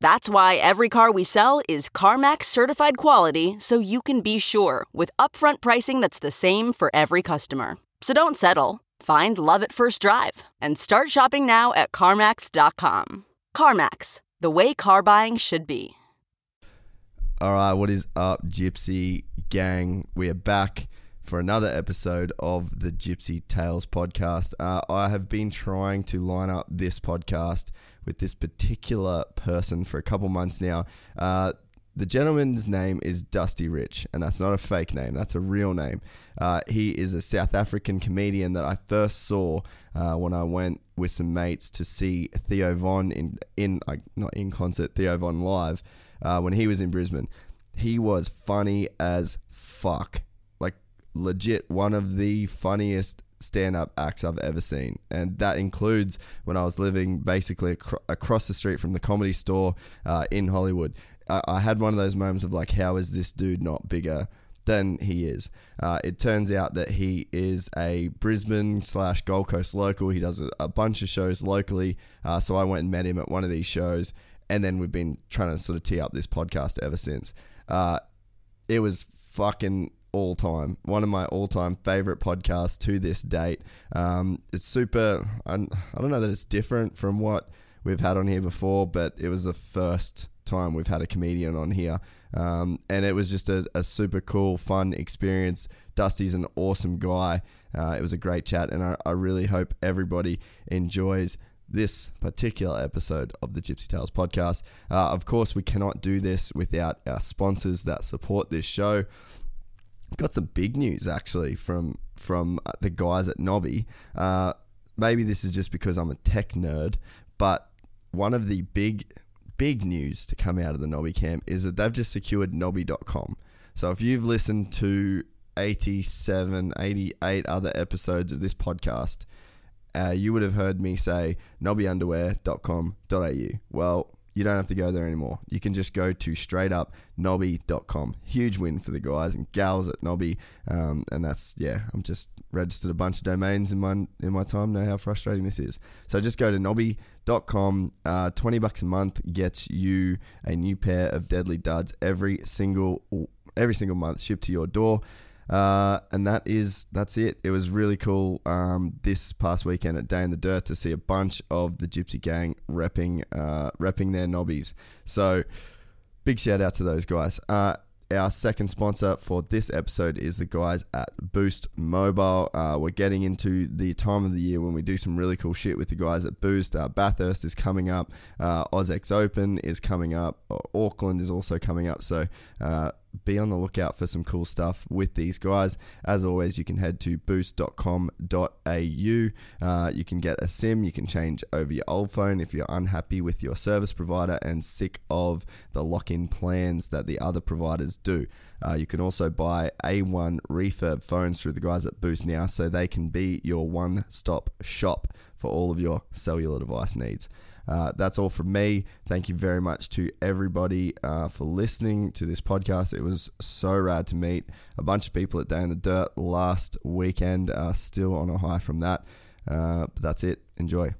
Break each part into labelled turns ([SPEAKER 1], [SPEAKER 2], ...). [SPEAKER 1] That's why every car we sell is CarMax certified quality so you can be sure with upfront pricing that's the same for every customer. So don't settle. Find love at first drive and start shopping now at CarMax.com. CarMax, the way car buying should be.
[SPEAKER 2] All right, what is up, Gypsy Gang? We are back for another episode of the Gypsy Tales podcast. Uh, I have been trying to line up this podcast with this particular person for a couple months now. Uh, the gentleman's name is Dusty Rich, and that's not a fake name, that's a real name. Uh, he is a South African comedian that I first saw uh, when I went with some mates to see Theo Von in, in uh, not in concert, Theo Von live uh, when he was in Brisbane. He was funny as fuck. Like, legit, one of the funniest stand up acts I've ever seen. And that includes when I was living basically acro- across the street from the comedy store uh, in Hollywood. I-, I had one of those moments of like, how is this dude not bigger? than he is. Uh, it turns out that he is a Brisbane slash Gold Coast local. He does a, a bunch of shows locally. Uh, so I went and met him at one of these shows. And then we've been trying to sort of tee up this podcast ever since. Uh, it was fucking all time. One of my all time favorite podcasts to this date. Um, it's super, I, I don't know that it's different from what we've had on here before, but it was the first time we've had a comedian on here. Um, and it was just a, a super cool, fun experience. Dusty's an awesome guy. Uh, it was a great chat, and I, I really hope everybody enjoys this particular episode of the Gypsy Tales podcast. Uh, of course, we cannot do this without our sponsors that support this show. Got some big news actually from from uh, the guys at Nobby. Uh, maybe this is just because I'm a tech nerd, but one of the big big news to come out of the Nobby camp is that they've just secured Nobby.com. So if you've listened to 87, 88 other episodes of this podcast, uh, you would have heard me say nobbyunderwear.com.au. Well, you don't have to go there anymore. You can just go to straight up nobby.com. Huge win for the guys and gals at Nobby. Um, and that's, yeah, I'm just registered a bunch of domains in my, in my time. Know how frustrating this is. So just go to nobby.com. Uh, 20 bucks a month gets you a new pair of deadly duds every single, every single month shipped to your door. Uh, and that is that's it. It was really cool um, this past weekend at Day in the Dirt to see a bunch of the Gypsy Gang repping uh, repping their nobbies. So big shout out to those guys. Uh, our second sponsor for this episode is the guys at Boost Mobile. Uh, we're getting into the time of the year when we do some really cool shit with the guys at Boost. Uh, Bathurst is coming up, uh, OzX Open is coming up, Auckland is also coming up. So uh, be on the lookout for some cool stuff with these guys. As always, you can head to boost.com.au. Uh, you can get a SIM, you can change over your old phone if you're unhappy with your service provider and sick of the lock in plans that the other providers do. Uh, you can also buy A1 refurb phones through the guys at Boost now so they can be your one stop shop for all of your cellular device needs. Uh, that's all from me. Thank you very much to everybody uh, for listening to this podcast. It was so rad to meet a bunch of people at Day in the Dirt last weekend. Uh, still on a high from that. Uh, but that's it. Enjoy.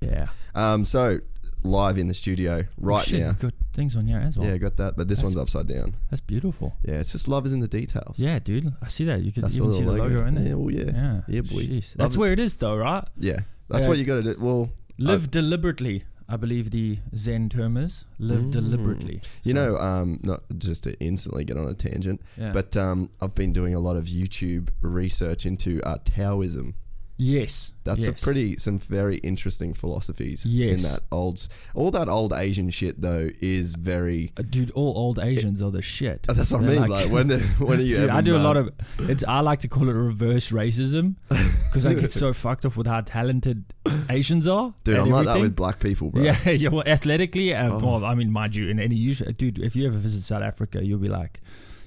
[SPEAKER 3] Yeah.
[SPEAKER 2] Um, so live in the studio right
[SPEAKER 3] Shit,
[SPEAKER 2] now.
[SPEAKER 3] Good things on your as well.
[SPEAKER 2] Yeah, got that. But this one's upside down.
[SPEAKER 3] That's beautiful.
[SPEAKER 2] Yeah, it's just love is in the details.
[SPEAKER 3] Yeah, dude. I see that. You could
[SPEAKER 2] That's the
[SPEAKER 3] even see the
[SPEAKER 2] little
[SPEAKER 3] logo,
[SPEAKER 2] logo.
[SPEAKER 3] in there.
[SPEAKER 2] Yeah, oh, yeah. Yeah, boy.
[SPEAKER 3] Jeez.
[SPEAKER 2] Love
[SPEAKER 3] That's
[SPEAKER 2] it.
[SPEAKER 3] where it is, though, right?
[SPEAKER 2] Yeah, that's
[SPEAKER 3] Yeah.
[SPEAKER 2] what you got to do. Well,
[SPEAKER 3] Live deliberately. I believe the Zen term is live deliberately.
[SPEAKER 2] Mm. You
[SPEAKER 3] So,
[SPEAKER 2] know, um, not just to instantly get on a tangent,
[SPEAKER 3] Yeah.
[SPEAKER 2] but um, I've been doing a lot of YouTube research into uh, Taoism.
[SPEAKER 3] Yes.
[SPEAKER 2] That's
[SPEAKER 3] yes.
[SPEAKER 2] a pretty some very interesting philosophies
[SPEAKER 3] Yes.
[SPEAKER 2] in that old all that old Asian shit though is very
[SPEAKER 3] Uh, Dude, all old Asians are the shit.
[SPEAKER 2] Oh, that's what I
[SPEAKER 3] They're
[SPEAKER 2] mean like, when do- when are you uh,
[SPEAKER 3] Dude,
[SPEAKER 2] ever
[SPEAKER 3] I do a lot
[SPEAKER 2] mad?
[SPEAKER 3] of it's. I like to call it reverse racism because I get so fucked off with how talented Asians are.
[SPEAKER 2] dude
[SPEAKER 3] and
[SPEAKER 2] I'm like that with
[SPEAKER 3] everything.
[SPEAKER 2] black people bro Oh.
[SPEAKER 3] Yeah, yeah. Well, athletically, uh, well, I mean, mind you, in any usual dude, if you ever visit South Africa, you'll be like,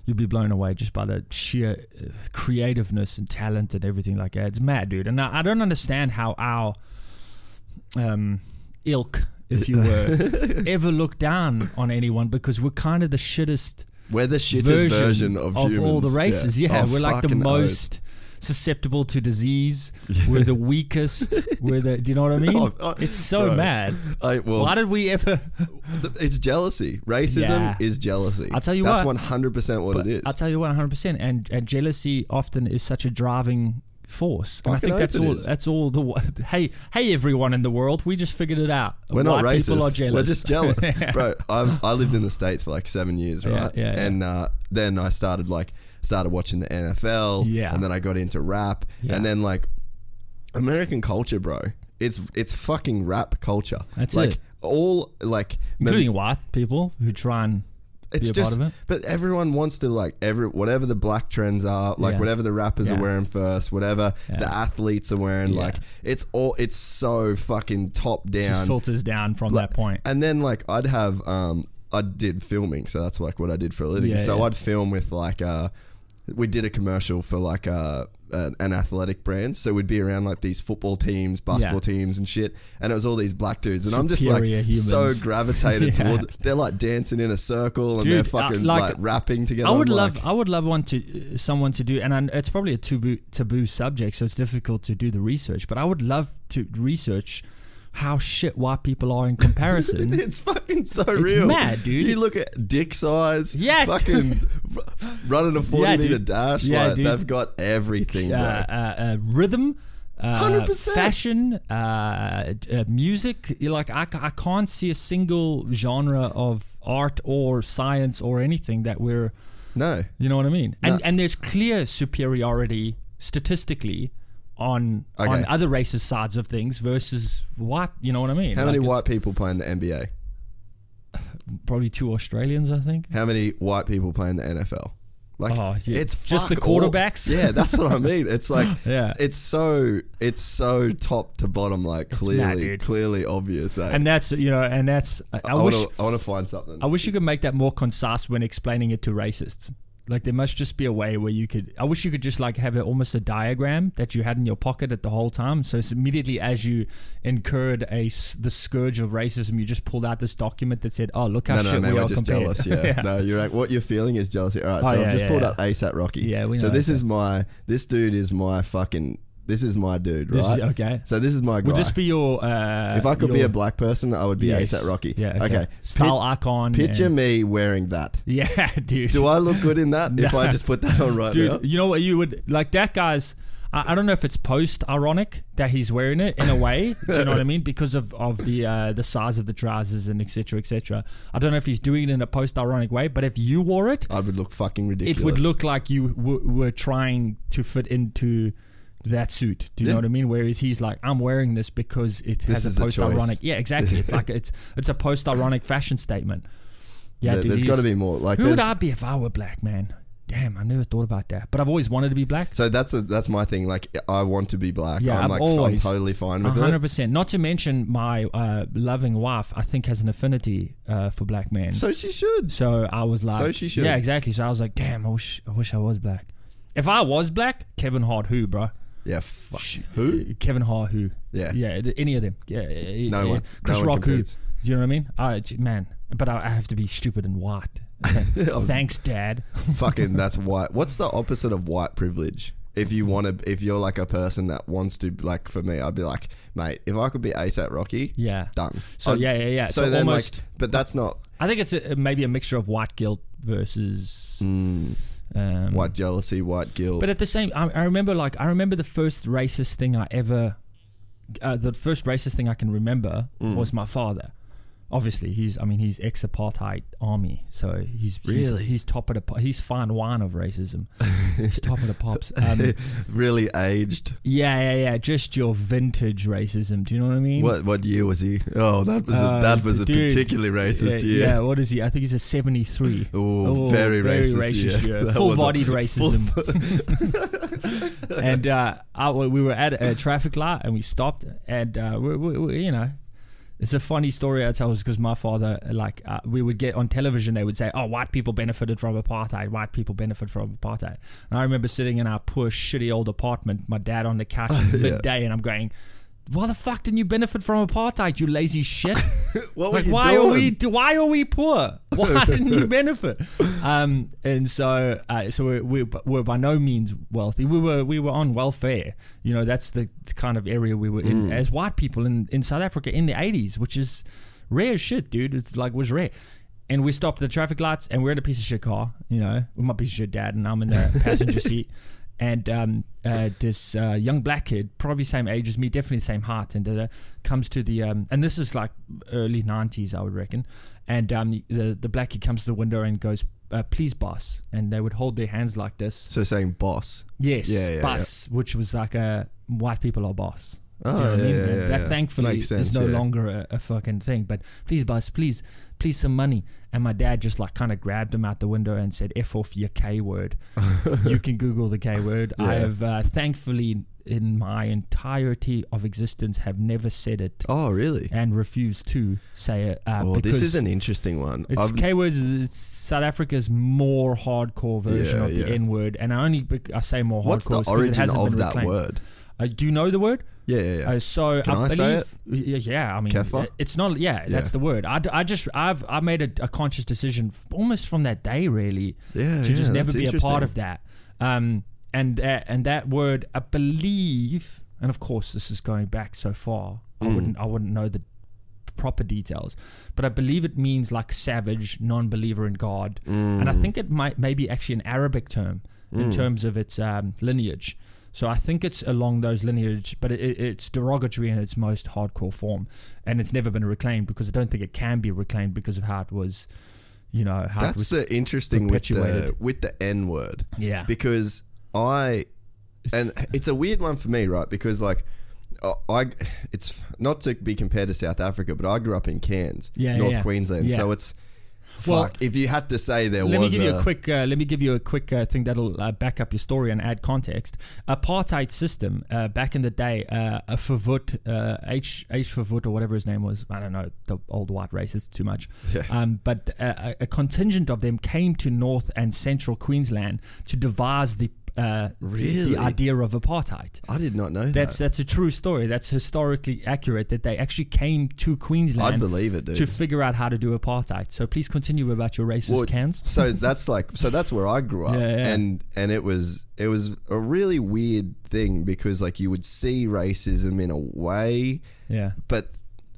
[SPEAKER 3] you'll be blown away just by the sheer uh, creativeness and talent and everything like that. It's mad, dude. And I, I don't understand how our um, ilk, if you were, ever look down on anyone because we're kind of the shittest
[SPEAKER 2] we're the shittest version, of, humans.
[SPEAKER 3] all the races. Yeah,
[SPEAKER 2] Oh,
[SPEAKER 3] we're like the
[SPEAKER 2] fucking oath.
[SPEAKER 3] most susceptible to disease. We're the weakest. we're the. Do you know what I mean?
[SPEAKER 2] Oh, oh,
[SPEAKER 3] it's so
[SPEAKER 2] bro.
[SPEAKER 3] mad.
[SPEAKER 2] I, well,
[SPEAKER 3] Why did we ever?
[SPEAKER 2] th- it's jealousy. Racism
[SPEAKER 3] Yeah.
[SPEAKER 2] is jealousy.
[SPEAKER 3] I'll tell you
[SPEAKER 2] That's
[SPEAKER 3] what.
[SPEAKER 2] 100% what it is.
[SPEAKER 3] I'll tell you one hundred percent. And and jealousy often is such a driving force. And I
[SPEAKER 2] Fucking
[SPEAKER 3] think
[SPEAKER 2] oath
[SPEAKER 3] that's
[SPEAKER 2] it
[SPEAKER 3] all.
[SPEAKER 2] is.
[SPEAKER 3] That's all the. wo- Hey hey everyone in the world, we just figured it out.
[SPEAKER 2] We're not
[SPEAKER 3] White
[SPEAKER 2] racist.
[SPEAKER 3] People are jealous.
[SPEAKER 2] We're just jealous, bro. I've, I lived in the states for like seven years,
[SPEAKER 3] Yeah,
[SPEAKER 2] right?
[SPEAKER 3] yeah, yeah.
[SPEAKER 2] And uh, then I started like started watching the NFL,
[SPEAKER 3] Yeah.
[SPEAKER 2] and then I got into rap,
[SPEAKER 3] Yeah.
[SPEAKER 2] and then like American culture, bro. It's it's fucking rap culture.
[SPEAKER 3] That's
[SPEAKER 2] like
[SPEAKER 3] it.
[SPEAKER 2] all like mem-
[SPEAKER 3] including white people who try and
[SPEAKER 2] it's
[SPEAKER 3] be a
[SPEAKER 2] just
[SPEAKER 3] part of it.
[SPEAKER 2] but everyone wants to like every whatever the black trends are like
[SPEAKER 3] Yeah.
[SPEAKER 2] whatever the rappers
[SPEAKER 3] Yeah.
[SPEAKER 2] are wearing first whatever the athletes are wearing
[SPEAKER 3] Yeah.
[SPEAKER 2] like it's all it's so fucking top
[SPEAKER 3] It
[SPEAKER 2] down
[SPEAKER 3] just filters down from that point.
[SPEAKER 2] and then like I'd have um I did filming, so that's like what I did for a living.
[SPEAKER 3] Yeah,
[SPEAKER 2] so
[SPEAKER 3] yeah.
[SPEAKER 2] I'd film with like uh we did a commercial for like uh an, an athletic brand, so we'd be around like these football teams, basketball teams, and shit. And it was all these black dudes, and I'm just like
[SPEAKER 3] Superior humans.
[SPEAKER 2] so gravitated
[SPEAKER 3] Yeah.
[SPEAKER 2] towards. They're like dancing in a circle, and
[SPEAKER 3] Dude,
[SPEAKER 2] they're
[SPEAKER 3] uh,
[SPEAKER 2] fucking
[SPEAKER 3] like-
[SPEAKER 2] like, rapping together.
[SPEAKER 3] I would
[SPEAKER 2] I'm
[SPEAKER 3] love,
[SPEAKER 2] like,
[SPEAKER 3] I would love one to uh, someone to do, and I, it's probably a taboo taboo subject, so it's difficult to do the research. But I would love to research how shit white people are in comparison.
[SPEAKER 2] It's fucking so real.
[SPEAKER 3] mad, dude.
[SPEAKER 2] You look at dick size.
[SPEAKER 3] Yeah.
[SPEAKER 2] Fucking running a 40
[SPEAKER 3] Yeah, dude.
[SPEAKER 2] meter dash.
[SPEAKER 3] Yeah,
[SPEAKER 2] like,
[SPEAKER 3] dude.
[SPEAKER 2] they've got everything,
[SPEAKER 3] uh,
[SPEAKER 2] bro.
[SPEAKER 3] uh, uh, rhythm, uh,
[SPEAKER 2] 100%.
[SPEAKER 3] fashion, uh, uh, music. You're like I, ca- I can't see a single genre of art or science or anything that we're
[SPEAKER 2] No.
[SPEAKER 3] You know what I mean? And and there's clear superiority statistically on
[SPEAKER 2] Okay.
[SPEAKER 3] on other races' sides of things versus white. You know what I mean?
[SPEAKER 2] How
[SPEAKER 3] Like,
[SPEAKER 2] many
[SPEAKER 3] it's
[SPEAKER 2] white people play in the NBA?
[SPEAKER 3] Probably two Australians, I think.
[SPEAKER 2] How many white people play in the NFL? Like
[SPEAKER 3] Oh, yeah.
[SPEAKER 2] it's
[SPEAKER 3] Just the
[SPEAKER 2] fuck all-
[SPEAKER 3] quarterbacks?
[SPEAKER 2] yeah, that's what I mean. It's like
[SPEAKER 3] Yeah.
[SPEAKER 2] it's so it's so top to bottom, like clearly
[SPEAKER 3] dude.
[SPEAKER 2] clearly obvious. Eh?
[SPEAKER 3] And that's you know, and that's I, I
[SPEAKER 2] I
[SPEAKER 3] wish
[SPEAKER 2] wanna, I wanna find something.
[SPEAKER 3] I wish you could make that more concise when explaining it to racists. Like there must just be a way where you could. I wish you could just like have a, almost a diagram that you had in your pocket at the whole time. So it's immediately as you incurred a s- the scourge of racism, you just pulled out this document that said, "Oh, look how
[SPEAKER 2] no,
[SPEAKER 3] shit
[SPEAKER 2] no, man,
[SPEAKER 3] we
[SPEAKER 2] we're
[SPEAKER 3] are
[SPEAKER 2] just
[SPEAKER 3] compared."
[SPEAKER 2] jealous. Yeah. No, you're right. What you're feeling is jealousy. All right, so
[SPEAKER 3] Oh, yeah,
[SPEAKER 2] I've just
[SPEAKER 3] yeah,
[SPEAKER 2] pulled
[SPEAKER 3] yeah.
[SPEAKER 2] up ASAP Rocky.
[SPEAKER 3] Yeah, we
[SPEAKER 2] So
[SPEAKER 3] know
[SPEAKER 2] this
[SPEAKER 3] ASAP.
[SPEAKER 2] is my this dude is my fucking this is my dude,
[SPEAKER 3] This
[SPEAKER 2] right?
[SPEAKER 3] is- okay.
[SPEAKER 2] So this is my guy.
[SPEAKER 3] Would this be your? Uh,
[SPEAKER 2] if I could be
[SPEAKER 3] your-
[SPEAKER 2] a black person, I would be
[SPEAKER 3] Yes.
[SPEAKER 2] ASAP Rocky.
[SPEAKER 3] Yeah. Okay.
[SPEAKER 2] okay.
[SPEAKER 3] Style
[SPEAKER 2] Pic-
[SPEAKER 3] icon.
[SPEAKER 2] picture
[SPEAKER 3] and-
[SPEAKER 2] me wearing that.
[SPEAKER 3] yeah, dude.
[SPEAKER 2] Do I look good in that if I
[SPEAKER 3] Nah.
[SPEAKER 2] just put that on right
[SPEAKER 3] dude?
[SPEAKER 2] now?
[SPEAKER 3] You know what? You would like that guy's. I, I don't know if it's post ironic that he's wearing it in a way. do you know what I mean? Because of of the uh, the size of the trousers and etc. etc. I don't know if he's doing it in a post ironic way, but if you wore it,
[SPEAKER 2] I would look fucking ridiculous.
[SPEAKER 3] it would look like you w- were trying to fit into that suit. Do you know
[SPEAKER 2] Yeah.
[SPEAKER 3] what I mean? Whereas he's like, I'm wearing this because it has
[SPEAKER 2] is
[SPEAKER 3] a
[SPEAKER 2] a
[SPEAKER 3] post
[SPEAKER 2] choice.
[SPEAKER 3] ironic. Yeah, exactly. It's like it's it's a post ironic fashion statement. Yeah,
[SPEAKER 2] There,
[SPEAKER 3] dude,
[SPEAKER 2] has
[SPEAKER 3] he's-
[SPEAKER 2] got to be more. Like,
[SPEAKER 3] Who would
[SPEAKER 2] there's-
[SPEAKER 3] I be if I were black, man? Damn, I never thought about that. But I've always wanted to be black.
[SPEAKER 2] so that's a, that's my thing. Like, I want to be black.
[SPEAKER 3] Yeah,
[SPEAKER 2] I'm
[SPEAKER 3] I've
[SPEAKER 2] like,
[SPEAKER 3] always-
[SPEAKER 2] I'm totally fine with
[SPEAKER 3] hundred
[SPEAKER 2] it.
[SPEAKER 3] percent. Not to mention my uh, loving wife. I think has an affinity uh, for black men.
[SPEAKER 2] So she should.
[SPEAKER 3] So I was like,
[SPEAKER 2] So she should.
[SPEAKER 3] Yeah, exactly. So I was like, damn, I wish, I wish I was black. If I was black, Kevin Hart, who, bro?
[SPEAKER 2] Yeah. Fuck. Who?
[SPEAKER 3] Kevin Hart, who?
[SPEAKER 2] Yeah.
[SPEAKER 3] yeah, th- any of them. Yeah, yeah,
[SPEAKER 2] No
[SPEAKER 3] yeah.
[SPEAKER 2] one-
[SPEAKER 3] Chris
[SPEAKER 2] no one
[SPEAKER 3] Rock, who? Do
[SPEAKER 2] competes.
[SPEAKER 3] you know what I mean? I, j- man, but I, I have to be stupid and white. Thanks, Dad.
[SPEAKER 2] fucking. That's white. What's the opposite of white privilege? If you want to, if you're like a person that wants to, like for me, I'd be like, mate, if I could be ASAP Rocky,
[SPEAKER 3] Yeah.
[SPEAKER 2] done.
[SPEAKER 3] So, yeah, yeah, yeah.
[SPEAKER 2] So,
[SPEAKER 3] So
[SPEAKER 2] then,
[SPEAKER 3] almost-
[SPEAKER 2] like, but that's not
[SPEAKER 3] I think it's a, maybe a mixture of white guilt versus um,
[SPEAKER 2] Hmm. white jealousy, white guilt.
[SPEAKER 3] But at the same, I, I remember like I remember the first racist thing I ever uh, the first racist thing I can remember
[SPEAKER 2] Hmm.
[SPEAKER 3] was my father. Obviously, he's I mean he's ex-apartheid army, so he's
[SPEAKER 2] Really?
[SPEAKER 3] he's, he's top of the po- he's fine wine of racism. he's top of the pops. Um,
[SPEAKER 2] really aged.
[SPEAKER 3] yeah, yeah, yeah. Just your vintage racism. Do you know what I mean?
[SPEAKER 2] What what year was he? Oh, that was
[SPEAKER 3] Uh,
[SPEAKER 2] a, that was a
[SPEAKER 3] dude,
[SPEAKER 2] particularly racist
[SPEAKER 3] yeah,
[SPEAKER 2] year.
[SPEAKER 3] Yeah, what is he? I think he's a Oh, 73.
[SPEAKER 2] Ooh, very racist year. That
[SPEAKER 3] Full bodied
[SPEAKER 2] was a- full-
[SPEAKER 3] racism. and uh, I, we were at a traffic light and we stopped. And, uh, we, we, we, you know, it's a funny story I tell because my father, like, uh, we would get on television, they would say, oh, white people benefited from apartheid. White people benefit from apartheid. And I remember sitting in our poor, shitty old apartment, my dad on the couch in midday, and I'm going, why the fuck didn't you benefit from apartheid, you lazy shit?
[SPEAKER 2] What were
[SPEAKER 3] like,
[SPEAKER 2] you
[SPEAKER 3] why are we
[SPEAKER 2] doing?
[SPEAKER 3] d- why are we poor? Why didn't you benefit? Um, and so uh, so we, we were by no means wealthy. We were we were on welfare. You know, that's the kind of area we were in as white people in, in South Africa in the eighties, which is rare as shit, dude. It's like was rare. And we stopped at the traffic lights, and we're in a piece of shit car, you know, with my piece of shit dad, and I'm in the passenger seat. And um, uh, this uh, young black kid, probably same age as me, definitely same height, and da-da, comes to the um, and this is like early '90s, I would reckon. And um, the the black kid comes to the window and goes, uh, "Please, boss," and they would hold their hands like this.
[SPEAKER 2] So saying boss.
[SPEAKER 3] Yes,
[SPEAKER 2] Yeah, yeah, yeah.
[SPEAKER 3] bus, which was like a white people are boss. Do
[SPEAKER 2] Oh, yeah, yeah,
[SPEAKER 3] man?
[SPEAKER 2] yeah,
[SPEAKER 3] that
[SPEAKER 2] yeah.
[SPEAKER 3] thankfully
[SPEAKER 2] Makes sense,
[SPEAKER 3] is no
[SPEAKER 2] yeah.
[SPEAKER 3] longer a, a fucking thing. But please, bus, please, please, some money. And my dad just like kind of grabbed him out the window and said, "F off your K word." you can Google the K word. I
[SPEAKER 2] Yeah.
[SPEAKER 3] have uh, thankfully, in my entirety of existence, have never said it
[SPEAKER 2] Oh, really?
[SPEAKER 3] and refused to say it. Uh,
[SPEAKER 2] Oh,
[SPEAKER 3] because
[SPEAKER 2] this is an interesting one.
[SPEAKER 3] it's
[SPEAKER 2] I've-
[SPEAKER 3] K words. is- It's South Africa's more hardcore version
[SPEAKER 2] Yeah,
[SPEAKER 3] of the
[SPEAKER 2] yeah.
[SPEAKER 3] N word, and I only bec- I say more hardcore.
[SPEAKER 2] what's the
[SPEAKER 3] is 'cause it
[SPEAKER 2] origin
[SPEAKER 3] hasn't
[SPEAKER 2] of
[SPEAKER 3] been
[SPEAKER 2] that
[SPEAKER 3] reclaimed.
[SPEAKER 2] word?
[SPEAKER 3] Uh, do you know the word?
[SPEAKER 2] Yeah, yeah, yeah.
[SPEAKER 3] Uh, so
[SPEAKER 2] Can I say
[SPEAKER 3] believe, y- yeah, I mean,
[SPEAKER 2] Kefir?
[SPEAKER 3] it- it's not. Yeah, that's
[SPEAKER 2] Yeah.
[SPEAKER 3] the word. I, d- I just I've I made a, a conscious decision f- almost from that day really
[SPEAKER 2] Yeah,
[SPEAKER 3] to just
[SPEAKER 2] yeah,
[SPEAKER 3] never
[SPEAKER 2] that's
[SPEAKER 3] be a part
[SPEAKER 2] interesting.
[SPEAKER 3] of that. Um, and uh, and that word I believe, and of course this is going back so far.
[SPEAKER 2] Hmm.
[SPEAKER 3] I wouldn't I wouldn't know the proper details, but I believe it means like savage, non-believer in God, and I think it might maybe actually an Arabic term in terms of its um, lineage. So I think it's along those lineage, but it, it- it's derogatory in its most hardcore form, and it's never been reclaimed because I don't think it can be reclaimed because of how it was, you know, how
[SPEAKER 2] That's
[SPEAKER 3] it was.
[SPEAKER 2] the interesting with the
[SPEAKER 3] perpetuated.
[SPEAKER 2] with the N word.
[SPEAKER 3] Yeah.
[SPEAKER 2] Because I
[SPEAKER 3] It's-
[SPEAKER 2] and it's a weird one for me, right? Because like I- I it's not to be compared to South Africa, but I grew up in Cairns,
[SPEAKER 3] Yeah, yeah,
[SPEAKER 2] North
[SPEAKER 3] yeah.
[SPEAKER 2] Queensland.
[SPEAKER 3] Yeah.
[SPEAKER 2] So it's
[SPEAKER 3] Well,
[SPEAKER 2] fuck if you had to say there
[SPEAKER 3] let me
[SPEAKER 2] was
[SPEAKER 3] give
[SPEAKER 2] a,
[SPEAKER 3] you a quick. Uh, let me give you a quick uh, thing that'll uh, back up your story and add context. Apartheid system uh, back in the day. Uh, a Favut, uh, H H Favut or whatever his name was. I don't know the old white racist too much. Um, but uh, a, a contingent of them came to North and Central Queensland to devise the uh,
[SPEAKER 2] Really?
[SPEAKER 3] the idea of apartheid.
[SPEAKER 2] I did not know
[SPEAKER 3] That's
[SPEAKER 2] that.
[SPEAKER 3] that's a true story. That's historically accurate. That they actually came to Queensland.
[SPEAKER 2] I'd believe it, dude.
[SPEAKER 3] To figure out how to do apartheid. So please continue about your racist
[SPEAKER 2] Well,
[SPEAKER 3] cans.
[SPEAKER 2] so that's like so that's where I grew up,
[SPEAKER 3] Yeah, yeah.
[SPEAKER 2] and and it was it was a really weird thing because like you would see racism in a way,
[SPEAKER 3] Yeah.
[SPEAKER 2] but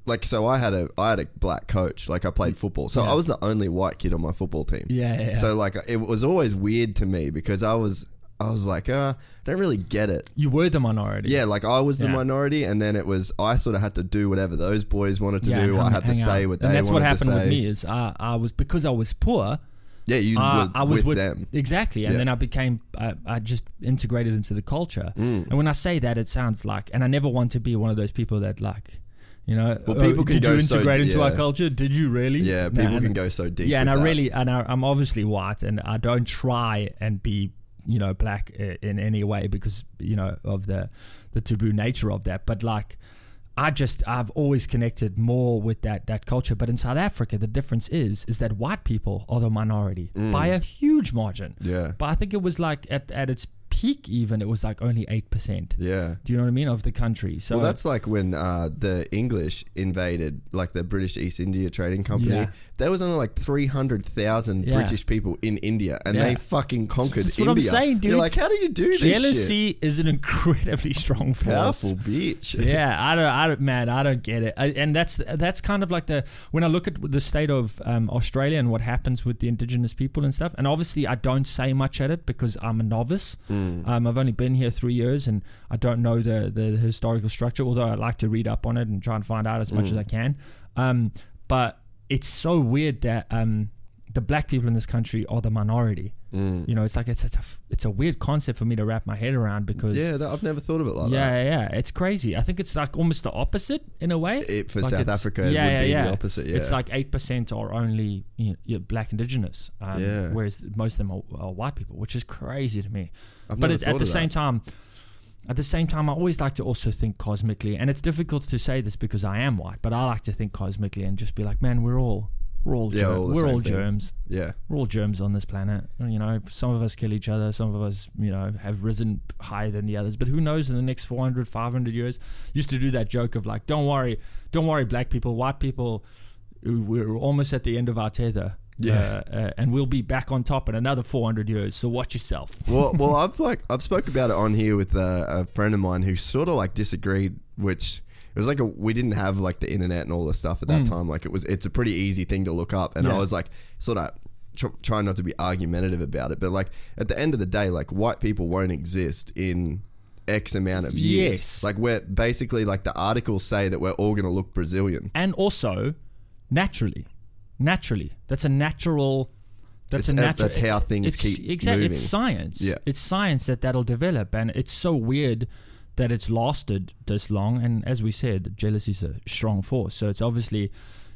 [SPEAKER 2] like so I had a I had a black coach like I played football so I was the only white kid on my football team
[SPEAKER 3] Yeah, yeah, yeah.
[SPEAKER 2] so like it was always weird to me because I was I was like uh I don't really get it
[SPEAKER 3] You were the minority.
[SPEAKER 2] yeah like I was the
[SPEAKER 3] Yeah.
[SPEAKER 2] minority and then it was I sort of had to do whatever those boys wanted to
[SPEAKER 3] Yeah,
[SPEAKER 2] do
[SPEAKER 3] and
[SPEAKER 2] I
[SPEAKER 3] hung-
[SPEAKER 2] had to
[SPEAKER 3] hang
[SPEAKER 2] say
[SPEAKER 3] out.
[SPEAKER 2] what they
[SPEAKER 3] and that's what
[SPEAKER 2] wanted
[SPEAKER 3] happened
[SPEAKER 2] to say
[SPEAKER 3] with me is I, I was because I was poor.
[SPEAKER 2] yeah you
[SPEAKER 3] I,
[SPEAKER 2] were
[SPEAKER 3] I was
[SPEAKER 2] with, them
[SPEAKER 3] exactly, and
[SPEAKER 2] Yeah.
[SPEAKER 3] then I became I, I just integrated into the culture.
[SPEAKER 2] Mm.
[SPEAKER 3] And when I say that, it sounds like, and I never want to be one of those people that like, you know,
[SPEAKER 2] Well,
[SPEAKER 3] "Oh,
[SPEAKER 2] people can
[SPEAKER 3] did you
[SPEAKER 2] go so-
[SPEAKER 3] integrate into our
[SPEAKER 2] yeah.
[SPEAKER 3] culture? Did you really?
[SPEAKER 2] yeah
[SPEAKER 3] No,
[SPEAKER 2] people
[SPEAKER 3] and-
[SPEAKER 2] can go so deep
[SPEAKER 3] yeah, and
[SPEAKER 2] with
[SPEAKER 3] I
[SPEAKER 2] that.
[SPEAKER 3] really and I, I'm obviously white, and I don't try and be you know black i- in any way because you know of the the taboo nature of that. But like, I just I've always connected more with that that culture. But in South Africa, the difference is is that white people are the minority by a huge margin.
[SPEAKER 2] Mm. Yeah.
[SPEAKER 3] but I think it was like at at its peak, even it was like only eight percent.
[SPEAKER 2] yeah
[SPEAKER 3] Do you know what I mean of the country? So
[SPEAKER 2] Well, uh, that's like when uh, the English invaded, like the British East India Trading Company.
[SPEAKER 3] Yeah.
[SPEAKER 2] there was only like three hundred thousand
[SPEAKER 3] Yeah.
[SPEAKER 2] British people in India, and
[SPEAKER 3] Yeah.
[SPEAKER 2] they fucking conquered
[SPEAKER 3] That's what
[SPEAKER 2] India.
[SPEAKER 3] I'm saying, dude.
[SPEAKER 2] You're like, how do you do this? shit?
[SPEAKER 3] Jealousy is an incredibly strong force.
[SPEAKER 2] powerful bitch.
[SPEAKER 3] yeah, I don't, I don't, man, I don't get it. I, and that's that's kind of like the when I look at the state of um, Australia and what happens with the Indigenous people and stuff. And obviously, I don't say much at it because I'm a novice. Um, I've only been here three years, and I don't know the the historical structure. Although I like to read up on it and try and find out as much as I can. Um, but it's so weird that um, the black people in this country are the minority. You know, it's like it's, it's a it's a weird concept for me to wrap my head around because
[SPEAKER 2] yeah. That, I've never thought of it like that.
[SPEAKER 3] yeah, yeah, it's crazy. I think it's like almost the opposite in a way.
[SPEAKER 2] It- for
[SPEAKER 3] Like
[SPEAKER 2] South
[SPEAKER 3] it's-
[SPEAKER 2] Africa, it would be the opposite, yeah.
[SPEAKER 3] it's like eight percent are only you know, you're black indigenous, um,
[SPEAKER 2] Yeah.
[SPEAKER 3] whereas most of them are, are white people, which is crazy to me.
[SPEAKER 2] I've
[SPEAKER 3] but
[SPEAKER 2] never
[SPEAKER 3] it's, at
[SPEAKER 2] thought
[SPEAKER 3] the
[SPEAKER 2] of
[SPEAKER 3] same
[SPEAKER 2] that.
[SPEAKER 3] time, at the same time, I always like to also think cosmically, and it's difficult to say this because I am white, but I like to think cosmically and just be like, man, we're all we're all
[SPEAKER 2] Yeah,
[SPEAKER 3] germ-
[SPEAKER 2] all the
[SPEAKER 3] we're
[SPEAKER 2] same
[SPEAKER 3] all
[SPEAKER 2] thing.
[SPEAKER 3] germs
[SPEAKER 2] Yeah.
[SPEAKER 3] we're all germs on this planet. You know, some of us kill each other, some of us, you know, have risen higher than the others. But who knows in the next 400, 500 years? Used to do that joke of like, don't worry, don't worry, black people, white people, we're almost at the end of our tether.
[SPEAKER 2] Yeah.
[SPEAKER 3] Uh, uh, and we'll be back on top in another 400 years. So watch yourself.
[SPEAKER 2] well, well, I've like I've spoke about it on here with a, a friend of mine who sort of like disagreed, which it was like a, we didn't have like the internet and all this stuff at that time. Like it was, it's a pretty easy thing to look up, and I
[SPEAKER 3] Mm. Yeah.
[SPEAKER 2] was like sort of tr- trying not to be argumentative about it, but like at the end of the day, like white people won't exist in X amount of years.
[SPEAKER 3] Yes.
[SPEAKER 2] Like we're basically like the articles say that we're all gonna look Brazilian.
[SPEAKER 3] And also, naturally, naturally, that's a natural. That's
[SPEAKER 2] It's-
[SPEAKER 3] a natural.
[SPEAKER 2] that's how things keep
[SPEAKER 3] exactly. It's
[SPEAKER 2] moving.
[SPEAKER 3] science.
[SPEAKER 2] Yeah.
[SPEAKER 3] It's science that that'll develop, and it's so weird that it's lasted this long. And as we said, jealousy's a strong force. So it's obviously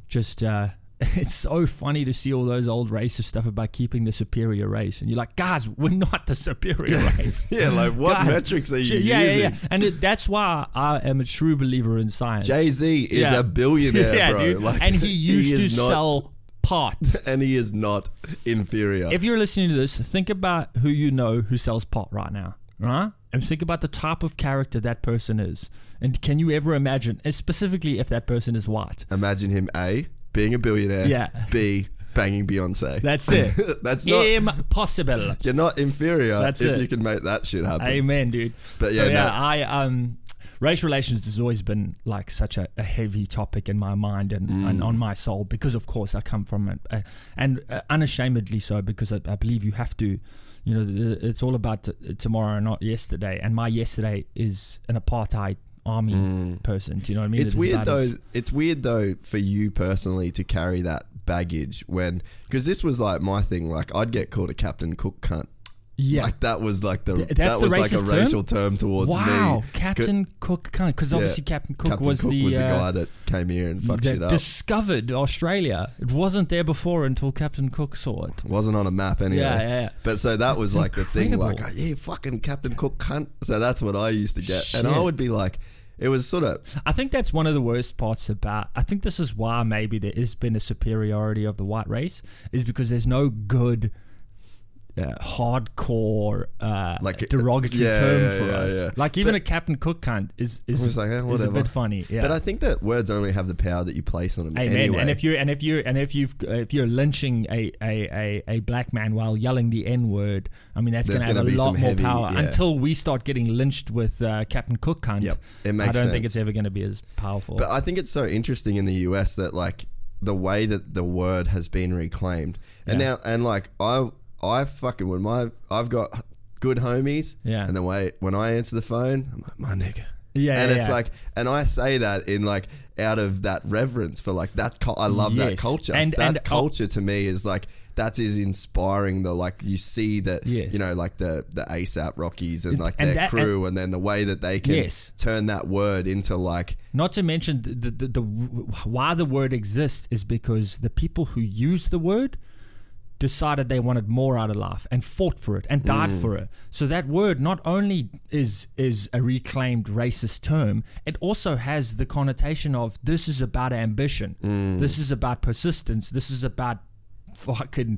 [SPEAKER 3] just. Uh, it's so funny to see all those old racist stuff about keeping the superior race, and you're like, guys, we're not the superior race.
[SPEAKER 2] Yeah, like what
[SPEAKER 3] Guys,
[SPEAKER 2] metrics are you
[SPEAKER 3] yeah,
[SPEAKER 2] using?
[SPEAKER 3] Yeah, yeah, and it, that's why I am a true believer in science.
[SPEAKER 2] Jay Z is
[SPEAKER 3] Yeah.
[SPEAKER 2] a billionaire,
[SPEAKER 3] Yeah,
[SPEAKER 2] bro.
[SPEAKER 3] dude.
[SPEAKER 2] Like,
[SPEAKER 3] and he used
[SPEAKER 2] is
[SPEAKER 3] to
[SPEAKER 2] not-
[SPEAKER 3] sell pot.
[SPEAKER 2] and he is not inferior.
[SPEAKER 3] if you're listening to this, think about who you know who sells pot right now, right? And think about the type of character that person is. And can you ever imagine, and specifically if that person is white?
[SPEAKER 2] Imagine him A, being a billionaire.
[SPEAKER 3] Yeah.
[SPEAKER 2] B, banging Beyonce.
[SPEAKER 3] That's it.
[SPEAKER 2] That's not.
[SPEAKER 3] Impossible.
[SPEAKER 2] you're not inferior
[SPEAKER 3] That's
[SPEAKER 2] if
[SPEAKER 3] it.
[SPEAKER 2] you can make that shit happen.
[SPEAKER 3] Amen, dude.
[SPEAKER 2] But yeah,
[SPEAKER 3] so,
[SPEAKER 2] no.
[SPEAKER 3] yeah, I um, race relations has always been like such a, a heavy topic in my mind and,
[SPEAKER 2] Mm.
[SPEAKER 3] and on my soul because, of course, I come from it, uh, and uh, unashamedly so because I, I believe you have to. You know, th- it's all about t- tomorrow, not yesterday. And my yesterday is an apartheid army person. Do you know what I mean?
[SPEAKER 2] Mm. It's
[SPEAKER 3] It is
[SPEAKER 2] weird
[SPEAKER 3] about
[SPEAKER 2] though.
[SPEAKER 3] as-
[SPEAKER 2] It's weird though for you personally to carry that baggage when because this was like my thing. Like I'd get called a Captain Cook cunt.
[SPEAKER 3] Yeah.
[SPEAKER 2] Like that was like the
[SPEAKER 3] Th- that's
[SPEAKER 2] that
[SPEAKER 3] the
[SPEAKER 2] was like a
[SPEAKER 3] racist term?
[SPEAKER 2] racial term towards me.
[SPEAKER 3] wow,
[SPEAKER 2] 'Cause-
[SPEAKER 3] Captain Cook, because
[SPEAKER 2] yeah,
[SPEAKER 3] obviously Captain Cook
[SPEAKER 2] Captain
[SPEAKER 3] was
[SPEAKER 2] Cook
[SPEAKER 3] the
[SPEAKER 2] was the
[SPEAKER 3] uh,
[SPEAKER 2] guy that came here and fucked
[SPEAKER 3] that
[SPEAKER 2] shit up.
[SPEAKER 3] discovered Australia. It wasn't there before until Captain Cook saw it.
[SPEAKER 2] wasn't on a map anyway.
[SPEAKER 3] Yeah, yeah, yeah.
[SPEAKER 2] But so that was like
[SPEAKER 3] incredible.
[SPEAKER 2] the thing, like, yeah, fucking Captain Cook cunt. So that's what I used to get. And I
[SPEAKER 3] Shit.
[SPEAKER 2] would be like, it was sort of,
[SPEAKER 3] I think that's one of the worst parts about. I think this is why maybe there has been a superiority of the white race is because there's no good, uh, hardcore, uh,
[SPEAKER 2] Like,
[SPEAKER 3] like derogatory
[SPEAKER 2] yeah,
[SPEAKER 3] term
[SPEAKER 2] yeah,
[SPEAKER 3] for
[SPEAKER 2] yeah,
[SPEAKER 3] us.
[SPEAKER 2] yeah.
[SPEAKER 3] Like even a Captain Cook cunt is
[SPEAKER 2] I
[SPEAKER 3] is,
[SPEAKER 2] was like, eh,
[SPEAKER 3] is a
[SPEAKER 2] whatever.
[SPEAKER 3] bit funny. Yeah.
[SPEAKER 2] But I think that words only have the power that you place on them
[SPEAKER 3] Amen.
[SPEAKER 2] anyway.
[SPEAKER 3] And if you and if you and if you've uh, if you're lynching a a, a, a black man while yelling the N word, I mean that's going
[SPEAKER 2] There's
[SPEAKER 3] to have a
[SPEAKER 2] gonna be
[SPEAKER 3] lot
[SPEAKER 2] some
[SPEAKER 3] more
[SPEAKER 2] heavy-
[SPEAKER 3] power.
[SPEAKER 2] yeah.
[SPEAKER 3] Until we start getting lynched with uh, Captain Cook cunt,
[SPEAKER 2] Yep. It
[SPEAKER 3] I
[SPEAKER 2] makes
[SPEAKER 3] don't think it's
[SPEAKER 2] sense.
[SPEAKER 3] ever going to be as powerful.
[SPEAKER 2] But I think it's so interesting in the US that like the way that the word has been reclaimed. And
[SPEAKER 3] Yeah.
[SPEAKER 2] now and like I I fucking when my I've got good homies.
[SPEAKER 3] Yeah.
[SPEAKER 2] And the way when I answer the phone, I'm like, my nigga.
[SPEAKER 3] Yeah,
[SPEAKER 2] And
[SPEAKER 3] yeah,
[SPEAKER 2] it's
[SPEAKER 3] yeah.
[SPEAKER 2] like and I say that in like out of that reverence for like that cul- I love that
[SPEAKER 3] Yes.
[SPEAKER 2] culture.
[SPEAKER 3] And- oh
[SPEAKER 2] that
[SPEAKER 3] and-
[SPEAKER 2] culture to me is like that is inspiring the like you see that
[SPEAKER 3] Yes.
[SPEAKER 2] you know like the the ASAP Rockies and like
[SPEAKER 3] and
[SPEAKER 2] their
[SPEAKER 3] that-
[SPEAKER 2] crew and, then the way that they can
[SPEAKER 3] Yes.
[SPEAKER 2] turn that word into like
[SPEAKER 3] Not to mention the, the, the, the why the word exists is because the people who use the word decided they wanted more out of life and fought for it and
[SPEAKER 2] Mm.
[SPEAKER 3] died for it. So that word not only is is a reclaimed racist term, it also has the connotation of this is about ambition.
[SPEAKER 2] Mm.
[SPEAKER 3] This is about persistence. This is about fucking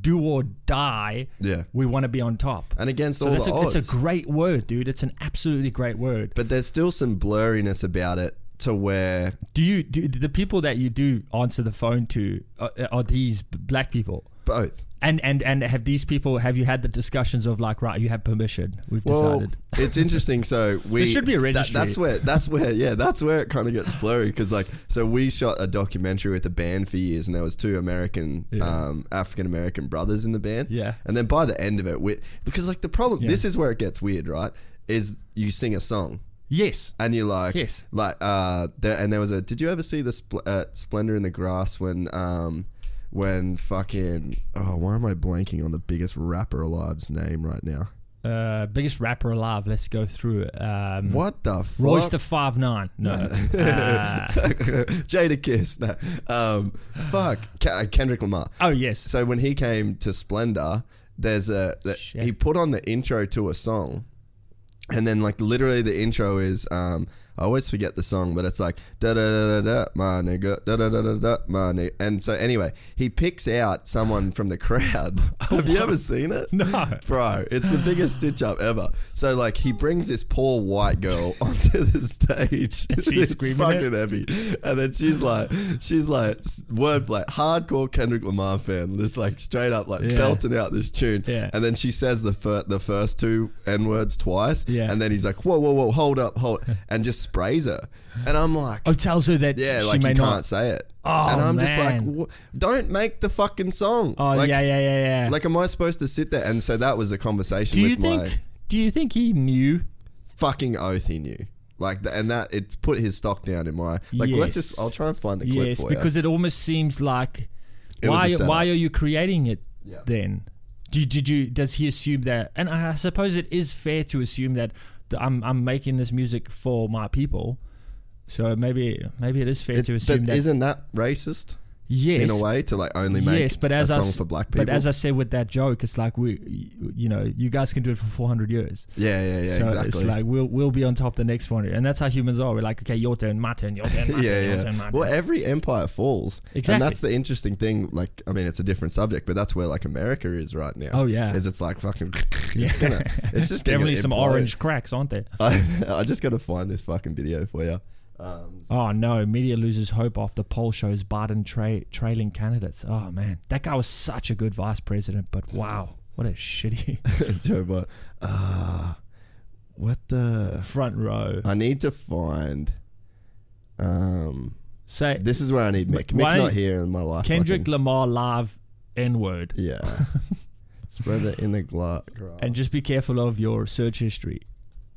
[SPEAKER 3] do or die.
[SPEAKER 2] Yeah.
[SPEAKER 3] We want to be on top.
[SPEAKER 2] and against
[SPEAKER 3] so
[SPEAKER 2] all
[SPEAKER 3] that's
[SPEAKER 2] the
[SPEAKER 3] a,
[SPEAKER 2] odds.
[SPEAKER 3] it's a great word, dude. It's an absolutely great word.
[SPEAKER 2] but there's still some blurriness about it to where
[SPEAKER 3] Do you do the people that you do answer the phone to are, are these black people?
[SPEAKER 2] both.
[SPEAKER 3] And and and have these people have you had the discussions of like right you have permission we've decided
[SPEAKER 2] it's interesting. So we
[SPEAKER 3] There should be a
[SPEAKER 2] that-
[SPEAKER 3] registry.
[SPEAKER 2] that's where that's where yeah that's where it kind of gets blurry because like so we shot a documentary with the band for years and there was two American um, African American brothers in the band.
[SPEAKER 3] Yeah.
[SPEAKER 2] and then by the end of it, we, because like the problem this is where it gets weird, right? Is you sing a song.
[SPEAKER 3] yes
[SPEAKER 2] And you're like,
[SPEAKER 3] Yes.
[SPEAKER 2] like, uh, there, and there was a. Did you ever see the spl- uh, Splendor in the Grass when, um, when fucking, oh, why am I blanking on the biggest rapper alive's name right now?
[SPEAKER 3] uh, biggest rapper alive let's go through it. um,
[SPEAKER 2] What the fuck?
[SPEAKER 3] Royce the five nine no Uh,
[SPEAKER 2] Jada Kiss. No. Um, fuck. Ke- uh, Kendrick Lamar.
[SPEAKER 3] oh yes
[SPEAKER 2] So when he came to Splendor, there's a. The,
[SPEAKER 3] Shit.
[SPEAKER 2] he put on the intro to a song. And then, like, literally, the intro is. Um, I always forget the song, but it's like da da da da da my nigga da da da da da my nigga. And so, anyway, he picks out someone from the crowd. Have you ever seen it?
[SPEAKER 3] No.
[SPEAKER 2] bro, it's the biggest stitch up ever. So, like, he brings this poor white girl onto the stage.
[SPEAKER 3] she's
[SPEAKER 2] It's
[SPEAKER 3] screaming
[SPEAKER 2] fucking
[SPEAKER 3] it?
[SPEAKER 2] heavy. And then she's like, she's like, s- wordplay, hardcore Kendrick Lamar fan, just like straight up like
[SPEAKER 3] Yeah.
[SPEAKER 2] belting out this tune.
[SPEAKER 3] Yeah.
[SPEAKER 2] And then she says the fir- the first two n words twice.
[SPEAKER 3] Yeah.
[SPEAKER 2] And then he's like, whoa, whoa, whoa, hold up, hold, and just sprays her. And I'm like,
[SPEAKER 3] oh tells her that
[SPEAKER 2] yeah,
[SPEAKER 3] she
[SPEAKER 2] like you
[SPEAKER 3] may
[SPEAKER 2] can't
[SPEAKER 3] not
[SPEAKER 2] say it.
[SPEAKER 3] Oh,
[SPEAKER 2] and I'm just like,
[SPEAKER 3] man.
[SPEAKER 2] "Wha- don't make the fucking song.
[SPEAKER 3] oh
[SPEAKER 2] like,
[SPEAKER 3] yeah yeah yeah yeah
[SPEAKER 2] Like, am I supposed to sit there? And so that was the conversation
[SPEAKER 3] do
[SPEAKER 2] with
[SPEAKER 3] you think
[SPEAKER 2] my
[SPEAKER 3] do you think he knew
[SPEAKER 2] fucking oath he knew. Like, th- and that it put his stock down in my like. Let's
[SPEAKER 3] Yes.
[SPEAKER 2] just. I'll try and find the clip
[SPEAKER 3] yes
[SPEAKER 2] for
[SPEAKER 3] because it almost seems like
[SPEAKER 2] It was
[SPEAKER 3] why
[SPEAKER 2] a setup.
[SPEAKER 3] why are you creating it
[SPEAKER 2] Yeah.
[SPEAKER 3] then do, did you does he assume that and I suppose it is fair to assume that th- I'm, I'm making this music for my people so maybe maybe it is fair
[SPEAKER 2] you. It-
[SPEAKER 3] to assume
[SPEAKER 2] but
[SPEAKER 3] that
[SPEAKER 2] isn't that racist in
[SPEAKER 3] yes
[SPEAKER 2] a way to like only make
[SPEAKER 3] yes but as
[SPEAKER 2] a
[SPEAKER 3] I
[SPEAKER 2] song
[SPEAKER 3] s-
[SPEAKER 2] for black people?
[SPEAKER 3] but as I said with that joke it's like we you know you guys can do it for 400 years
[SPEAKER 2] yeah, yeah, yeah,
[SPEAKER 3] so
[SPEAKER 2] exactly.
[SPEAKER 3] it's like we'll we'll be on top the next 400 and that's how humans are we're like okay your turn my turn your turn my turn your
[SPEAKER 2] yeah,
[SPEAKER 3] turn
[SPEAKER 2] yeah.
[SPEAKER 3] my turn
[SPEAKER 2] Well, every empire falls, and
[SPEAKER 3] Exactly.
[SPEAKER 2] that's the interesting thing. Like, I mean, it's a different subject, but that's where like America is right now.
[SPEAKER 3] Oh, yeah.
[SPEAKER 2] is it's like fucking. It's gonna. It's just gonna
[SPEAKER 3] definitely some
[SPEAKER 2] implode.
[SPEAKER 3] orange cracks aren't there
[SPEAKER 2] I, I just gotta find this fucking video for you. Um,
[SPEAKER 3] Oh no, media loses hope after poll shows Biden tra- trailing candidates. Oh man, that guy was such a good vice president, but wow, what a shitty
[SPEAKER 2] Joe Biden. Ah, what the?
[SPEAKER 3] front row.
[SPEAKER 2] I need to find. Um,
[SPEAKER 3] Say
[SPEAKER 2] this is where I need Mick.
[SPEAKER 3] Why-
[SPEAKER 2] Mick's not here in my life.
[SPEAKER 3] Kendrick
[SPEAKER 2] fucking-
[SPEAKER 3] Lamar live N word,
[SPEAKER 2] yeah. Spread it in the glass.
[SPEAKER 3] and just be careful of your search history.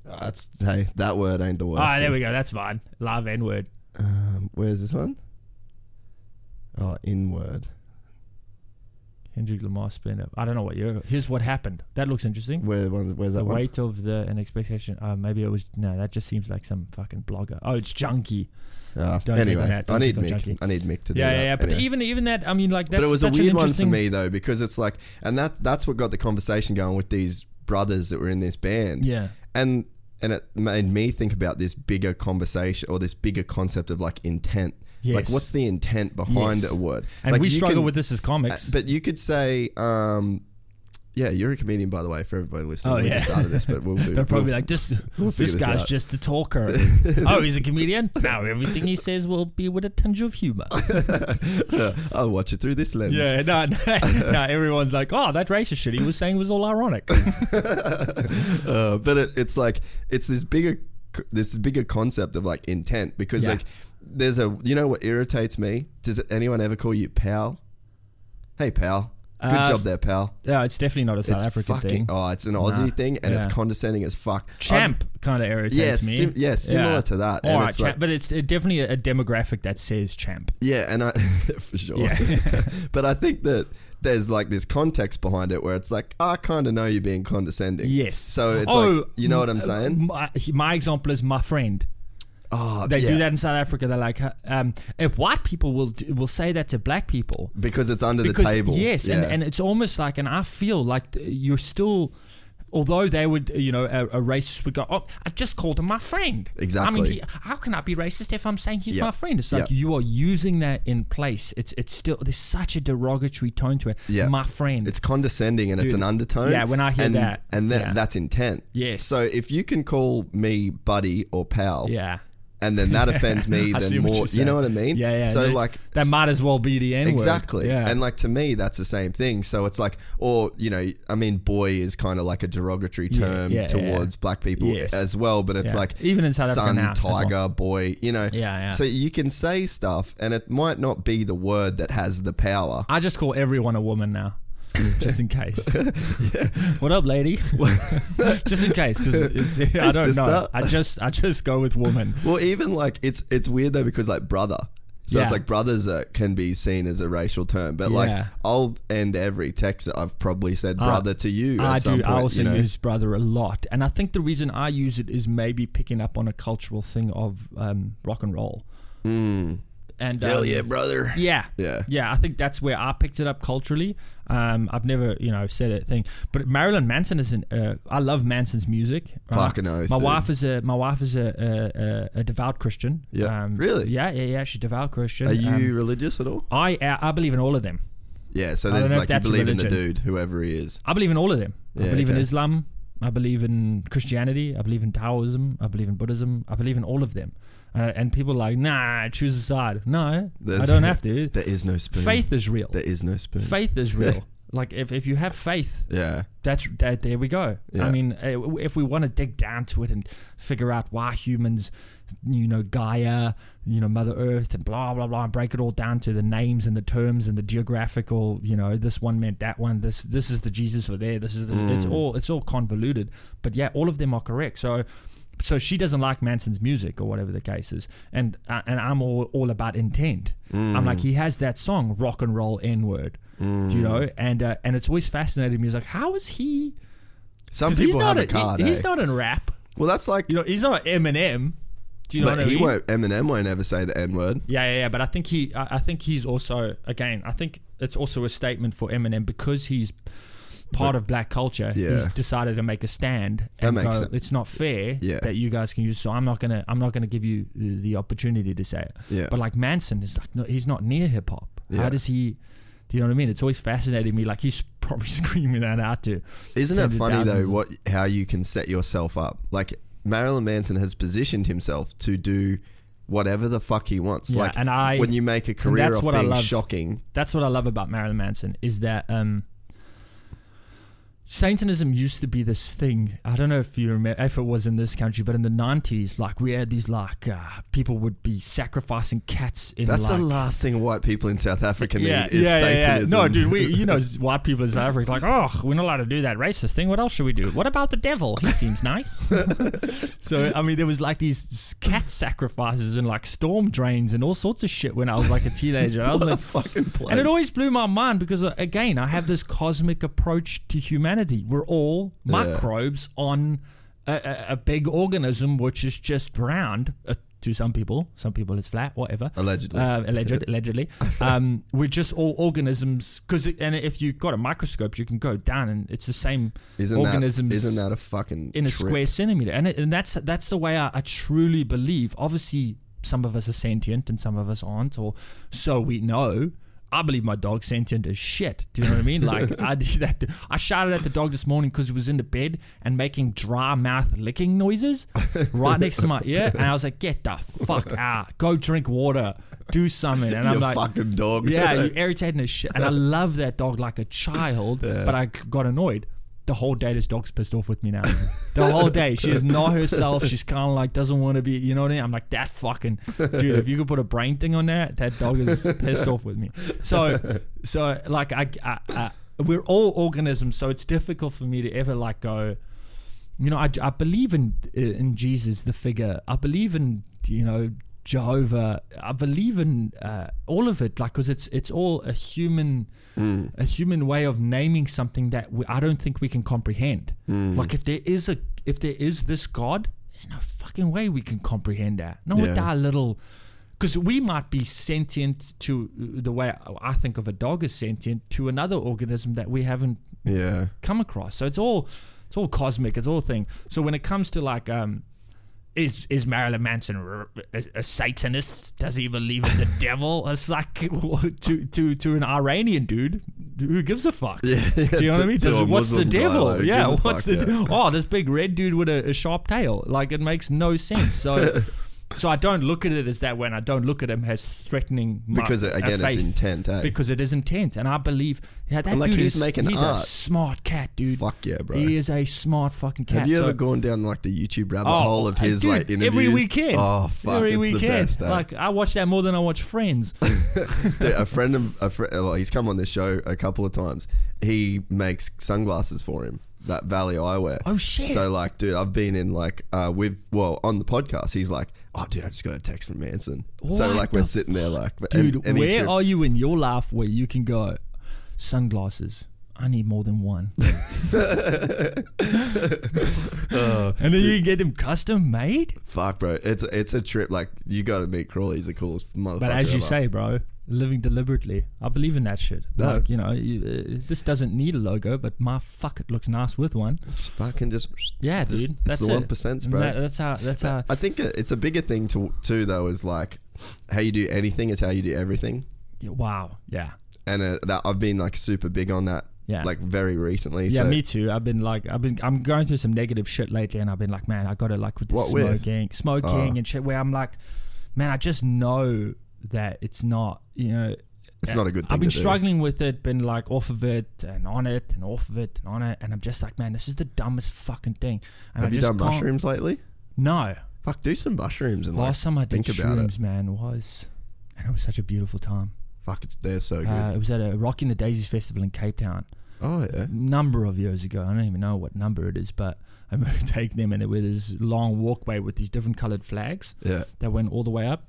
[SPEAKER 2] That's hey, that word ain't the worst.
[SPEAKER 3] Ah, there we go. That's fine. Live N word.
[SPEAKER 2] Um, where's this one? Oh, inward.
[SPEAKER 3] Kendrick Lamar spin up. I don't know what year. Here's what happened. That looks interesting.
[SPEAKER 2] Where one? Where's that
[SPEAKER 3] The
[SPEAKER 2] one?
[SPEAKER 3] weight of the an expectation. Uh, maybe it was no. That just seems like some fucking blogger. Oh, it's junky.
[SPEAKER 2] Ah,
[SPEAKER 3] Don't click
[SPEAKER 2] anyway,
[SPEAKER 3] on that. Don't
[SPEAKER 2] I need
[SPEAKER 3] click on
[SPEAKER 2] Mick.
[SPEAKER 3] junkie.
[SPEAKER 2] I need Mick to do
[SPEAKER 3] Yeah,
[SPEAKER 2] that.
[SPEAKER 3] yeah, yeah. But
[SPEAKER 2] Anyway.
[SPEAKER 3] even even that. I mean, like that's
[SPEAKER 2] but it was a
[SPEAKER 3] such an
[SPEAKER 2] weird one for
[SPEAKER 3] interesting-
[SPEAKER 2] me though because it's like, and that that's what got the conversation going with these brothers that were in this band.
[SPEAKER 3] Yeah.
[SPEAKER 2] and and it made me think about this bigger conversation or this bigger concept of like intent. Like,
[SPEAKER 3] Yes.
[SPEAKER 2] what's the intent behind
[SPEAKER 3] Yes.
[SPEAKER 2] a word?
[SPEAKER 3] And
[SPEAKER 2] Like,
[SPEAKER 3] we
[SPEAKER 2] you
[SPEAKER 3] struggle
[SPEAKER 2] can-
[SPEAKER 3] with this as comics.
[SPEAKER 2] But you could say, um, yeah, you're a comedian, by the way, for everybody listening.
[SPEAKER 3] Oh,
[SPEAKER 2] we
[SPEAKER 3] yeah.
[SPEAKER 2] just started this, but we'll do.
[SPEAKER 3] They're probably
[SPEAKER 2] we'll-
[SPEAKER 3] like, this,
[SPEAKER 2] figure
[SPEAKER 3] this
[SPEAKER 2] this
[SPEAKER 3] guy's
[SPEAKER 2] out."
[SPEAKER 3] just a talker. oh, he's a comedian? Now everything he says will be with a tinge of humor.
[SPEAKER 2] I'll watch it through this lens.
[SPEAKER 3] yeah, no, no, no, everyone's like, oh, that racist shit he was saying was all ironic.
[SPEAKER 2] uh, but it, it's like it's this bigger this bigger concept of like intent because
[SPEAKER 3] Yeah.
[SPEAKER 2] like there's a you know what irritates me does anyone ever call you pal hey pal good
[SPEAKER 3] Uh,
[SPEAKER 2] job there pal
[SPEAKER 3] no, it's definitely not a South
[SPEAKER 2] it's
[SPEAKER 3] African
[SPEAKER 2] fucking
[SPEAKER 3] thing.
[SPEAKER 2] oh it's an Aussie
[SPEAKER 3] Nah,
[SPEAKER 2] thing and it's
[SPEAKER 3] yeah.
[SPEAKER 2] condescending as fuck I've-
[SPEAKER 3] Champ kind of irritates
[SPEAKER 2] Yeah,
[SPEAKER 3] me.
[SPEAKER 2] sim- yeah, similar to that, and
[SPEAKER 3] All right,
[SPEAKER 2] it's
[SPEAKER 3] champ,
[SPEAKER 2] like-
[SPEAKER 3] but it's uh, definitely a, a demographic that says champ.
[SPEAKER 2] yeah and I for sure
[SPEAKER 3] Yeah.
[SPEAKER 2] but I think that there's like this context behind it where it's like I kind of know you're being condescending
[SPEAKER 3] Yes.
[SPEAKER 2] so it's like
[SPEAKER 3] Oh,
[SPEAKER 2] you know what I'm saying
[SPEAKER 3] My, uh, my example is my friend.
[SPEAKER 2] oh
[SPEAKER 3] They
[SPEAKER 2] yeah.
[SPEAKER 3] do that in South Africa. They're like, um, if white people will do- will say that to black people,
[SPEAKER 2] because it's under the table
[SPEAKER 3] Yes,
[SPEAKER 2] Yeah.
[SPEAKER 3] and, and it's almost like, and I feel like th- you're still. Although they would, uh, you know, a, a racist would go, "Oh, I just called him my friend." I
[SPEAKER 2] Exactly.
[SPEAKER 3] mean, he, how can I be racist if I'm saying he's
[SPEAKER 2] Yep.
[SPEAKER 3] my friend? It's like
[SPEAKER 2] Yep.
[SPEAKER 3] you are using that in place. It's it's still there's such a derogatory tone to it.
[SPEAKER 2] Yeah.
[SPEAKER 3] my friend.
[SPEAKER 2] It's condescending and it's
[SPEAKER 3] Dude.
[SPEAKER 2] an undertone.
[SPEAKER 3] Yeah, when I hear
[SPEAKER 2] and,
[SPEAKER 3] that,
[SPEAKER 2] and that,
[SPEAKER 3] yeah.
[SPEAKER 2] that's intent.
[SPEAKER 3] Yes.
[SPEAKER 2] So if you can call me buddy or pal,
[SPEAKER 3] yeah,
[SPEAKER 2] and then that offends me,
[SPEAKER 3] I see
[SPEAKER 2] then
[SPEAKER 3] what
[SPEAKER 2] more.
[SPEAKER 3] you're
[SPEAKER 2] You know
[SPEAKER 3] saying.
[SPEAKER 2] what I mean?
[SPEAKER 3] Yeah, yeah.
[SPEAKER 2] So
[SPEAKER 3] that's-
[SPEAKER 2] like
[SPEAKER 3] that might as well be the end.
[SPEAKER 2] Exactly.
[SPEAKER 3] Yeah.
[SPEAKER 2] And like to me, that's the same thing. So it's like, or, you know, I mean, boy is kind of like a derogatory
[SPEAKER 3] Yeah,
[SPEAKER 2] term
[SPEAKER 3] yeah,
[SPEAKER 2] towards black people
[SPEAKER 3] Yes.
[SPEAKER 2] as well. But it's
[SPEAKER 3] Yeah.
[SPEAKER 2] like,
[SPEAKER 3] Even in South Africa
[SPEAKER 2] son,
[SPEAKER 3] now as well.
[SPEAKER 2] tiger, boy, you know.
[SPEAKER 3] Yeah, yeah.
[SPEAKER 2] So you can say stuff and it might not be the word that has the power.
[SPEAKER 3] I just call everyone a woman now, just in case. What up, lady? just in case, because I don't
[SPEAKER 2] sister.
[SPEAKER 3] know. I just I just go with woman.
[SPEAKER 2] Well, even like it's it's weird though because like brother. So
[SPEAKER 3] Yeah.
[SPEAKER 2] it's like brothers are, can be seen as a racial term, but
[SPEAKER 3] Yeah. Oh,
[SPEAKER 2] like I'll end every text that I've probably said brother to you. At
[SPEAKER 3] I
[SPEAKER 2] some
[SPEAKER 3] do.
[SPEAKER 2] Point,
[SPEAKER 3] I also
[SPEAKER 2] you know?
[SPEAKER 3] use brother a lot, and I think the reason I use it is maybe picking up on a cultural thing of um, rock and roll. And
[SPEAKER 2] Hmm. hell
[SPEAKER 3] um,
[SPEAKER 2] yeah, brother.
[SPEAKER 3] Yeah.
[SPEAKER 2] Yeah.
[SPEAKER 3] Yeah. I think that's where I picked it up culturally. Um, I've never, you know, said a thing, but Marilyn Manson is an. Uh, I love Manson's music. right?
[SPEAKER 2] Fucking oath,
[SPEAKER 3] My
[SPEAKER 2] dude.
[SPEAKER 3] wife is a. My wife is a a, a, a devout Christian. Um,
[SPEAKER 2] Yeah. Really?
[SPEAKER 3] Yeah, yeah, yeah. She's a devout Christian.
[SPEAKER 2] Are you
[SPEAKER 3] Um,
[SPEAKER 2] religious at all?
[SPEAKER 3] I I believe in all of them.
[SPEAKER 2] Yeah, so
[SPEAKER 3] I
[SPEAKER 2] there's
[SPEAKER 3] don't know if
[SPEAKER 2] like you
[SPEAKER 3] that's
[SPEAKER 2] believe in the
[SPEAKER 3] religion.
[SPEAKER 2] dude, whoever he is.
[SPEAKER 3] I believe in all of them. I
[SPEAKER 2] Yeah,
[SPEAKER 3] believe in
[SPEAKER 2] okay.
[SPEAKER 3] Islam. I believe in Christianity. I believe in Taoism. I believe in Buddhism. I believe in all of them. Uh, and people are like, nah, choose a side. No, I
[SPEAKER 2] There's-
[SPEAKER 3] don't have to.
[SPEAKER 2] There is no spoon.
[SPEAKER 3] Faith is real.
[SPEAKER 2] There is no spoon.
[SPEAKER 3] Faith is real. like if, if you have faith,
[SPEAKER 2] Yeah.
[SPEAKER 3] that's that. There we go. I
[SPEAKER 2] Yeah.
[SPEAKER 3] mean, eh, w- if we want to dig down to it and figure out why humans, you know, Gaia, you know, Mother Earth, and blah blah blah, and break it all down to the names and the terms and the geographical, you know, this one meant that one. This this is the Jesus over there. This is the, it's all it's all convoluted. But yeah, all of them are correct. So. So she doesn't like Manson's music or whatever the case is, and uh, and I'm all, all about intent. I'm like he has that song rock and roll N word, do you know? And uh, and it's always fascinated me. It's like how is he
[SPEAKER 2] Some
[SPEAKER 3] because he's
[SPEAKER 2] people
[SPEAKER 3] not
[SPEAKER 2] have
[SPEAKER 3] a,
[SPEAKER 2] a card.
[SPEAKER 3] he-
[SPEAKER 2] eh?
[SPEAKER 3] he's not in rap.
[SPEAKER 2] well, that's like.
[SPEAKER 3] You know, he's not Eminem. Do you know
[SPEAKER 2] but
[SPEAKER 3] what I
[SPEAKER 2] he
[SPEAKER 3] mean?
[SPEAKER 2] won't. Eminem won't ever say the N word.
[SPEAKER 3] Yeah, yeah, yeah. But I think he, I, I think he's also again. I think it's also a statement for Eminem because he's part of black culture.
[SPEAKER 2] Yeah.
[SPEAKER 3] He's decided to make a stand and
[SPEAKER 2] makes
[SPEAKER 3] go,
[SPEAKER 2] sense.
[SPEAKER 3] it's not fair
[SPEAKER 2] Yeah.
[SPEAKER 3] that you guys can use. So I'm not gonna, I'm not gonna give you the opportunity to say it.
[SPEAKER 2] Yeah.
[SPEAKER 3] But like Manson is like, no, he's not near hip hop. How
[SPEAKER 2] Yeah.
[SPEAKER 3] does he? Do you know what I mean? It's always fascinated me. Like he's probably screaming that out to.
[SPEAKER 2] Isn't it
[SPEAKER 3] tens of
[SPEAKER 2] funny
[SPEAKER 3] thousands
[SPEAKER 2] though
[SPEAKER 3] of-
[SPEAKER 2] what how you can set yourself up? Like Marilyn Manson has positioned himself to do whatever the fuck he wants.
[SPEAKER 3] Yeah,
[SPEAKER 2] like
[SPEAKER 3] and I-
[SPEAKER 2] when you make a
[SPEAKER 3] and
[SPEAKER 2] career
[SPEAKER 3] that's
[SPEAKER 2] of
[SPEAKER 3] what I
[SPEAKER 2] being
[SPEAKER 3] love.
[SPEAKER 2] shocking.
[SPEAKER 3] that's what I love about Marilyn Manson is that um, Satanism used to be this thing. I don't know if you remember if it was in this country, but in the nineties, like we had these like uh, people would be sacrificing cats in
[SPEAKER 2] That's
[SPEAKER 3] like,
[SPEAKER 2] the last thing white people in South Africa need
[SPEAKER 3] yeah,
[SPEAKER 2] is
[SPEAKER 3] yeah, yeah, yeah.
[SPEAKER 2] Satanism.
[SPEAKER 3] No, dude, we you know white people in South Africa it's like, oh, we're not allowed to do that racist thing. What else should we do? What about the devil? He seems nice. so I mean, there was like these cat sacrifices and like storm drains and all sorts of shit when I was like a teenager. I was
[SPEAKER 2] what a
[SPEAKER 3] like,
[SPEAKER 2] fucking place.
[SPEAKER 3] and it always blew my mind because, uh, again, I have this cosmic approach to humanity. We're all microbes on a, a, a big organism, which is just round uh, to some people. Some people it's flat, whatever.
[SPEAKER 2] Allegedly.
[SPEAKER 3] Uh, alleged, allegedly. Um, we're just all organisms. Cause it, and if you've got a microscope, you can go down and it's the same
[SPEAKER 2] isn't
[SPEAKER 3] organisms
[SPEAKER 2] That, isn't that a fucking
[SPEAKER 3] in a
[SPEAKER 2] trip?
[SPEAKER 3] square centimeter, and it, and that's that's the way I, I truly believe. Obviously, some of us are sentient and some of us aren't, or so we know. I believe my dog's sentient as shit. Do you know what I mean? Like I did that. I shouted at the dog this morning because he was in the bed and making dry mouth licking noises right next to my ear, and I was like, "Get the fuck out! Go drink water, do something." And
[SPEAKER 2] Your
[SPEAKER 3] I'm like,
[SPEAKER 2] fucking dog.
[SPEAKER 3] yeah, you're irritating as shit. And I love that dog like a child, but I got annoyed. The whole day, this dog's pissed off with me now. The whole day, she is not herself. She's kind of like doesn't want to be. You know what I mean? I'm like that fucking dude. If you could put a brain thing on that, that dog is pissed off with me. So, so like I, I, I we're all organisms, so it's difficult for me to ever like go you know, I, I believe in in Jesus, the figure. I believe in you know Jehovah. I believe in uh, all of it, like because it's it's all a human a human way of naming something that we, I don't think we can comprehend. Like if there is a if there is this God, there's no fucking way we can comprehend that. Not with
[SPEAKER 2] Yeah.
[SPEAKER 3] our little. Because we might be sentient to uh, the way I think of a dog is sentient to another organism that we haven't
[SPEAKER 2] Yeah.
[SPEAKER 3] come across. So it's all it's all cosmic. It's all thing. So when it comes to like um. Is, is Marilyn Manson r- a, a Satanist? Does he believe in the devil? It's like to to to an Iranian dude who gives a fuck. Do you know what I mean?
[SPEAKER 2] to- to
[SPEAKER 3] Does-
[SPEAKER 2] a
[SPEAKER 3] what's the
[SPEAKER 2] Muslim guy,
[SPEAKER 3] devil?
[SPEAKER 2] like, gives
[SPEAKER 3] yeah,
[SPEAKER 2] a
[SPEAKER 3] what's
[SPEAKER 2] fuck,
[SPEAKER 3] the
[SPEAKER 2] yeah.
[SPEAKER 3] oh this big red dude with a, a sharp tail? Like it makes no sense. So So I don't look at it as that way, and I don't look at him as threatening. My,
[SPEAKER 2] Because it- again,
[SPEAKER 3] a
[SPEAKER 2] it's
[SPEAKER 3] faith.
[SPEAKER 2] intent, eh?
[SPEAKER 3] Because it is intent, and I believe yeah, that
[SPEAKER 2] And, like,
[SPEAKER 3] dude
[SPEAKER 2] he's
[SPEAKER 3] is
[SPEAKER 2] making
[SPEAKER 3] he's
[SPEAKER 2] art.
[SPEAKER 3] a smart cat, dude.
[SPEAKER 2] Fuck yeah, bro.
[SPEAKER 3] He is a smart fucking cat.
[SPEAKER 2] Have you
[SPEAKER 3] So-
[SPEAKER 2] ever gone down like the YouTube rabbit
[SPEAKER 3] Oh,
[SPEAKER 2] hole of his
[SPEAKER 3] dude,
[SPEAKER 2] like interviews?
[SPEAKER 3] every weekend?
[SPEAKER 2] Oh fuck,
[SPEAKER 3] every
[SPEAKER 2] it's
[SPEAKER 3] weekend.
[SPEAKER 2] the best. eh?
[SPEAKER 3] Like I watch that more than I watch Friends.
[SPEAKER 2] Dude, a friend of a fr- well, he's come on this show a couple of times. He makes sunglasses for him. That Valley Eyewear.
[SPEAKER 3] Oh, shit.
[SPEAKER 2] So like, dude, I've been in like uh, with well on the podcast. He's like, oh dude, I just got a text from Manson. so
[SPEAKER 3] What
[SPEAKER 2] like
[SPEAKER 3] the
[SPEAKER 2] we're sitting there like,
[SPEAKER 3] Dude,
[SPEAKER 2] and, and he
[SPEAKER 3] where
[SPEAKER 2] tri-
[SPEAKER 3] are you in your life where you can go sunglasses? I need more than one. and then you can get them custom made.
[SPEAKER 2] Fuck, bro, it's it's a trip. Like you got to meet Crawley. He's the coolest motherfucker.
[SPEAKER 3] But as you
[SPEAKER 2] ever.
[SPEAKER 3] say, bro, living deliberately. I believe in that shit.
[SPEAKER 2] No.
[SPEAKER 3] Like, you know, you, uh, this doesn't need a logo, but my fuck, it looks nice with one.
[SPEAKER 2] Just fucking just
[SPEAKER 3] Yeah,
[SPEAKER 2] Just-
[SPEAKER 3] dude.
[SPEAKER 2] it's
[SPEAKER 3] That's
[SPEAKER 2] the
[SPEAKER 3] it.
[SPEAKER 2] 1%, bro.
[SPEAKER 3] That- that's how. That's how.
[SPEAKER 2] I think it- it's a bigger thing to too though is like how you do anything is how you do everything,
[SPEAKER 3] yeah, wow. Yeah.
[SPEAKER 2] and uh, that I've been like super big on that,
[SPEAKER 3] Yeah.
[SPEAKER 2] like very recently.
[SPEAKER 3] Yeah,
[SPEAKER 2] so,
[SPEAKER 3] me too. I've been like, I've been, I'm going through some negative shit lately, and I've been like, man, I got to like with this
[SPEAKER 2] What with? Uh.
[SPEAKER 3] smoking, smoking and shit. Where I'm like, man, I just know that it's not, you know,
[SPEAKER 2] It's not a good thing
[SPEAKER 3] I've been
[SPEAKER 2] to do.
[SPEAKER 3] struggling with it, been like off of it and on it and off of it and on it, and I'm just like, man, this is the dumbest fucking thing. And
[SPEAKER 2] Have
[SPEAKER 3] I
[SPEAKER 2] you
[SPEAKER 3] just
[SPEAKER 2] done
[SPEAKER 3] can't-
[SPEAKER 2] mushrooms lately?
[SPEAKER 3] No.
[SPEAKER 2] Fuck, do some mushrooms and
[SPEAKER 3] Last
[SPEAKER 2] like,
[SPEAKER 3] time I did
[SPEAKER 2] think about
[SPEAKER 3] shrooms,
[SPEAKER 2] it.
[SPEAKER 3] man, was, and it was such a beautiful time.
[SPEAKER 2] Fuck, it's, they're so good.
[SPEAKER 3] Uh, it was at a Rocking the Daisies festival in Cape Town.
[SPEAKER 2] oh yeah,
[SPEAKER 3] number of years ago. I don't even know what number it is, but I remember taking them and it was this long walkway with these different colored flags
[SPEAKER 2] yeah.
[SPEAKER 3] that went all the way up.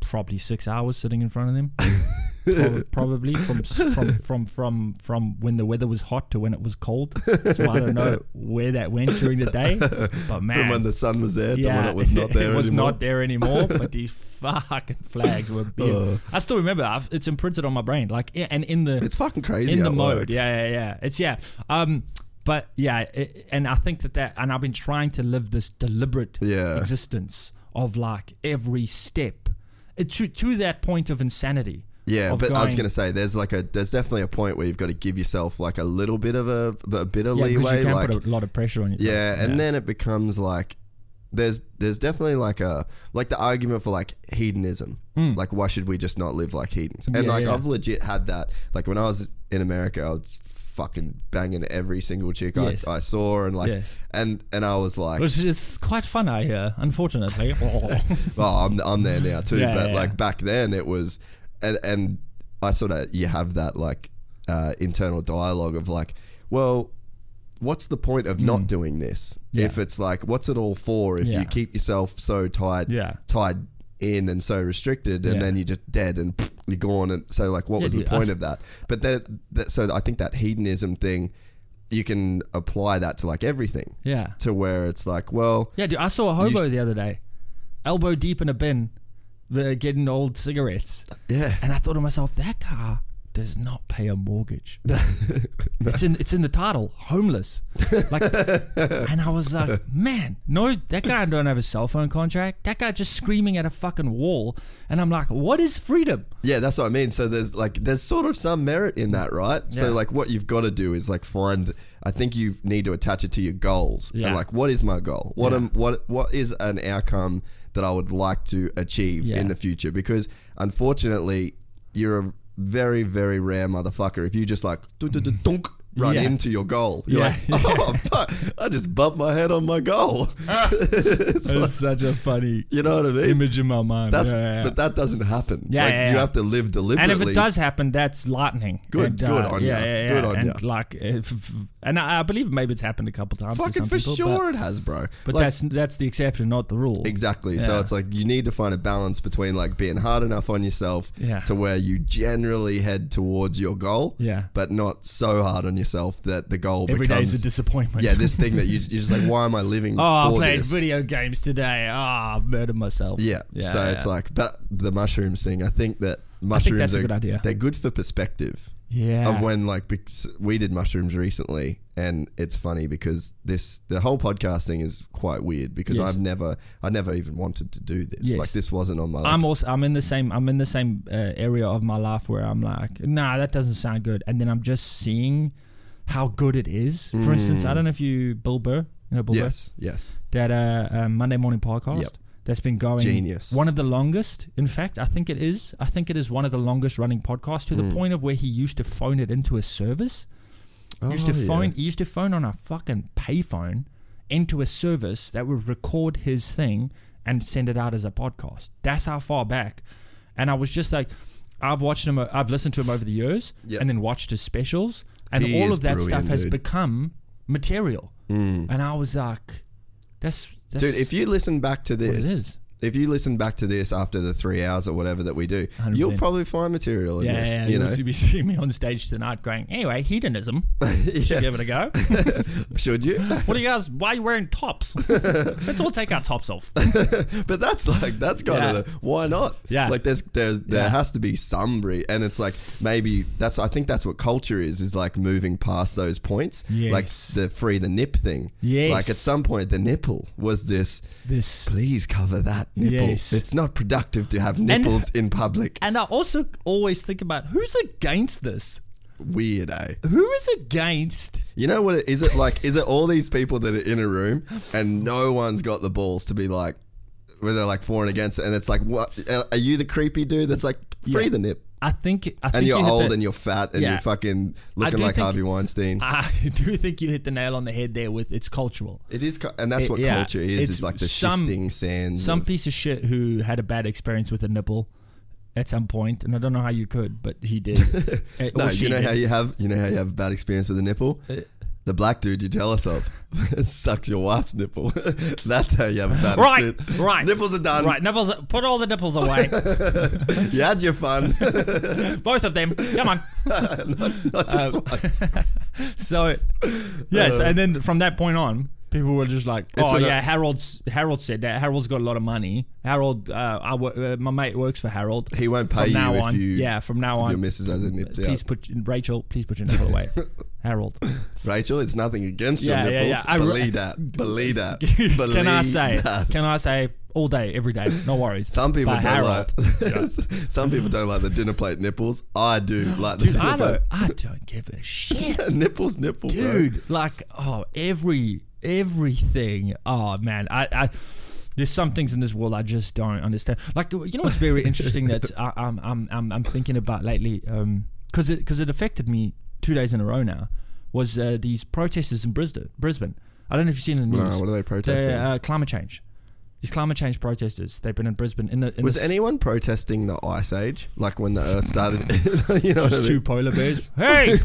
[SPEAKER 3] Probably six hours sitting in front of them. Prob- probably from, s- from from from from when the weather was hot to when it was cold. So I don't know where that went during the day, but man,
[SPEAKER 2] From when the sun was there to when it was not there
[SPEAKER 3] it was
[SPEAKER 2] anymore.
[SPEAKER 3] not there anymore. But these fucking flags were. Beautiful. I still remember. I've, it's imprinted on my brain. Like, yeah, and in the
[SPEAKER 2] It's fucking crazy.
[SPEAKER 3] in
[SPEAKER 2] how
[SPEAKER 3] the
[SPEAKER 2] it
[SPEAKER 3] mode.
[SPEAKER 2] works.
[SPEAKER 3] Yeah, yeah, yeah. It's yeah. Um, but yeah, it, and I think that that, and I've been trying to live this deliberate
[SPEAKER 2] Yeah.
[SPEAKER 3] existence of like every step it, to to that point of insanity.
[SPEAKER 2] Yeah,
[SPEAKER 3] of
[SPEAKER 2] but I was
[SPEAKER 3] going-
[SPEAKER 2] gonna say there's like a there's definitely a point where you've got to give yourself like a little bit of a, a bit of
[SPEAKER 3] yeah, 'cause
[SPEAKER 2] leeway,
[SPEAKER 3] you can
[SPEAKER 2] like
[SPEAKER 3] put a lot of pressure on yourself.
[SPEAKER 2] Yeah, and then it becomes like there's there's definitely like a like the argument for like hedonism. Like why should we just not live like hedons? And
[SPEAKER 3] Hmm. Yeah,
[SPEAKER 2] like
[SPEAKER 3] yeah.
[SPEAKER 2] I've legit had that. Like when I was in America, I was fucking banging every single chick
[SPEAKER 3] Yes.
[SPEAKER 2] I, I saw and like
[SPEAKER 3] Yes.
[SPEAKER 2] and and I was like
[SPEAKER 3] which is quite fun, I hear. Unfortunately,
[SPEAKER 2] well, I'm, I'm there now too.
[SPEAKER 3] Yeah,
[SPEAKER 2] but
[SPEAKER 3] yeah, yeah.
[SPEAKER 2] like back then, it was, and and I sort of you have that like uh, internal dialogue of like, well, what's the point of not doing this if it's like, what's it all for if
[SPEAKER 3] Hmm. Yeah.
[SPEAKER 2] you keep yourself so tied,
[SPEAKER 3] Yeah.
[SPEAKER 2] tied in and so restricted, and
[SPEAKER 3] Yeah.
[SPEAKER 2] then you're just dead and you're gone, and so like, what
[SPEAKER 3] Yeah,
[SPEAKER 2] was the
[SPEAKER 3] dude, I
[SPEAKER 2] point
[SPEAKER 3] s-
[SPEAKER 2] of that? But that, that so I think that hedonism thing. You can apply that to like everything,
[SPEAKER 3] yeah,
[SPEAKER 2] to where it's like, well,
[SPEAKER 3] yeah. Dude, I saw a hobo the other day, elbow deep in a bin, the, getting old cigarettes.
[SPEAKER 2] yeah,
[SPEAKER 3] And I thought to myself, that car does not pay a mortgage. it's in it's in the title, homeless. Like, and I was like, man, no, that guy don't have a cell phone contract. That guy just screaming at a fucking wall. And I'm like, what is freedom?
[SPEAKER 2] Yeah, that's what I mean. So there's like there's sort of some merit in that, right? So
[SPEAKER 3] Yeah.
[SPEAKER 2] like what you've got to do is like find I think you need to attach it to your goals. And
[SPEAKER 3] Yeah.
[SPEAKER 2] like what is my goal? What am what what is an outcome that I would like to achieve
[SPEAKER 3] Yeah.
[SPEAKER 2] in the future? Because unfortunately, you're a very very rare motherfucker if you just like dun- dun- dun- dunk run
[SPEAKER 3] Yeah.
[SPEAKER 2] into your goal. You're
[SPEAKER 3] Yeah.
[SPEAKER 2] like, "Oh fuck, I just bumped my head on my goal."
[SPEAKER 3] It's such a funny
[SPEAKER 2] You know what I mean?
[SPEAKER 3] image in my mind.
[SPEAKER 2] That's
[SPEAKER 3] yeah, yeah.
[SPEAKER 2] but that doesn't happen.
[SPEAKER 3] Yeah,
[SPEAKER 2] like
[SPEAKER 3] yeah,
[SPEAKER 2] you
[SPEAKER 3] yeah.
[SPEAKER 2] have to live
[SPEAKER 3] and
[SPEAKER 2] deliberately.
[SPEAKER 3] if it does happen, that's lightning.
[SPEAKER 2] Good-
[SPEAKER 3] and, uh,
[SPEAKER 2] good on
[SPEAKER 3] yeah,
[SPEAKER 2] ya.
[SPEAKER 3] Yeah, yeah,
[SPEAKER 2] Good on
[SPEAKER 3] and
[SPEAKER 2] ya.
[SPEAKER 3] Like, if, and I, I believe maybe it's happened a couple times. to
[SPEAKER 2] Fucking
[SPEAKER 3] some
[SPEAKER 2] for
[SPEAKER 3] people, but-
[SPEAKER 2] sure it has, bro.
[SPEAKER 3] But,
[SPEAKER 2] Like,
[SPEAKER 3] that's that's the exception, not the rule.
[SPEAKER 2] exactly. So
[SPEAKER 3] Yeah.
[SPEAKER 2] it's like you need to find a balance between like being hard enough on yourself
[SPEAKER 3] Yeah.
[SPEAKER 2] to where you generally head towards your goal,
[SPEAKER 3] Yeah.
[SPEAKER 2] but not so hard on yourself that the goal
[SPEAKER 3] Every day
[SPEAKER 2] becomes
[SPEAKER 3] is a disappointment.
[SPEAKER 2] yeah this thing that you, you're just like why am I living?
[SPEAKER 3] Oh,
[SPEAKER 2] for
[SPEAKER 3] I played
[SPEAKER 2] this?
[SPEAKER 3] video games today. Oh, I've murdered myself.
[SPEAKER 2] Yeah. so it's
[SPEAKER 3] yeah.
[SPEAKER 2] like, but the mushrooms thing, I think that mushrooms
[SPEAKER 3] that's a
[SPEAKER 2] are
[SPEAKER 3] good idea.
[SPEAKER 2] They're good for perspective.
[SPEAKER 3] Yeah.
[SPEAKER 2] Of when, like, because we did mushrooms recently, and it's funny because this, the whole podcast thing is quite weird because
[SPEAKER 3] Yes.
[SPEAKER 2] I've never, I never even wanted to do this.
[SPEAKER 3] Yes.
[SPEAKER 2] Like, this wasn't on my
[SPEAKER 3] I'm also I'm in the same I'm in the same uh, area of my life where I'm like, nah, that doesn't sound good, and then I'm just seeing how good it is. For instance, I don't know if you Bill Burr, you know Bill Burr,
[SPEAKER 2] Mm. yes, yes.
[SPEAKER 3] that uh, uh, Monday Morning podcast.
[SPEAKER 2] Yep.
[SPEAKER 3] that's been going
[SPEAKER 2] Genius.
[SPEAKER 3] one of the longest. In fact, I think it is. I think it is one of the longest running podcasts to
[SPEAKER 2] Hmm.
[SPEAKER 3] the point of where he used to phone it into a service. used to
[SPEAKER 2] Oh, yeah.
[SPEAKER 3] phone. He used to phone on a fucking payphone into a service that would record his thing and send it out as a podcast. That's how far back. And I was just like, I've watched him. I've listened to him over the years,
[SPEAKER 2] Yep.
[SPEAKER 3] and then watched his specials, and
[SPEAKER 2] He
[SPEAKER 3] all
[SPEAKER 2] is
[SPEAKER 3] of that stuff
[SPEAKER 2] brilliant,
[SPEAKER 3] has
[SPEAKER 2] dude.
[SPEAKER 3] become material. And I was like, that's, that's
[SPEAKER 2] Hmm. Dude, if you listen back to
[SPEAKER 3] it
[SPEAKER 2] this,
[SPEAKER 3] is.
[SPEAKER 2] if you listen back to this after the three hours or whatever that we do, you will
[SPEAKER 3] 100%.
[SPEAKER 2] probably find material in
[SPEAKER 3] yeah,
[SPEAKER 2] this.
[SPEAKER 3] yeah,
[SPEAKER 2] you
[SPEAKER 3] you'll
[SPEAKER 2] know,
[SPEAKER 3] be seeing me on stage tonight going, anyway, hedonism. Should give it a go.
[SPEAKER 2] should you?
[SPEAKER 3] What do you guys, why are you wearing tops? Let's all take our tops off.
[SPEAKER 2] but that's like that's kind
[SPEAKER 3] Yeah.
[SPEAKER 2] of the why not?
[SPEAKER 3] Yeah.
[SPEAKER 2] like there's there's there
[SPEAKER 3] Yeah.
[SPEAKER 2] has to be some re- and it's like maybe that's I think that's what culture is is like moving past those points. like
[SPEAKER 3] Yes.
[SPEAKER 2] the free the nip thing.
[SPEAKER 3] Yes.
[SPEAKER 2] like at some point the nipple was this.
[SPEAKER 3] This.
[SPEAKER 2] Please cover that nipple.
[SPEAKER 3] Yes.
[SPEAKER 2] It's not productive to have nipples in public.
[SPEAKER 3] And I also always think about who's against this?
[SPEAKER 2] Weird, eh?
[SPEAKER 3] Who is against?
[SPEAKER 2] You know what? It, is it like? is it all these people that are in a room and no one's got the balls to be like, where they're like for and against, it, and it's like, what? Are you the creepy dude that's like free the nip?
[SPEAKER 3] I think. I think
[SPEAKER 2] and you're
[SPEAKER 3] you hit
[SPEAKER 2] old
[SPEAKER 3] the-
[SPEAKER 2] and you're fat and
[SPEAKER 3] Yeah.
[SPEAKER 2] you're fucking looking
[SPEAKER 3] do
[SPEAKER 2] like
[SPEAKER 3] think-
[SPEAKER 2] Harvey Weinstein.
[SPEAKER 3] I do think you hit the nail on the head there with it's cultural.
[SPEAKER 2] it is, cu- and that's
[SPEAKER 3] It-
[SPEAKER 2] what
[SPEAKER 3] yeah,
[SPEAKER 2] culture is.
[SPEAKER 3] it's
[SPEAKER 2] It's like the
[SPEAKER 3] some-
[SPEAKER 2] shifting sands.
[SPEAKER 3] Some
[SPEAKER 2] of-
[SPEAKER 3] piece of shit who had a bad experience with a nipple at some point, and I don't know how you could, but he did. Eh, or
[SPEAKER 2] no,
[SPEAKER 3] she
[SPEAKER 2] you know
[SPEAKER 3] did.
[SPEAKER 2] how you have, you know how you have a bad experience with a nipple.
[SPEAKER 3] Uh,
[SPEAKER 2] The black dude you're jealous of sucks your wife's nipple. that's how you have a bad
[SPEAKER 3] Right,
[SPEAKER 2] experience.
[SPEAKER 3] right.
[SPEAKER 2] Nipples are done.
[SPEAKER 3] Right, nipples. Put all the nipples away.
[SPEAKER 2] You had your fun.
[SPEAKER 3] Both of them. Come on.
[SPEAKER 2] not, not just
[SPEAKER 3] Um,
[SPEAKER 2] one.
[SPEAKER 3] So, yes, and then from that point on, people were just like,
[SPEAKER 2] Uh, It's
[SPEAKER 3] "Oh
[SPEAKER 2] an- uh,
[SPEAKER 3] yeah, Harold's Harold said that. Harold's got a lot of money. Harold, uh, I wo- uh, my mate works for Harold.
[SPEAKER 2] He won't pay
[SPEAKER 3] from
[SPEAKER 2] you
[SPEAKER 3] now
[SPEAKER 2] if
[SPEAKER 3] on.
[SPEAKER 2] you-
[SPEAKER 3] yeah, from now
[SPEAKER 2] Your
[SPEAKER 3] on,
[SPEAKER 2] missus has a nipped
[SPEAKER 3] please
[SPEAKER 2] out.
[SPEAKER 3] put Rachel, please put your nipple away, Harold.
[SPEAKER 2] Rachel, it's nothing against
[SPEAKER 3] Yeah,
[SPEAKER 2] your
[SPEAKER 3] yeah,
[SPEAKER 2] nipples.
[SPEAKER 3] yeah. I re-
[SPEAKER 2] Believe that. Believe that. Believe
[SPEAKER 3] Can I say?
[SPEAKER 2] that.
[SPEAKER 3] Can I say all day, every day? No worries.
[SPEAKER 2] Some people
[SPEAKER 3] But
[SPEAKER 2] don't
[SPEAKER 3] Harold,
[SPEAKER 2] like. some people don't like the dinner plate nipples. I do like the
[SPEAKER 3] dude,
[SPEAKER 2] dinner
[SPEAKER 3] I
[SPEAKER 2] plate
[SPEAKER 3] don't, I don't give a shit.
[SPEAKER 2] nipples. Nipple, bro.
[SPEAKER 3] dude like oh every everything oh man i i there's some things in this world I just don't understand. Like you know, what's very interesting that I, I'm, I'm I'm I'm thinking about lately, um, because it because it affected me two days in a row now, was uh, these protesters in Brisbane. Brisbane. I don't know if you've seen the
[SPEAKER 2] No,
[SPEAKER 3] news.
[SPEAKER 2] what are they
[SPEAKER 3] They're,
[SPEAKER 2] protesting?
[SPEAKER 3] uh, climate change. These climate change protesters. They've been in Brisbane. In the in
[SPEAKER 2] Was
[SPEAKER 3] this-
[SPEAKER 2] anyone protesting the ice age, like when the Earth started? you know, what I mean?
[SPEAKER 3] just two polar bears? Hey,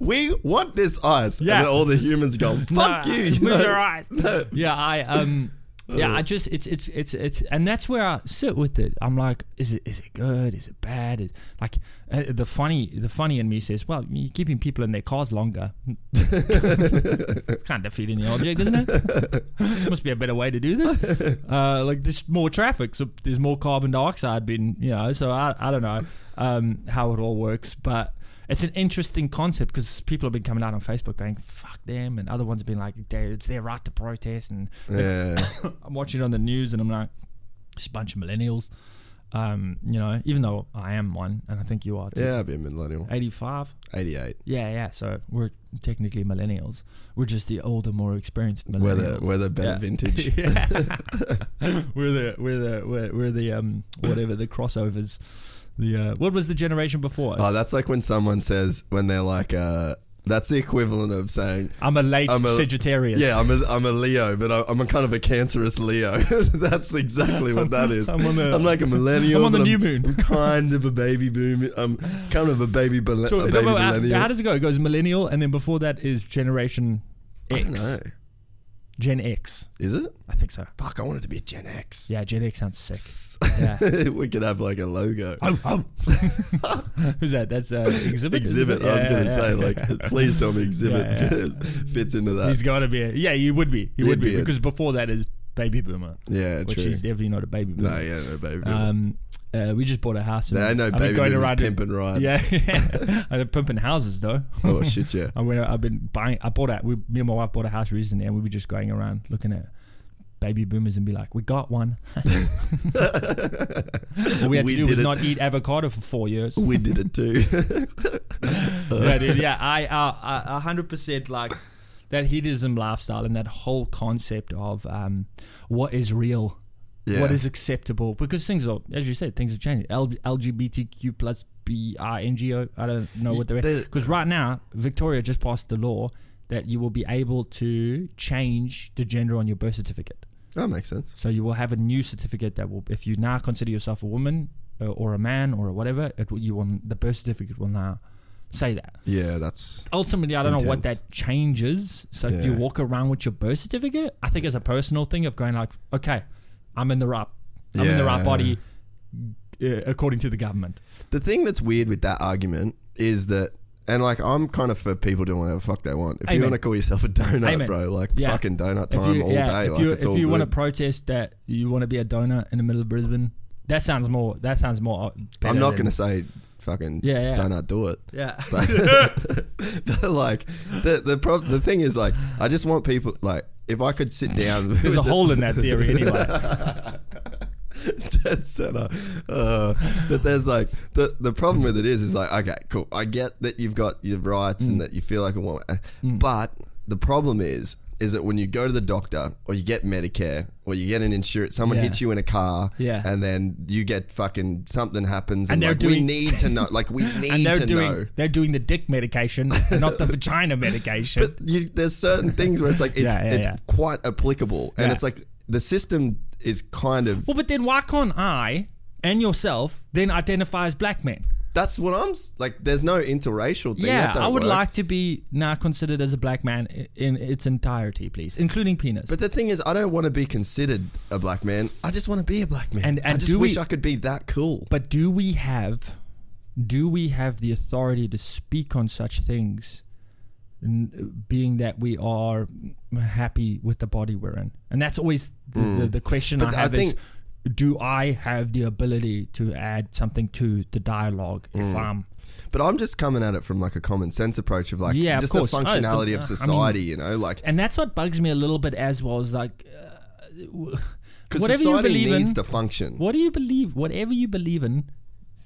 [SPEAKER 2] we want this ice,
[SPEAKER 3] Yeah.
[SPEAKER 2] and then all the humans go, "Fuck
[SPEAKER 3] No,
[SPEAKER 2] you!"
[SPEAKER 3] Move
[SPEAKER 2] you know?
[SPEAKER 3] your eyes. Yeah, I um. Yeah, I just it's it's it's it's and that's where I sit with it. I'm like, is it is it good? Is it bad? Is, like uh, the funny the funny in me says, well, you're keeping people in their cars longer. it's kind of defeating the object, isn't it? Must be a better way to do this. Uh, like there's more traffic, so there's more carbon dioxide being you know. So I I don't know um, how it all works, but it's an interesting concept because people have been coming out on Facebook going "fuck them," and other ones have been like, "They- "It's their right to protest." And
[SPEAKER 2] Yeah,
[SPEAKER 3] I'm watching it on the news, and I'm like, "It's a bunch of millennials," um, you know. Even though I am one, and I think you are too.
[SPEAKER 2] yeah, I'd be a millennial.
[SPEAKER 3] 85.
[SPEAKER 2] Eighty-eight.
[SPEAKER 3] Yeah, yeah. So we're technically millennials. We're just the older, more experienced millennials.
[SPEAKER 2] We're the we're the better
[SPEAKER 3] Yeah.
[SPEAKER 2] vintage.
[SPEAKER 3] Yeah. we're the we're the we're, we're the um whatever the crossovers. The uh, what was the generation before us?
[SPEAKER 2] Oh, that's like when someone says when they're like, uh, "That's the equivalent of saying."
[SPEAKER 3] I'm a late
[SPEAKER 2] I'm a-
[SPEAKER 3] Sagittarius.
[SPEAKER 2] Yeah, I'm a, I'm a Leo, but I- I'm a kind of a cancerous Leo. That's exactly what that is.
[SPEAKER 3] I'm on the-
[SPEAKER 2] I'm like a millennial.
[SPEAKER 3] I'm on the
[SPEAKER 2] but
[SPEAKER 3] new moon.
[SPEAKER 2] I'm kind of a baby boom. I'm kind of a baby, bele-
[SPEAKER 3] So
[SPEAKER 2] a
[SPEAKER 3] no,
[SPEAKER 2] baby
[SPEAKER 3] but how-
[SPEAKER 2] millennial.
[SPEAKER 3] how does it go? It goes millennial, and then before that is generation
[SPEAKER 2] I don't
[SPEAKER 3] X,
[SPEAKER 2] know.
[SPEAKER 3] Gen X.
[SPEAKER 2] Is it?
[SPEAKER 3] I think so.
[SPEAKER 2] Fuck, I wanted to be a Gen X.
[SPEAKER 3] Yeah, Gen X sounds sick. Yeah.
[SPEAKER 2] we could have like a logo.
[SPEAKER 3] Who's that? That's uh, exhibit. isn't
[SPEAKER 2] oh. exhibit.
[SPEAKER 3] it?
[SPEAKER 2] I was
[SPEAKER 3] Yeah,
[SPEAKER 2] going to
[SPEAKER 3] yeah,
[SPEAKER 2] say,
[SPEAKER 3] yeah.
[SPEAKER 2] like, please tell me exhibit
[SPEAKER 3] Yeah,
[SPEAKER 2] fits into that.
[SPEAKER 3] He's got to be. A, yeah, you would be. He
[SPEAKER 2] He'd
[SPEAKER 3] would be,
[SPEAKER 2] be a-
[SPEAKER 3] because before that is baby boomer,
[SPEAKER 2] yeah,
[SPEAKER 3] which
[SPEAKER 2] true.
[SPEAKER 3] he's definitely not a baby boomer.
[SPEAKER 2] no, yeah, no, baby. boom.
[SPEAKER 3] Um, uh, we just bought a house.
[SPEAKER 2] They
[SPEAKER 3] and
[SPEAKER 2] know
[SPEAKER 3] I've been
[SPEAKER 2] baby
[SPEAKER 3] going
[SPEAKER 2] boomers
[SPEAKER 3] around to-
[SPEAKER 2] pimping rides.
[SPEAKER 3] Yeah, I'm pimping houses though.
[SPEAKER 2] Oh shit, yeah.
[SPEAKER 3] I went. I've been buying. I bought a. We, me and my wife bought a house recently, and we were just going around looking at baby boomers and be like, "We got one." All we had
[SPEAKER 2] We
[SPEAKER 3] to do
[SPEAKER 2] did
[SPEAKER 3] was
[SPEAKER 2] it.
[SPEAKER 3] not eat avocado for four years.
[SPEAKER 2] We did it too.
[SPEAKER 3] yeah, dude, yeah, I, uh, I, a hundred percent like that hedonism lifestyle and that whole concept of um, what is real
[SPEAKER 2] Yeah.
[SPEAKER 3] what is acceptable because things are, as you said, things are changing. L- LGBTQ plus B I N G O. I don't know what they're
[SPEAKER 2] There's-
[SPEAKER 3] because right now Victoria just passed the law that you will be able to change the gender on your birth certificate.
[SPEAKER 2] That makes sense.
[SPEAKER 3] So you will have a new certificate that will, if you now consider yourself a woman uh, or a man or whatever, it will, you will, the birth certificate will now say that.
[SPEAKER 2] Yeah, that's
[SPEAKER 3] Ultimately, I don't know what
[SPEAKER 2] Intense.
[SPEAKER 3] that changes. So do
[SPEAKER 2] Yeah.
[SPEAKER 3] you walk around with your birth certificate? I think it's a personal thing of going like, okay, I'm in the right, I'm in the right
[SPEAKER 2] Yeah.
[SPEAKER 3] body, uh, according to the government.
[SPEAKER 2] the thing that's weird with that argument is that, and like I'm kind of for people doing whatever the fuck they want. If you
[SPEAKER 3] Amen.
[SPEAKER 2] want to call yourself a donut,
[SPEAKER 3] Amen.
[SPEAKER 2] bro, like
[SPEAKER 3] Yeah.
[SPEAKER 2] fucking donut time all day.
[SPEAKER 3] if
[SPEAKER 2] like
[SPEAKER 3] you,
[SPEAKER 2] it's
[SPEAKER 3] if
[SPEAKER 2] all
[SPEAKER 3] you want to
[SPEAKER 2] good.
[SPEAKER 3] protest that you want to be a donor in the middle of Brisbane, that sounds more. That sounds more. uh, better
[SPEAKER 2] I'm not
[SPEAKER 3] than-
[SPEAKER 2] gonna say fucking
[SPEAKER 3] Yeah, yeah.
[SPEAKER 2] donut do it.
[SPEAKER 3] Yeah.
[SPEAKER 2] But, but, like the the prob- the thing is like I just want people like if I could sit down with
[SPEAKER 3] There's a
[SPEAKER 2] the-
[SPEAKER 3] hole in that theory anyway.
[SPEAKER 2] dead center. Uh, but there's like the the problem with it is is like okay, cool. I get that you've got your rights
[SPEAKER 3] Mm.
[SPEAKER 2] and that you feel like a woman, eh, but the problem is is that when you go to the doctor or you get Medicare or you get an insurance, someone
[SPEAKER 3] Yeah.
[SPEAKER 2] hits you in a car,
[SPEAKER 3] Yeah.
[SPEAKER 2] and then you get fucking something happens, and,
[SPEAKER 3] And they're
[SPEAKER 2] like we
[SPEAKER 3] doing-
[SPEAKER 2] need to know, like we need
[SPEAKER 3] And they're
[SPEAKER 2] to
[SPEAKER 3] doing
[SPEAKER 2] know.
[SPEAKER 3] they're doing the dick medication, and not the vagina medication.
[SPEAKER 2] But you, there's certain things where it's like it's,
[SPEAKER 3] Yeah, yeah,
[SPEAKER 2] it's
[SPEAKER 3] yeah.
[SPEAKER 2] quite applicable, and
[SPEAKER 3] Yeah.
[SPEAKER 2] it's like the system is kind of
[SPEAKER 3] well, but then why can't I and yourself then identify as black men?
[SPEAKER 2] That's what I'm s- like. There's no interracial thing.
[SPEAKER 3] Yeah,
[SPEAKER 2] that don't
[SPEAKER 3] I would
[SPEAKER 2] work.
[SPEAKER 3] like to be now considered as a black man i- in its entirety, please, including penis.
[SPEAKER 2] But the thing is, I don't want to be considered a black man. I just want to be a black man.
[SPEAKER 3] And-
[SPEAKER 2] I
[SPEAKER 3] and
[SPEAKER 2] just
[SPEAKER 3] do
[SPEAKER 2] wish
[SPEAKER 3] we-
[SPEAKER 2] I could be that cool.
[SPEAKER 3] But do we have, do we have the authority to speak on such things, n- being that we are happy with the body we're in? And that's always the, the, the question
[SPEAKER 2] Hmm. But
[SPEAKER 3] I
[SPEAKER 2] I
[SPEAKER 3] have
[SPEAKER 2] think-
[SPEAKER 3] is, do I have the ability to add something to the dialogue if
[SPEAKER 2] Hmm.
[SPEAKER 3] I'm
[SPEAKER 2] But I'm just coming at it from like a common sense approach of like
[SPEAKER 3] Yeah, of
[SPEAKER 2] just
[SPEAKER 3] course.
[SPEAKER 2] the
[SPEAKER 3] Oh, but,
[SPEAKER 2] functionality
[SPEAKER 3] uh,
[SPEAKER 2] of
[SPEAKER 3] I mean-
[SPEAKER 2] society. you know, like
[SPEAKER 3] and that's what bugs me a little bit as well is like uh, w-
[SPEAKER 2] because
[SPEAKER 3] whatever you
[SPEAKER 2] society
[SPEAKER 3] believe
[SPEAKER 2] needs
[SPEAKER 3] in
[SPEAKER 2] to function.
[SPEAKER 3] what do you believe whatever you believe in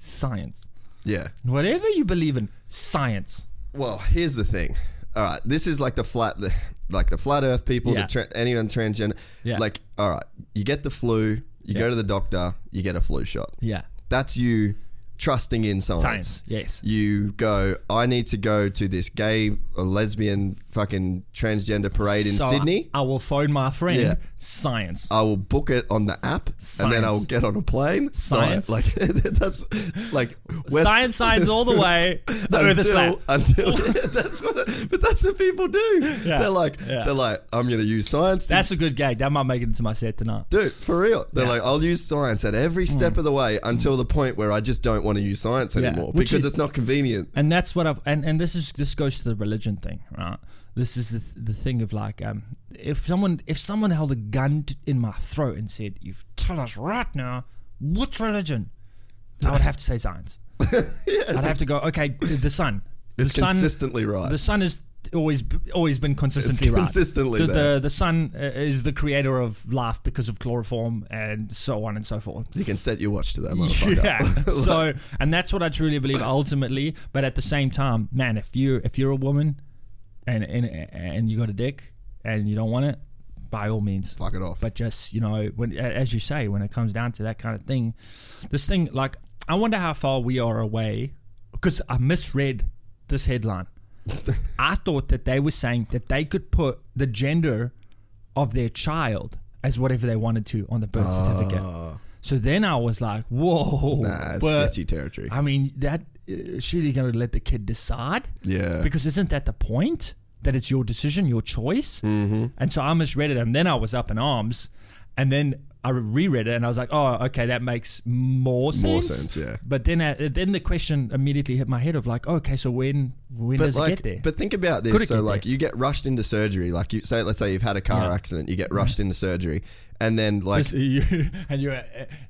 [SPEAKER 3] science
[SPEAKER 2] Yeah.
[SPEAKER 3] whatever you believe in science
[SPEAKER 2] Well, here's the thing. All right, this is like the flat, the, like the flat Earth people,
[SPEAKER 3] Yeah.
[SPEAKER 2] the tra- anyone transgender.
[SPEAKER 3] Yeah.
[SPEAKER 2] Like, all right, you get the flu, you go to the doctor, you get a flu shot.
[SPEAKER 3] yeah
[SPEAKER 2] That's you trusting in science.
[SPEAKER 3] Science, yes.
[SPEAKER 2] You go, I need to go to this gay or lesbian fucking transgender parade in
[SPEAKER 3] So I-
[SPEAKER 2] Sydney.
[SPEAKER 3] I, will phone my friend
[SPEAKER 2] Yeah. Uh,
[SPEAKER 3] science
[SPEAKER 2] I will book it on the app and then
[SPEAKER 3] Science.
[SPEAKER 2] I will get on a plane.
[SPEAKER 3] Science.
[SPEAKER 2] Like that's like West-
[SPEAKER 3] science sides all the way the earth is flat
[SPEAKER 2] until, uh, until that's what but that's what people do.
[SPEAKER 3] Yeah.
[SPEAKER 2] They're like
[SPEAKER 3] Yeah.
[SPEAKER 2] they're like I'm going to use science to
[SPEAKER 3] that's a good gag that might make it into my set tonight
[SPEAKER 2] Dude, for real. They're like, I'll use science at every
[SPEAKER 3] Hmm.
[SPEAKER 2] step of the way until the point where I just don't want to use science anymore
[SPEAKER 3] Which
[SPEAKER 2] because
[SPEAKER 3] is-
[SPEAKER 2] it's not convenient.
[SPEAKER 3] and that's what I've and, and this is this goes to the religion thing, right? This is the, th- the thing of like, um, if someone if someone held a gun t- in my throat and said, "You tell us right now what religion," I would have to say science. I'd have to go, okay, the sun.
[SPEAKER 2] It's
[SPEAKER 3] the sun,
[SPEAKER 2] consistently right.
[SPEAKER 3] The sun has always b- always been consistently right.
[SPEAKER 2] consistently
[SPEAKER 3] the,
[SPEAKER 2] there.
[SPEAKER 3] the the sun uh, is the creator of life because of chloroform and so on and so forth.
[SPEAKER 2] You can set your watch to that motherfucker.
[SPEAKER 3] Yeah. so, and that's what I truly believe ultimately. But at the same time, man, if you if you're a woman, and and and you got a dick and you don't want it, by all means,
[SPEAKER 2] Fuck it off.
[SPEAKER 3] but just you know, when a- as you say, when it comes down to that kind of thing, this thing like I wonder how far we are away because I misread this headline. I thought that they were saying that they could put the gender of their child as whatever they wanted to on the birth certificate. So then I was like, "Whoa,
[SPEAKER 2] Ah. Nah, it's
[SPEAKER 3] but-
[SPEAKER 2] sketchy territory.
[SPEAKER 3] I mean, that uh, surely going to let the kid decide.
[SPEAKER 2] Yeah.
[SPEAKER 3] Because isn't that the point? That it's your decision, your choice. Mm-hmm. And so I misread it, and then I was up in arms, and then I reread it, and I was like, oh, okay, that makes more sense.
[SPEAKER 2] sense, yeah.
[SPEAKER 3] But then, I, then the question immediately hit my head of like, okay, so when when does
[SPEAKER 2] like,
[SPEAKER 3] it get there?
[SPEAKER 2] but think about
[SPEAKER 3] Could
[SPEAKER 2] this.
[SPEAKER 3] it
[SPEAKER 2] So,
[SPEAKER 3] get
[SPEAKER 2] like,
[SPEAKER 3] there?
[SPEAKER 2] you get rushed into surgery. Like, you say, let's say you've had a car accident, you get rushed into surgery, and then like,
[SPEAKER 3] Mm-hmm. This- you- and you're, uh,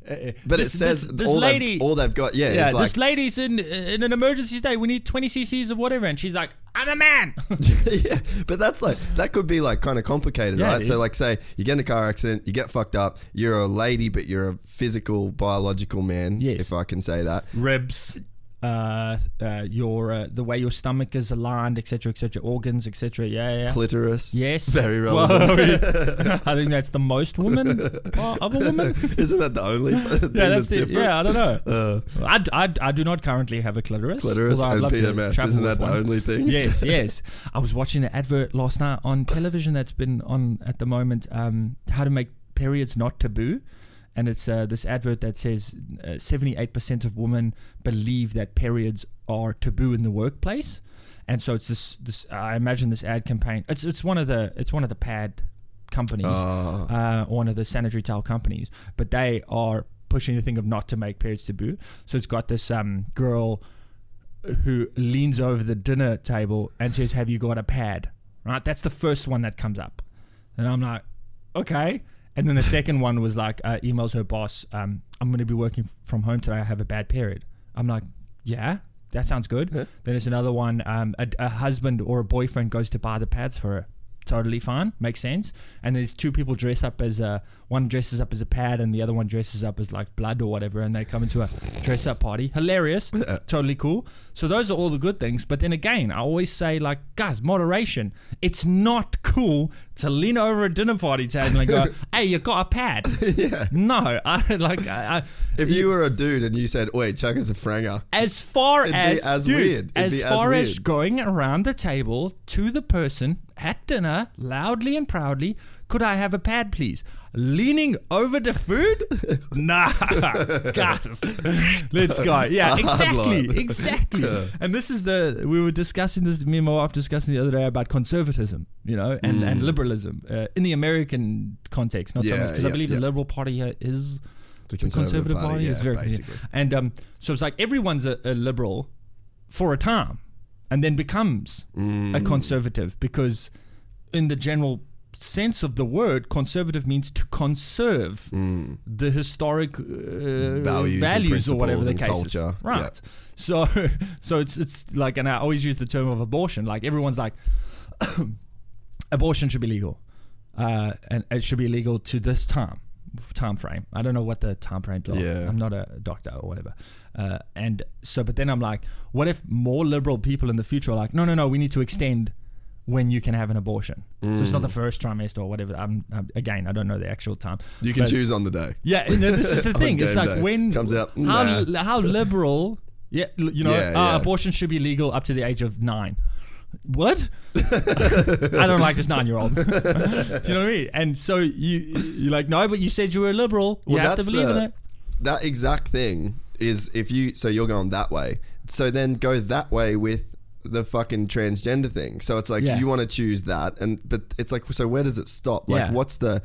[SPEAKER 3] uh, uh,
[SPEAKER 2] but
[SPEAKER 3] this-
[SPEAKER 2] it says
[SPEAKER 3] this, this
[SPEAKER 2] all,
[SPEAKER 3] lady,
[SPEAKER 2] they've, all they've got, yeah,
[SPEAKER 3] yeah,
[SPEAKER 2] is like,
[SPEAKER 3] this lady's in in an emergency state. We need 20 cc's of whatever, and she's like, I'm a man.
[SPEAKER 2] yeah, but that's like that could be like kind of complicated,
[SPEAKER 3] Yeah,
[SPEAKER 2] right?
[SPEAKER 3] it
[SPEAKER 2] So
[SPEAKER 3] is.
[SPEAKER 2] like, say you get in a car accident, you get fucked up. You're a lady, but you're a physical, biological man,
[SPEAKER 3] Yes. Mm.
[SPEAKER 2] if I can say that.
[SPEAKER 3] ribs. uh, uh, your uh, the way your stomach is aligned, etc., etc., organs, etc. Yeah, yeah.
[SPEAKER 2] Clitoris.
[SPEAKER 3] Yes.
[SPEAKER 2] Very
[SPEAKER 3] Well,
[SPEAKER 2] relevant.
[SPEAKER 3] I think that's the most woman part of a woman.
[SPEAKER 2] Isn't that the only thing
[SPEAKER 3] Yeah,
[SPEAKER 2] that's,
[SPEAKER 3] that's it.
[SPEAKER 2] different?
[SPEAKER 3] Yeah, I don't know.
[SPEAKER 2] Uh,
[SPEAKER 3] I, d- I d- I do not currently have a clitoris.
[SPEAKER 2] clitoris
[SPEAKER 3] although I'd
[SPEAKER 2] and
[SPEAKER 3] love to
[SPEAKER 2] PMS.
[SPEAKER 3] travel
[SPEAKER 2] Isn't
[SPEAKER 3] with
[SPEAKER 2] that the
[SPEAKER 3] one.
[SPEAKER 2] only thing?
[SPEAKER 3] Yes, yes. I was watching an advert last night on television that's been on at the moment. Um, how to make periods not taboo, and it's uh, this advert that says uh, seventy-eight percent of women believe that periods are taboo in the workplace, and so it's this. This I imagine this ad campaign. It's it's one of the it's one of the pad companies,
[SPEAKER 2] Oh.
[SPEAKER 3] uh, one of the sanitary towel companies, but they are pushing the thing of not to make periods taboo. So it's got this um, girl who leans over the dinner table and says, "Have you got a pad?" Right, that's the first one that comes up, and I'm like, "Okay." And then the second one was like, uh, emails her boss, um, "I'm going to be working from home today. I have a bad period." I'm like, "Yeah." That sounds good. Then it's another one. Um, a, a husband or a boyfriend goes to buy the pads for her. Totally fine, makes sense. And there's two people dress up as a one dresses up as a pad, and the other one dresses up as like blood or whatever, and they come into a dress up party. Hilarious, totally cool. So those are all the good things. But then again, I always say like, guys, moderation. It's not cool to lean over a dinner party table and go, "Hey, you got a pad?" No, I like I, I,
[SPEAKER 2] If you were a dude and you said, "Wait, chuck us a franger,"
[SPEAKER 3] as far
[SPEAKER 2] It'd be
[SPEAKER 3] as
[SPEAKER 2] as
[SPEAKER 3] dude,
[SPEAKER 2] weird. It'd
[SPEAKER 3] as
[SPEAKER 2] be as
[SPEAKER 3] far as
[SPEAKER 2] weird.
[SPEAKER 3] going around the table to the person at dinner loudly and proudly, could I have a pad, please? Leaning over the food? nah, guys, let's go. Yeah,
[SPEAKER 2] Hard
[SPEAKER 3] exactly,
[SPEAKER 2] line.
[SPEAKER 3] exactly. And this is the we were discussing this memo after discussing the other day about conservatism, you know, and and liberalism uh, in the American context, not so
[SPEAKER 2] Mm. Yeah,
[SPEAKER 3] much because I
[SPEAKER 2] yeah,
[SPEAKER 3] believe the
[SPEAKER 2] yeah.
[SPEAKER 3] Liberal Party here is
[SPEAKER 2] the
[SPEAKER 3] conservative, party, is very
[SPEAKER 2] basically.
[SPEAKER 3] and um, so it's like everyone's a, a liberal for a time and then becomes a
[SPEAKER 2] Mm.
[SPEAKER 3] conservative because in the general sense of the word conservative means to conserve the historic uh, values,
[SPEAKER 2] Mm. and
[SPEAKER 3] or
[SPEAKER 2] principles
[SPEAKER 3] whatever the
[SPEAKER 2] and
[SPEAKER 3] case
[SPEAKER 2] culture.
[SPEAKER 3] is right so so it's it's like and I always use the term of abortion like everyone's like abortion should be legal, uh, and it should be legal to this time time frame. I don't know what the time frames are.
[SPEAKER 2] Yeah.
[SPEAKER 3] I'm not a doctor or whatever. Uh, and so, but then I'm like, what if more liberal people in the future are like, no, no, no, we need to extend when you can have an abortion. So it's not
[SPEAKER 2] Mm.
[SPEAKER 3] the first trimester or whatever. I'm, i again, I don't know the actual time.
[SPEAKER 2] You can
[SPEAKER 3] But-
[SPEAKER 2] choose on the day.
[SPEAKER 3] Yeah, and this is the
[SPEAKER 2] On
[SPEAKER 3] thing. It's
[SPEAKER 2] game
[SPEAKER 3] like
[SPEAKER 2] day.
[SPEAKER 3] when
[SPEAKER 2] Comes out,
[SPEAKER 3] how
[SPEAKER 2] nah.
[SPEAKER 3] how liberal. Yeah, l- you know,
[SPEAKER 2] Yeah,
[SPEAKER 3] uh,
[SPEAKER 2] yeah.
[SPEAKER 3] abortion should be legal up to the age of nine. What? I don't like this nine-year-old. Do you know what I mean? And so you you're like, no, but you said you were a liberal. You
[SPEAKER 2] Well,
[SPEAKER 3] have to
[SPEAKER 2] that's
[SPEAKER 3] believe in
[SPEAKER 2] the-
[SPEAKER 3] it.
[SPEAKER 2] That exact thing is if you so you're going that way. So then go that way with the fucking transgender thing. So it's like
[SPEAKER 3] Yeah.
[SPEAKER 2] you want to choose that and but it's like so where does it stop? Like
[SPEAKER 3] Yeah.
[SPEAKER 2] what's the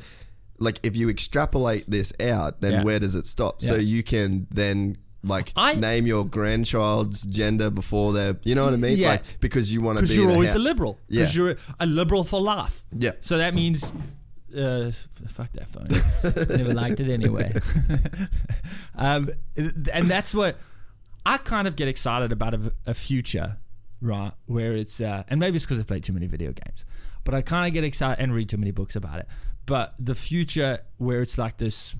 [SPEAKER 2] like if you extrapolate this out, then
[SPEAKER 3] Yeah.
[SPEAKER 2] where does it stop? So
[SPEAKER 3] Yeah.
[SPEAKER 2] you can then like
[SPEAKER 3] I-
[SPEAKER 2] name your grandchild's gender before they're you know what I mean?
[SPEAKER 3] Yeah.
[SPEAKER 2] Like because you want to be
[SPEAKER 3] Because you're
[SPEAKER 2] the
[SPEAKER 3] always
[SPEAKER 2] ha-
[SPEAKER 3] a liberal.
[SPEAKER 2] Yeah.
[SPEAKER 3] Because you're a liberal for life.
[SPEAKER 2] Yeah.
[SPEAKER 3] So that means, uh, f- fuck that phone. Never liked it anyway. um, and that's what I kind of get excited about a, a future, right? Where it's uh, and maybe it's because I play too many video games, but I kind of get excited and read too many books about it. But the future where it's like this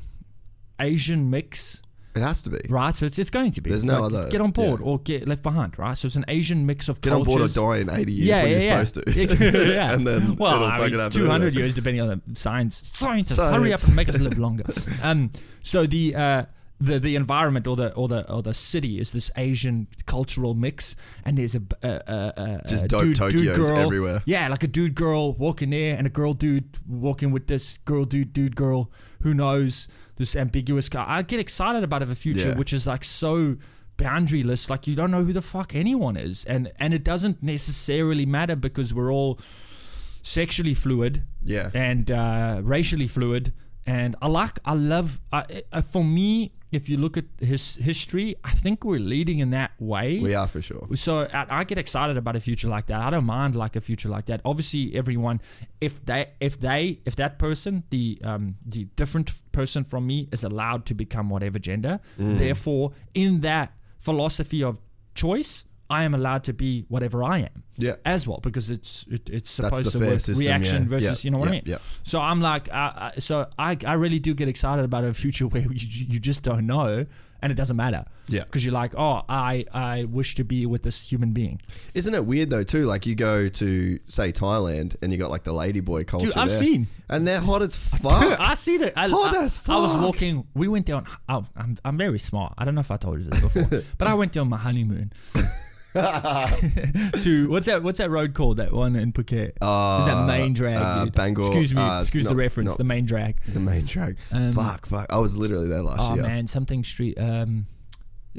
[SPEAKER 3] Asian mix
[SPEAKER 2] It has to be.
[SPEAKER 3] right? So it's, it's going to be.
[SPEAKER 2] There's no
[SPEAKER 3] Like,
[SPEAKER 2] other-
[SPEAKER 3] Get on board
[SPEAKER 2] yeah.
[SPEAKER 3] or get left behind, right? So it's an Asian mix of
[SPEAKER 2] Get on board or
[SPEAKER 3] cultures.
[SPEAKER 2] die in 80 years
[SPEAKER 3] yeah,
[SPEAKER 2] when
[SPEAKER 3] yeah,
[SPEAKER 2] you're
[SPEAKER 3] yeah.
[SPEAKER 2] supposed to.
[SPEAKER 3] yeah.
[SPEAKER 2] And then
[SPEAKER 3] well,
[SPEAKER 2] it'll
[SPEAKER 3] I
[SPEAKER 2] fucking
[SPEAKER 3] mean,
[SPEAKER 2] happen,
[SPEAKER 3] 200
[SPEAKER 2] isn't it?
[SPEAKER 3] years depending on the science. Scientists,
[SPEAKER 2] Science.
[SPEAKER 3] hurry up and make us live longer. Um, so the uh, the the environment or the or the or the city is this Asian cultural mix, and there's a uh, uh, uh,
[SPEAKER 2] Just
[SPEAKER 3] uh,
[SPEAKER 2] dope
[SPEAKER 3] dude, dude
[SPEAKER 2] Tokyos
[SPEAKER 3] girl,
[SPEAKER 2] everywhere.
[SPEAKER 3] Yeah, like a dude girl walking there, and a girl dude walking with this girl dude dude girl. Who knows this ambiguous guy? I get excited about it a future,
[SPEAKER 2] Yeah.
[SPEAKER 3] which which is like so boundaryless like you don't know who the fuck anyone is and and it doesn't necessarily matter because we're all sexually fluid
[SPEAKER 2] Yeah.
[SPEAKER 3] and uh, racially fluid and i like i love I, I, for me if you look at his history i think we're leading in that way
[SPEAKER 2] We are for sure.
[SPEAKER 3] so I, I get excited about a future like that. I don't mind like a future like that. Obviously, everyone, if they, if they, if that person, the um, the different person from me is allowed to become whatever gender,
[SPEAKER 2] Mm.
[SPEAKER 3] therefore, in that philosophy of choice, I am allowed to be whatever I am.
[SPEAKER 2] Yeah.
[SPEAKER 3] As well, because it's it, it's
[SPEAKER 2] That's
[SPEAKER 3] supposed
[SPEAKER 2] the
[SPEAKER 3] to
[SPEAKER 2] fair
[SPEAKER 3] work
[SPEAKER 2] system,
[SPEAKER 3] reaction
[SPEAKER 2] yeah.
[SPEAKER 3] versus
[SPEAKER 2] Yeah,
[SPEAKER 3] you know what I
[SPEAKER 2] yeah,
[SPEAKER 3] mean.
[SPEAKER 2] yeah.
[SPEAKER 3] So uh, I'm like, I I so I, I really do get excited about a future where you, you just don't know and it doesn't matter.
[SPEAKER 2] Yeah.
[SPEAKER 3] Because you're like, oh, I I wish to be with this human being.
[SPEAKER 2] Isn't it weird though too? Like you go to say Thailand and you got like the ladyboy culture.
[SPEAKER 3] Dude, I've
[SPEAKER 2] there,
[SPEAKER 3] seen.
[SPEAKER 2] and they're hot as fuck.
[SPEAKER 3] Dude, I see that. I,
[SPEAKER 2] Hot
[SPEAKER 3] I,
[SPEAKER 2] as
[SPEAKER 3] I was
[SPEAKER 2] Ah. Oh, fuck.
[SPEAKER 3] walking. We went down. I, I'm, I'm very smart. I don't know if I told you this before, but I went down my honeymoon to what's that? What's that road called? That one in Phuket? Is that main drag?
[SPEAKER 2] uh,
[SPEAKER 3] dude?
[SPEAKER 2] Bangor,
[SPEAKER 3] Excuse me.
[SPEAKER 2] uh, it's
[SPEAKER 3] excuse the
[SPEAKER 2] not-
[SPEAKER 3] reference.
[SPEAKER 2] not-
[SPEAKER 3] the main drag.
[SPEAKER 2] the main track. fuck, fuck. I was literally there last
[SPEAKER 3] Oh
[SPEAKER 2] year.
[SPEAKER 3] man, something street. Um,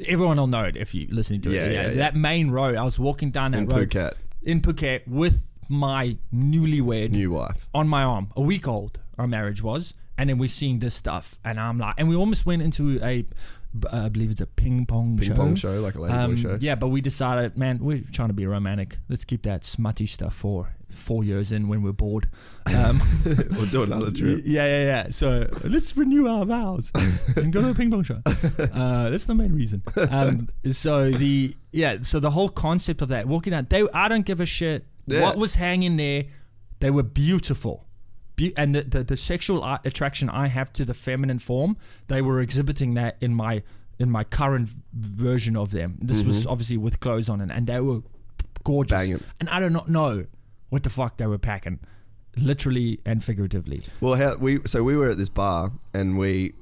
[SPEAKER 3] everyone will know it if you listen to
[SPEAKER 2] Yeah,
[SPEAKER 3] it.
[SPEAKER 2] yeah, yeah.
[SPEAKER 3] that main road. I was walking down that
[SPEAKER 2] In
[SPEAKER 3] road
[SPEAKER 2] Phuket.
[SPEAKER 3] in Phuket with my newlywed
[SPEAKER 2] New wife.
[SPEAKER 3] on my arm, a week old, our marriage was. And then we're seeing this stuff, and I'm like, and we almost went into a, uh, I believe it's a ping pong
[SPEAKER 2] Ping
[SPEAKER 3] show.
[SPEAKER 2] pong show, like a ladyboy
[SPEAKER 3] Um,
[SPEAKER 2] show.
[SPEAKER 3] Yeah, but we decided, man, we're trying to be romantic. Let's keep that smutty stuff for four years in when we're bored. Um,
[SPEAKER 2] we'll do another trip.
[SPEAKER 3] yeah, yeah, yeah. So let's renew our vows and go to a ping pong show. Uh, that's the main reason. Um, so the yeah, so the whole concept of that walking out, they I don't give a shit
[SPEAKER 2] Yeah.
[SPEAKER 3] what was hanging there. They were beautiful, Be- and the, the the sexual a- attraction I have to the feminine form, they were exhibiting that in my in my current version of them. This was obviously with clothes on, and, and they were gorgeous.
[SPEAKER 2] Mm-hmm. Banging.
[SPEAKER 3] And I do not know what the fuck they were packing, literally and figuratively.
[SPEAKER 2] Well, how, we so we were at this bar and we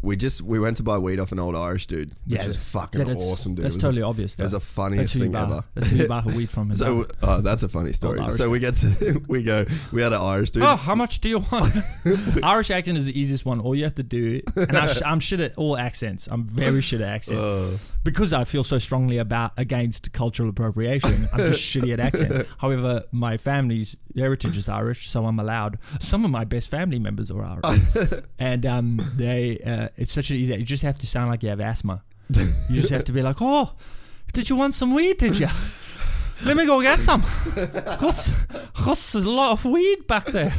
[SPEAKER 2] we just we went to buy weed off an old Irish dude, which is fucking
[SPEAKER 3] yeah, that's-
[SPEAKER 2] awesome, dude.
[SPEAKER 3] That's
[SPEAKER 2] It was a-
[SPEAKER 3] totally obvious.
[SPEAKER 2] It was the
[SPEAKER 3] though.
[SPEAKER 2] funniest
[SPEAKER 3] that's who you
[SPEAKER 2] thing
[SPEAKER 3] buy,
[SPEAKER 2] ever.
[SPEAKER 3] That's who you buy for weed from. as
[SPEAKER 2] So
[SPEAKER 3] well.
[SPEAKER 2] oh, that's a funny story.
[SPEAKER 3] Old Irish
[SPEAKER 2] So we get to we go we had an Irish dude.
[SPEAKER 3] oh, how much do you want? Irish accent is the easiest one. All you have to do, and I sh- I'm shit at all accents. I'm very shit at accents because I feel so strongly about against cultural appropriation. I'm just shitty at accent. However, my family's heritage is Irish, so I'm allowed. Some of my best family members are Irish, and um, they uh, it's such an easy. You just have to sound like you have asthma. You just have to be like, oh, did you want some weed? Did you? Let me go get some. Got, got a lot of weed back there.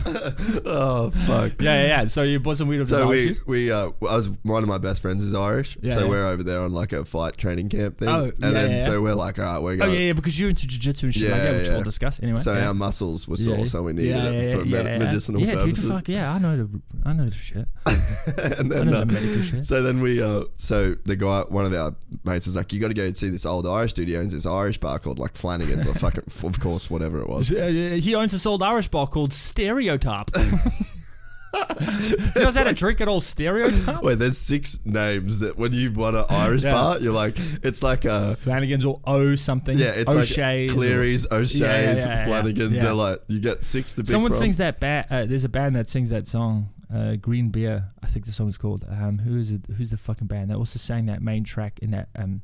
[SPEAKER 2] Oh fuck.
[SPEAKER 3] Yeah, yeah, yeah. So you bought some weed off
[SPEAKER 2] So
[SPEAKER 3] the
[SPEAKER 2] we we uh, I was one of my best friends is Irish,
[SPEAKER 3] Yeah,
[SPEAKER 2] so
[SPEAKER 3] yeah.
[SPEAKER 2] we're over there on like a fight training camp thing,
[SPEAKER 3] Oh,
[SPEAKER 2] and
[SPEAKER 3] yeah,
[SPEAKER 2] then
[SPEAKER 3] yeah, yeah.
[SPEAKER 2] so we're like, all right, we're
[SPEAKER 3] Oh
[SPEAKER 2] going.
[SPEAKER 3] yeah, yeah, because you're into jujitsu and shit like
[SPEAKER 2] Yeah,
[SPEAKER 3] that, which
[SPEAKER 2] yeah.
[SPEAKER 3] we'll discuss anyway.
[SPEAKER 2] So
[SPEAKER 3] yeah.
[SPEAKER 2] our muscles were
[SPEAKER 3] Yeah,
[SPEAKER 2] sore,
[SPEAKER 3] yeah.
[SPEAKER 2] so we needed
[SPEAKER 3] Yeah,
[SPEAKER 2] it
[SPEAKER 3] yeah,
[SPEAKER 2] for
[SPEAKER 3] yeah,
[SPEAKER 2] med-
[SPEAKER 3] yeah.
[SPEAKER 2] medicinal
[SPEAKER 3] yeah,
[SPEAKER 2] purposes.
[SPEAKER 3] Dude, fuck, yeah, I know the, I know the shit.
[SPEAKER 2] and
[SPEAKER 3] I
[SPEAKER 2] then
[SPEAKER 3] know
[SPEAKER 2] uh,
[SPEAKER 3] the medical shit.
[SPEAKER 2] So then we, uh, so the guy, one of our mates is like, you got to go and see this old Irish dude. He owns this Irish bar called like Flanagan's or fucking, of course, whatever it was.
[SPEAKER 3] Uh, he owns this old Irish bar called Stereotype. you guys had a drink at all, Stereotype?
[SPEAKER 2] Wait, there's six names that when you want an Irish
[SPEAKER 3] Yeah.
[SPEAKER 2] bar, you're like, it's like a,
[SPEAKER 3] Flanagan's or O something.
[SPEAKER 2] yeah, it's
[SPEAKER 3] O'Shea's
[SPEAKER 2] like
[SPEAKER 3] or-
[SPEAKER 2] Cleary's, O'Shea's,
[SPEAKER 3] Yeah, yeah, yeah, yeah,
[SPEAKER 2] Flanagan's.
[SPEAKER 3] yeah.
[SPEAKER 2] They're like, you get six to pick
[SPEAKER 3] Someone
[SPEAKER 2] from.
[SPEAKER 3] sings that band. Uh, there's a band that sings that song, uh, Green Beer. I think the song's called. Um, who is it? Who's the fucking band that also sang that main track in that um,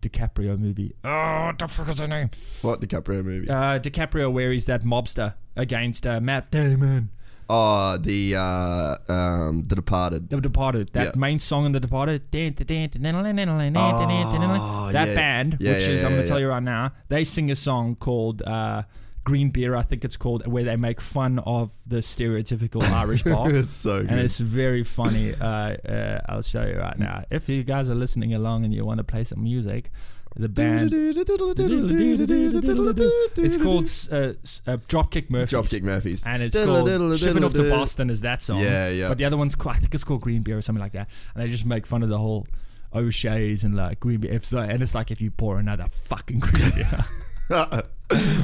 [SPEAKER 3] DiCaprio movie? Oh, what the fuck is the name?
[SPEAKER 2] What DiCaprio movie?
[SPEAKER 3] Uh, DiCaprio, where he's that mobster against uh, Matt Damon.
[SPEAKER 2] Oh, the uh, um, The Departed.
[SPEAKER 3] The Departed. That
[SPEAKER 2] Yeah.
[SPEAKER 3] main song in The Departed.
[SPEAKER 2] Oh,
[SPEAKER 3] that
[SPEAKER 2] yeah.
[SPEAKER 3] band,
[SPEAKER 2] Yeah,
[SPEAKER 3] which
[SPEAKER 2] yeah,
[SPEAKER 3] is,
[SPEAKER 2] yeah,
[SPEAKER 3] I'm going to
[SPEAKER 2] yeah,
[SPEAKER 3] tell
[SPEAKER 2] yeah.
[SPEAKER 3] you right now, they sing a song called uh, Green Beer, I think it's called, where they make fun of the stereotypical Irish bar.
[SPEAKER 2] It's so good.
[SPEAKER 3] And it's very funny. Uh, uh, I'll show you right now. If you guys are listening along and you want to play some music, the band. It's called uh, s- uh, Dropkick Murphys.
[SPEAKER 2] Dropkick Murphys.
[SPEAKER 3] And it's called Shipping Off to Boston is that song.
[SPEAKER 2] Yeah, yeah.
[SPEAKER 3] But the other one's called, I think it's called Green Beer or something like that. And they just make fun of the whole O'Shea's and like Green Beer. It's like, and it's like if you pour another fucking Green Beer.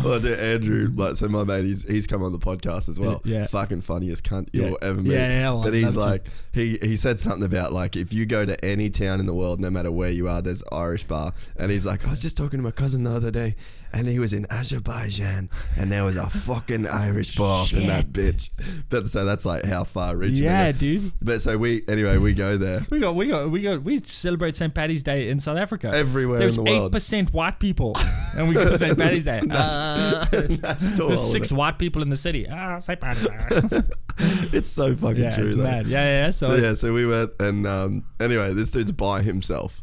[SPEAKER 2] well, dude, Andrew, like, so my mate, he's he's come on the podcast as well.
[SPEAKER 3] Yeah.
[SPEAKER 2] Fucking funniest cunt you'll
[SPEAKER 3] Yeah.
[SPEAKER 2] ever meet.
[SPEAKER 3] Yeah, yeah, well,
[SPEAKER 2] but
[SPEAKER 3] I'd
[SPEAKER 2] he's
[SPEAKER 3] love
[SPEAKER 2] like, he he said something about like if you go to any town in the world, no matter where you are, there's Irish bar. And he's like, I was just talking to my cousin the other day, and he was in Azerbaijan, and there was a fucking Irish bar up in that bitch. But so that's like how far reaching.
[SPEAKER 3] yeah,
[SPEAKER 2] it is.
[SPEAKER 3] dude.
[SPEAKER 2] But so we anyway, we go there.
[SPEAKER 3] We got, we got, we got, we celebrate St. Patty's Day in South Africa.
[SPEAKER 2] Everywhere in
[SPEAKER 3] There's
[SPEAKER 2] the world.
[SPEAKER 3] 8% white people, and we got St. Patty's Day. Uh,
[SPEAKER 2] National
[SPEAKER 3] there's
[SPEAKER 2] holiday.
[SPEAKER 3] six white people in the city. Ah, St. Patty's Day.
[SPEAKER 2] It's so fucking
[SPEAKER 3] yeah,
[SPEAKER 2] true.
[SPEAKER 3] it's
[SPEAKER 2] though.
[SPEAKER 3] mad. Yeah, yeah, Oh, yeah. So,
[SPEAKER 2] So, yeah, so we went and um, anyway, this dude's by himself.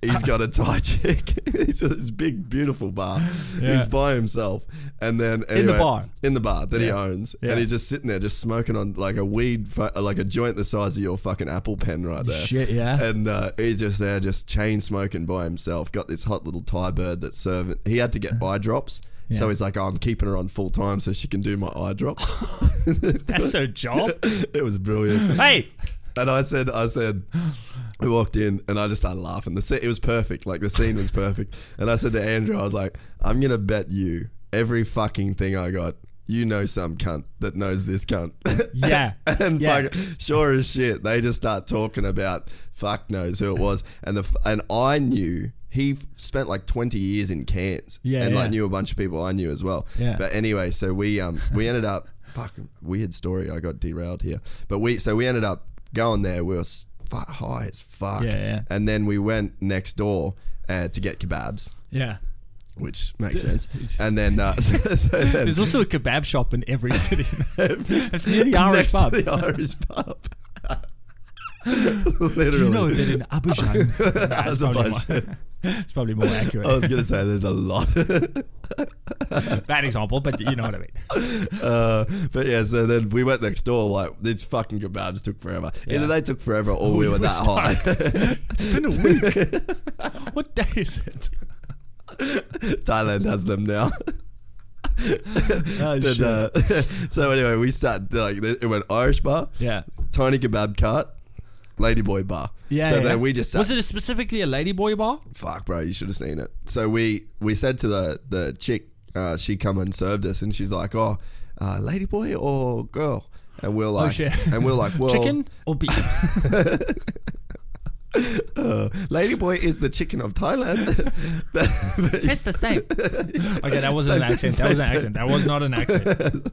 [SPEAKER 2] He's got a Thai chick. He's at this big, beautiful bar.
[SPEAKER 3] Yeah.
[SPEAKER 2] He's by himself, and then
[SPEAKER 3] the
[SPEAKER 2] anyway,
[SPEAKER 3] bar.
[SPEAKER 2] in the bar that he owns,
[SPEAKER 3] Yeah.
[SPEAKER 2] and he's just sitting there, just smoking on like a weed, fu- like a joint the size of your fucking apple pen, right there.
[SPEAKER 3] Shit, yeah.
[SPEAKER 2] And uh, he's just there, just chain smoking by himself. Got this hot little Thai bird that's serving. He had to get eye drops, so he's like, oh, "I'm keeping her on full time so she can do my eye drops."
[SPEAKER 3] that's so job.
[SPEAKER 2] it was brilliant.
[SPEAKER 3] hey,
[SPEAKER 2] And I said, I said, we walked in and I just started laughing. The scene, it was perfect. Like the scene was perfect. And I said to Andrew, I was like, I'm gonna bet you every fucking thing I got, you know some cunt that knows this cunt.
[SPEAKER 3] Yeah.
[SPEAKER 2] and
[SPEAKER 3] Yeah.
[SPEAKER 2] fuck, sure as shit, they just start talking about fuck knows who it was. And the f- and I knew he f- spent like 20 years in Cairns.
[SPEAKER 3] Yeah,
[SPEAKER 2] And
[SPEAKER 3] yeah.
[SPEAKER 2] like knew a bunch of people I knew as well.
[SPEAKER 3] Yeah.
[SPEAKER 2] But anyway, so we um we ended up fuck weird story. I got derailed here. But we so we ended up going there. We were s- fu- high as fuck.
[SPEAKER 3] Yeah, yeah.
[SPEAKER 2] And then we went next door uh, to get kebabs,
[SPEAKER 3] Yeah.
[SPEAKER 2] which makes sense. And then uh, so, so then
[SPEAKER 3] There's also a kebab shop in every city.
[SPEAKER 2] it's
[SPEAKER 3] near the
[SPEAKER 2] next
[SPEAKER 3] Irish pub.
[SPEAKER 2] To the Irish pub. Literally.
[SPEAKER 3] Do you know that in Abidjan, Nah, it's, probably more,
[SPEAKER 2] Azerbaijan.
[SPEAKER 3] it's probably more accurate.
[SPEAKER 2] I was gonna say there's a lot,
[SPEAKER 3] Bad example, but you know what I mean.
[SPEAKER 2] uh, but yeah. So then we went next door. Like these fucking kebabs took forever. Either they took forever or we,
[SPEAKER 3] We
[SPEAKER 2] were
[SPEAKER 3] were
[SPEAKER 2] that high.
[SPEAKER 3] It's been a week. what day is it?
[SPEAKER 2] Thailand has them now.
[SPEAKER 3] Oh,
[SPEAKER 2] But, uh, so anyway, we sat like it went Irish bar,
[SPEAKER 3] yeah.
[SPEAKER 2] tiny kebab cart, ladyboy bar.
[SPEAKER 3] Yeah.
[SPEAKER 2] So
[SPEAKER 3] yeah.
[SPEAKER 2] then we just sat
[SPEAKER 3] Was it a specifically a ladyboy bar?
[SPEAKER 2] fuck, bro, you should have seen it. So we we said to the the chick, uh, she come and served us, and she's like, oh, uh, lady boy or girl, and we're like,
[SPEAKER 3] Oh, shit.
[SPEAKER 2] and we're like, well,
[SPEAKER 3] Chicken or beef?
[SPEAKER 2] uh, lady boy is the chicken of Thailand. But- but-
[SPEAKER 3] It's the same. Okay, that wasn't
[SPEAKER 2] Same,
[SPEAKER 3] an
[SPEAKER 2] same,
[SPEAKER 3] accent. That was an
[SPEAKER 2] same,
[SPEAKER 3] accent. That was not an accent.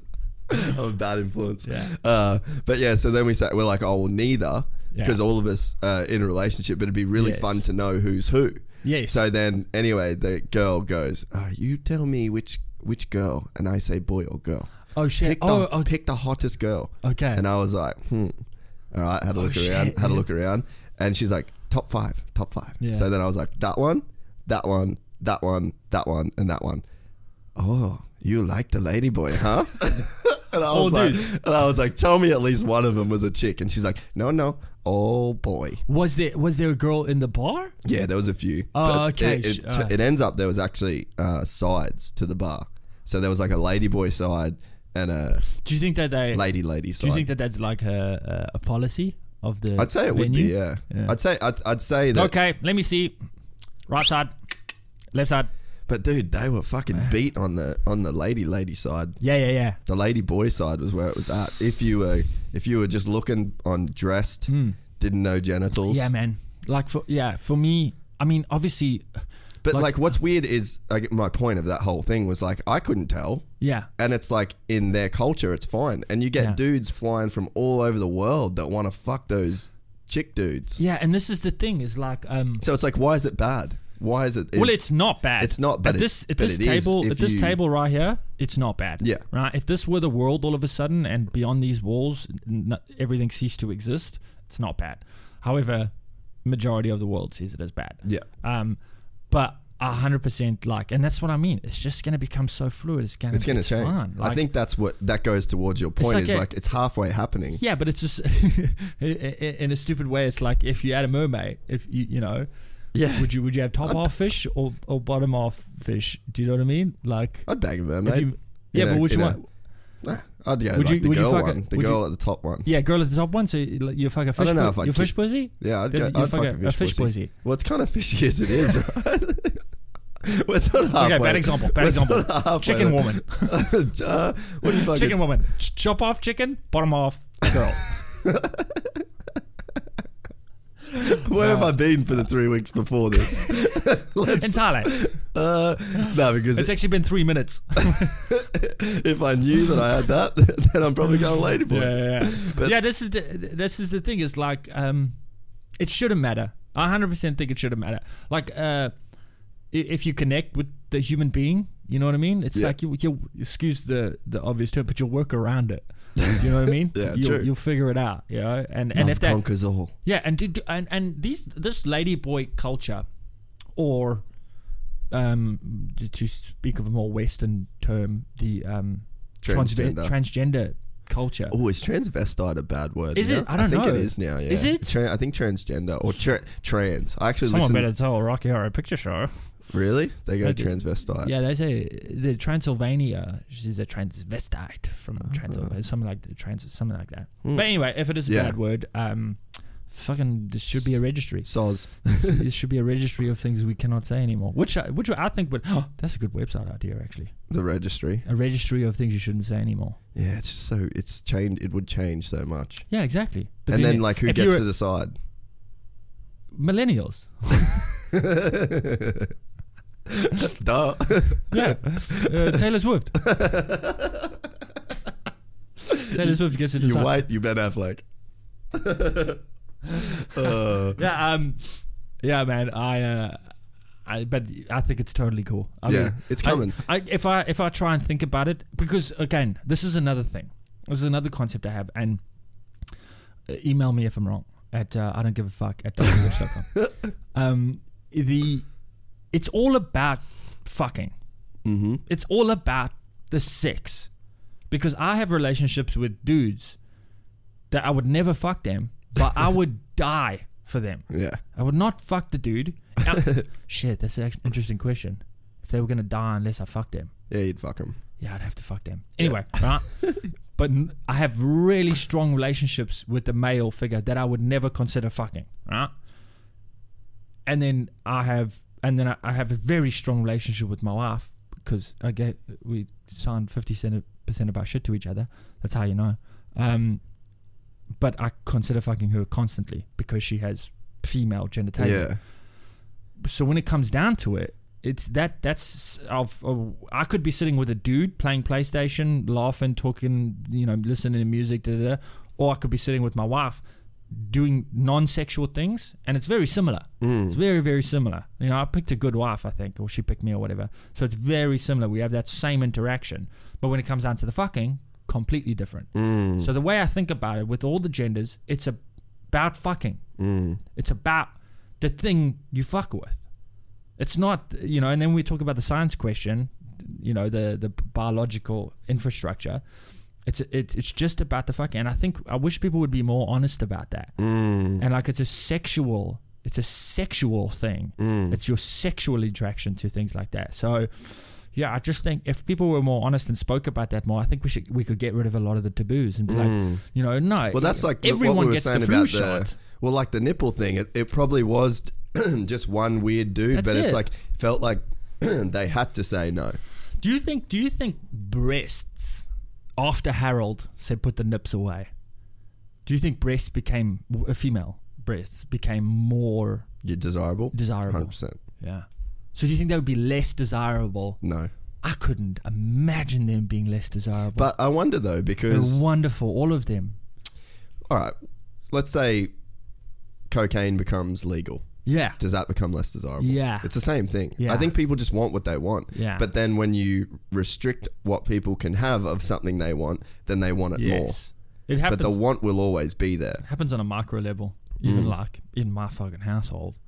[SPEAKER 2] I'm a bad influence.
[SPEAKER 3] Yeah.
[SPEAKER 2] Uh, but yeah, so then we sat, we're like, oh, well, neither,
[SPEAKER 3] Yeah.
[SPEAKER 2] because all of us uh, in a relationship, but it'd be really
[SPEAKER 3] Yes.
[SPEAKER 2] fun to know who's who.
[SPEAKER 3] Yes.
[SPEAKER 2] So then, anyway, the girl goes, uh, you tell me which which girl, and I say boy or girl.
[SPEAKER 3] Oh shit.
[SPEAKER 2] Pick the,
[SPEAKER 3] oh, oh,
[SPEAKER 2] pick the hottest girl.
[SPEAKER 3] Okay.
[SPEAKER 2] And I was like, hmm. All right, had a look
[SPEAKER 3] Oh, shit.
[SPEAKER 2] around, had a look around, and she's like, top five, top five.
[SPEAKER 3] Yeah.
[SPEAKER 2] So then I was like, that one, that one, that one, that one, and that one. Oh, you like the ladyboy, huh? and I was
[SPEAKER 3] Oh,
[SPEAKER 2] like,
[SPEAKER 3] dude.
[SPEAKER 2] and I was like, tell me at least one of them was a chick. And she's like, no, no, oh boy.
[SPEAKER 3] was there was there a girl in the bar?
[SPEAKER 2] Yeah, there was a few.
[SPEAKER 3] Oh,
[SPEAKER 2] But
[SPEAKER 3] okay,
[SPEAKER 2] It,
[SPEAKER 3] sh-
[SPEAKER 2] it,
[SPEAKER 3] alright.
[SPEAKER 2] it ends up there was actually uh, sides to the bar, so there was like a ladyboy side and a
[SPEAKER 3] Do you think that they?
[SPEAKER 2] lady lady side.
[SPEAKER 3] do you think that that's like a, a, a policy of the?
[SPEAKER 2] I'd say it would be,
[SPEAKER 3] venue?
[SPEAKER 2] yeah. I'd say I'd, I'd say that.
[SPEAKER 3] Okay, let me see. Right side, left side.
[SPEAKER 2] But dude, they were fucking beat on the on the lady lady side.
[SPEAKER 3] Yeah, yeah, yeah.
[SPEAKER 2] The lady boy side was where it was at. If you were if you were just looking on dressed, didn't know genitals.
[SPEAKER 3] Hmm. Yeah, man. Like for yeah, for me, I mean, obviously,
[SPEAKER 2] But like,
[SPEAKER 3] Like- uh,
[SPEAKER 2] what's weird is like my point of that whole thing was like I couldn't tell.
[SPEAKER 3] yeah,
[SPEAKER 2] And it's like in their culture, it's fine. And you get
[SPEAKER 3] Yeah.
[SPEAKER 2] dudes flying from all over the world that want to fuck those chick dudes.
[SPEAKER 3] yeah. And this is the thing is like, um,
[SPEAKER 2] So it's like, why is it bad? Why is it?
[SPEAKER 3] well,
[SPEAKER 2] is-
[SPEAKER 3] it's not bad.
[SPEAKER 2] it's not, but
[SPEAKER 3] at this
[SPEAKER 2] it's-
[SPEAKER 3] at
[SPEAKER 2] but
[SPEAKER 3] this
[SPEAKER 2] it is
[SPEAKER 3] table
[SPEAKER 2] if
[SPEAKER 3] at this
[SPEAKER 2] you-
[SPEAKER 3] table right here, it's not bad.
[SPEAKER 2] Yeah.
[SPEAKER 3] right. If this were the world all of a sudden and beyond these walls, n- everything ceased to exist, it's not bad. However, majority of the world sees it as bad.
[SPEAKER 2] Yeah.
[SPEAKER 3] Um, but a hundred percent like, and that's what I mean. It's just gonna become so fluid. It's gonna
[SPEAKER 2] It's going to change.
[SPEAKER 3] fun.
[SPEAKER 2] I
[SPEAKER 3] Like,
[SPEAKER 2] think that's what that goes towards your point.
[SPEAKER 3] like
[SPEAKER 2] is
[SPEAKER 3] a-
[SPEAKER 2] like it's halfway happening.
[SPEAKER 3] Yeah, but it's just in a stupid way. It's like if you had a mermaid, if you you know,
[SPEAKER 2] Yeah.
[SPEAKER 3] would you would you have top half fish or, or bottom half fish? Do you know what I mean? Like,
[SPEAKER 2] I'd bang a
[SPEAKER 3] if
[SPEAKER 2] mermaid.
[SPEAKER 3] you, yeah,
[SPEAKER 2] know,
[SPEAKER 3] but which
[SPEAKER 2] you know.
[SPEAKER 3] one?
[SPEAKER 2] Nah, I'd go
[SPEAKER 3] Would
[SPEAKER 2] like
[SPEAKER 3] you-
[SPEAKER 2] the
[SPEAKER 3] would you
[SPEAKER 2] girl
[SPEAKER 3] fuck a-
[SPEAKER 2] one, the
[SPEAKER 3] would you-
[SPEAKER 2] girl at the top one.
[SPEAKER 3] Yeah, girl at the top one. So you- like, you fuck a fish.
[SPEAKER 2] don't know
[SPEAKER 3] pu-
[SPEAKER 2] if I'd
[SPEAKER 3] you fish
[SPEAKER 2] keep-
[SPEAKER 3] pussy.
[SPEAKER 2] Yeah, I'd, go,
[SPEAKER 3] That's-
[SPEAKER 2] I'd
[SPEAKER 3] you
[SPEAKER 2] fuck a fish,
[SPEAKER 3] pussy.
[SPEAKER 2] Well, it's kind of fishy as it is, right? well, it's not halfway.
[SPEAKER 3] Okay, bad example. Bad
[SPEAKER 2] We're sort
[SPEAKER 3] example.
[SPEAKER 2] of halfway
[SPEAKER 3] Chicken
[SPEAKER 2] there.
[SPEAKER 3] woman.
[SPEAKER 2] uh, what do you fucking-
[SPEAKER 3] Chicken woman. Ch- Chop off chicken. Bottom off girl.
[SPEAKER 2] Where have I been for the three weeks before this?
[SPEAKER 3] In Thailand.
[SPEAKER 2] Uh, no, because
[SPEAKER 3] It's actually been three minutes.
[SPEAKER 2] if I knew that I had that, then I'm probably going ladyboy.
[SPEAKER 3] yeah, yeah.
[SPEAKER 2] But-
[SPEAKER 3] yeah, this is the, this is the thing. It's like um, it shouldn't matter. I hundred percent think it shouldn't matter. Like uh, i- if you connect with the human being, you know what I mean. It's
[SPEAKER 2] Yeah.
[SPEAKER 3] like you, you excuse the the obvious term, but you'll work around it. Do you know what I mean?
[SPEAKER 2] Yeah,
[SPEAKER 3] you'll,
[SPEAKER 2] true.
[SPEAKER 3] you'll figure it out. You know, and and
[SPEAKER 2] Love
[SPEAKER 3] if that
[SPEAKER 2] conquers all.
[SPEAKER 3] yeah, and did, and and these this lady boy culture, or um, to- to speak of a more Western term, the um transve-
[SPEAKER 2] Transgender.
[SPEAKER 3] transgender culture.
[SPEAKER 2] Oh, is transvestite a bad word?
[SPEAKER 3] Is
[SPEAKER 2] now?
[SPEAKER 3] it? I don't
[SPEAKER 2] think
[SPEAKER 3] know.
[SPEAKER 2] it is now. Yeah.
[SPEAKER 3] Is it?
[SPEAKER 2] Tra- I think transgender or tra- trans. I actually listen.
[SPEAKER 3] Someone better tell Rocky Horror Picture Show.
[SPEAKER 2] Really? They go
[SPEAKER 3] I do.
[SPEAKER 2] transvestite.
[SPEAKER 3] Yeah, they say the Transylvania. She's a
[SPEAKER 2] Uh-huh.
[SPEAKER 3] transvestite from Transylvania, something like the trans, something like that. But anyway, if it is a
[SPEAKER 2] Hmm. Yeah.
[SPEAKER 3] bad word, um, fucking this should be a registry.
[SPEAKER 2] Soz.
[SPEAKER 3] it should be a registry of things we cannot say anymore. Which I, which I think would that's a good website idea actually.
[SPEAKER 2] The registry.
[SPEAKER 3] A registry of things you shouldn't say anymore.
[SPEAKER 2] Yeah, it's just so it's changed. It would change so much.
[SPEAKER 3] Yeah, exactly.
[SPEAKER 2] and then,
[SPEAKER 3] you-
[SPEAKER 2] like, who
[SPEAKER 3] if
[SPEAKER 2] gets
[SPEAKER 3] you're-
[SPEAKER 2] to decide?
[SPEAKER 3] millennials?
[SPEAKER 2] Duh.
[SPEAKER 3] Yeah, uh, Taylor Swift. Taylor Swift gets to
[SPEAKER 2] you
[SPEAKER 3] decide.
[SPEAKER 2] wait. You Ben Affleck. uh,
[SPEAKER 3] Yeah, um, yeah, man. I, uh, I, but I think it's totally cool. I
[SPEAKER 2] Yeah, it's
[SPEAKER 3] I-
[SPEAKER 2] coming.
[SPEAKER 3] I, if I if I try and think about it, because again, this is another thing. This is another concept I have, and uh, email me if I'm wrong at uh, I don't give a fuck at dr.wish.com. um, the it's all about fucking. Mm-hmm. It's all about the sex, because I have relationships with dudes that I would never fuck them, but I would die for them.
[SPEAKER 2] yeah.
[SPEAKER 3] I would not fuck the dude. I- shit, that's an act- interesting question. If they were gonna die unless I fucked them,
[SPEAKER 2] Yeah, you'd fuck him.
[SPEAKER 3] yeah, I'd have to fuck them anyway. Right? But n- I have really strong relationships with the male figure that I would never consider fucking. Right? And then I have, and then I, I have a very strong relationship with my wife because I get we signed fifty percent of our shit to each other. That's how you know. Um, but I consider fucking her constantly because she has female genitalia
[SPEAKER 2] Yeah.
[SPEAKER 3] so when it comes down to it, it's that that's I've, I could be sitting with a dude playing PlayStation, laughing, talking, you know, listening to music, da, da, da, or I could be sitting with my wife doing non-sexual things, and it's very similar. It's very very similar. You know, I picked a good wife, I think, or she picked me or whatever. So it's very similar. We have that same interaction, but when it comes down to the fucking, completely different. So the way I think about it with all the genders, it's about fucking. It's about the thing you fuck with. It's not, you know, and then we talk about the science question, you know, the the biological infrastructure. It's it's it's just about the fucking. And I think I wish people would be more honest about that.
[SPEAKER 2] Mm.
[SPEAKER 3] And like it's a sexual, it's a sexual thing.
[SPEAKER 2] Mm.
[SPEAKER 3] It's your sexual interaction to things like that. So. Yeah, I just think if people were more honest and spoke about that more, I think we should we could get rid of a lot of the taboos and be like, you know, no.
[SPEAKER 2] Mm. Well, that's like the-
[SPEAKER 3] everyone
[SPEAKER 2] what we were
[SPEAKER 3] gets
[SPEAKER 2] saying
[SPEAKER 3] the flu
[SPEAKER 2] about
[SPEAKER 3] shot.
[SPEAKER 2] the well, like the nipple thing. It, it probably was just one weird dude,
[SPEAKER 3] That's
[SPEAKER 2] but it's
[SPEAKER 3] it.
[SPEAKER 2] like felt like they had to say no.
[SPEAKER 3] Do you think? Do you think breasts after Harold said put the nips away? Do you think breasts became w- female breasts became more
[SPEAKER 2] You're desirable.
[SPEAKER 3] Desirable.
[SPEAKER 2] Hundred percent.
[SPEAKER 3] yeah? So do you think they would be less desirable?
[SPEAKER 2] No.
[SPEAKER 3] I couldn't imagine them being less desirable.
[SPEAKER 2] But I wonder though
[SPEAKER 3] they're
[SPEAKER 2] because
[SPEAKER 3] wonderful, all of them.
[SPEAKER 2] all right, let's say cocaine becomes legal.
[SPEAKER 3] Yeah,
[SPEAKER 2] Does that become less desirable?
[SPEAKER 3] Yeah.
[SPEAKER 2] It's the same thing.
[SPEAKER 3] Yeah.
[SPEAKER 2] I think people just want what they want.
[SPEAKER 3] Yeah.
[SPEAKER 2] But then when you restrict what people can have of something they want, then they want it
[SPEAKER 3] yes, it
[SPEAKER 2] more.
[SPEAKER 3] happens.
[SPEAKER 2] But the want will always be there.
[SPEAKER 3] happens on a micro level, even like in my fucking household,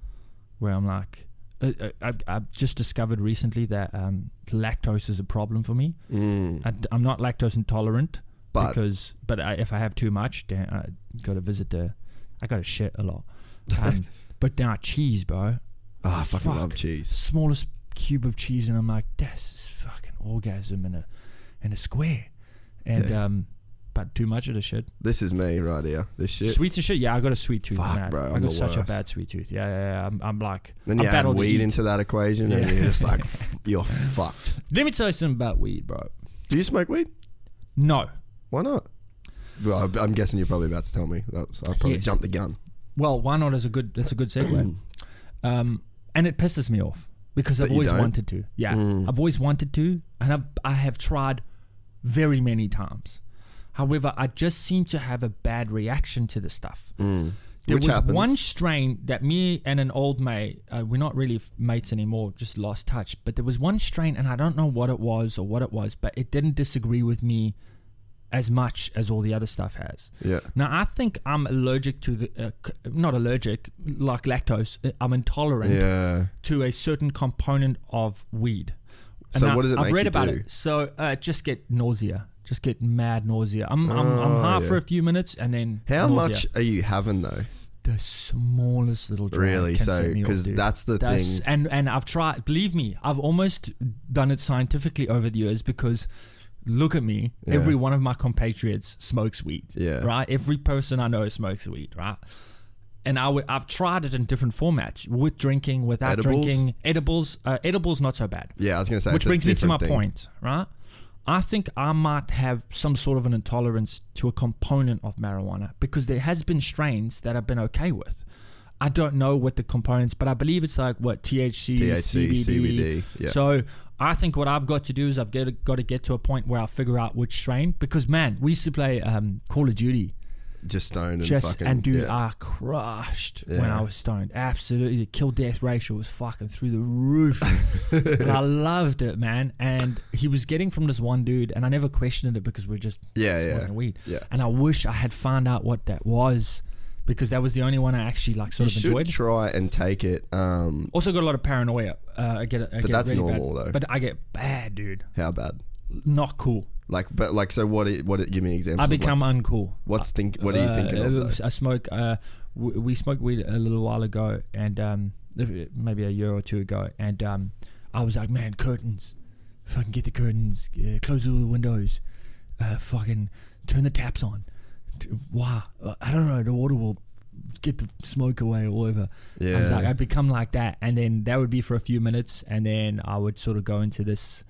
[SPEAKER 3] where I'm like, I, I- I've, I've just discovered recently that um, lactose is a problem for me. I, am not lactose intolerant,
[SPEAKER 2] But-
[SPEAKER 3] because but I, if I have too much, then I go to visit the, I go to shit a lot. Um, but now cheese, bro.
[SPEAKER 2] Ah, I fucking love cheese.
[SPEAKER 3] Smallest cube of cheese, and I'm like, this is fucking orgasm in a, in a square, and um, but too much of the shit.
[SPEAKER 2] This is me right here. This shit.
[SPEAKER 3] Sweets and shit. Yeah, I got a sweet tooth.
[SPEAKER 2] Fuck,
[SPEAKER 3] man.
[SPEAKER 2] bro,
[SPEAKER 3] I
[SPEAKER 2] I'm
[SPEAKER 3] got
[SPEAKER 2] the
[SPEAKER 3] such a
[SPEAKER 2] worst.
[SPEAKER 3] bad sweet tooth. Yeah, yeah, yeah. I'm, I'm like,
[SPEAKER 2] Then
[SPEAKER 3] I
[SPEAKER 2] you add
[SPEAKER 3] battle to
[SPEAKER 2] weed
[SPEAKER 3] eat.
[SPEAKER 2] into that equation, and you're just like, f- you're fucked.
[SPEAKER 3] Let me tell you something about weed, bro.
[SPEAKER 2] Do you smoke weed?
[SPEAKER 3] No.
[SPEAKER 2] Why not? Well, I- I'm guessing you're probably about to tell me. That's, I probably
[SPEAKER 3] Yes.
[SPEAKER 2] jumped the gun.
[SPEAKER 3] Well, why not? Is a good. That's a good segue. um, and it pisses me off because I've
[SPEAKER 2] you
[SPEAKER 3] always
[SPEAKER 2] don't? Mm.
[SPEAKER 3] wanted to. Yeah, I've always wanted to, and I've, I have tried very many times. However, I just seem to have a bad reaction to this stuff. There
[SPEAKER 2] Mm. Which
[SPEAKER 3] was
[SPEAKER 2] happens.
[SPEAKER 3] one strain that me and an old mate, uh, we're not really f- mates anymore, just lost touch. But there was one strain, and I don't know what it was or what it was, but it didn't disagree with me as much as all the other stuff has.
[SPEAKER 2] Yeah.
[SPEAKER 3] Now I think I'm allergic to the, uh, c- not allergic, like lactose. uh, I'm intolerant
[SPEAKER 2] Yeah.
[SPEAKER 3] to a certain component of weed. And
[SPEAKER 2] So
[SPEAKER 3] I-
[SPEAKER 2] what does it
[SPEAKER 3] I've
[SPEAKER 2] make
[SPEAKER 3] read
[SPEAKER 2] you
[SPEAKER 3] about
[SPEAKER 2] do?
[SPEAKER 3] it. So uh, just get nausea, just get mad nausea. I'm I'm, I'm high for a few minutes and then
[SPEAKER 2] Oh, How
[SPEAKER 3] nausea.
[SPEAKER 2] much are you having though?
[SPEAKER 3] The smallest little drop
[SPEAKER 2] Really?
[SPEAKER 3] can
[SPEAKER 2] So-
[SPEAKER 3] set me off,
[SPEAKER 2] 'cause
[SPEAKER 3] dude.
[SPEAKER 2] that's the thing.
[SPEAKER 3] And and I've tried. Believe me, I've almost done it scientifically over the years because. Look at me. Every one of my compatriots smokes weed.
[SPEAKER 2] Yeah.
[SPEAKER 3] Right? Every person I know smokes weed, right? and I would I've tried it in different formats with drinking, without
[SPEAKER 2] Edibles?
[SPEAKER 3] drinking, edibles. Uh, edibles not so bad.
[SPEAKER 2] Yeah, I was going to say. it's
[SPEAKER 3] Which
[SPEAKER 2] a
[SPEAKER 3] brings me to
[SPEAKER 2] different
[SPEAKER 3] my
[SPEAKER 2] thing.
[SPEAKER 3] point, right? I think I might have some sort of an intolerance to a component of marijuana because there has been strains that I've been okay with. I don't know what the components, but I believe it's like what THC,
[SPEAKER 2] THC,
[SPEAKER 3] CBD.
[SPEAKER 2] CBD, yeah.
[SPEAKER 3] So I think what I've got to do is I've got to, got to get to a point where I figure out which strain because man, we used to play um, Call of Duty
[SPEAKER 2] Just stoned and
[SPEAKER 3] just
[SPEAKER 2] fucking.
[SPEAKER 3] and uh, dude,
[SPEAKER 2] yeah.
[SPEAKER 3] I crushed when
[SPEAKER 2] Yeah.
[SPEAKER 3] I was stoned. Absolutely, the kill death ratio was fucking through the roof. and I loved it, man. And he was getting from this one dude, and I never questioned it because we are just
[SPEAKER 2] Yeah,
[SPEAKER 3] smoking
[SPEAKER 2] yeah.
[SPEAKER 3] weed.
[SPEAKER 2] Yeah.
[SPEAKER 3] And I wish I had found out what that was because that was the only one I actually like
[SPEAKER 2] you
[SPEAKER 3] sort of
[SPEAKER 2] should
[SPEAKER 3] enjoyed.
[SPEAKER 2] try and take it. Um,
[SPEAKER 3] also got a lot of paranoia. Uh, I get, I but get
[SPEAKER 2] that's
[SPEAKER 3] really bad.
[SPEAKER 2] normal, though.
[SPEAKER 3] But I get bad, dude.
[SPEAKER 2] how bad?
[SPEAKER 3] Not cool.
[SPEAKER 2] Like, but like, so what? It, what? It, give me an example.
[SPEAKER 3] I
[SPEAKER 2] of, like,
[SPEAKER 3] become uncool.
[SPEAKER 2] what's think? What are you thinking
[SPEAKER 3] uh,
[SPEAKER 2] of? though?
[SPEAKER 3] I smoke. Uh, w- we smoked weed a little while ago, and um, maybe a year or two ago, and um, I was like, man, curtains, fucking get the curtains, yeah, close all the windows, uh, fucking turn the taps on. T- Why? Uh, I don't know. The water will get the smoke away or whatever. I was
[SPEAKER 2] Yeah.
[SPEAKER 3] like, I'd become like that, and then that would be for a few minutes, and then I would sort of go into this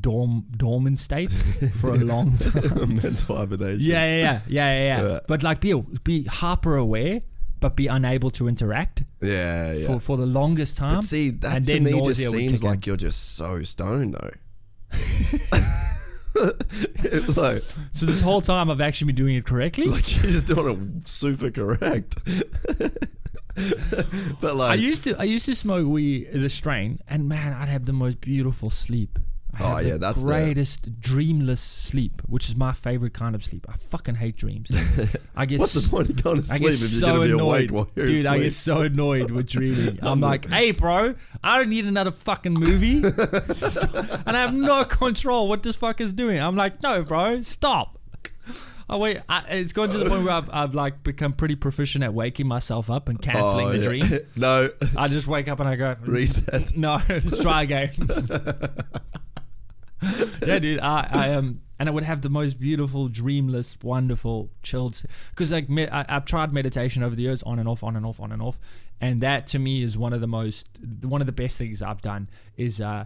[SPEAKER 3] dorm dormant state for a long time.
[SPEAKER 2] Mental hibernation.
[SPEAKER 3] Yeah, yeah, yeah, yeah, yeah. yeah.
[SPEAKER 2] Yeah.
[SPEAKER 3] But like, be be hyper aware, but be unable to interact
[SPEAKER 2] yeah, yeah.
[SPEAKER 3] for for the longest time.
[SPEAKER 2] But see, that
[SPEAKER 3] and
[SPEAKER 2] to
[SPEAKER 3] then
[SPEAKER 2] me just
[SPEAKER 3] nausea would
[SPEAKER 2] seems
[SPEAKER 3] kick in.
[SPEAKER 2] like you're just so stoned though. It's like,
[SPEAKER 3] So this whole time I've actually been doing it correctly.
[SPEAKER 2] like you're just doing it super correct. but
[SPEAKER 3] I
[SPEAKER 2] like,
[SPEAKER 3] used to I used to smoke weed the strain, and man, I'd have the most beautiful sleep. I
[SPEAKER 2] Oh,
[SPEAKER 3] had
[SPEAKER 2] yeah, that's the-
[SPEAKER 3] greatest dreamless sleep, which is my favorite kind of sleep. I fucking hate dreams. I guess
[SPEAKER 2] what's the point of going to
[SPEAKER 3] I
[SPEAKER 2] sleep
[SPEAKER 3] get
[SPEAKER 2] if you're
[SPEAKER 3] so
[SPEAKER 2] going to be
[SPEAKER 3] annoyed,
[SPEAKER 2] awake while you're
[SPEAKER 3] dude.
[SPEAKER 2] asleep?
[SPEAKER 3] I get so annoyed with dreaming. I'm like, hey, bro, I don't need another fucking movie, Stop. and I have no control what this fuck is doing. I'm like, no, bro, stop. I wait. I, it's gone to the point where I've, I've like become pretty proficient at waking myself up and canceling
[SPEAKER 2] Oh,
[SPEAKER 3] the
[SPEAKER 2] yeah.
[SPEAKER 3] dream.
[SPEAKER 2] no,
[SPEAKER 3] Oh, I just wake up and I go,
[SPEAKER 2] reset.
[SPEAKER 3] no, try again. yeah, dude. I, I um, and I would have the most beautiful, dreamless, wonderful, chilled. Because like, me, I, I've tried meditation over the years, on and off, on and off, on and off, and that to me is one of the most, one of the best things I've done is uh,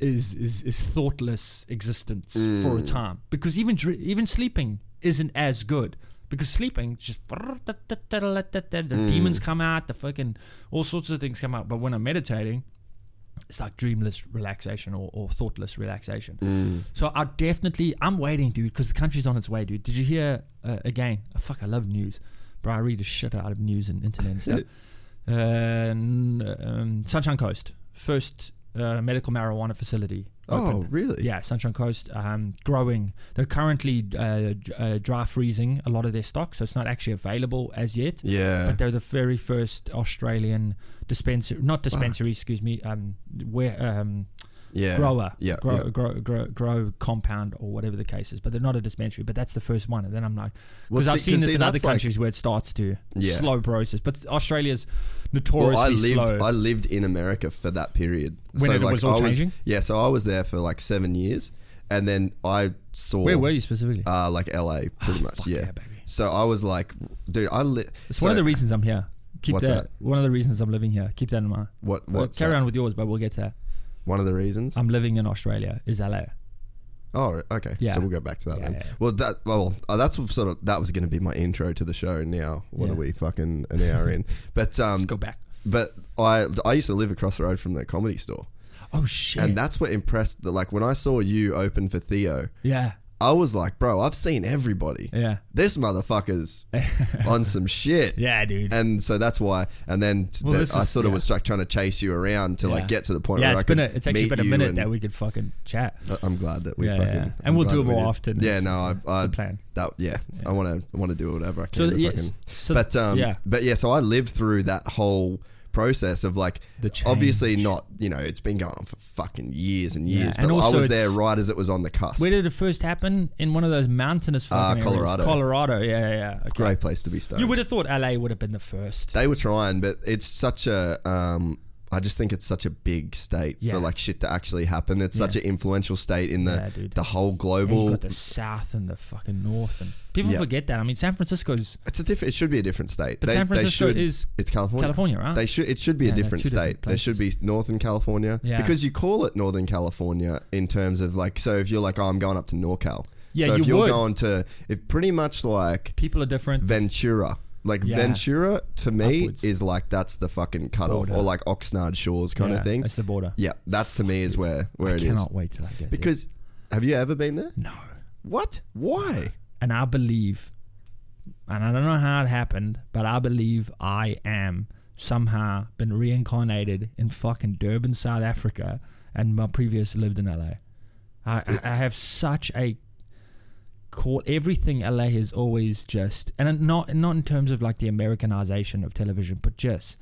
[SPEAKER 3] is is, is thoughtless existence for a time. Because even dr- even sleeping isn't as good. Because sleeping, it's just the demons come out, the fucking all sorts of things come out. But when I'm meditating, it's like dreamless relaxation or, or thoughtless relaxation. So I definitely, I'm waiting, dude, because the country's on its way, dude. Did you hear uh, again? oh, fuck, I love news, bro. I read the shit out of news and internet and stuff. uh, n- um, Sunshine Coast, first uh, medical marijuana facility.
[SPEAKER 2] Oh,
[SPEAKER 3] opened.
[SPEAKER 2] really?
[SPEAKER 3] Yeah, Sunshine Coast um, growing. They're currently uh, d- uh, dry freezing a lot of their stock, so it's not actually available as yet.
[SPEAKER 2] Yeah.
[SPEAKER 3] But they're the very first Australian dispensary, not dispensary, excuse me, um, where um,
[SPEAKER 2] Yeah.
[SPEAKER 3] grower,
[SPEAKER 2] Yeah.
[SPEAKER 3] grow,
[SPEAKER 2] yeah.
[SPEAKER 3] grow, grow, grow compound or whatever the case is. But they're not a dispensary, but that's the first one. And then I'm like,
[SPEAKER 2] Well,
[SPEAKER 3] because I've
[SPEAKER 2] see-
[SPEAKER 3] seen
[SPEAKER 2] 'cause
[SPEAKER 3] this
[SPEAKER 2] see,
[SPEAKER 3] in other
[SPEAKER 2] that's like-
[SPEAKER 3] countries where it starts to
[SPEAKER 2] Yeah.
[SPEAKER 3] slow process. But Australia's
[SPEAKER 2] Well,
[SPEAKER 3] notoriously
[SPEAKER 2] I lived
[SPEAKER 3] slow.
[SPEAKER 2] I lived in America for that period.
[SPEAKER 3] When it was all
[SPEAKER 2] I
[SPEAKER 3] changing?
[SPEAKER 2] Yeah, so I was there for like seven years, and then I saw
[SPEAKER 3] where were you specifically?
[SPEAKER 2] Uh, like LA, pretty much.
[SPEAKER 3] fuck
[SPEAKER 2] yeah.
[SPEAKER 3] yeah, baby.
[SPEAKER 2] So I was like, dude, I li-
[SPEAKER 3] it's
[SPEAKER 2] so
[SPEAKER 3] one of the reasons I'm here. Keep
[SPEAKER 2] What's
[SPEAKER 3] that,
[SPEAKER 2] that?
[SPEAKER 3] One of the reasons I'm living here. Keep that in mind.
[SPEAKER 2] What?
[SPEAKER 3] Well,
[SPEAKER 2] What?
[SPEAKER 3] carry on with yours, but we'll get to that.
[SPEAKER 2] One of the reasons.
[SPEAKER 3] I'm living in Australia. Is LA?
[SPEAKER 2] oh, okay.
[SPEAKER 3] Yeah.
[SPEAKER 2] So we'll go back to that
[SPEAKER 3] Yeah,
[SPEAKER 2] then.
[SPEAKER 3] yeah.
[SPEAKER 2] Well, that well, uh, that's what sort of that was going to be my intro to the show. Now, what
[SPEAKER 3] Yeah.
[SPEAKER 2] are we fucking an hour in? But um,
[SPEAKER 3] Let's go back.
[SPEAKER 2] but I I used to live across the road from the comedy store,
[SPEAKER 3] Oh shit!
[SPEAKER 2] and that's what impressed. The, like when I saw you open for Theo,
[SPEAKER 3] yeah,
[SPEAKER 2] I was like, bro, I've seen everybody.
[SPEAKER 3] yeah,
[SPEAKER 2] This motherfucker's on some shit.
[SPEAKER 3] yeah, dude.
[SPEAKER 2] And so that's why. And then t-
[SPEAKER 3] Well,
[SPEAKER 2] that-
[SPEAKER 3] this
[SPEAKER 2] I
[SPEAKER 3] is-
[SPEAKER 2] sort of
[SPEAKER 3] yeah.
[SPEAKER 2] was like trying to chase you around to like get to the point
[SPEAKER 3] yeah,
[SPEAKER 2] where
[SPEAKER 3] it's
[SPEAKER 2] I
[SPEAKER 3] been a,
[SPEAKER 2] could
[SPEAKER 3] it's actually
[SPEAKER 2] meet
[SPEAKER 3] been a
[SPEAKER 2] you
[SPEAKER 3] minute
[SPEAKER 2] and-
[SPEAKER 3] that we could fucking chat.
[SPEAKER 2] I- Uh, I'm glad that we
[SPEAKER 3] Yeah,
[SPEAKER 2] fucking
[SPEAKER 3] yeah. And we'll
[SPEAKER 2] I'm
[SPEAKER 3] do
[SPEAKER 2] glad
[SPEAKER 3] it
[SPEAKER 2] that we
[SPEAKER 3] more
[SPEAKER 2] did.
[SPEAKER 3] often.
[SPEAKER 2] Yeah,
[SPEAKER 3] It's-
[SPEAKER 2] no, I, I
[SPEAKER 3] it's the plan.
[SPEAKER 2] That yeah, I want to I want to do whatever I can.
[SPEAKER 3] So
[SPEAKER 2] to
[SPEAKER 3] yes,
[SPEAKER 2] fucking-
[SPEAKER 3] so
[SPEAKER 2] but um,
[SPEAKER 3] yeah.
[SPEAKER 2] but yeah, so I lived through that whole process of like
[SPEAKER 3] The change.
[SPEAKER 2] obviously not you know it's been going on for fucking years and years.
[SPEAKER 3] and
[SPEAKER 2] but
[SPEAKER 3] also
[SPEAKER 2] I was there
[SPEAKER 3] it's-
[SPEAKER 2] right as it was on the cusp.
[SPEAKER 3] Where did it first happen? In one of those mountainous fucking areas.
[SPEAKER 2] Uh, Colorado.
[SPEAKER 3] Colorado, yeah, yeah, yeah. Okay.
[SPEAKER 2] Great place to be stoned.
[SPEAKER 3] You would have thought LA would have been the first.
[SPEAKER 2] They were trying, but it's such a um, I just think it's such a big state
[SPEAKER 3] Yeah.
[SPEAKER 2] for like shit to actually happen. It's such an influential state in the
[SPEAKER 3] Yeah, dude.
[SPEAKER 2] the whole
[SPEAKER 3] And
[SPEAKER 2] global.
[SPEAKER 3] you've got the south and the fucking north, and people
[SPEAKER 2] Yeah.
[SPEAKER 3] forget that. I mean, San Francisco's
[SPEAKER 2] it's a different. It should be a different state.
[SPEAKER 3] But San Francisco
[SPEAKER 2] should,
[SPEAKER 3] is
[SPEAKER 2] it's California.
[SPEAKER 3] California, right?
[SPEAKER 2] They should. It should be
[SPEAKER 3] Yeah,
[SPEAKER 2] a
[SPEAKER 3] they're
[SPEAKER 2] different
[SPEAKER 3] two different
[SPEAKER 2] state. There should be
[SPEAKER 3] places.
[SPEAKER 2] Northern California
[SPEAKER 3] Yeah.
[SPEAKER 2] because you call it Northern California in terms of like. So if you're like, oh, I'm going up to NorCal.
[SPEAKER 3] Yeah,
[SPEAKER 2] so if
[SPEAKER 3] you
[SPEAKER 2] you're
[SPEAKER 3] would.
[SPEAKER 2] going to, if pretty much like
[SPEAKER 3] people are different.
[SPEAKER 2] Ventura. Like
[SPEAKER 3] Yeah.
[SPEAKER 2] Ventura to me
[SPEAKER 3] Upwards.
[SPEAKER 2] is like that's the fucking cutoff,
[SPEAKER 3] Border.
[SPEAKER 2] or like Oxnard Shores kind
[SPEAKER 3] Yeah,
[SPEAKER 2] of thing.
[SPEAKER 3] It's the border.
[SPEAKER 2] Yeah, that's to me is where where
[SPEAKER 3] I
[SPEAKER 2] it is.
[SPEAKER 3] cannot wait till I get there.
[SPEAKER 2] Because have you ever been there?
[SPEAKER 3] no,
[SPEAKER 2] What? Why?
[SPEAKER 3] and I believe, and I don't know how it happened, but I believe I am somehow been reincarnated in fucking Durban, South Africa, and my previous lived in LA. I, I, I have such a caught everything LA is always just and not not in terms of like the Americanization of television, but just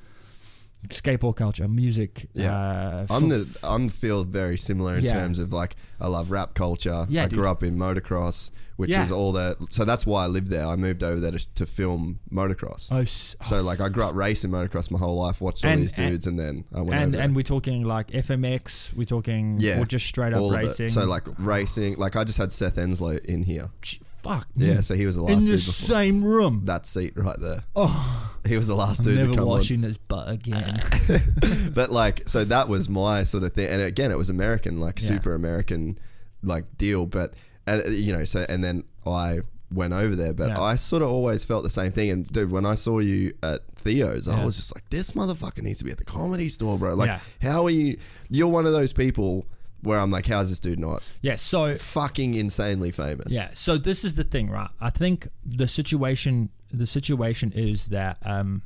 [SPEAKER 3] skateboard culture, music.
[SPEAKER 2] Yeah.
[SPEAKER 3] uh,
[SPEAKER 2] I'm
[SPEAKER 3] f-
[SPEAKER 2] the I'm feel very similar in
[SPEAKER 3] Yeah.
[SPEAKER 2] terms of like I love rap culture.
[SPEAKER 3] Yeah,
[SPEAKER 2] I
[SPEAKER 3] dude.
[SPEAKER 2] grew up in motocross, which
[SPEAKER 3] Yeah.
[SPEAKER 2] was all that. So that's why I lived there. I moved over there to, to film motocross.
[SPEAKER 3] oh, s-
[SPEAKER 2] so like I grew up racing motocross my whole life. Watched all
[SPEAKER 3] And-
[SPEAKER 2] these
[SPEAKER 3] and-
[SPEAKER 2] dudes, and, then I went over.
[SPEAKER 3] and
[SPEAKER 2] there.
[SPEAKER 3] and we're talking like FMX, we're talking
[SPEAKER 2] yeah,
[SPEAKER 3] or just straight up
[SPEAKER 2] all of it.
[SPEAKER 3] racing.
[SPEAKER 2] So like racing, like I just had Seth Enslow in here.
[SPEAKER 3] Ch- fuck
[SPEAKER 2] Yeah, so he was the last
[SPEAKER 3] in
[SPEAKER 2] dude
[SPEAKER 3] the
[SPEAKER 2] before.
[SPEAKER 3] same room.
[SPEAKER 2] that seat right there.
[SPEAKER 3] Oh,
[SPEAKER 2] He was the last
[SPEAKER 3] I'm
[SPEAKER 2] dude to
[SPEAKER 3] never
[SPEAKER 2] come on.
[SPEAKER 3] washing his butt again.
[SPEAKER 2] Ah. but like so that was my sort of thing and again it was american like
[SPEAKER 3] Yeah.
[SPEAKER 2] super american like deal but uh, you know so and then i went over there but
[SPEAKER 3] Yeah.
[SPEAKER 2] i sort of always felt the same thing and dude when i saw you at theo's i
[SPEAKER 3] Yeah.
[SPEAKER 2] was just like this motherfucker needs to be at the comedy store bro like
[SPEAKER 3] Yeah.
[SPEAKER 2] how are you you're one of those people where i'm like how's this dude not
[SPEAKER 3] yeah. So
[SPEAKER 2] fucking insanely famous
[SPEAKER 3] yeah. So this is the thing, right? I think the situation the situation is that um,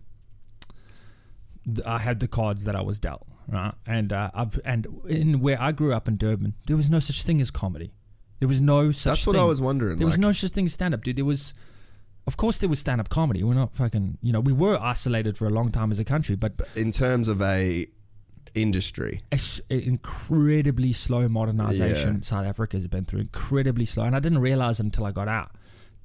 [SPEAKER 3] th- I had the cards that I was dealt, right? And uh, I've and in where I grew up in Durban, there was no such thing as comedy. There was no such.
[SPEAKER 2] That's what I
[SPEAKER 3] thing.
[SPEAKER 2] was wondering,
[SPEAKER 3] There was
[SPEAKER 2] like-
[SPEAKER 3] no such thing as stand up, dude. There was. Of course, there was stand-up comedy. We're not fucking, you know, we were isolated for a long time as a country, but
[SPEAKER 2] in terms of a industry
[SPEAKER 3] it's incredibly slow modernization
[SPEAKER 2] Yeah.
[SPEAKER 3] South Africa has been through. Incredibly slow, and I didn't realize until I got out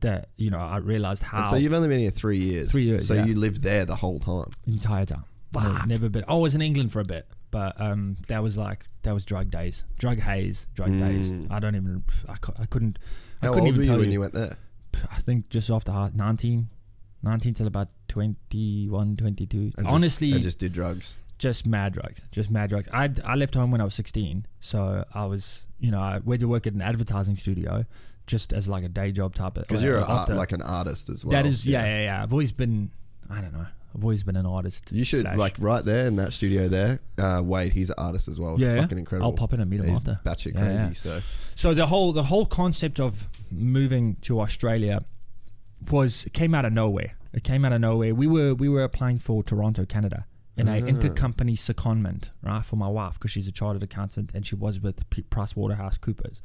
[SPEAKER 3] that you know I realized how
[SPEAKER 2] and so you've only been here three years
[SPEAKER 3] Oh. Three years,
[SPEAKER 2] so
[SPEAKER 3] yeah.
[SPEAKER 2] you lived there the whole time
[SPEAKER 3] entire time. Never, never been. oh, I was in England for a bit, but um, that was like that was drug days, drug haze, drug days. I don't even. I, cou- I couldn't.
[SPEAKER 2] Hmm.
[SPEAKER 3] I
[SPEAKER 2] how old
[SPEAKER 3] couldn't even
[SPEAKER 2] were you
[SPEAKER 3] tell
[SPEAKER 2] when you went there
[SPEAKER 3] I think just after hi- 19, 19 till about 21, 22.
[SPEAKER 2] And just-
[SPEAKER 3] Honestly,
[SPEAKER 2] and just did drugs.
[SPEAKER 3] just mad drugs, just mad drugs. I I left home when I was 16, so I was you know I went to work at an advertising studio, just as like a day job type.
[SPEAKER 2] Because you're a, art- like an artist as well.
[SPEAKER 3] that is yeah. yeah yeah I've always been I don't know I've always been an artist.
[SPEAKER 2] You should
[SPEAKER 3] slash-
[SPEAKER 2] like right there in that studio there. Uh, Wade, he's an artist as well. It's
[SPEAKER 3] Yeah, yeah.
[SPEAKER 2] fucking incredible.
[SPEAKER 3] I'll pop in and meet him
[SPEAKER 2] he's
[SPEAKER 3] after.
[SPEAKER 2] Batshit
[SPEAKER 3] Yeah,
[SPEAKER 2] crazy.
[SPEAKER 3] yeah.
[SPEAKER 2] So
[SPEAKER 3] so the whole the whole concept of moving to Australia was came out of nowhere. It came out of nowhere. We were we were applying for Toronto, Canada, in
[SPEAKER 2] Ah.
[SPEAKER 3] a intercompany secondment, right, for my wife because she's a chartered accountant and she was with P- PricewaterhouseCoopers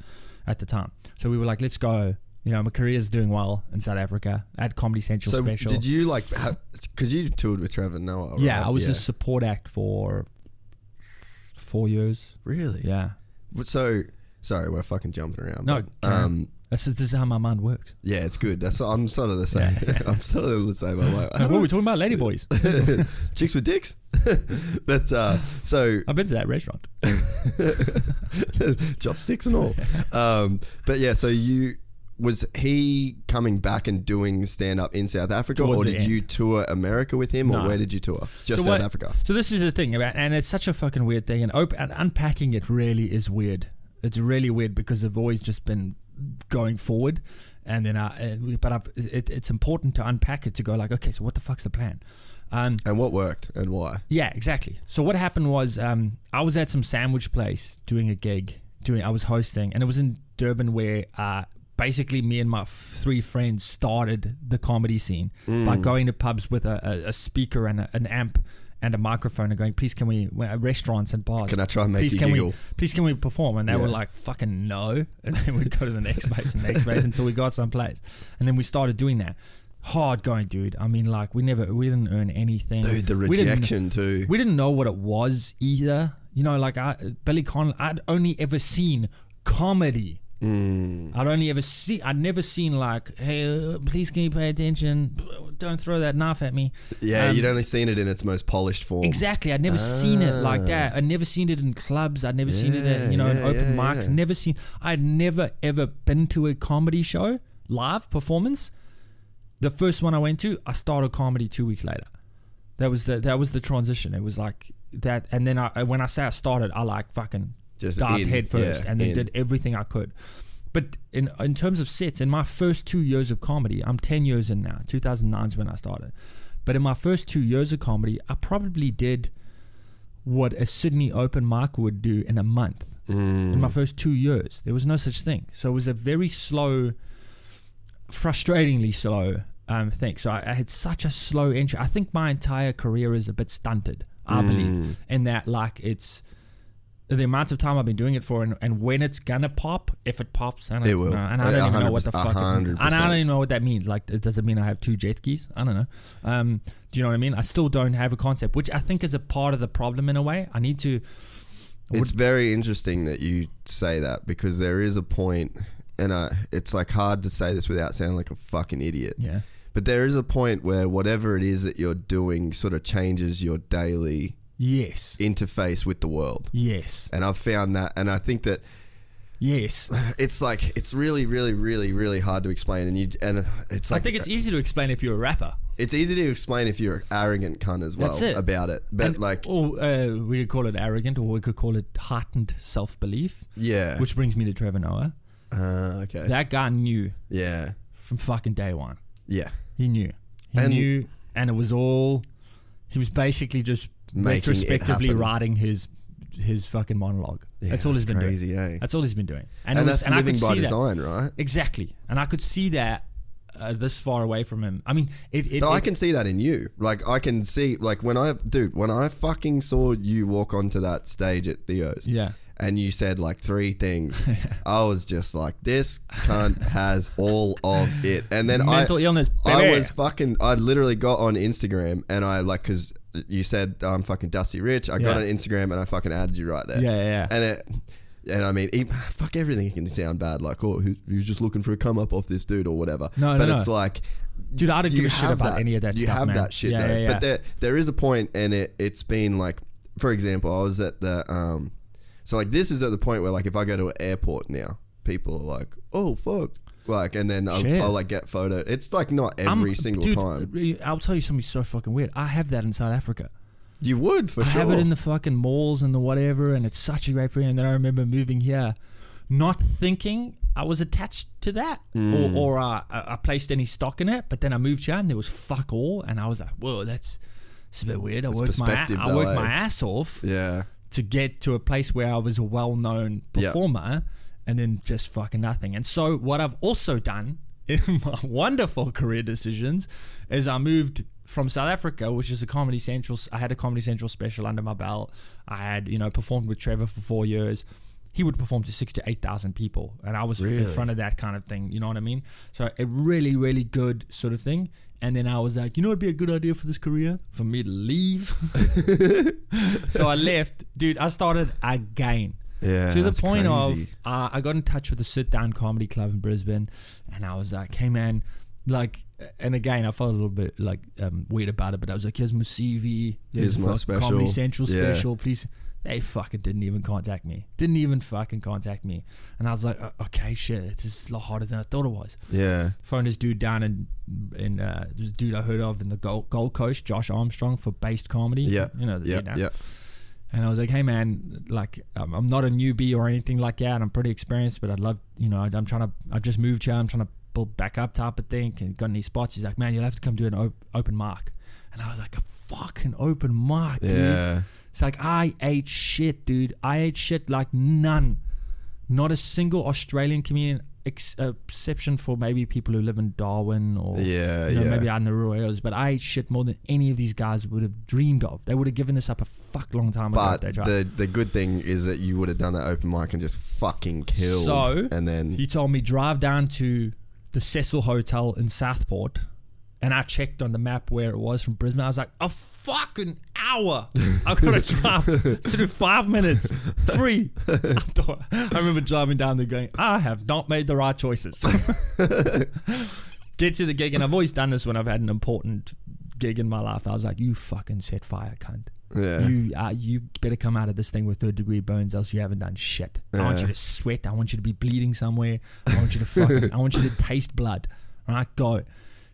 [SPEAKER 3] at the time. So we were like, let's go. You know, my career's doing well in South Africa. At Comedy Central
[SPEAKER 2] so
[SPEAKER 3] special.
[SPEAKER 2] did you like because you toured with Trevor Noah? Right?
[SPEAKER 3] yeah, I was a support act for four years.
[SPEAKER 2] really.
[SPEAKER 3] Yeah.
[SPEAKER 2] But So sorry, we're fucking jumping around.
[SPEAKER 3] No,
[SPEAKER 2] but, um,
[SPEAKER 3] That's, this is how my mind works.
[SPEAKER 2] yeah, it's good. That's I'm sort of the same. I'm sort of the same. I'm like,
[SPEAKER 3] What were we talking about? Ladyboys.
[SPEAKER 2] chicks with dicks. but uh, so
[SPEAKER 3] I've been to that restaurant.
[SPEAKER 2] chopsticks and all. Um, but yeah, so you was he coming back and doing stand up in South Africa,
[SPEAKER 3] Towards
[SPEAKER 2] or
[SPEAKER 3] the
[SPEAKER 2] did
[SPEAKER 3] end.
[SPEAKER 2] you tour America with him, or
[SPEAKER 3] No.
[SPEAKER 2] where did you tour? Just South
[SPEAKER 3] So what-
[SPEAKER 2] Africa.
[SPEAKER 3] So this is the thing about, and it's such a fucking weird thing. And, op- and unpacking it really is weird. It's really weird because I've always just been going forward, and then I. uh, But I've, it, it's important to unpack it to go like, okay, so what the fuck's the plan? Um,
[SPEAKER 2] And what worked and why?
[SPEAKER 3] yeah, exactly. So what happened was um, I was at some sandwich place doing a gig, doing I was hosting, and it was in Durban where uh, basically me and my f- three friends started the comedy scene by
[SPEAKER 2] Mm.
[SPEAKER 3] going to pubs with a, a, a speaker and a, an amp and a microphone and going, please can we uh, restaurants and bars?
[SPEAKER 2] Can I try and make
[SPEAKER 3] please
[SPEAKER 2] you
[SPEAKER 3] can
[SPEAKER 2] giggle?"
[SPEAKER 3] We, please can we perform? And they were like, fucking no. And then we'd go to the next place and next place until we got someplace. And then we started doing that. Hard going, dude. I mean, like we never, we didn't earn anything.
[SPEAKER 2] Dude, the
[SPEAKER 3] We didn't-
[SPEAKER 2] rejection too.
[SPEAKER 3] we didn't know what it was either. You know, like I, Billy Connolly, I'd only ever seen comedy.
[SPEAKER 2] Mm.
[SPEAKER 3] I'd only ever see. I'd never seen like, hey, uh, please can you pay attention? don't throw that knife at me.
[SPEAKER 2] Yeah,
[SPEAKER 3] Um,
[SPEAKER 2] you'd only seen it in its most polished form.
[SPEAKER 3] Exactly. I'd never seen it like that. I'd never seen it in clubs. I'd never seen it
[SPEAKER 2] Yeah,
[SPEAKER 3] at, you know, in
[SPEAKER 2] Ah. yeah,
[SPEAKER 3] open
[SPEAKER 2] yeah,
[SPEAKER 3] mics.
[SPEAKER 2] yeah.
[SPEAKER 3] Never seen I'd never ever been to a comedy show, live performance. The first one I went to, I started comedy two weeks later. That was the that was the transition. It was like that and then I when I say I started, I like fucking
[SPEAKER 2] Just
[SPEAKER 3] dived
[SPEAKER 2] in,
[SPEAKER 3] head first
[SPEAKER 2] yeah,
[SPEAKER 3] and then
[SPEAKER 2] in.
[SPEAKER 3] did everything I could. But in in terms of sets, in my first two years of comedy, I'm ten years in now. Two thousand nine is when I started. But in my first two years of comedy, I probably did what a Sydney open mic would do in a month.
[SPEAKER 2] Mm.
[SPEAKER 3] In my first two years, there was no such thing. So it was a very slow, frustratingly slow um, thing. So I, I had such a slow entry. I think my entire career is a bit stunted.
[SPEAKER 2] Hmm.
[SPEAKER 3] I believe in that, like it's the amount of time I've been doing it for, and, and when it's gonna pop, if it pops, I don't
[SPEAKER 2] It will.
[SPEAKER 3] know, and I
[SPEAKER 2] Yeah,
[SPEAKER 3] don't even know what the
[SPEAKER 2] 100%,
[SPEAKER 3] fuck. It, and I don't even know what that means. Like, it- does it mean I have two jet skis? I don't know. Um, do you know what I mean? I still don't have a concept, which I think is a part of the problem in a way. I need to.
[SPEAKER 2] It's very interesting that you say that because there is a point, and I, it's like hard to say this without sounding like a fucking idiot.
[SPEAKER 3] Yeah.
[SPEAKER 2] But there is a point where whatever it is that you're doing sort of changes your daily
[SPEAKER 3] Yes.
[SPEAKER 2] interface with the world.
[SPEAKER 3] Yes.
[SPEAKER 2] And I've found that, and I think that
[SPEAKER 3] Yes.
[SPEAKER 2] it's like it's really, really, really, really hard to explain. And you, and it's
[SPEAKER 3] I
[SPEAKER 2] like uh,
[SPEAKER 3] think it's e- easy to explain if you're a rapper.
[SPEAKER 2] it's easy to explain if you're arrogant cunt as well
[SPEAKER 3] That's it.
[SPEAKER 2] about it. But
[SPEAKER 3] And-
[SPEAKER 2] like,
[SPEAKER 3] or uh, we could call it arrogant, or we could call it heightened self belief.
[SPEAKER 2] yeah,
[SPEAKER 3] Which brings me to Trevor Noah.
[SPEAKER 2] uh, okay,
[SPEAKER 3] That guy knew
[SPEAKER 2] yeah,
[SPEAKER 3] from fucking day one.
[SPEAKER 2] yeah,
[SPEAKER 3] He knew. He
[SPEAKER 2] And-
[SPEAKER 3] knew, and it was all. He was basically just
[SPEAKER 2] Making it
[SPEAKER 3] retrospectively
[SPEAKER 2] happen.
[SPEAKER 3] writing his his fucking monologue. that's all
[SPEAKER 2] that's
[SPEAKER 3] he's been
[SPEAKER 2] crazy,
[SPEAKER 3] doing.
[SPEAKER 2] eh?
[SPEAKER 3] That's all he's been doing. And,
[SPEAKER 2] and
[SPEAKER 3] it was,
[SPEAKER 2] that's
[SPEAKER 3] and I
[SPEAKER 2] living
[SPEAKER 3] could
[SPEAKER 2] by
[SPEAKER 3] see
[SPEAKER 2] design, right?
[SPEAKER 3] That. Exactly. And I could see that uh, this far away from him. I mean, it. it,
[SPEAKER 2] No, I
[SPEAKER 3] it-
[SPEAKER 2] can see that in you. Like I can see, like when I, dude, when I fucking saw you walk onto that stage at Theo's,
[SPEAKER 3] Yeah.
[SPEAKER 2] and you said like three things, I was just like, this cunt has all of it. And then
[SPEAKER 3] Mental
[SPEAKER 2] I,
[SPEAKER 3] illness,
[SPEAKER 2] I
[SPEAKER 3] baby.
[SPEAKER 2] was fucking, I literally got on Instagram and I like, cause you said I'm fucking Dusty Rich. I got on
[SPEAKER 3] Yeah.
[SPEAKER 2] Instagram and I fucking added you right there.
[SPEAKER 3] Yeah, yeah, yeah.
[SPEAKER 2] And it. And I mean, e fuck everything can sound bad. Like, oh, who, you're just looking for a come up off this dude or whatever.
[SPEAKER 3] No, no,
[SPEAKER 2] but
[SPEAKER 3] no.
[SPEAKER 2] it's like,
[SPEAKER 3] Dude, I don't give
[SPEAKER 2] you
[SPEAKER 3] a shit
[SPEAKER 2] have
[SPEAKER 3] about any of that
[SPEAKER 2] you
[SPEAKER 3] stuff.
[SPEAKER 2] have
[SPEAKER 3] man.
[SPEAKER 2] that shit
[SPEAKER 3] yeah,
[SPEAKER 2] though.
[SPEAKER 3] Yeah, yeah.
[SPEAKER 2] But there there is a point and it it's been like for example, I was at the um so like this is at the point where like if I go to an airport now, people are like, Oh fuck like and then I'll,
[SPEAKER 3] Shit.
[SPEAKER 2] I'll like get photo. It's like not every
[SPEAKER 3] I'm-
[SPEAKER 2] single
[SPEAKER 3] dude, eh,
[SPEAKER 2] time.
[SPEAKER 3] I'll tell you something so fucking weird. I have that in South Africa.
[SPEAKER 2] You would for
[SPEAKER 3] I
[SPEAKER 2] sure.
[SPEAKER 3] have it in the fucking malls and the whatever, and it's such a great feeling. And then I remember moving here, not thinking I was attached to that,
[SPEAKER 2] Mm.
[SPEAKER 3] or, or uh, I, I placed any stock in it. But then I moved here, and there was fuck all, and I was like, "Whoa, that's it's a bit weird." I worked my a-
[SPEAKER 2] perspective,
[SPEAKER 3] I
[SPEAKER 2] though,
[SPEAKER 3] worked
[SPEAKER 2] eh?
[SPEAKER 3] my ass off
[SPEAKER 2] yeah.
[SPEAKER 3] to get to a place where I was a well known
[SPEAKER 2] Yeah.
[SPEAKER 3] performer and then just fucking nothing. And so, what I've also done in my wonderful career decisions is I moved from South Africa, which is a Comedy Central. I had a Comedy Central special under my belt. I had, you know, performed with Trevor for four years. He would perform to six to 8,000 people. And I was in front of that kind of thing. You know what I mean? So, a really, really good sort of thing. And then I was like, you know, it'd be a good idea for this career for me to leave. So I left, dude. I started again.
[SPEAKER 2] Yeah,
[SPEAKER 3] To the
[SPEAKER 2] that's
[SPEAKER 3] point
[SPEAKER 2] crazy.
[SPEAKER 3] of, uh, I got in touch with a sit down comedy club in Brisbane, and I was like, "Hey, man," like, and again, I felt a little bit like um, weird about it, but I was like, "Here's my CV.
[SPEAKER 2] Here's
[SPEAKER 3] Here's, the
[SPEAKER 2] my
[SPEAKER 3] fucking Comedy
[SPEAKER 2] special.
[SPEAKER 3] Central
[SPEAKER 2] Yeah.
[SPEAKER 3] special. Please." They fucking didn't even contact me. Didn't even fucking contact me. And I was like, "Oh, okay, shit, it's just a lot harder than I thought it was
[SPEAKER 2] Yeah.
[SPEAKER 3] phoned this dude down in in uh, this dude I heard of in the Gold, Gold Coast, Josh Armstrong for based comedy.
[SPEAKER 2] Yeah.
[SPEAKER 3] you know, the-
[SPEAKER 2] yeah.
[SPEAKER 3] you know.
[SPEAKER 2] Yeah.
[SPEAKER 3] And I was like, hey man, like I'm, I'm not a newbie or anything like that. I'm pretty experienced, but I'd love, you know, I'm trying to, I've just moved here. I'm trying to build back up type of thing. And got any spots? He's like, man, you'll have to come do an op- open mic. And I was like, a fucking open mic, dude.
[SPEAKER 2] Yeah.
[SPEAKER 3] It's like I ate shit, dude. I ate shit like none. Not a single Australian comedian, ex- exception for maybe people who live in Darwin or
[SPEAKER 2] Yeah,
[SPEAKER 3] you know,
[SPEAKER 2] yeah.
[SPEAKER 3] maybe out in the rural areas. But I ate shit more than any of these guys would have dreamed of. They would have given this up a fuck long time ago.
[SPEAKER 2] But
[SPEAKER 3] if they tried.
[SPEAKER 2] the the good thing is that you would have done that open mic and just fucking killed.
[SPEAKER 3] So
[SPEAKER 2] and then
[SPEAKER 3] he told me drive down to the Cecil Hotel in Southport, and I checked on the map where it was from Brisbane. I was like, a fucking hour. I gotta drive to do five minutes free. I, thought, I remember driving down there going, I have not made the right choices. get to the gig, and I've always done this when I've had an important gig in my life. I was like, "You fucking set fire, cunt."
[SPEAKER 2] Yeah.
[SPEAKER 3] You uh, you better come out of this thing with third degree burns, else you haven't done shit. I want you to sweat. I want you to be bleeding somewhere. I want you to fucking. I want you to taste blood. All right, go.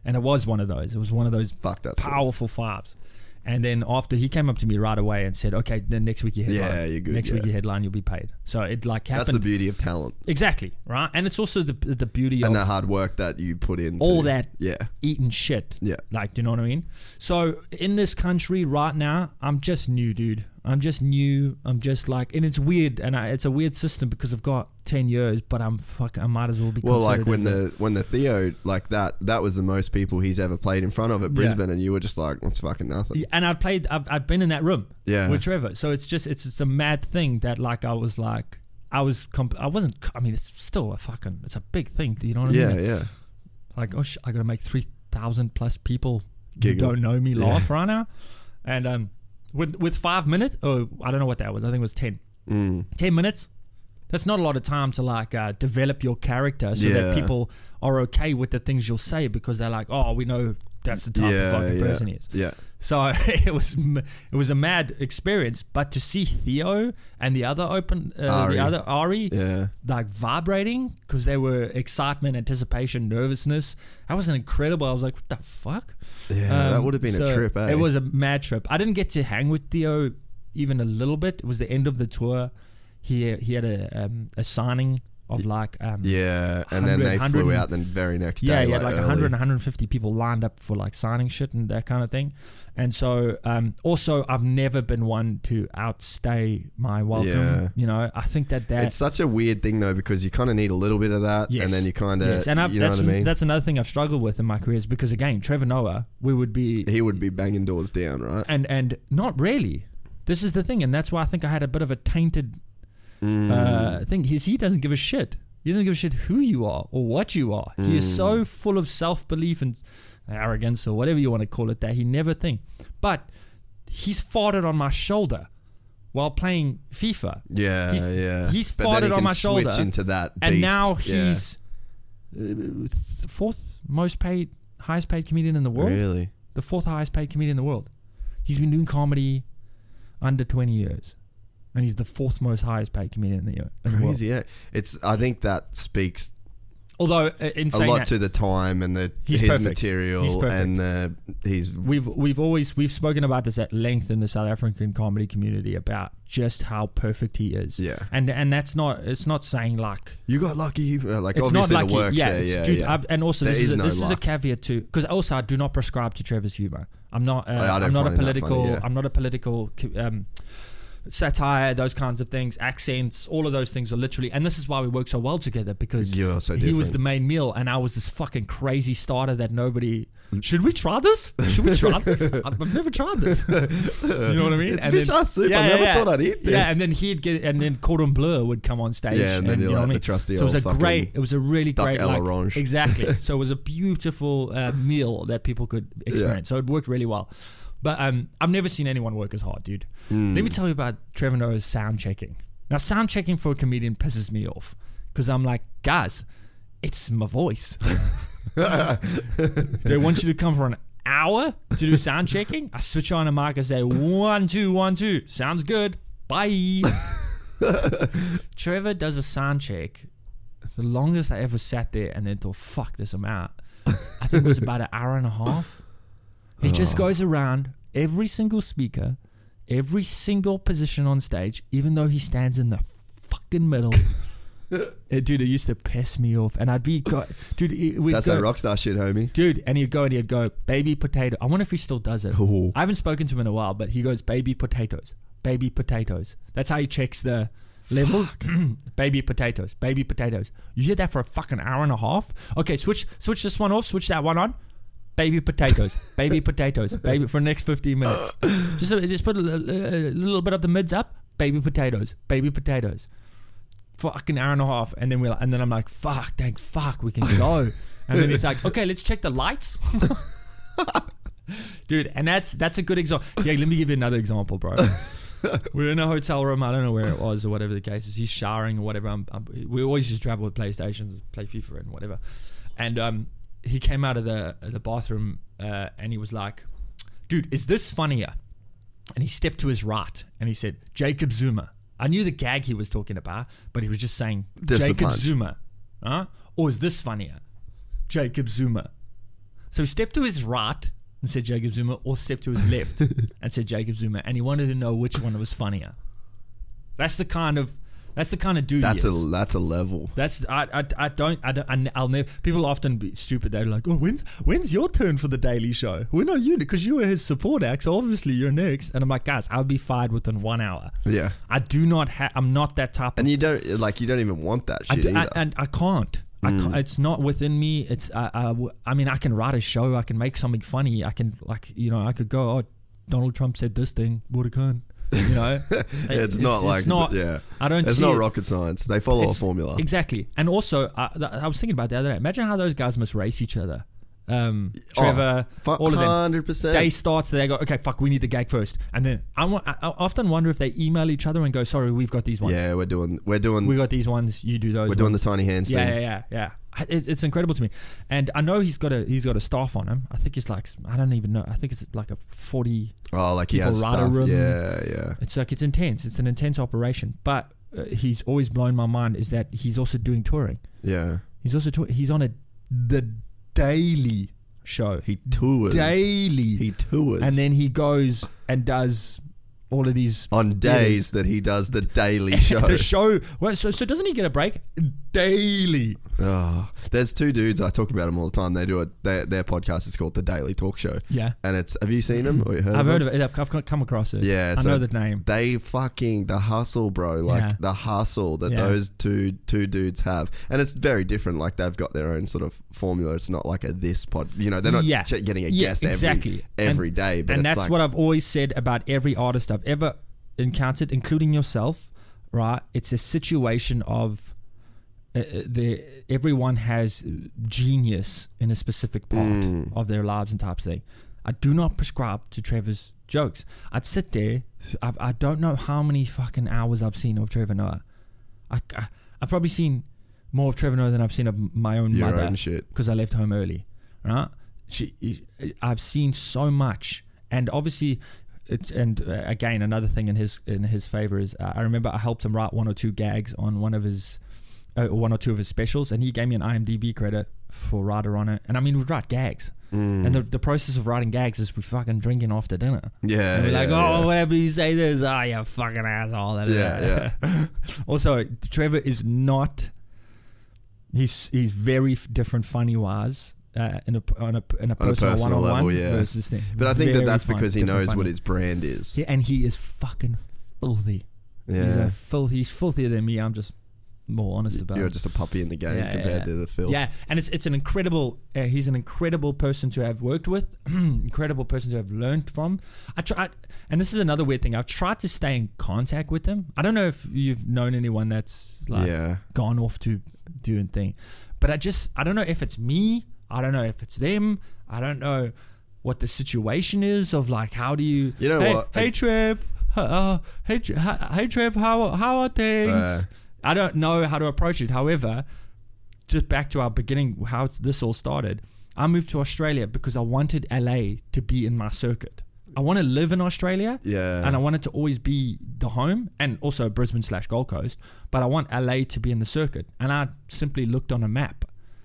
[SPEAKER 3] And it was one of those. It was one of those
[SPEAKER 2] Fuck, that's cool.
[SPEAKER 3] powerful fives. And then after he came up to me right away and said, "Okay, then next week you headline.
[SPEAKER 2] Yeah, you're good,
[SPEAKER 3] Next week
[SPEAKER 2] yeah.
[SPEAKER 3] you headline, you'll be paid." So it like
[SPEAKER 2] That's
[SPEAKER 3] happened
[SPEAKER 2] the beauty of talent
[SPEAKER 3] exactly right, and it's also the the beauty
[SPEAKER 2] and
[SPEAKER 3] of
[SPEAKER 2] the hard work that you put in.
[SPEAKER 3] all
[SPEAKER 2] to-
[SPEAKER 3] that
[SPEAKER 2] Yeah.
[SPEAKER 3] eating shit.
[SPEAKER 2] Yeah.
[SPEAKER 3] Like, do you know what I mean? So in this country right now, I'm just new, dude. I'm just new. I'm just like, and it's weird, and I, it's a weird system because I've got ten years, but I'm fuck. I might as well be.
[SPEAKER 2] Well, like
[SPEAKER 3] considered
[SPEAKER 2] when
[SPEAKER 3] as a-
[SPEAKER 2] the when the Theo like that that was the most people he's ever played in front of at Brisbane, and you were just like, "That's fucking nothing."
[SPEAKER 3] and I played. I've, I've been in that room.
[SPEAKER 2] Yeah.
[SPEAKER 3] With Trevor, so it's just it's it's a mad thing that like I was like I was comp- I wasn't. I mean, it's still a fucking. It's a big thing. You know what I
[SPEAKER 2] Yeah,
[SPEAKER 3] mean?
[SPEAKER 2] yeah.
[SPEAKER 3] like oh sh- I gotta make three thousand plus people
[SPEAKER 2] Giggle.
[SPEAKER 3] who don't know me laugh right now, and um, with with five minutes, oh I don't know what that was. I think it was ten.
[SPEAKER 2] Mm.
[SPEAKER 3] Ten minutes. That's not a lot of time to like uh, develop your character so
[SPEAKER 2] Yeah.
[SPEAKER 3] that people are okay with the things you'll say because they're like, oh, we know that's the type
[SPEAKER 2] Yeah,
[SPEAKER 3] of fucking
[SPEAKER 2] yeah.
[SPEAKER 3] person he is.
[SPEAKER 2] Yeah.
[SPEAKER 3] So it was m- it was a mad experience, but to see Theo and the other open uh,
[SPEAKER 2] Ari.
[SPEAKER 3] the other Ari
[SPEAKER 2] Yeah.
[SPEAKER 3] like vibrating because they were excitement, anticipation, nervousness. That was incredible. I was like, what the fuck?
[SPEAKER 2] Yeah, that
[SPEAKER 3] Um,
[SPEAKER 2] would have been a
[SPEAKER 3] so
[SPEAKER 2] trip, eh?
[SPEAKER 3] It was a mad trip. I didn't get to hang with Theo even a little bit. It was the end of the tour. He he had a um, a signing of like um,
[SPEAKER 2] Yeah, and then
[SPEAKER 3] 100,
[SPEAKER 2] they flew
[SPEAKER 3] 100
[SPEAKER 2] out the very next
[SPEAKER 3] yeah,
[SPEAKER 2] day.
[SPEAKER 3] he had like
[SPEAKER 2] early.
[SPEAKER 3] 100 and 150 people lined up for like signing shit and that kind of thing. And so, um, also, I've never been one to outstay my welcome.
[SPEAKER 2] Yeah.
[SPEAKER 3] You know, I think that that
[SPEAKER 2] It's such a weird thing though because you kind of need a little bit of that,
[SPEAKER 3] Yes.
[SPEAKER 2] and then you kind of
[SPEAKER 3] Yes, and I've,
[SPEAKER 2] you know
[SPEAKER 3] that's
[SPEAKER 2] what I mean.
[SPEAKER 3] that's another thing I've struggled with in my career is because again, Trevor Noah, we would be
[SPEAKER 2] he would be banging doors down, right?
[SPEAKER 3] and and not really. This is the thing, and that's why I think I had a bit of a tainted
[SPEAKER 2] Mm.
[SPEAKER 3] uh, thing. He's, he doesn't give a shit. He doesn't give a shit who you are or what you are. He is
[SPEAKER 2] Mm.
[SPEAKER 3] so full of self belief and arrogance or whatever you want to call it that he never think. But he's farted on my shoulder while playing FIFA.
[SPEAKER 2] yeah,
[SPEAKER 3] he's-
[SPEAKER 2] yeah.
[SPEAKER 3] he's
[SPEAKER 2] But then
[SPEAKER 3] farted
[SPEAKER 2] he
[SPEAKER 3] on
[SPEAKER 2] can
[SPEAKER 3] my shoulder,
[SPEAKER 2] Switch into that,
[SPEAKER 3] and
[SPEAKER 2] beast.
[SPEAKER 3] now
[SPEAKER 2] Yeah.
[SPEAKER 3] he's uh, th- fourth most paid, highest paid comedian in the world.
[SPEAKER 2] really
[SPEAKER 3] The fourth highest paid comedian in the world. He's been doing comedy under twenty years, and he's the fourth most highest paid comedian in the, year- in the world.
[SPEAKER 2] crazy. Yeah, it's. I think that speaks
[SPEAKER 3] Although uh, in
[SPEAKER 2] a
[SPEAKER 3] saying
[SPEAKER 2] lot
[SPEAKER 3] that,
[SPEAKER 2] to the time and the
[SPEAKER 3] He's
[SPEAKER 2] his
[SPEAKER 3] perfect.
[SPEAKER 2] material
[SPEAKER 3] He's
[SPEAKER 2] and
[SPEAKER 3] perfect.
[SPEAKER 2] uh, he's
[SPEAKER 3] we've we've always we've spoken about this at length in the South African comedy community about just how perfect he is.
[SPEAKER 2] Yeah.
[SPEAKER 3] and and that's not it's not saying like
[SPEAKER 2] you got lucky uh, like
[SPEAKER 3] it's not
[SPEAKER 2] obviously
[SPEAKER 3] like
[SPEAKER 2] the works
[SPEAKER 3] yeah,
[SPEAKER 2] there
[SPEAKER 3] it's,
[SPEAKER 2] yeah
[SPEAKER 3] dude,
[SPEAKER 2] yeah.
[SPEAKER 3] I've, and also
[SPEAKER 2] There
[SPEAKER 3] this is,
[SPEAKER 2] is
[SPEAKER 3] a,
[SPEAKER 2] no
[SPEAKER 3] this is a
[SPEAKER 2] luck.
[SPEAKER 3] caveat too, because also I do not prescribe to Trevor's humor. I'm not. Uh,
[SPEAKER 2] I- I don't
[SPEAKER 3] I'm not a
[SPEAKER 2] find it that funny,
[SPEAKER 3] political.
[SPEAKER 2] yeah.
[SPEAKER 3] I'm not a political. Um, satire those kinds of things accents all of those things are literally and this is why we work so well together because
[SPEAKER 2] You're so
[SPEAKER 3] he was
[SPEAKER 2] different.
[SPEAKER 3] the main meal and i was this fucking crazy starter that nobody
[SPEAKER 2] Mm.
[SPEAKER 3] should we try this should we try this i've I've never tried this you know what i mean
[SPEAKER 2] It's fish eye soup. I never thought I'd eat
[SPEAKER 3] yeah
[SPEAKER 2] this.
[SPEAKER 3] and then he'd get and then cordon bleu would come on stage
[SPEAKER 2] Yeah, and then
[SPEAKER 3] you
[SPEAKER 2] you're like
[SPEAKER 3] know what I
[SPEAKER 2] the
[SPEAKER 3] mean?
[SPEAKER 2] trusty
[SPEAKER 3] so it
[SPEAKER 2] old
[SPEAKER 3] was a great
[SPEAKER 2] fucking
[SPEAKER 3] it was a really
[SPEAKER 2] Duck
[SPEAKER 3] great
[SPEAKER 2] à la
[SPEAKER 3] like,
[SPEAKER 2] orange.
[SPEAKER 3] exactly so it was a beautiful uh, meal that people could experience so it worked really well but um, I've never seen anyone work as hard dude
[SPEAKER 2] Hmm.
[SPEAKER 3] let me tell you about Trevor Noah's sound checking now sound checking for a comedian pisses me off because I'm like guys it's my voice they want you to come for an hour to do sound checking I switch on a mic and say one two one two sounds good bye Trevor does a sound check the longest I ever sat there and then thought, fuck this, I'm out. I think it was about an hour and a half. He just goes around every single speaker, every single position on stage, even though he stands in the fucking middle. Uh, dude, it used to piss me off. And I'd be, go- dude, it- we'd
[SPEAKER 2] that's
[SPEAKER 3] go,
[SPEAKER 2] that rock star shit homie
[SPEAKER 3] Dude, and he'd go and he'd go, baby potato. I wonder if he still does it.
[SPEAKER 2] Ooh.
[SPEAKER 3] I haven't spoken to him in a while, but he goes, baby potatoes, baby potatoes. That's how he checks the levels. baby potatoes, baby potatoes. You hear that for a fucking hour and a half? Okay, switch switch this one off, switch that one on. Baby potatoes, baby potatoes, baby for the next 15 minutes. Just, uh, just put a, li- a little bit of the mids up, baby potatoes, baby potatoes fucking hour and a half, and then we're like, and then I'm like, fuck, dang, fuck, we can go. and then he's like, okay, let's check the lights, dude. And that's that's a good example. Yeah, let me give you another example, bro. We're in a hotel room. I don't know where it was or whatever the case is. He's showering or whatever. I'm, I'm, we always just travel with PlayStations, play FIFA and whatever. And um, he came out of the the bathroom uh, and he was like, "Dude, is this funnier?" And he stepped to his right and he said, "Jacob Zuma." I knew the gag he was talking about, but he was just saying
[SPEAKER 2] Just the
[SPEAKER 3] Jacob
[SPEAKER 2] punch.
[SPEAKER 3] Zuma, huh? Or is this funnier, Jacob Zuma? So he stepped to his right and said Jacob Zuma, or stepped to his left and said Jacob Zuma, and he wanted to know which one was funnier. That's the kind of that's the kind of dude. he
[SPEAKER 2] That's
[SPEAKER 3] is.
[SPEAKER 2] a that's a level.
[SPEAKER 3] That's I I, I don't I don't I, will never. People often be stupid. They're like, oh, when's when's your turn for the Daily Show? When are you? Because you were his support act, so obviously you're next. And I'm like, guys, I'll be fired within one hour.
[SPEAKER 2] Yeah.
[SPEAKER 3] I do not have. I'm not that type.
[SPEAKER 2] And
[SPEAKER 3] of,
[SPEAKER 2] you don't like you don't even want that
[SPEAKER 3] I
[SPEAKER 2] shit
[SPEAKER 3] do- I-
[SPEAKER 2] either. Mm.
[SPEAKER 3] and I can't. I can't. It's not within me. It's I, I w- I mean, I can write a show. I can make something funny. I can like you know. I could go. Oh, Donald Trump said this thing. What a cunt. You know.
[SPEAKER 2] it's, not like
[SPEAKER 3] not-
[SPEAKER 2] yeah.
[SPEAKER 3] I don't.
[SPEAKER 2] It's
[SPEAKER 3] see
[SPEAKER 2] not
[SPEAKER 3] it.
[SPEAKER 2] rocket science. They follow a
[SPEAKER 3] It's-
[SPEAKER 2] formula.
[SPEAKER 3] Exactly. And also, I, th- I was thinking about it the other day. Imagine how those guys must race each other. Um, Trevor, all of them.
[SPEAKER 2] Oh, Hundred percent.
[SPEAKER 3] Day starts, they go, okay, fuck, we need the gag first. And then I, wa- I I often wonder if they email each other and go, sorry, we've got these ones.
[SPEAKER 2] Yeah, we're doing we're doing
[SPEAKER 3] We got these ones. You do those.
[SPEAKER 2] we're doing the
[SPEAKER 3] ones."
[SPEAKER 2] tiny hands
[SPEAKER 3] Yeah, yeah,
[SPEAKER 2] thing.
[SPEAKER 3] yeah, yeah. I- It's, it's incredible to me, and I know he's got a he's got a staff on him. I think he's like I don't even know. I think it's like a forty
[SPEAKER 2] Oh, like he
[SPEAKER 3] People
[SPEAKER 2] has
[SPEAKER 3] write a
[SPEAKER 2] stuff.
[SPEAKER 3] room.
[SPEAKER 2] Yeah, yeah.
[SPEAKER 3] it's like it's intense. It's an intense operation. But uh, he's always blown my mind is that he's also doing touring.
[SPEAKER 2] Yeah.
[SPEAKER 3] He's also tour- he's on a the Daily Show
[SPEAKER 2] He tours.
[SPEAKER 3] daily,
[SPEAKER 2] He tours.
[SPEAKER 3] and then he goes and does all of these
[SPEAKER 2] on days that he does the daily show.
[SPEAKER 3] the show. Well, so so doesn't he get a break daily?
[SPEAKER 2] Oh, there's two dudes I talk about them all the time. They do it. Their, their podcast is called the Daily Talk Show.
[SPEAKER 3] Yeah.
[SPEAKER 2] and it's have you seen them? Or you heard
[SPEAKER 3] I've
[SPEAKER 2] of
[SPEAKER 3] heard
[SPEAKER 2] them?
[SPEAKER 3] of it. I've, I've come across it.
[SPEAKER 2] Uh-huh. Yeah,
[SPEAKER 3] I
[SPEAKER 2] so
[SPEAKER 3] know the name.
[SPEAKER 2] They fucking the hustle, bro. Like
[SPEAKER 3] Yeah.
[SPEAKER 2] the hustle that
[SPEAKER 3] Yeah.
[SPEAKER 2] those two two dudes have, and it's very different. Like they've got their own sort of formula. It's not like a this pod. You know, they're not
[SPEAKER 3] Yeah.
[SPEAKER 2] ch- getting a
[SPEAKER 3] Yeah,
[SPEAKER 2] guest
[SPEAKER 3] exactly.
[SPEAKER 2] every every
[SPEAKER 3] And-
[SPEAKER 2] day. But
[SPEAKER 3] and
[SPEAKER 2] it's
[SPEAKER 3] that's
[SPEAKER 2] like,
[SPEAKER 3] what I've always said about every artist I've ever encountered, including yourself. Right? It's a situation of uh, uh, the everyone has genius in a specific part
[SPEAKER 2] Mm.
[SPEAKER 3] of their lives and type of thing. I do not prescribe to Trevor's jokes. I'd sit there. I've, I don't know how many fucking hours I've seen of Trevor Noah. I, I I've probably seen more of Trevor Noah than I've seen of my own
[SPEAKER 2] Your
[SPEAKER 3] mother
[SPEAKER 2] own shit.
[SPEAKER 3] because I left home early. Right? She, I've seen so much, and obviously, it's and uh, again another thing in his in his favor is uh, I remember I helped him write one or two gags on one of his. Uh, one or two of his specials, and he gave me an IMDb credit for writer on it. And I mean, we'd write gags,
[SPEAKER 2] Mm.
[SPEAKER 3] and the, the process of writing gags is we fucking drinking after dinner.
[SPEAKER 2] Yeah,
[SPEAKER 3] And we're
[SPEAKER 2] yeah,
[SPEAKER 3] like, oh,
[SPEAKER 2] yeah.
[SPEAKER 3] whatever you say, this, oh, you fucking asshole.
[SPEAKER 2] Yeah,
[SPEAKER 3] also, Trevor is not. He's he's very f- different funny wise uh, in a on a in a personal one
[SPEAKER 2] personal
[SPEAKER 3] on
[SPEAKER 2] level,
[SPEAKER 3] one
[SPEAKER 2] yeah.
[SPEAKER 3] versus thing.
[SPEAKER 2] But I think that
[SPEAKER 3] Very
[SPEAKER 2] that's
[SPEAKER 3] fun-
[SPEAKER 2] because he
[SPEAKER 3] different
[SPEAKER 2] knows what
[SPEAKER 3] funny.
[SPEAKER 2] his brand is.
[SPEAKER 3] Yeah, and he is fucking filthy. He's
[SPEAKER 2] Yeah,
[SPEAKER 3] a filthy. He's filthier than me. I'm just more honest about.
[SPEAKER 2] you're
[SPEAKER 3] it.
[SPEAKER 2] just a puppy in the game
[SPEAKER 3] Yeah, yeah,
[SPEAKER 2] compared
[SPEAKER 3] yeah.
[SPEAKER 2] to the film.
[SPEAKER 3] Yeah, and it's it's an incredible. Uh, he's an incredible person to have worked with, incredible person to have learned from. I try, and this is another weird thing. I've tried to stay in contact with him. I don't know if you've known anyone that's like
[SPEAKER 2] Yeah.
[SPEAKER 3] gone off to doing thing, but I just I don't know if it's me. I don't know if it's them. I don't know what the situation is of like how do you
[SPEAKER 2] You know
[SPEAKER 3] hey,
[SPEAKER 2] what?
[SPEAKER 3] hey
[SPEAKER 2] I-
[SPEAKER 3] Trev uh, hey Tre- hey Trev how how are things
[SPEAKER 2] Uh.
[SPEAKER 3] I don't know how to approach it however just back to our beginning, how it's, this all started. I moved to Australia because I wanted LA to be in my circuit. I want to live in Australia,
[SPEAKER 2] Yeah.
[SPEAKER 3] and I want it to always be the home, and also Brisbane slash Gold Coast. But I want LA to be in the circuit, and I simply looked on a map,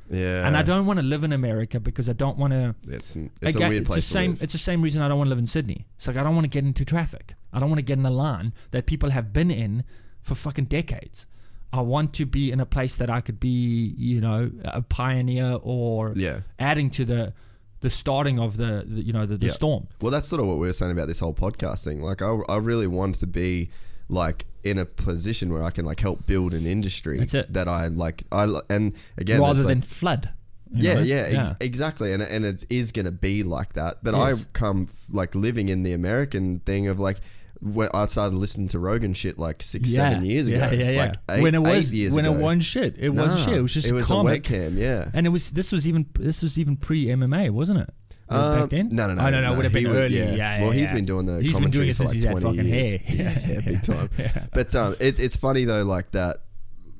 [SPEAKER 2] yeah.
[SPEAKER 3] and I don't want to live in America because I don't want to.
[SPEAKER 2] It's it's a
[SPEAKER 3] Again,
[SPEAKER 2] weird
[SPEAKER 3] it's
[SPEAKER 2] place.
[SPEAKER 3] the same.
[SPEAKER 2] To live.
[SPEAKER 3] It's the same reason I don't want to live in Sydney. It's like I don't want to get into traffic. I don't want to get in a line that people have been in for fucking decades. I want to be in a place that I could be, you know, a pioneer or
[SPEAKER 2] Yeah.
[SPEAKER 3] adding to the the starting of the, the you know the, the
[SPEAKER 2] Yeah.
[SPEAKER 3] storm.
[SPEAKER 2] Well, that's sort of what we were saying about this whole podcast thing. Like, I, I really want to be like in a position where I can like help build an industry
[SPEAKER 3] That's it.
[SPEAKER 2] that I like. I li- and again,
[SPEAKER 3] rather
[SPEAKER 2] that's, like-
[SPEAKER 3] than flood. you
[SPEAKER 2] yeah,
[SPEAKER 3] know?
[SPEAKER 2] yeah, ex- exactly. And and it is going to be like that. But
[SPEAKER 3] Yes.
[SPEAKER 2] I come f- like living in the American thing of like. When I started listening to Rogan shit like six, seven years ago,
[SPEAKER 3] Yeah, yeah, yeah.
[SPEAKER 2] like eight,
[SPEAKER 3] when it was
[SPEAKER 2] eight years
[SPEAKER 3] when
[SPEAKER 2] ago.
[SPEAKER 3] it wasn't shit, it
[SPEAKER 2] Nah,
[SPEAKER 3] wasn't shit. It was just
[SPEAKER 2] it was
[SPEAKER 3] comic.
[SPEAKER 2] a webcam, yeah.
[SPEAKER 3] And it was this was even this was even pre MMA, wasn't it? Was it
[SPEAKER 2] Um,
[SPEAKER 3] back then?
[SPEAKER 2] No, no, no.
[SPEAKER 3] Oh, no, no. It would have
[SPEAKER 2] he
[SPEAKER 3] been
[SPEAKER 2] was-
[SPEAKER 3] early. Yeah. yeah,
[SPEAKER 2] well, he's
[SPEAKER 3] yeah.
[SPEAKER 2] been doing the.
[SPEAKER 3] He's been
[SPEAKER 2] commentary
[SPEAKER 3] doing it
[SPEAKER 2] for
[SPEAKER 3] since
[SPEAKER 2] like
[SPEAKER 3] he's had
[SPEAKER 2] 20
[SPEAKER 3] fucking
[SPEAKER 2] years.
[SPEAKER 3] hair.
[SPEAKER 2] yeah, big time. But um, it, it's funny though, like that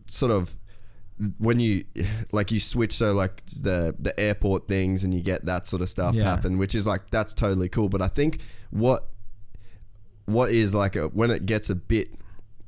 [SPEAKER 2] sort of when you like you switch so like the the airport things and you get that sort of stuff
[SPEAKER 3] Yeah.
[SPEAKER 2] happen which is like that's totally cool but i think what what is like a, when it gets a bit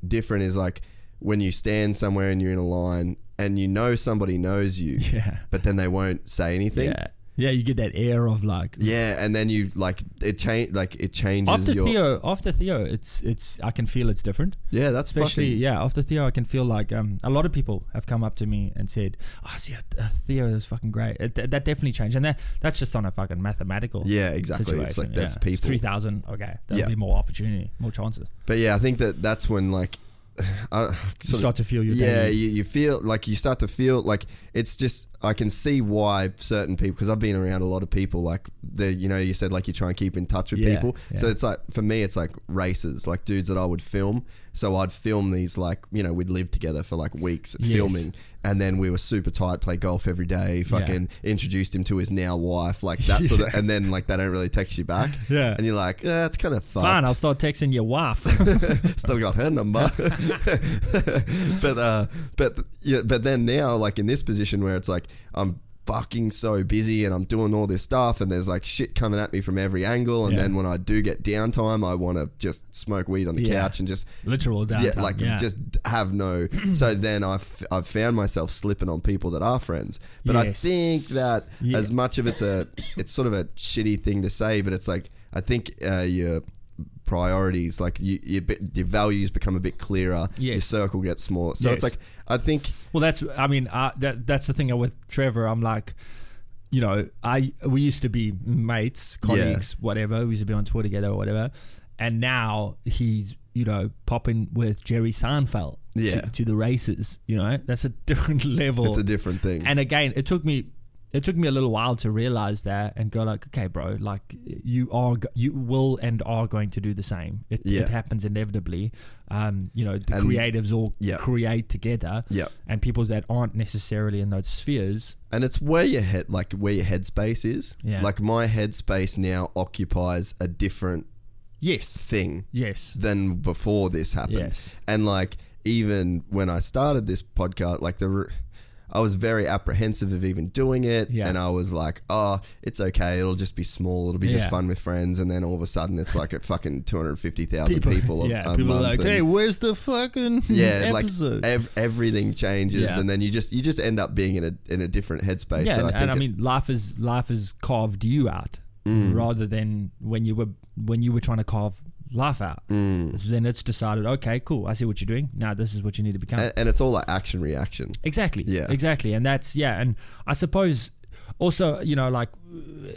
[SPEAKER 2] different is like when you stand somewhere and you're in a line and you know somebody knows you
[SPEAKER 3] Yeah.
[SPEAKER 2] but then they won't say anything
[SPEAKER 3] Yeah. Yeah, you get that air of like
[SPEAKER 2] Yeah, and then you like it change like it changes
[SPEAKER 3] after
[SPEAKER 2] your
[SPEAKER 3] Theo after Theo it's it's I can feel it's different.
[SPEAKER 2] yeah that's
[SPEAKER 3] Especially
[SPEAKER 2] fucking
[SPEAKER 3] yeah, after Theo I can feel like um a lot of people have come up to me and said, "Oh, see, uh, Theo is fucking great." It, that that definitely changed, and that that's just on a fucking mathematical
[SPEAKER 2] Yeah, exactly. It's like that's people.
[SPEAKER 3] three thousand. Okay, there'll
[SPEAKER 2] Yeah.
[SPEAKER 3] be more opportunity, more chances.
[SPEAKER 2] But yeah, I think that that's when like I
[SPEAKER 3] You
[SPEAKER 2] sort of-
[SPEAKER 3] start to feel your
[SPEAKER 2] yeah,
[SPEAKER 3] value.
[SPEAKER 2] you, you feel like you start to feel like it's just I can see why certain people because I've been around a lot of people like the you know you said like you try and keep in touch with
[SPEAKER 3] Yeah,
[SPEAKER 2] people so
[SPEAKER 3] yeah.
[SPEAKER 2] it's like for me it's like races like dudes that I would film so I'd film these like you know we'd live together for like weeks
[SPEAKER 3] Yes.
[SPEAKER 2] filming and then we were super tight play golf every day fucking introduced him to his now wife like that sort of and then like they don't really text you back
[SPEAKER 3] Yeah.
[SPEAKER 2] and you're like eh, it's kind of fun
[SPEAKER 3] Fine, I'll start texting your wife.
[SPEAKER 2] still got her number. but uh, but yeah, but then now, like in this position where it's like I'm fucking so busy and I'm doing all this stuff, and there's like shit coming at me from every angle, and
[SPEAKER 3] Yeah.
[SPEAKER 2] then when I do get downtime, I want to just smoke weed on the
[SPEAKER 3] Yeah.
[SPEAKER 2] couch and just.
[SPEAKER 3] Literal downtime.
[SPEAKER 2] Yeah, like just have no. So then I've I've found myself slipping on people that are friends, but I
[SPEAKER 3] Yes.
[SPEAKER 2] think that
[SPEAKER 3] Yeah.
[SPEAKER 2] as much of it's a it's sort of a shitty thing to say, but it's like I think uh, your priorities, like you, your bit- your values, become a bit clearer.
[SPEAKER 3] Yes.
[SPEAKER 2] Your circle gets smaller. So it's
[SPEAKER 3] Yes.
[SPEAKER 2] like I think
[SPEAKER 3] Well, that's I mean uh, that that's the thing with Trevor. I'm like, you know, I we used to be mates, colleagues, whatever. We used to be on tour together or whatever, and now he's you know popping with Jerry Seinfeld. to-
[SPEAKER 2] Yeah.
[SPEAKER 3] To, the races, you know, that's a different level.
[SPEAKER 2] it's a different thing.
[SPEAKER 3] And again, it took me it took me a little while to realize that and go like, okay, bro, like you are go- you will and are going to do the same. It,
[SPEAKER 2] Yeah.
[SPEAKER 3] it happens inevitably. Um, you know, the
[SPEAKER 2] And-
[SPEAKER 3] creatives all
[SPEAKER 2] Yeah.
[SPEAKER 3] create together.
[SPEAKER 2] Yeah.
[SPEAKER 3] And people that aren't necessarily in those spheres.
[SPEAKER 2] and it's where your head like where your headspace is.
[SPEAKER 3] Yeah.
[SPEAKER 2] Like my headspace now occupies a different
[SPEAKER 3] Yes.
[SPEAKER 2] thing.
[SPEAKER 3] Yes.
[SPEAKER 2] than before this happened.
[SPEAKER 3] Yes.
[SPEAKER 2] And like even when I started this podcast, like the r- I was very apprehensive of even doing it,
[SPEAKER 3] Yeah.
[SPEAKER 2] and I was like, "Oh, it's okay. It'll just be small. It'll be just
[SPEAKER 3] Yeah.
[SPEAKER 2] fun with friends." And then all of a sudden, it's like at fucking two hundred fifty thousand people,
[SPEAKER 3] People-
[SPEAKER 2] a,
[SPEAKER 3] yeah,
[SPEAKER 2] a
[SPEAKER 3] people are
[SPEAKER 2] month.
[SPEAKER 3] like,
[SPEAKER 2] and-
[SPEAKER 3] hey, where's the fucking
[SPEAKER 2] yeah,
[SPEAKER 3] episode?
[SPEAKER 2] like ev- everything changes,
[SPEAKER 3] Yeah.
[SPEAKER 2] and then you just you just end up being in a in a different headspace.
[SPEAKER 3] yeah,
[SPEAKER 2] so
[SPEAKER 3] and,
[SPEAKER 2] I think
[SPEAKER 3] and I
[SPEAKER 2] it- Mm.
[SPEAKER 3] mean, life is life has carved you out rather than when you were when you were trying to carve life out.
[SPEAKER 2] Mm.
[SPEAKER 3] Then it's decided, okay, cool, I see what you're doing. Now this is what you need to become.
[SPEAKER 2] and, and it's all like action reaction.
[SPEAKER 3] exactly.
[SPEAKER 2] Yeah.
[SPEAKER 3] Exactly. And that's yeah. And I suppose also you know like uh,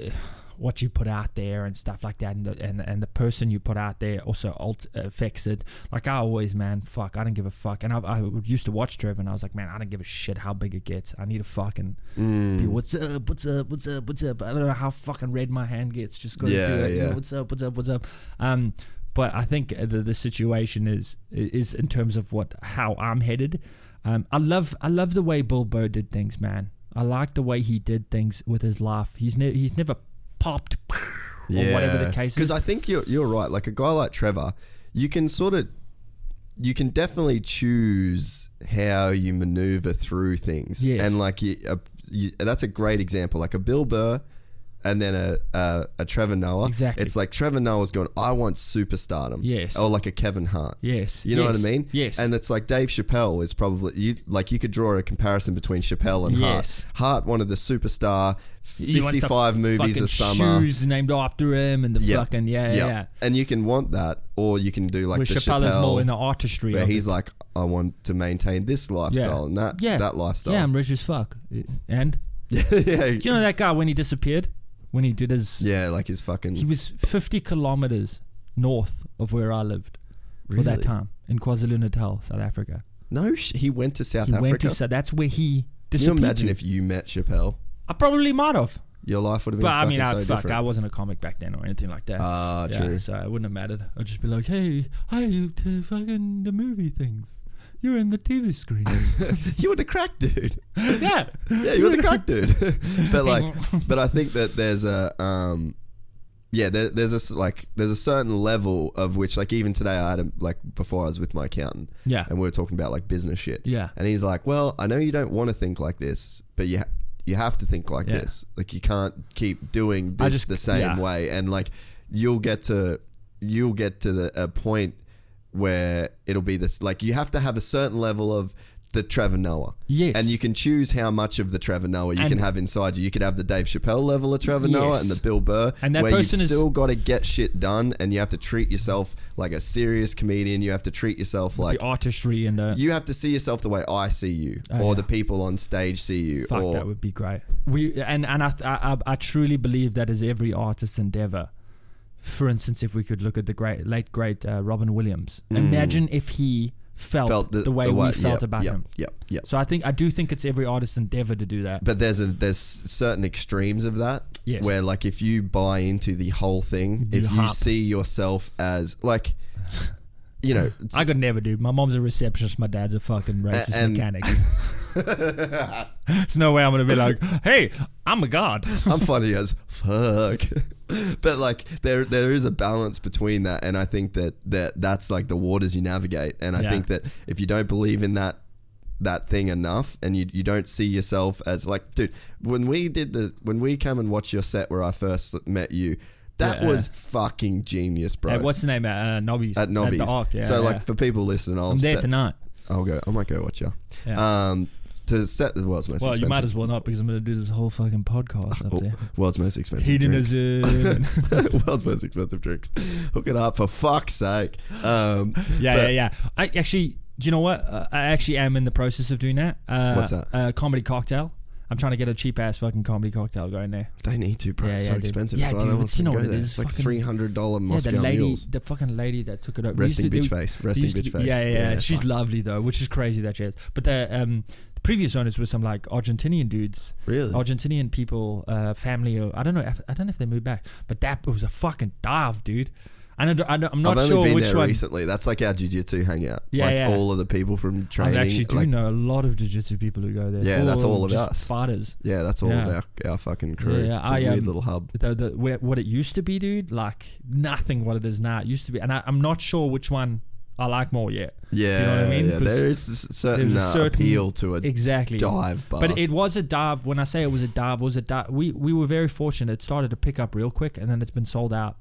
[SPEAKER 3] what you put out there and stuff like that, and the, and, and the person you put out there also alt- uh, affects it. Like I always, man, fuck, I don't give a fuck. And I, I used to watch Trevor, and I was like, man, I don't give a shit how big it gets. I need to fucking
[SPEAKER 2] Mm.
[SPEAKER 3] be what's up, what's up, what's up, what's up. I don't know how fucking red my hand gets. Just gotta
[SPEAKER 2] Yeah,
[SPEAKER 3] do it. You know,
[SPEAKER 2] yeah.
[SPEAKER 3] what's up, what's up, what's up. Um, but I think the, the situation is is in terms of what how I'm headed. Um, I love I love the way Bill Burr did things, man. I like the way he did things with his life. He's ne- he's never popped or whatever the case
[SPEAKER 2] Because
[SPEAKER 3] is.
[SPEAKER 2] I think you're you're right. Like a guy like Trevor, you can sort of you can definitely choose how you maneuver through things.
[SPEAKER 3] Yes.
[SPEAKER 2] And like you, a, you, that's a great example. Like a Bill Burr. And then a, a a Trevor Noah.
[SPEAKER 3] Exactly.
[SPEAKER 2] It's like Trevor Noah's going. I want superstardom.
[SPEAKER 3] Yes.
[SPEAKER 2] Or like a Kevin Hart.
[SPEAKER 3] Yes.
[SPEAKER 2] You know
[SPEAKER 3] Yes.
[SPEAKER 2] what I mean?
[SPEAKER 3] Yes.
[SPEAKER 2] And it's like Dave Chappelle is probably you like you could draw a comparison between Chappelle and
[SPEAKER 3] Yes.
[SPEAKER 2] Hart. Hart wanted the superstar.
[SPEAKER 3] He wants the
[SPEAKER 2] Fifty-five movies
[SPEAKER 3] fucking
[SPEAKER 2] a summer.
[SPEAKER 3] Shoes named after him and the
[SPEAKER 2] Yeah.
[SPEAKER 3] fucking yeah yeah. yeah.
[SPEAKER 2] And you can want that, or you can do like
[SPEAKER 3] Where
[SPEAKER 2] the
[SPEAKER 3] Chappelle is more in the
[SPEAKER 2] Chappelle,
[SPEAKER 3] artistry.
[SPEAKER 2] where
[SPEAKER 3] of
[SPEAKER 2] he's
[SPEAKER 3] it.
[SPEAKER 2] like, I want to maintain this lifestyle and that that lifestyle.
[SPEAKER 3] Yeah, I'm rich as fuck. And
[SPEAKER 2] yeah,
[SPEAKER 3] do you know that guy when he disappeared? When he did his
[SPEAKER 2] yeah, like his fucking
[SPEAKER 3] He was 50 kilometers north of where I lived for
[SPEAKER 2] Really?
[SPEAKER 3] that time in KwaZulu Natal, South Africa.
[SPEAKER 2] no. Sh- he went to South
[SPEAKER 3] He
[SPEAKER 2] Africa.
[SPEAKER 3] went to so that's where he
[SPEAKER 2] Can you
[SPEAKER 3] disappeared.
[SPEAKER 2] imagine
[SPEAKER 3] to.
[SPEAKER 2] if you met Chappelle,
[SPEAKER 3] I probably might have,
[SPEAKER 2] your life would have been.
[SPEAKER 3] but I mean, I
[SPEAKER 2] fucking so
[SPEAKER 3] fuck, I
[SPEAKER 2] different.
[SPEAKER 3] wasn't a comic back then or anything like that.
[SPEAKER 2] Ah,
[SPEAKER 3] yeah,
[SPEAKER 2] true.
[SPEAKER 3] So it wouldn't have mattered. I'd just be like, hey, hey, to fucking the movie things. You're in the TV screens.
[SPEAKER 2] you were the crack dude.
[SPEAKER 3] yeah.
[SPEAKER 2] yeah, you were the crack dude. but like, but I think that there's a um, yeah, there, there's a s- like there's a certain level of which like even today I had a, like before I was with my accountant.
[SPEAKER 3] Yeah.
[SPEAKER 2] and we were talking about like business shit.
[SPEAKER 3] Yeah.
[SPEAKER 2] and he's like, "Well, I know you don't want to think like this, but you ha- you have to think like
[SPEAKER 3] Yeah.
[SPEAKER 2] this. Like you can't keep doing
[SPEAKER 3] I
[SPEAKER 2] this
[SPEAKER 3] just-
[SPEAKER 2] the same
[SPEAKER 3] yeah.
[SPEAKER 2] way, and like you'll get to you'll get to the, a point where it'll be this. Like you have to have a certain level of." The Trevor Noah,
[SPEAKER 3] Yes.
[SPEAKER 2] and you can choose how much of the Trevor Noah you
[SPEAKER 3] And-
[SPEAKER 2] can have inside you. You could have the Dave Chappelle level of Trevor Noah
[SPEAKER 3] Yes.
[SPEAKER 2] and the Bill Burr,
[SPEAKER 3] And that
[SPEAKER 2] where you
[SPEAKER 3] person is-
[SPEAKER 2] still got to get shit done, and you have to treat yourself like a serious comedian. You have to treat yourself like
[SPEAKER 3] the artistry and the
[SPEAKER 2] you have to see yourself the way I see you, or the people on stage see you,
[SPEAKER 3] Fuck,
[SPEAKER 2] or
[SPEAKER 3] that would be great. We and and I, I I truly believe that is every artist's endeavor. For instance, if we could look at the great late great uh, Robin Williams, imagine if he felt,
[SPEAKER 2] Mm. felt
[SPEAKER 3] the, way we felt
[SPEAKER 2] yep,
[SPEAKER 3] about
[SPEAKER 2] yep,
[SPEAKER 3] him.
[SPEAKER 2] Yep, yep.
[SPEAKER 3] So I think I do think it's every artist's endeavor to do that.
[SPEAKER 2] But there's a there's certain extremes of that.
[SPEAKER 3] Yes.
[SPEAKER 2] Where like if you buy into the whole thing,
[SPEAKER 3] You
[SPEAKER 2] if you
[SPEAKER 3] hop.
[SPEAKER 2] see yourself as like, you know,
[SPEAKER 3] I could never do. My mom's a receptionist. My dad's a fucking racist
[SPEAKER 2] and-
[SPEAKER 3] mechanic. There's no way I'm gonna be like, hey, I'm a god.
[SPEAKER 2] I'm funny as fuck. But like there there is a balance between that and I think that, that that's like the waters you navigate and I
[SPEAKER 3] Yeah.
[SPEAKER 2] think that if you don't believe in that that thing enough and you, you don't see yourself as like dude when we did the when we come and watch your set where I first met you that
[SPEAKER 3] Yeah.
[SPEAKER 2] was fucking genius bro
[SPEAKER 3] Hey, what's the name? Uh, Nobby's.
[SPEAKER 2] at Nobby's
[SPEAKER 3] the Arc. Yeah,
[SPEAKER 2] so like
[SPEAKER 3] yeah.
[SPEAKER 2] for people listening I'll
[SPEAKER 3] I'm there
[SPEAKER 2] set-
[SPEAKER 3] tonight.
[SPEAKER 2] I'll go I might go watch you
[SPEAKER 3] Yeah.
[SPEAKER 2] um to set the world's most
[SPEAKER 3] Well,
[SPEAKER 2] expensive
[SPEAKER 3] you might as well not because I'm gonna do this whole fucking podcast up there.
[SPEAKER 2] world's most expensive drinks.
[SPEAKER 3] Hedonism.
[SPEAKER 2] World's most expensive drinks. Hook it up for fuck's sake. Um,
[SPEAKER 3] yeah,
[SPEAKER 2] but-
[SPEAKER 3] yeah, yeah. I actually, do you know what? Uh, I actually am in the process of doing that. Uh,
[SPEAKER 2] What's that?
[SPEAKER 3] A comedy cocktail. I'm trying to get a cheap ass fucking comedy cocktail going there.
[SPEAKER 2] They need to, bro.
[SPEAKER 3] Yeah,
[SPEAKER 2] it's
[SPEAKER 3] yeah,
[SPEAKER 2] so
[SPEAKER 3] dude.
[SPEAKER 2] expensive. so
[SPEAKER 3] Yeah,
[SPEAKER 2] I
[SPEAKER 3] dude,
[SPEAKER 2] don't want
[SPEAKER 3] it's-
[SPEAKER 2] to
[SPEAKER 3] you know
[SPEAKER 2] go
[SPEAKER 3] what it
[SPEAKER 2] there.
[SPEAKER 3] is,
[SPEAKER 2] It's like
[SPEAKER 3] fucking-
[SPEAKER 2] three hundred dollar Moscow
[SPEAKER 3] yeah, the lady,
[SPEAKER 2] mules.
[SPEAKER 3] the fucking lady that took it over.
[SPEAKER 2] Resting
[SPEAKER 3] We used
[SPEAKER 2] bitch
[SPEAKER 3] to-
[SPEAKER 2] face.
[SPEAKER 3] we
[SPEAKER 2] Resting
[SPEAKER 3] used to-
[SPEAKER 2] bitch face.
[SPEAKER 3] Yeah, yeah, yeah.
[SPEAKER 2] Yeah,
[SPEAKER 3] She's
[SPEAKER 2] fuck.
[SPEAKER 3] lovely though, which is crazy that she is. But the um, the previous owners were some like Argentinian dudes.
[SPEAKER 2] Really?
[SPEAKER 3] Argentinian people, uh, family. Or, I don't know. if- I don't know if they moved back, but that was a fucking dive, dude. I don't, I don't, I'm
[SPEAKER 2] I've
[SPEAKER 3] not
[SPEAKER 2] only
[SPEAKER 3] sure
[SPEAKER 2] been
[SPEAKER 3] which
[SPEAKER 2] there
[SPEAKER 3] one.
[SPEAKER 2] recently. That's like our jiu-jitsu hangout.
[SPEAKER 3] Yeah,
[SPEAKER 2] like
[SPEAKER 3] yeah.
[SPEAKER 2] all of the people from training.
[SPEAKER 3] I actually do
[SPEAKER 2] like-
[SPEAKER 3] know a lot of jiu-jitsu people who go there.
[SPEAKER 2] Yeah, that's all of
[SPEAKER 3] just
[SPEAKER 2] us.
[SPEAKER 3] Fighters.
[SPEAKER 2] Yeah, that's all
[SPEAKER 3] Yeah.
[SPEAKER 2] of our, our fucking crew.
[SPEAKER 3] Yeah, yeah,
[SPEAKER 2] It's a
[SPEAKER 3] I,
[SPEAKER 2] weird
[SPEAKER 3] um,
[SPEAKER 2] little hub.
[SPEAKER 3] The, the, where, what it used to be, dude, like nothing what it is now. It used to be, and I, I'm not sure which one I like more yet.
[SPEAKER 2] Yeah,
[SPEAKER 3] do you know what I mean?
[SPEAKER 2] yeah.
[SPEAKER 3] 'Cause
[SPEAKER 2] There is a certain,
[SPEAKER 3] there's a
[SPEAKER 2] uh,
[SPEAKER 3] certain-
[SPEAKER 2] appeal to a
[SPEAKER 3] exactly
[SPEAKER 2] dive bar.
[SPEAKER 3] But it was a dive. When I say it was a dive, it was a dive. We we were very fortunate. It started to pick up real quick, and then it's been sold out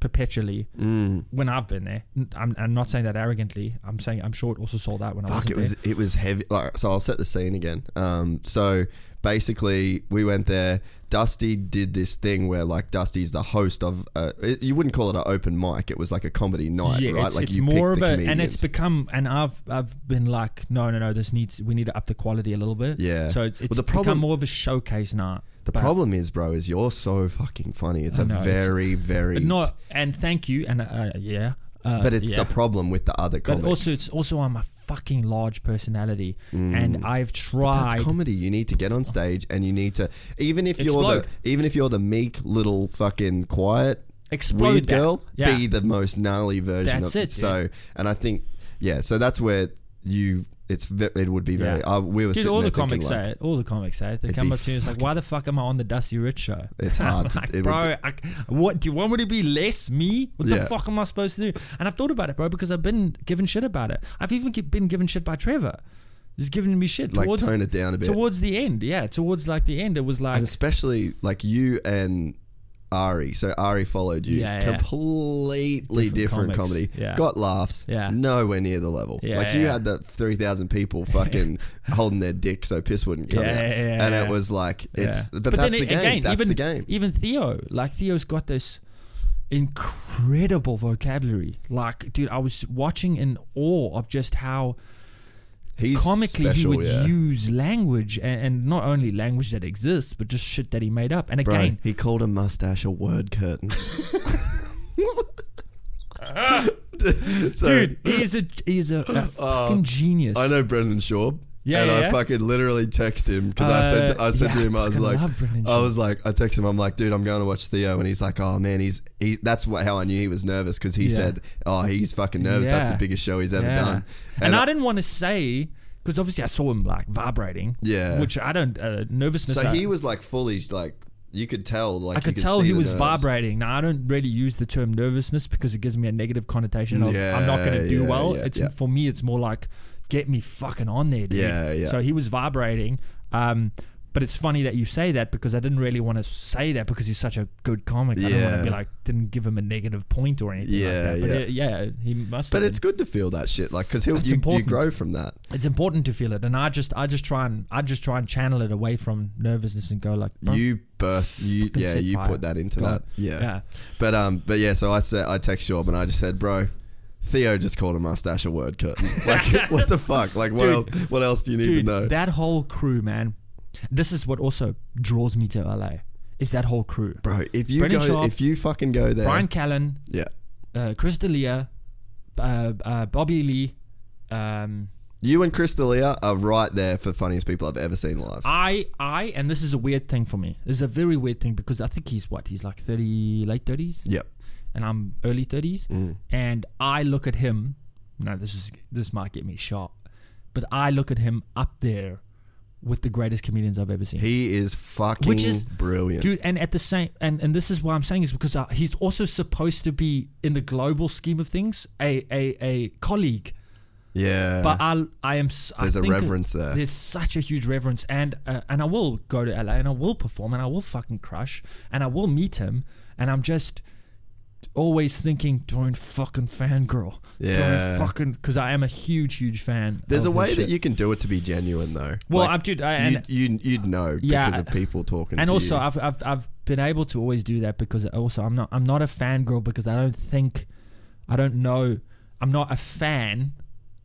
[SPEAKER 3] perpetually.
[SPEAKER 2] Mm.
[SPEAKER 3] When I've been there, N- I'm, I'm not saying that arrogantly. I'm saying I'm sure it also sold out when I
[SPEAKER 2] Fuck,
[SPEAKER 3] wasn't
[SPEAKER 2] it was
[SPEAKER 3] there.
[SPEAKER 2] it was heavy. Like, so I'll set the scene again. Um, so basically, we went there. Dusty did this thing where like Dusty's the host of. Uh, it, you wouldn't call it an open mic. It was like a comedy night,
[SPEAKER 3] yeah,
[SPEAKER 2] right?
[SPEAKER 3] it's,
[SPEAKER 2] like
[SPEAKER 3] it's
[SPEAKER 2] you
[SPEAKER 3] more of
[SPEAKER 2] picked
[SPEAKER 3] a,
[SPEAKER 2] the
[SPEAKER 3] and it's
[SPEAKER 2] comedians.
[SPEAKER 3] become, and I've I've been like, no, no, no, this needs we need to up the quality a little bit.
[SPEAKER 2] Yeah.
[SPEAKER 3] So it's,
[SPEAKER 2] Well,
[SPEAKER 3] it's
[SPEAKER 2] the problem-
[SPEAKER 3] become more of a showcase now.
[SPEAKER 2] the
[SPEAKER 3] but-
[SPEAKER 2] problem is, bro, is you're so fucking funny. It's a
[SPEAKER 3] know, it's-
[SPEAKER 2] very, very.
[SPEAKER 3] but no, and thank you, and uh, yeah, uh,
[SPEAKER 2] but it's
[SPEAKER 3] yeah.
[SPEAKER 2] the problem with the other
[SPEAKER 3] But
[SPEAKER 2] comics.
[SPEAKER 3] also, it's also I'm a fucking large personality, and I've
[SPEAKER 2] Mm. That's
[SPEAKER 3] tried.
[SPEAKER 2] comedy. You need to get on stage and you need to even if you're
[SPEAKER 3] Explode.
[SPEAKER 2] the even if you're the meek little fucking quiet
[SPEAKER 3] Explode
[SPEAKER 2] weird
[SPEAKER 3] that.
[SPEAKER 2] girl,
[SPEAKER 3] Yeah.
[SPEAKER 2] be the most gnarly version
[SPEAKER 3] That's
[SPEAKER 2] of
[SPEAKER 3] it,
[SPEAKER 2] So and I think yeah, so that's where you it's ve- it would be very
[SPEAKER 3] Yeah.
[SPEAKER 2] uh, we were
[SPEAKER 3] Dude,
[SPEAKER 2] sitting
[SPEAKER 3] all
[SPEAKER 2] there
[SPEAKER 3] the comics
[SPEAKER 2] thinking, like,
[SPEAKER 3] say it. All the comics say it. They
[SPEAKER 2] It'd
[SPEAKER 3] come
[SPEAKER 2] be
[SPEAKER 3] up to me and it's like, "Why the fuck am I on the Dusty Rich show?"
[SPEAKER 2] It's
[SPEAKER 3] I'm
[SPEAKER 2] hard to-
[SPEAKER 3] like,
[SPEAKER 2] it would
[SPEAKER 3] bro, I, what do you want me to be less me? What
[SPEAKER 2] Yeah.
[SPEAKER 3] the fuck am I supposed to do? And I've thought about it, bro, because I've been given shit about it. I've even get- been given shit by Trevor. He's giving me shit
[SPEAKER 2] Like,
[SPEAKER 3] towards
[SPEAKER 2] tone it down a bit.
[SPEAKER 3] towards the end. Yeah, towards like the end, it was like
[SPEAKER 2] and especially like you and Ari. So Ari followed you.
[SPEAKER 3] Yeah, yeah.
[SPEAKER 2] Completely different,
[SPEAKER 3] Different comics.
[SPEAKER 2] comedy.
[SPEAKER 3] Yeah.
[SPEAKER 2] Got laughs.
[SPEAKER 3] Yeah.
[SPEAKER 2] Nowhere near the level.
[SPEAKER 3] Yeah,
[SPEAKER 2] like you
[SPEAKER 3] yeah.
[SPEAKER 2] had the 3,000 people fucking holding their dick so piss wouldn't come
[SPEAKER 3] Yeah,
[SPEAKER 2] out.
[SPEAKER 3] yeah, yeah,
[SPEAKER 2] and it
[SPEAKER 3] yeah.
[SPEAKER 2] was like,
[SPEAKER 3] Yeah.
[SPEAKER 2] it's, but, that's the
[SPEAKER 3] a-
[SPEAKER 2] game. that's
[SPEAKER 3] even,
[SPEAKER 2] the game.
[SPEAKER 3] Even Theo, like Theo's got this incredible vocabulary. Like, dude, I was watching in awe of just how
[SPEAKER 2] He's
[SPEAKER 3] comically he
[SPEAKER 2] special,
[SPEAKER 3] would
[SPEAKER 2] yeah.
[SPEAKER 3] use language, and, and not only language that exists, but just shit that he made up. And
[SPEAKER 2] Bro,
[SPEAKER 3] again,
[SPEAKER 2] he called a mustache a word curtain. So- Oh,
[SPEAKER 3] dude, he is a he is a, a fucking genius.
[SPEAKER 2] I know Brendan Schaub.
[SPEAKER 3] Yeah,
[SPEAKER 2] and
[SPEAKER 3] yeah,
[SPEAKER 2] I
[SPEAKER 3] yeah.
[SPEAKER 2] fucking literally text him because I said to, I
[SPEAKER 3] Uh,
[SPEAKER 2] said to
[SPEAKER 3] yeah,
[SPEAKER 2] him I was
[SPEAKER 3] fucking
[SPEAKER 2] like
[SPEAKER 3] love Brendan
[SPEAKER 2] I
[SPEAKER 3] Schaub.
[SPEAKER 2] was like I text him I'm like dude I'm going to watch Theo and he's like oh man he's he, that's what, how I knew he was nervous because he
[SPEAKER 3] Yeah.
[SPEAKER 2] said oh he's fucking nervous that's the
[SPEAKER 3] Yeah.
[SPEAKER 2] biggest show he's ever
[SPEAKER 3] Yeah.
[SPEAKER 2] done
[SPEAKER 3] And, I, didn't want to say because obviously I saw him like vibrating.
[SPEAKER 2] Yeah.
[SPEAKER 3] Which I don't uh, nervousness.
[SPEAKER 2] so
[SPEAKER 3] I-
[SPEAKER 2] he was like fully like You could tell. Like
[SPEAKER 3] I
[SPEAKER 2] you
[SPEAKER 3] could tell
[SPEAKER 2] see
[SPEAKER 3] he
[SPEAKER 2] the
[SPEAKER 3] was
[SPEAKER 2] nerves.
[SPEAKER 3] vibrating. Now I don't really use the term nervousness because it gives me a negative connotation of I'm not going
[SPEAKER 2] Yeah,
[SPEAKER 3] to do
[SPEAKER 2] yeah,
[SPEAKER 3] well.
[SPEAKER 2] yeah,
[SPEAKER 3] it's
[SPEAKER 2] yeah.
[SPEAKER 3] for me. It's more like get me fucking on there, dude.
[SPEAKER 2] Yeah, yeah.
[SPEAKER 3] So he was vibrating. Um, but it's funny that you say that because I didn't really want to say that because he's such a good comic. I don't want
[SPEAKER 2] Yeah.
[SPEAKER 3] to be like didn't give him a negative point or anything.
[SPEAKER 2] Yeah,
[SPEAKER 3] like that. But
[SPEAKER 2] yeah.
[SPEAKER 3] it- yeah. He must.
[SPEAKER 2] But
[SPEAKER 3] have
[SPEAKER 2] it's
[SPEAKER 3] been.
[SPEAKER 2] good to feel that shit, like because he'll
[SPEAKER 3] It's
[SPEAKER 2] you, you
[SPEAKER 3] important.
[SPEAKER 2] grow from that.
[SPEAKER 3] it's important to feel it, and I just I just try and I just try and channel it away from nervousness and go like bro,
[SPEAKER 2] You burst. You
[SPEAKER 3] Fucking
[SPEAKER 2] yeah.
[SPEAKER 3] set
[SPEAKER 2] You
[SPEAKER 3] fire.
[SPEAKER 2] put that into
[SPEAKER 3] God.
[SPEAKER 2] that. Yeah.
[SPEAKER 3] Yeah.
[SPEAKER 2] But um. But yeah. So I said I text Job and I just said, bro. Theo just called a mustache a word cut. Like, what the fuck? Like, what,
[SPEAKER 3] Dude.
[SPEAKER 2] else, what else do you need
[SPEAKER 3] dude,
[SPEAKER 2] to know?
[SPEAKER 3] that whole crew, man. This is what also draws me to LA. Is that whole crew?
[SPEAKER 2] Bro, if you
[SPEAKER 3] Brendan
[SPEAKER 2] go,
[SPEAKER 3] Sharp,
[SPEAKER 2] if you fucking go there,
[SPEAKER 3] Brian Callen,
[SPEAKER 2] yeah,
[SPEAKER 3] uh, Chris D'Elia, uh, uh, Bobby Lee. Um,
[SPEAKER 2] you and Chris D'Elia are right there for funniest people I've ever seen live.
[SPEAKER 3] I, I, and this is a weird thing for me. This is a very weird thing because I think he's what he's like thirty, late thirties.
[SPEAKER 2] yep.
[SPEAKER 3] and I'm early 30s,
[SPEAKER 2] Mm.
[SPEAKER 3] and I look at him. Now this is this might get me shot, but I look at him up there with the greatest comedians I've ever seen.
[SPEAKER 2] He is fucking
[SPEAKER 3] which is
[SPEAKER 2] brilliant.
[SPEAKER 3] dude. And at the same, and and this is why I'm saying is because uh he's also supposed to be in the global scheme of things a a, a colleague.
[SPEAKER 2] yeah.
[SPEAKER 3] But I I am s- I
[SPEAKER 2] Uh-huh. There's a
[SPEAKER 3] think
[SPEAKER 2] reverence there.
[SPEAKER 3] There's such a huge reverence, and uh, and I will go to LA and I will perform and I will fucking crush and I will meet him, and I'm just always thinking don't fucking fangirl,
[SPEAKER 2] Yeah.
[SPEAKER 3] don't fucking because I am a huge huge fan.
[SPEAKER 2] There's a
[SPEAKER 3] of his
[SPEAKER 2] way that
[SPEAKER 3] shit.
[SPEAKER 2] you can do it to be genuine, though.
[SPEAKER 3] Well, I'm- dude, I- and-
[SPEAKER 2] you'd, you'd, you'd know because
[SPEAKER 3] Yeah,
[SPEAKER 2] of people talking.
[SPEAKER 3] and
[SPEAKER 2] to
[SPEAKER 3] also
[SPEAKER 2] you.
[SPEAKER 3] I've, I've I've been able to always do that because also I'm not I'm not a fangirl because I don't think I don't know I'm not a fan.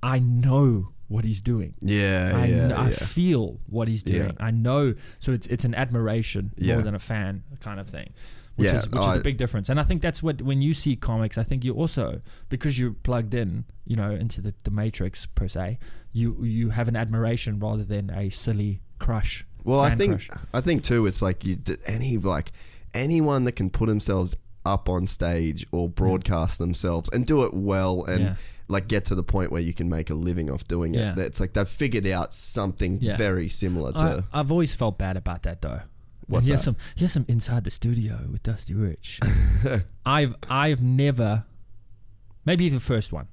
[SPEAKER 3] I know what he's doing.
[SPEAKER 2] yeah,
[SPEAKER 3] I,
[SPEAKER 2] yeah,
[SPEAKER 3] kn-
[SPEAKER 2] yeah.
[SPEAKER 3] I feel what he's doing. I know. So it's it's an admiration
[SPEAKER 2] Yeah.
[SPEAKER 3] more than a fan kind of thing, which
[SPEAKER 2] Yeah,
[SPEAKER 3] is which
[SPEAKER 2] I-
[SPEAKER 3] is a big difference. And I think that's what when you see comics, I think you also because you're plugged in, you know, into the, the matrix per se. You you have an admiration rather than a silly crush.
[SPEAKER 2] well, I
[SPEAKER 3] fan
[SPEAKER 2] think
[SPEAKER 3] crush.
[SPEAKER 2] I think too. It's like you d- any like anyone that can put themselves up on stage or broadcast themselves and do it well and.
[SPEAKER 3] Yeah.
[SPEAKER 2] Like get to the point where you can make a living off doing it.
[SPEAKER 3] Yeah.
[SPEAKER 2] It's like they've figured out something
[SPEAKER 3] Yeah.
[SPEAKER 2] very similar to.
[SPEAKER 3] I, I've always felt bad about that though.
[SPEAKER 2] What's
[SPEAKER 3] and here's
[SPEAKER 2] that?
[SPEAKER 3] some here's some inside the studio with Dusty Rich. I've I've never maybe the first one.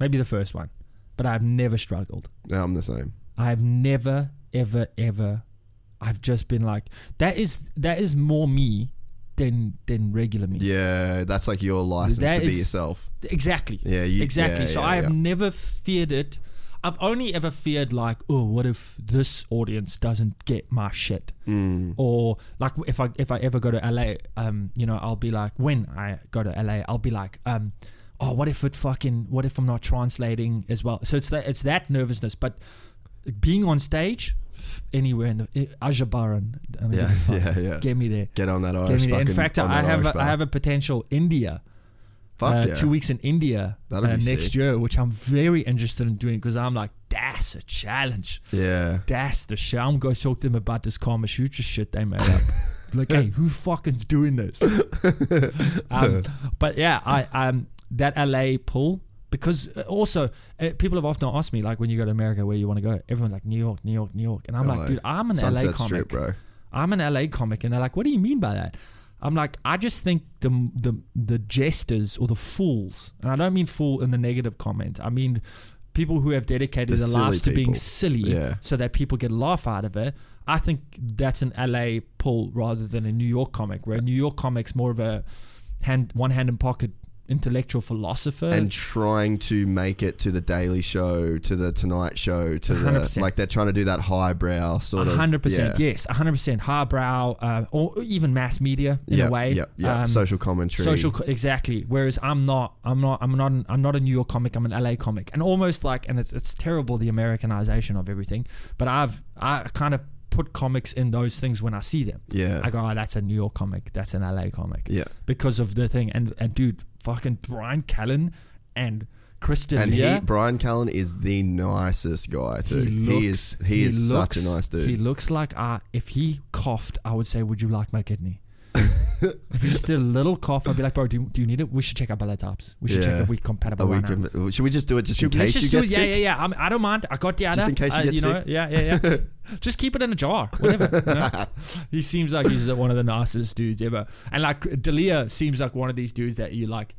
[SPEAKER 3] Maybe the first one. But I've never struggled.
[SPEAKER 2] No, I'm the same.
[SPEAKER 3] I've never ever ever I've just been like that is that is more me than than regular me.
[SPEAKER 2] Yeah, that's like your license
[SPEAKER 3] That
[SPEAKER 2] to be
[SPEAKER 3] is-
[SPEAKER 2] yourself.
[SPEAKER 3] Exactly.
[SPEAKER 2] Yeah, you-
[SPEAKER 3] exactly.
[SPEAKER 2] yeah,
[SPEAKER 3] so
[SPEAKER 2] yeah,
[SPEAKER 3] I
[SPEAKER 2] yeah.
[SPEAKER 3] have never feared it. I've only ever feared like, oh, what if this audience doesn't get my shit,
[SPEAKER 2] Mm.
[SPEAKER 3] or like if I if I ever go to LA, um, you know, I'll be like, when I go to LA, I'll be like, um, oh, what if it fucking, what if I'm not translating as well? So it's that it's that nervousness, but being on stage f- anywhere in the Ajabaran, I don't
[SPEAKER 2] Yeah,
[SPEAKER 3] give a fuck.
[SPEAKER 2] yeah, yeah.
[SPEAKER 3] get me there.
[SPEAKER 2] Get on that
[SPEAKER 3] Get
[SPEAKER 2] Irish.
[SPEAKER 3] me there. In
[SPEAKER 2] fucking-
[SPEAKER 3] fact,
[SPEAKER 2] on
[SPEAKER 3] I
[SPEAKER 2] that
[SPEAKER 3] have
[SPEAKER 2] Irish
[SPEAKER 3] a, I
[SPEAKER 2] bar.
[SPEAKER 3] have a potential India
[SPEAKER 2] Fuck
[SPEAKER 3] uh,
[SPEAKER 2] yeah.
[SPEAKER 3] two weeks in India uh,
[SPEAKER 2] That'll be
[SPEAKER 3] next
[SPEAKER 2] sick.
[SPEAKER 3] year, which I'm very interested in doing because I'm like, that's a challenge.
[SPEAKER 2] Yeah.
[SPEAKER 3] That's the shit. I'm going to talk to them about this Karma Sutra shit they made up. like, hey, who fucking's doing this? um, but yeah, I um, that LA pull because uh, also uh, people have often asked me like when you go to America where you want to go. Everyone's like New York, New York, New York, and I'm
[SPEAKER 2] LA.
[SPEAKER 3] like, dude, I'm an LA
[SPEAKER 2] Sunset
[SPEAKER 3] comic.
[SPEAKER 2] Strip, bro.
[SPEAKER 3] I'm an LA comic, and they're like, "What do you mean by that?" I'm like, I just think the the the jesters or the fools, and I don't mean fool in the negative comment. I mean people who have dedicated
[SPEAKER 2] The
[SPEAKER 3] their
[SPEAKER 2] silly
[SPEAKER 3] lives to being
[SPEAKER 2] people.
[SPEAKER 3] silly,
[SPEAKER 2] Yeah.
[SPEAKER 3] so that people get a laugh out of it. I think that's an LA pull rather than a New York comic, where a New York comic's more of a hand one hand in pocket intellectual philosopher
[SPEAKER 2] and trying to make it to the Daily Show, to the Tonight Show, to the
[SPEAKER 3] 100%.
[SPEAKER 2] like they're trying to do that highbrow sort of.
[SPEAKER 3] hundred percent,
[SPEAKER 2] yeah.
[SPEAKER 3] yes, hundred percent, highbrow, uh, or even mass media in
[SPEAKER 2] yeah,
[SPEAKER 3] a way.
[SPEAKER 2] yeah, yeah.
[SPEAKER 3] Um,
[SPEAKER 2] social commentary.
[SPEAKER 3] Social, co- exactly. Whereas I'm not, I'm not, I'm not, an, I'm not a New York comic. I'm an LA comic, and almost like, and it's it's terrible the Americanization of everything. But I've I kind of put comics in those things when I see them.
[SPEAKER 2] Yeah.
[SPEAKER 3] I go, oh, that's a New York comic. That's an LA comic.
[SPEAKER 2] Yeah.
[SPEAKER 3] because of the thing, and and dude, fucking Brian Callen and Kristen
[SPEAKER 2] and he, Brian Callen is the nicest guy too.
[SPEAKER 3] he looks.
[SPEAKER 2] is he, is such a nice dude.
[SPEAKER 3] uh, He looks like I. If he coughed, I would say, "Would you like my kidney?" If it's just a little cough, I'd be like, bro, do you, do you need it? We should check our blood types. We should check
[SPEAKER 2] Yeah.
[SPEAKER 3] if we're
[SPEAKER 2] Are
[SPEAKER 3] compatible
[SPEAKER 2] we
[SPEAKER 3] right now.
[SPEAKER 2] com- should we just do it just
[SPEAKER 3] Should
[SPEAKER 2] in
[SPEAKER 3] we- let's
[SPEAKER 2] case you
[SPEAKER 3] just
[SPEAKER 2] get
[SPEAKER 3] do it.
[SPEAKER 2] sick?
[SPEAKER 3] Yeah, yeah, yeah. I'm, I don't mind. I got the other.
[SPEAKER 2] in case you
[SPEAKER 3] I-
[SPEAKER 2] get
[SPEAKER 3] know,
[SPEAKER 2] sick.
[SPEAKER 3] Yeah, yeah, yeah. just keep it in a jar. Whatever. you know? He seems like he's uh, one of the nicest dudes ever. And like Dalia seems like one of these dudes that you like.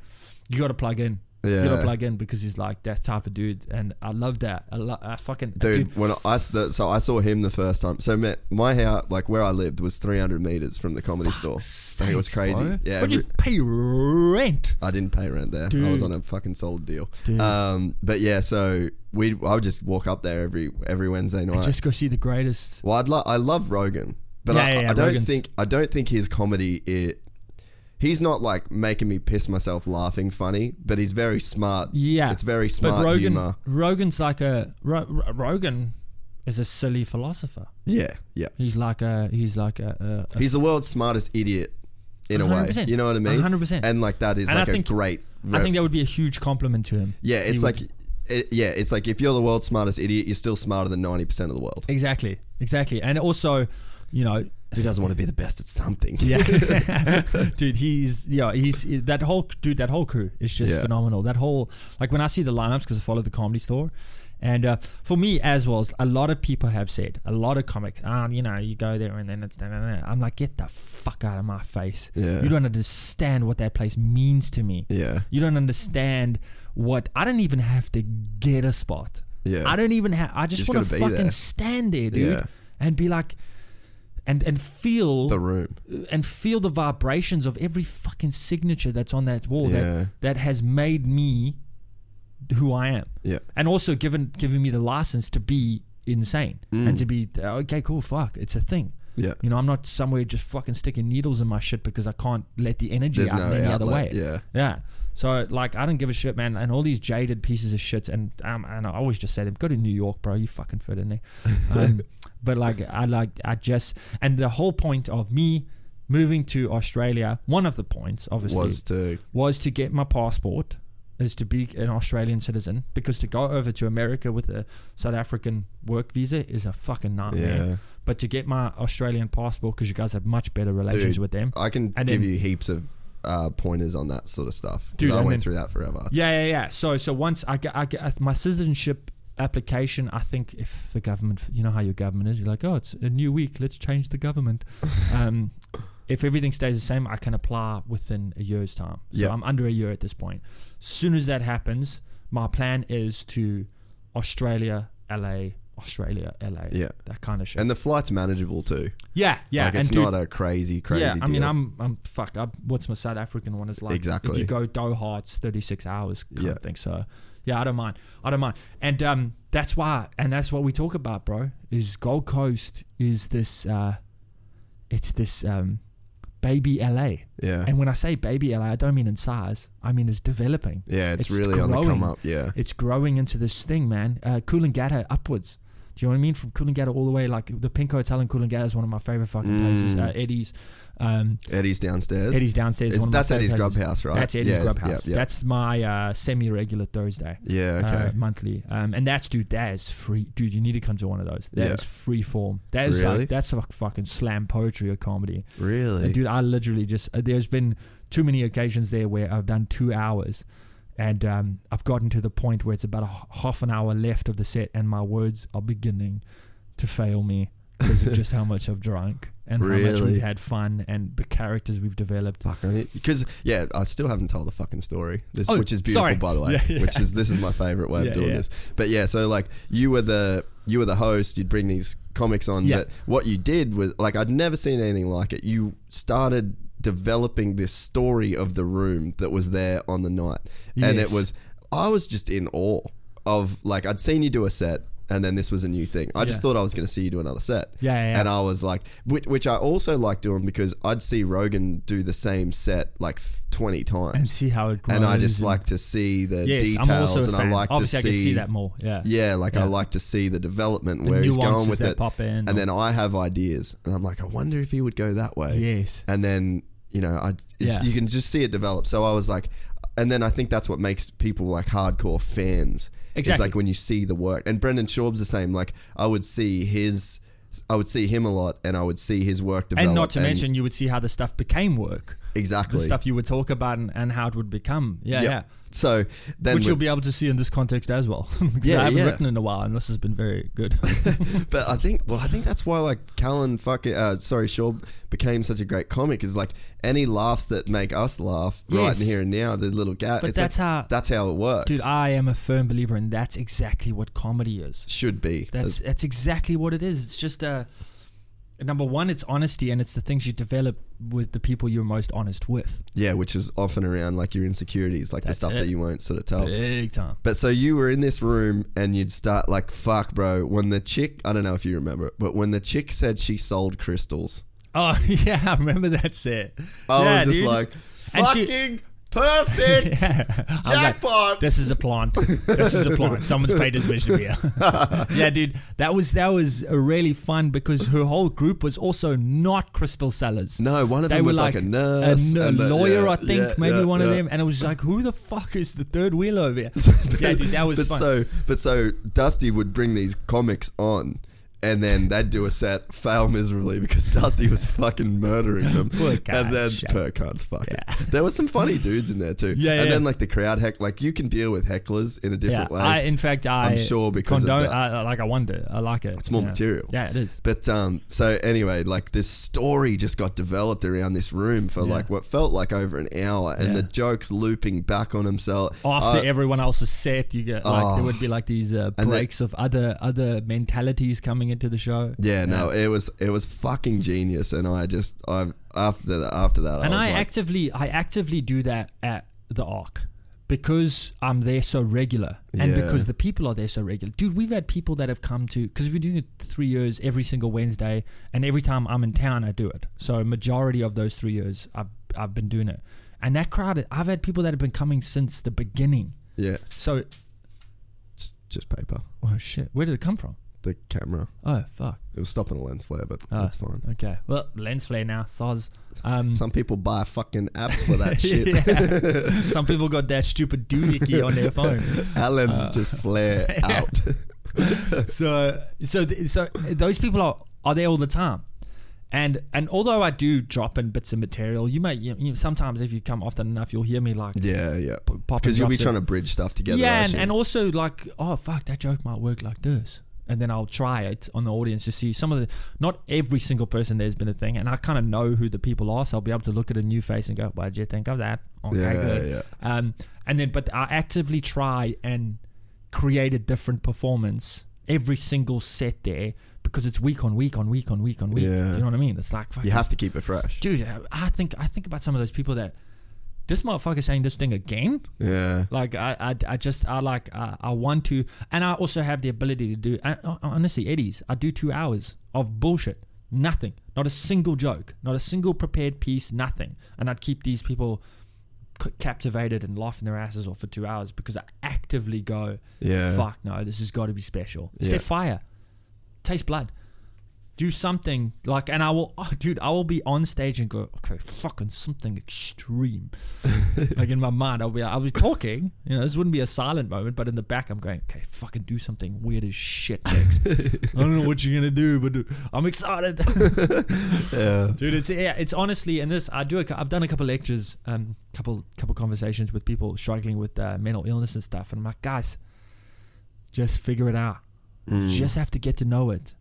[SPEAKER 3] You got to plug in. You got
[SPEAKER 2] Yeah.
[SPEAKER 3] to plug in because he's like that type of dude, and I love that. I, lo- I fucking
[SPEAKER 2] dude. When I s- the, so I saw him the first time. So man, my house, like where I lived, was 300 meters from the comedy store. So it was crazy.
[SPEAKER 3] bro.
[SPEAKER 2] Yeah,
[SPEAKER 3] Why'd you
[SPEAKER 2] every-
[SPEAKER 3] pay rent?
[SPEAKER 2] I didn't pay rent there. I was on a fucking solid deal.
[SPEAKER 3] Dude.
[SPEAKER 2] Um, but yeah, so we I would just walk up there every every Wednesday night.
[SPEAKER 3] Just go see the greatest.
[SPEAKER 2] well, I'd lo- I love Rogan, but
[SPEAKER 3] Yeah,
[SPEAKER 2] I,
[SPEAKER 3] yeah, yeah,
[SPEAKER 2] I don't
[SPEAKER 3] Rogan's-
[SPEAKER 2] think I don't think his comedy it. He's not like making me piss myself laughing funny, but he's very smart.
[SPEAKER 3] Yeah,
[SPEAKER 2] it's very
[SPEAKER 3] But
[SPEAKER 2] smart
[SPEAKER 3] Rogan,
[SPEAKER 2] humor.
[SPEAKER 3] Rogan's like a Ro- Ro- Rogan is a silly philosopher.
[SPEAKER 2] Yeah, yeah.
[SPEAKER 3] He's like a he's like a, a, a
[SPEAKER 2] He's the world's smartest idiot in a way.
[SPEAKER 3] 100%.
[SPEAKER 2] You know what I mean?
[SPEAKER 3] 100%.
[SPEAKER 2] And like that is
[SPEAKER 3] And
[SPEAKER 2] like
[SPEAKER 3] I
[SPEAKER 2] a
[SPEAKER 3] think-
[SPEAKER 2] great.
[SPEAKER 3] I think that would be a huge compliment to him.
[SPEAKER 2] yeah, it's
[SPEAKER 3] He
[SPEAKER 2] like.
[SPEAKER 3] would-
[SPEAKER 2] It, yeah, it's like if you're the world's smartest idiot, you're still smarter than 90% of the world.
[SPEAKER 3] exactly, exactly, and also, you know,
[SPEAKER 2] Who doesn't want to be the best at something?
[SPEAKER 3] yeah, dude, he's yeah, he's that whole dude, that whole crew is just
[SPEAKER 2] Yeah.
[SPEAKER 3] phenomenal. That whole like when I see the lineups because I follow the comedy store. And uh, for me as well, a lot of people have said, a lot of comics, ah, you know, you go there and then it's da, da, da. I'm like, get the fuck out of my face.
[SPEAKER 2] Yeah.
[SPEAKER 3] You don't understand what that place means to me.
[SPEAKER 2] Yeah.
[SPEAKER 3] You don't understand what I don't even have to get a spot.
[SPEAKER 2] Yeah.
[SPEAKER 3] I don't even have. I just,
[SPEAKER 2] Just
[SPEAKER 3] want to
[SPEAKER 2] gotta be
[SPEAKER 3] fucking
[SPEAKER 2] there.
[SPEAKER 3] stand there, dude,
[SPEAKER 2] Yeah.
[SPEAKER 3] and be like, and and feel
[SPEAKER 2] The room.
[SPEAKER 3] and feel the vibrations of every fucking signature that's on that wall
[SPEAKER 2] Yeah.
[SPEAKER 3] that that has made me who I am.
[SPEAKER 2] Yeah.
[SPEAKER 3] And also given giving me the license to be insane and to be okay, cool, fuck, it's a thing.
[SPEAKER 2] Yeah.
[SPEAKER 3] You know, I'm not somewhere just fucking sticking needles in my shit because I can't let the energy
[SPEAKER 2] There's
[SPEAKER 3] out
[SPEAKER 2] no
[SPEAKER 3] in any other way.
[SPEAKER 2] outlet, yeah.
[SPEAKER 3] Yeah. So like I don't give a shit, man. And all these jaded pieces of shit, and um, and I always just say them, go to New York, bro. You fucking fit in there. Um, but like I like I just and the whole point of me moving to Australia, one of the points obviously
[SPEAKER 2] Was to.
[SPEAKER 3] was to get my passport is to be an Australian citizen because to go over to America with a South African work visa is a fucking nightmare.
[SPEAKER 2] Yeah.
[SPEAKER 3] But to get my Australian passport because you guys have much better relations
[SPEAKER 2] Dude,
[SPEAKER 3] with them.
[SPEAKER 2] I can
[SPEAKER 3] And
[SPEAKER 2] give
[SPEAKER 3] then-
[SPEAKER 2] you heaps of uh, pointers on that sort of stuff.
[SPEAKER 3] Dude,
[SPEAKER 2] Because I
[SPEAKER 3] and
[SPEAKER 2] went
[SPEAKER 3] then-
[SPEAKER 2] through that forever.
[SPEAKER 3] yeah, yeah, yeah. So so once I get, I get my citizenship application, I think if the government, you know how your government is, you're like, oh, it's a new week, let's change the government. um, if everything stays the same, I can apply within a year's time. So
[SPEAKER 2] Yeah.
[SPEAKER 3] I'm under a year at this point. Soon as that happens, my plan is to Australia, LA, Australia, LA.
[SPEAKER 2] Yeah.
[SPEAKER 3] that kind of shit.
[SPEAKER 2] And the flight's manageable too.
[SPEAKER 3] yeah, yeah,
[SPEAKER 2] Like
[SPEAKER 3] and
[SPEAKER 2] it's
[SPEAKER 3] dude,
[SPEAKER 2] not a crazy, crazy
[SPEAKER 3] yeah,
[SPEAKER 2] deal.
[SPEAKER 3] I mean, I'm, I'm fuck. I'm, what's my South African one is like? If
[SPEAKER 2] Exactly.
[SPEAKER 3] you go Doha, it's 36 hours. Kind
[SPEAKER 2] Yeah.
[SPEAKER 3] of thing. So, yeah, I don't mind. I don't mind. And um, that's why, and that's what we talk about, bro. Is Gold Coast is this? Uh, it's this um, baby LA.
[SPEAKER 2] Yeah.
[SPEAKER 3] And when I say baby LA, I don't mean in size. I mean it's developing.
[SPEAKER 2] Yeah, it's really on the come up, yeah.
[SPEAKER 3] it's growing into this thing, man. Uh, Coolangatta upwards. Do you know what I mean? From Coolangatta all the way, like the Pink Hotel in Coolangatta is one of my favorite fucking places. Uh, Eddie's, um,
[SPEAKER 2] Eddie's downstairs.
[SPEAKER 3] Eddie's downstairs. is
[SPEAKER 2] It's-
[SPEAKER 3] one of my
[SPEAKER 2] Mm. that's
[SPEAKER 3] favorite
[SPEAKER 2] Eddie's
[SPEAKER 3] places.
[SPEAKER 2] Grub House, right?
[SPEAKER 3] That's Eddie's
[SPEAKER 2] Yeah,
[SPEAKER 3] Grub
[SPEAKER 2] yeah,
[SPEAKER 3] House.
[SPEAKER 2] yeah.
[SPEAKER 3] That's my uh, semi-regular Thursday.
[SPEAKER 2] Yeah, okay.
[SPEAKER 3] uh, monthly, um, and that's dude. That is free, dude. You need to come to one of those. That is
[SPEAKER 2] Yeah.
[SPEAKER 3] free form. That is
[SPEAKER 2] Really?
[SPEAKER 3] like that's like fucking slam poetry or comedy.
[SPEAKER 2] Really?
[SPEAKER 3] And dude, I literally just uh, there's been too many occasions there where I've done two hours, and um, I've gotten to the point where it's about a h- half an hour left of the set, and my words are beginning to fail me because of just how much I've drunk and how much
[SPEAKER 2] Really?
[SPEAKER 3] we've had fun and the characters we've developed.
[SPEAKER 2] Fuck, because yeah, I still haven't told the fucking story. This,
[SPEAKER 3] Oh,
[SPEAKER 2] which is beautiful,
[SPEAKER 3] sorry.
[SPEAKER 2] by the way.
[SPEAKER 3] Yeah, yeah.
[SPEAKER 2] Which is this is my favorite way
[SPEAKER 3] Yeah,
[SPEAKER 2] of doing
[SPEAKER 3] yeah.
[SPEAKER 2] this. But yeah, so like you were the you were the host. You'd bring these comics on.
[SPEAKER 3] Yeah.
[SPEAKER 2] But what you did was like I'd never seen anything like it. You started developing this story of the room that was there on the night, and it
[SPEAKER 3] Yes.
[SPEAKER 2] was I was just in awe of like I'd seen you do a set. And then this was a new thing. I just
[SPEAKER 3] Yeah.
[SPEAKER 2] thought I was going to see you do another set.
[SPEAKER 3] Yeah, yeah, yeah.
[SPEAKER 2] And I was like, which, which I also like doing because I'd see Rogan do the same set like f- 20 times.
[SPEAKER 3] And see how it
[SPEAKER 2] And I
[SPEAKER 3] grows
[SPEAKER 2] just
[SPEAKER 3] and-
[SPEAKER 2] like to see the
[SPEAKER 3] Yes,
[SPEAKER 2] details
[SPEAKER 3] I'm also a
[SPEAKER 2] and
[SPEAKER 3] fan.
[SPEAKER 2] I like
[SPEAKER 3] Obviously,
[SPEAKER 2] to see.
[SPEAKER 3] I can see that more. Yeah,
[SPEAKER 2] Yeah, like I
[SPEAKER 3] Yeah.
[SPEAKER 2] like to see the development where he's going
[SPEAKER 3] nuances
[SPEAKER 2] with
[SPEAKER 3] that
[SPEAKER 2] it.
[SPEAKER 3] pop in.
[SPEAKER 2] and then I have ideas. And I'm like, I wonder if he would go that way.
[SPEAKER 3] Yes.
[SPEAKER 2] And then, you know, I it's,
[SPEAKER 3] Yeah.
[SPEAKER 2] you can just see it develop. So I was like, and then I think that's what makes people like hardcore fans. It's
[SPEAKER 3] Exactly.
[SPEAKER 2] like when you see the work. And Brendan Schaub's the same. Like I would see his I would see him a lot, and I would see his work develop.
[SPEAKER 3] and not to mention, you would see how the stuff became work.
[SPEAKER 2] exactly
[SPEAKER 3] The stuff you would talk about and, and how it would become. Yeah,
[SPEAKER 2] Yep.
[SPEAKER 3] yeah.
[SPEAKER 2] So then,
[SPEAKER 3] Which
[SPEAKER 2] we-
[SPEAKER 3] you'll be able to see in this context as well. 'Cause
[SPEAKER 2] Yeah,
[SPEAKER 3] I haven't
[SPEAKER 2] yeah.
[SPEAKER 3] written in a while, and this has been very good.
[SPEAKER 2] but I think, well, I think that's why like Callan fucking, uh, sorry, Shaw became such a great comic. Is like any laughs that make us laugh right
[SPEAKER 3] Yes.
[SPEAKER 2] in here and now. The little gap.
[SPEAKER 3] But
[SPEAKER 2] it's like,
[SPEAKER 3] that's how-
[SPEAKER 2] that's how it works.
[SPEAKER 3] Dude, I am a firm believer, and that's exactly what comedy is.
[SPEAKER 2] should be.
[SPEAKER 3] That's
[SPEAKER 2] That's
[SPEAKER 3] that's exactly what it is. It's just uh number one, it's honesty, and it's the things you develop with the people you're most honest with.
[SPEAKER 2] yeah, which is often around like your insecurities, like the stuff that you won't sort of tell.
[SPEAKER 3] Big time.
[SPEAKER 2] But so you were in this room and you'd start like, fuck, bro. When the chick, I don't know if you remember it, but when the chick said she sold crystals,
[SPEAKER 3] Oh yeah, I remember that set.
[SPEAKER 2] I
[SPEAKER 3] yeah,
[SPEAKER 2] was just
[SPEAKER 3] dude.
[SPEAKER 2] like,
[SPEAKER 3] And she-
[SPEAKER 2] fucking perfect.
[SPEAKER 3] Yeah. I was like,
[SPEAKER 2] Jackpot.
[SPEAKER 3] this is a plant. This is a plant. Someone's paid his vision here. yeah, dude, that was that was uh, really fun because her whole group was also not crystal sellers.
[SPEAKER 2] No, one of
[SPEAKER 3] they
[SPEAKER 2] them
[SPEAKER 3] were
[SPEAKER 2] was like, a nurse,
[SPEAKER 3] a
[SPEAKER 2] and a-
[SPEAKER 3] lawyer,
[SPEAKER 2] yeah,
[SPEAKER 3] I think,
[SPEAKER 2] yeah,
[SPEAKER 3] maybe
[SPEAKER 2] yeah,
[SPEAKER 3] one of
[SPEAKER 2] yeah.
[SPEAKER 3] them, and it was just like, who the fuck is the third wheel over here? yeah, dude, that was
[SPEAKER 2] but
[SPEAKER 3] fun.
[SPEAKER 2] so but so Dusty would bring these comics on and then they'd do a set, fail miserably because Dusty was fucking murdering them.
[SPEAKER 3] cunt,
[SPEAKER 2] and then
[SPEAKER 3] shut
[SPEAKER 2] per cunts fucking. There were some funny dudes in there too.
[SPEAKER 3] Yeah,
[SPEAKER 2] and
[SPEAKER 3] yeah.
[SPEAKER 2] then like the crowd heck like you can deal with hecklers in a different way.
[SPEAKER 3] I, in fact, I
[SPEAKER 2] I'm sure because of
[SPEAKER 3] condone.
[SPEAKER 2] that.
[SPEAKER 3] I, I- like I wonder. I like it. It's
[SPEAKER 2] more material.
[SPEAKER 3] Yeah, it is.
[SPEAKER 2] But um, so anyway, like this story just got developed around this room for like what felt like over an hour, and
[SPEAKER 3] Yeah.
[SPEAKER 2] the jokes looping back on himself.
[SPEAKER 3] After
[SPEAKER 2] Uh,
[SPEAKER 3] everyone else is set, you get like
[SPEAKER 2] Oh.
[SPEAKER 3] there would be like these uh,
[SPEAKER 2] And they-
[SPEAKER 3] breaks of other other mentalities coming into the show.
[SPEAKER 2] yeah, no, it was it was fucking genius, and I just I after that after that,
[SPEAKER 3] and
[SPEAKER 2] I was
[SPEAKER 3] I
[SPEAKER 2] like,
[SPEAKER 3] actively I actively do that at the Arc because I'm there so regular and
[SPEAKER 2] Yeah.
[SPEAKER 3] because the people are there so regular. Dude, we've had people that have come to because we've been doing it three years every single Wednesday, and every time I'm in town, I do it. So majority of those three years, I've I've been doing it, and that crowd. I've had people that have been coming since the beginning.
[SPEAKER 2] yeah,
[SPEAKER 3] So
[SPEAKER 2] it's just paper,
[SPEAKER 3] oh shit, where did it come from?
[SPEAKER 2] the camera.
[SPEAKER 3] Oh fuck.
[SPEAKER 2] It was stopping a lens flare, but
[SPEAKER 3] Oh,
[SPEAKER 2] that's fine.
[SPEAKER 3] Okay. Well, lens flare now. Soz. Um,
[SPEAKER 2] Some people buy fucking apps for that shit.
[SPEAKER 3] yeah. Some people got that stupid doohickey on their phone.
[SPEAKER 2] Our
[SPEAKER 3] Uh,
[SPEAKER 2] lenses just flare out.
[SPEAKER 3] so so th- so those people are are there all the time and and although i do drop in bits of material you may you know, sometimes if you come often enough you'll hear me like
[SPEAKER 2] yeah, yeah,
[SPEAKER 3] pop
[SPEAKER 2] because you'll be
[SPEAKER 3] drops it.
[SPEAKER 2] trying to bridge stuff together. I
[SPEAKER 3] yeah and,
[SPEAKER 2] assume.
[SPEAKER 3] and also like oh fuck that joke might work like this and then i'll try it on the audience to see some of the not every single person there's been a thing and i kind of know who the people are so i'll be able to look at a new face and go what did you think of that okay
[SPEAKER 2] Yeah,
[SPEAKER 3] good
[SPEAKER 2] yeah.
[SPEAKER 3] um, and then but I actively try and create a different performance every single set there because it's week on week on week on week on week.
[SPEAKER 2] Yeah.
[SPEAKER 3] Do you know what I mean? It's like fuck,
[SPEAKER 2] you have to keep it fresh.
[SPEAKER 3] dude. I think I think about some of those people that this motherfucker saying this thing again.
[SPEAKER 2] Yeah,
[SPEAKER 3] Like I, I, I just I like I, I want to, and I also have the ability to do. I, I- honestly, Eddie's, I do two hours of bullshit, nothing, not a single joke, not a single prepared piece, nothing, and I'd keep these people c- captivated and laughing their asses off for two hours because I actively go,
[SPEAKER 2] Yeah.
[SPEAKER 3] fuck no, this has got to be special.
[SPEAKER 2] Yeah.
[SPEAKER 3] Set fire, taste blood. Do something like, and I will, oh, dude. I will be on stage and go, okay, fucking something extreme like in my mind, I'll be I'll be talking. You know, this wouldn't be a silent moment, but in the back, I'm going, okay, fucking do something weird as shit next. I don't know what you're gonna do, but I'm excited,
[SPEAKER 2] yeah.
[SPEAKER 3] dude. It's yeah, it's honestly, and this I do. A, cou- I've done a couple lectures, um, couple couple conversations with people struggling with uh, mental illness and stuff, and I'm like, guys, just figure it out. You just have to get to know it.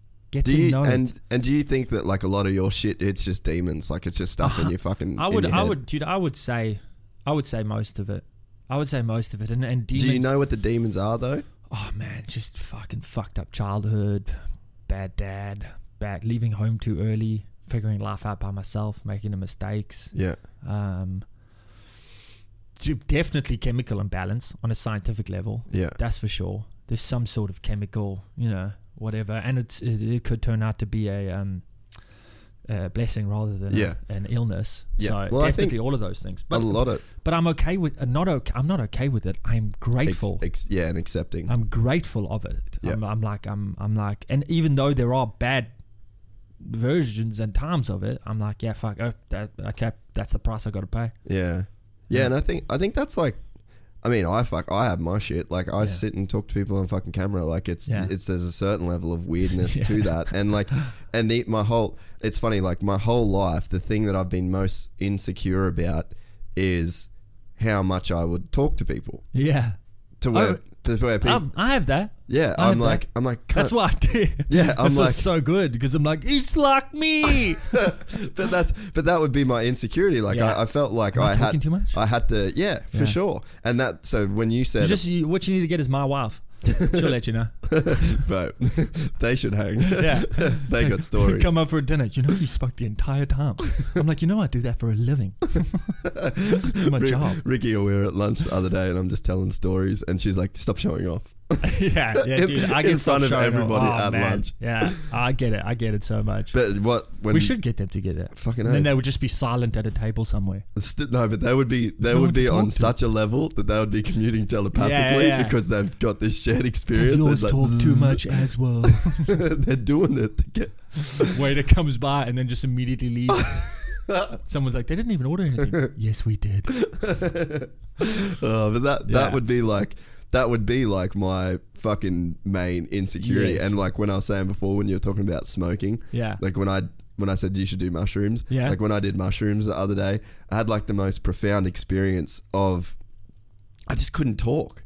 [SPEAKER 2] Mm.
[SPEAKER 3] Get
[SPEAKER 2] Do
[SPEAKER 3] to
[SPEAKER 2] you
[SPEAKER 3] know it.
[SPEAKER 2] and and do you think that like a lot of your shit, it's just demons, like it's just stuff in your fucking.
[SPEAKER 3] Uh, I
[SPEAKER 2] in
[SPEAKER 3] would,
[SPEAKER 2] your
[SPEAKER 3] I
[SPEAKER 2] head?
[SPEAKER 3] would, dude. I would say, I would say most of it. I would say most of it. And and demons.
[SPEAKER 2] Do you know what the demons are though?
[SPEAKER 3] oh man, just fucking fucked up childhood, bad dad, bad leaving home too early, figuring life out by myself, making the mistakes.
[SPEAKER 2] Yeah,
[SPEAKER 3] Um, d- definitely chemical imbalance on a scientific level.
[SPEAKER 2] yeah,
[SPEAKER 3] That's for sure. There's some sort of chemical, you know, whatever, and it's it, it could turn out to be a um, a blessing rather than a-
[SPEAKER 2] Yeah.
[SPEAKER 3] an illness.
[SPEAKER 2] Yeah.
[SPEAKER 3] So
[SPEAKER 2] Well, I think
[SPEAKER 3] definitely all of those things.
[SPEAKER 2] a
[SPEAKER 3] But
[SPEAKER 2] lot of
[SPEAKER 3] but I'm okay with uh, not okay. I'm not okay with it. I'm
[SPEAKER 2] ex,
[SPEAKER 3] grateful.
[SPEAKER 2] ex, yeah, and accepting.
[SPEAKER 3] I'm grateful of it.
[SPEAKER 2] Yeah.
[SPEAKER 3] I'm, I'm like, I'm, I'm like, and even though there are bad versions and times of it, I'm like, yeah, fuck, oh, that, okay, that's the price I got to pay.
[SPEAKER 2] yeah, yeah, and I think I think that's like. I mean, I fuck, I have my shit. Like, I sit and talk to people on fucking camera. Like, it's
[SPEAKER 3] Yeah.
[SPEAKER 2] it's there's a certain level of weirdness to that, and like, and the, my whole it's funny. Like, my whole life, the thing that I've been most insecure about is how much I would talk to people.
[SPEAKER 3] Yeah.
[SPEAKER 2] To where,
[SPEAKER 3] Oh,
[SPEAKER 2] to where people,
[SPEAKER 3] Um, I have that.
[SPEAKER 2] yeah,
[SPEAKER 3] I
[SPEAKER 2] I'm
[SPEAKER 3] have
[SPEAKER 2] like,
[SPEAKER 3] that.
[SPEAKER 2] I'm like,
[SPEAKER 3] That's
[SPEAKER 2] "Cunt."
[SPEAKER 3] what I did.
[SPEAKER 2] Yeah, I'm
[SPEAKER 3] this
[SPEAKER 2] like-
[SPEAKER 3] is so good because I'm like, it's like me.
[SPEAKER 2] but that's but that would be my insecurity. Like
[SPEAKER 3] Yeah.
[SPEAKER 2] I, I felt like
[SPEAKER 3] Am I
[SPEAKER 2] I had
[SPEAKER 3] talking too much?
[SPEAKER 2] I had to, yeah, for sure. And that so when you
[SPEAKER 3] You
[SPEAKER 2] said,
[SPEAKER 3] just you, what you need to get is my wife. She'll let you know.
[SPEAKER 2] but they should hang.
[SPEAKER 3] Yeah.
[SPEAKER 2] they got stories.
[SPEAKER 3] Come up for dinner. You know, you spoke the entire time. I'm like, you know, I do that for a living. my
[SPEAKER 2] Ri-
[SPEAKER 3] job.
[SPEAKER 2] Ricky or we were at lunch the other day, and I'm just telling stories, and she's like, "Stop showing off."
[SPEAKER 3] yeah, yeah,
[SPEAKER 2] In-
[SPEAKER 3] dude. I
[SPEAKER 2] in
[SPEAKER 3] get so
[SPEAKER 2] front of
[SPEAKER 3] showing off.
[SPEAKER 2] everybody
[SPEAKER 3] Oh,
[SPEAKER 2] at
[SPEAKER 3] man.
[SPEAKER 2] lunch.
[SPEAKER 3] Yeah, I get it. I get it so much.
[SPEAKER 2] But what when
[SPEAKER 3] we should get them together.
[SPEAKER 2] Fucking
[SPEAKER 3] And then
[SPEAKER 2] oath.
[SPEAKER 3] they would just be silent at a table somewhere.
[SPEAKER 2] st- no, but they would be they
[SPEAKER 3] no one
[SPEAKER 2] would
[SPEAKER 3] to
[SPEAKER 2] be
[SPEAKER 3] talk
[SPEAKER 2] on
[SPEAKER 3] to.
[SPEAKER 2] such a level that they would be commuting telepathically
[SPEAKER 3] yeah.
[SPEAKER 2] because they've got this shared experience.
[SPEAKER 3] You
[SPEAKER 2] It's
[SPEAKER 3] always
[SPEAKER 2] like,
[SPEAKER 3] talk too much as well.
[SPEAKER 2] they're doing it to get
[SPEAKER 3] Waiter comes by and then just immediately leaves. Someone's like, they didn't even order anything. yes, we did.
[SPEAKER 2] Oh, but that
[SPEAKER 3] Yeah.
[SPEAKER 2] that would be like that would be like my fucking main insecurity.
[SPEAKER 3] Yes.
[SPEAKER 2] And like when I was saying before, when you were talking about smoking,
[SPEAKER 3] Yeah.
[SPEAKER 2] like when I when I said you should do mushrooms,
[SPEAKER 3] Yeah.
[SPEAKER 2] like when I did mushrooms the other day, I had like the most profound experience of I just couldn't talk.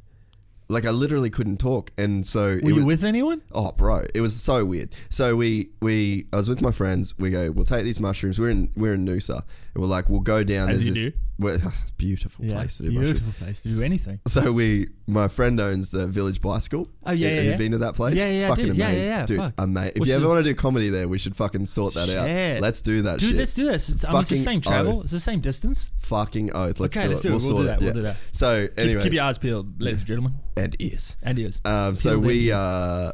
[SPEAKER 2] Like I literally couldn't talk, and so
[SPEAKER 3] Were you with anyone?
[SPEAKER 2] Oh, bro, it was so weird. So we we I was with my friends. We go, we'll take these mushrooms. We're in we're in Noosa. And we're like, we'll go down.
[SPEAKER 3] As
[SPEAKER 2] There's
[SPEAKER 3] you
[SPEAKER 2] this
[SPEAKER 3] do.
[SPEAKER 2] we're- beautiful place to do mushrooms.
[SPEAKER 3] Beautiful place to do anything.
[SPEAKER 2] So we, my friend owns the Village Bicycle.
[SPEAKER 3] Oh, yeah,
[SPEAKER 2] Have
[SPEAKER 3] yeah,
[SPEAKER 2] you
[SPEAKER 3] yeah.
[SPEAKER 2] been to that place?
[SPEAKER 3] Yeah, yeah, I
[SPEAKER 2] fucking
[SPEAKER 3] did. Yeah,
[SPEAKER 2] amazing,
[SPEAKER 3] yeah, yeah,
[SPEAKER 2] dude.
[SPEAKER 3] fuck.
[SPEAKER 2] Amazing. If
[SPEAKER 3] What's
[SPEAKER 2] you ever
[SPEAKER 3] the-
[SPEAKER 2] want to do comedy there, we should fucking sort that
[SPEAKER 3] Shit.
[SPEAKER 2] out. Let's do that
[SPEAKER 3] Dude,
[SPEAKER 2] shit.
[SPEAKER 3] let's do this. It's, I mean, it's the
[SPEAKER 2] Fucking
[SPEAKER 3] same travel.
[SPEAKER 2] oath.
[SPEAKER 3] It's the same distance.
[SPEAKER 2] Fucking oath. Let's
[SPEAKER 3] Okay,
[SPEAKER 2] do
[SPEAKER 3] let's
[SPEAKER 2] it.
[SPEAKER 3] do it.
[SPEAKER 2] We'll,
[SPEAKER 3] We'll
[SPEAKER 2] sort
[SPEAKER 3] do that.
[SPEAKER 2] it.
[SPEAKER 3] We'll
[SPEAKER 2] yeah.
[SPEAKER 3] do that.
[SPEAKER 2] So
[SPEAKER 3] Keep,
[SPEAKER 2] anyway,
[SPEAKER 3] keep your eyes peeled, ladies and gentlemen.
[SPEAKER 2] and ears.
[SPEAKER 3] And ears.
[SPEAKER 2] Um, so
[SPEAKER 3] Peel their
[SPEAKER 2] we
[SPEAKER 3] ears.
[SPEAKER 2] uh,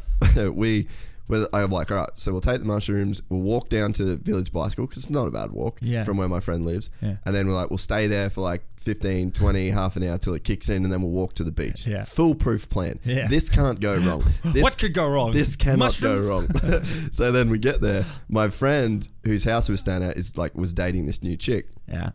[SPEAKER 2] we well, I'm like, all right, so we'll take the mushrooms, we'll walk down to Village Bicycle because it's not a bad walk
[SPEAKER 3] Yeah.
[SPEAKER 2] from where my friend lives.
[SPEAKER 3] Yeah.
[SPEAKER 2] And then we're like, we'll stay there for like 15, 20, half an hour till it kicks in, and then we'll walk to the beach.
[SPEAKER 3] Yeah.
[SPEAKER 2] Foolproof plan.
[SPEAKER 3] Yeah.
[SPEAKER 2] This can't go wrong. This,
[SPEAKER 3] What could go wrong?
[SPEAKER 2] This cannot
[SPEAKER 3] Mushrooms?
[SPEAKER 2] go wrong. so then we get there. My friend, whose house we were staying at, is like, was dating this new chick
[SPEAKER 3] yeah.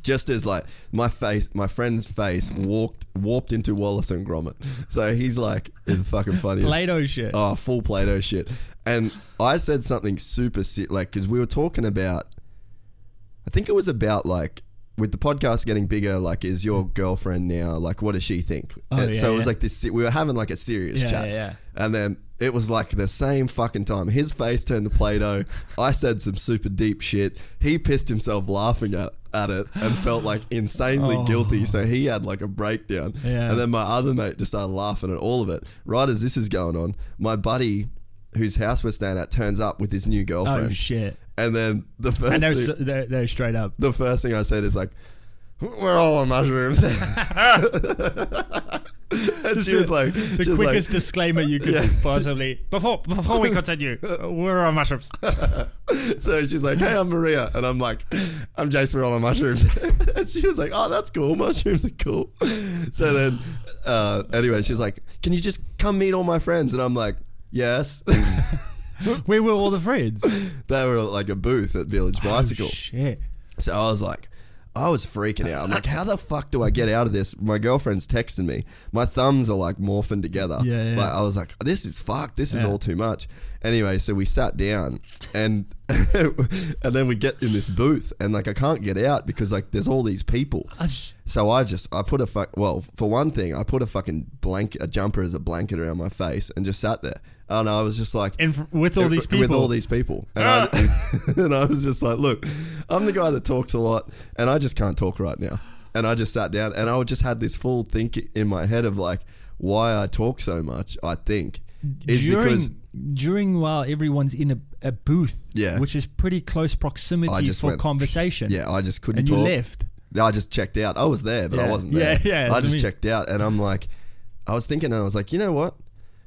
[SPEAKER 2] just as like my face, my friend's face walked warped into Wallace and Gromit. So he's like, it's fucking funny. as-
[SPEAKER 3] Play-Doh shit.
[SPEAKER 2] Oh, full Play-Doh shit. And I said something super sick, like because we were talking about, I think it was about like with the podcast getting bigger, like is your girlfriend now like what does she think?
[SPEAKER 3] Oh,
[SPEAKER 2] and
[SPEAKER 3] yeah,
[SPEAKER 2] so it was
[SPEAKER 3] yeah.
[SPEAKER 2] like this. se- We were having like a serious
[SPEAKER 3] Yeah,
[SPEAKER 2] chat,
[SPEAKER 3] yeah, yeah.
[SPEAKER 2] and then it was like the same fucking time. His face turned to Play-Doh. I said some super deep shit. He pissed himself laughing at, at it and felt like insanely guilty. So he had like a breakdown.
[SPEAKER 3] Oh. Yeah.
[SPEAKER 2] And then my other mate just started laughing at all of it. Right as this is going on, my buddy, whose house we're staying at, turns up with his new girlfriend.
[SPEAKER 3] Oh shit!
[SPEAKER 2] And then the
[SPEAKER 3] And
[SPEAKER 2] first
[SPEAKER 3] they're,
[SPEAKER 2] thing,
[SPEAKER 3] so, they're they're straight up.
[SPEAKER 2] the first thing I said is like, "We're all on mushrooms." and she was like,
[SPEAKER 3] the
[SPEAKER 2] she was like,
[SPEAKER 3] quickest disclaimer you could possibly. Before before we continue, uh, we're on mushrooms.
[SPEAKER 2] So she's like, "Hey, I'm Maria," and I'm like, "I'm Jace. We're all on mushrooms." and she was like, "Oh, that's cool. Mushrooms are cool." So then, uh, anyway, she's like, "Can you just come meet all my friends?" And I'm like, "Yes."
[SPEAKER 3] We were all the friends.
[SPEAKER 2] they were at like a booth at Village Bicycle.
[SPEAKER 3] Shit.
[SPEAKER 2] So I was like, I was freaking out. I'm like, how the fuck do I get out of this? My girlfriend's texting me. My thumbs are like morphing together.
[SPEAKER 3] Yeah, yeah.
[SPEAKER 2] Like I was like, this is fucked. This is
[SPEAKER 3] Yeah.
[SPEAKER 2] all too much. Anyway, so we sat down and and then we get in this booth and like I can't get out because like there's all these people.
[SPEAKER 3] Uh, sh-
[SPEAKER 2] So I just I put a fuck well for one thing I put a fucking blanket a jumper as a blanket around my face and just sat there and I was just like
[SPEAKER 3] And fr- with all these people. Ah!
[SPEAKER 2] with all these people. And, I, and I was just like, look, I'm the guy that talks a lot and I just can't talk right now. And I just sat down and I just had this full think in my head of like why I talk so much, I think, is
[SPEAKER 3] during
[SPEAKER 2] because
[SPEAKER 3] during while everyone's in a, a booth,
[SPEAKER 2] Yeah.
[SPEAKER 3] which is pretty close
[SPEAKER 2] I
[SPEAKER 3] proximity
[SPEAKER 2] just
[SPEAKER 3] for
[SPEAKER 2] went-
[SPEAKER 3] conversation.
[SPEAKER 2] yeah, I just couldn't
[SPEAKER 3] and you
[SPEAKER 2] talk.
[SPEAKER 3] left.
[SPEAKER 2] I just checked out. I was there, but I
[SPEAKER 3] Yeah.
[SPEAKER 2] wasn't
[SPEAKER 3] Yeah,
[SPEAKER 2] there.
[SPEAKER 3] yeah,
[SPEAKER 2] I
[SPEAKER 3] that's what I
[SPEAKER 2] just
[SPEAKER 3] mean.
[SPEAKER 2] checked out and I'm like, I was thinking and I was like, you know what?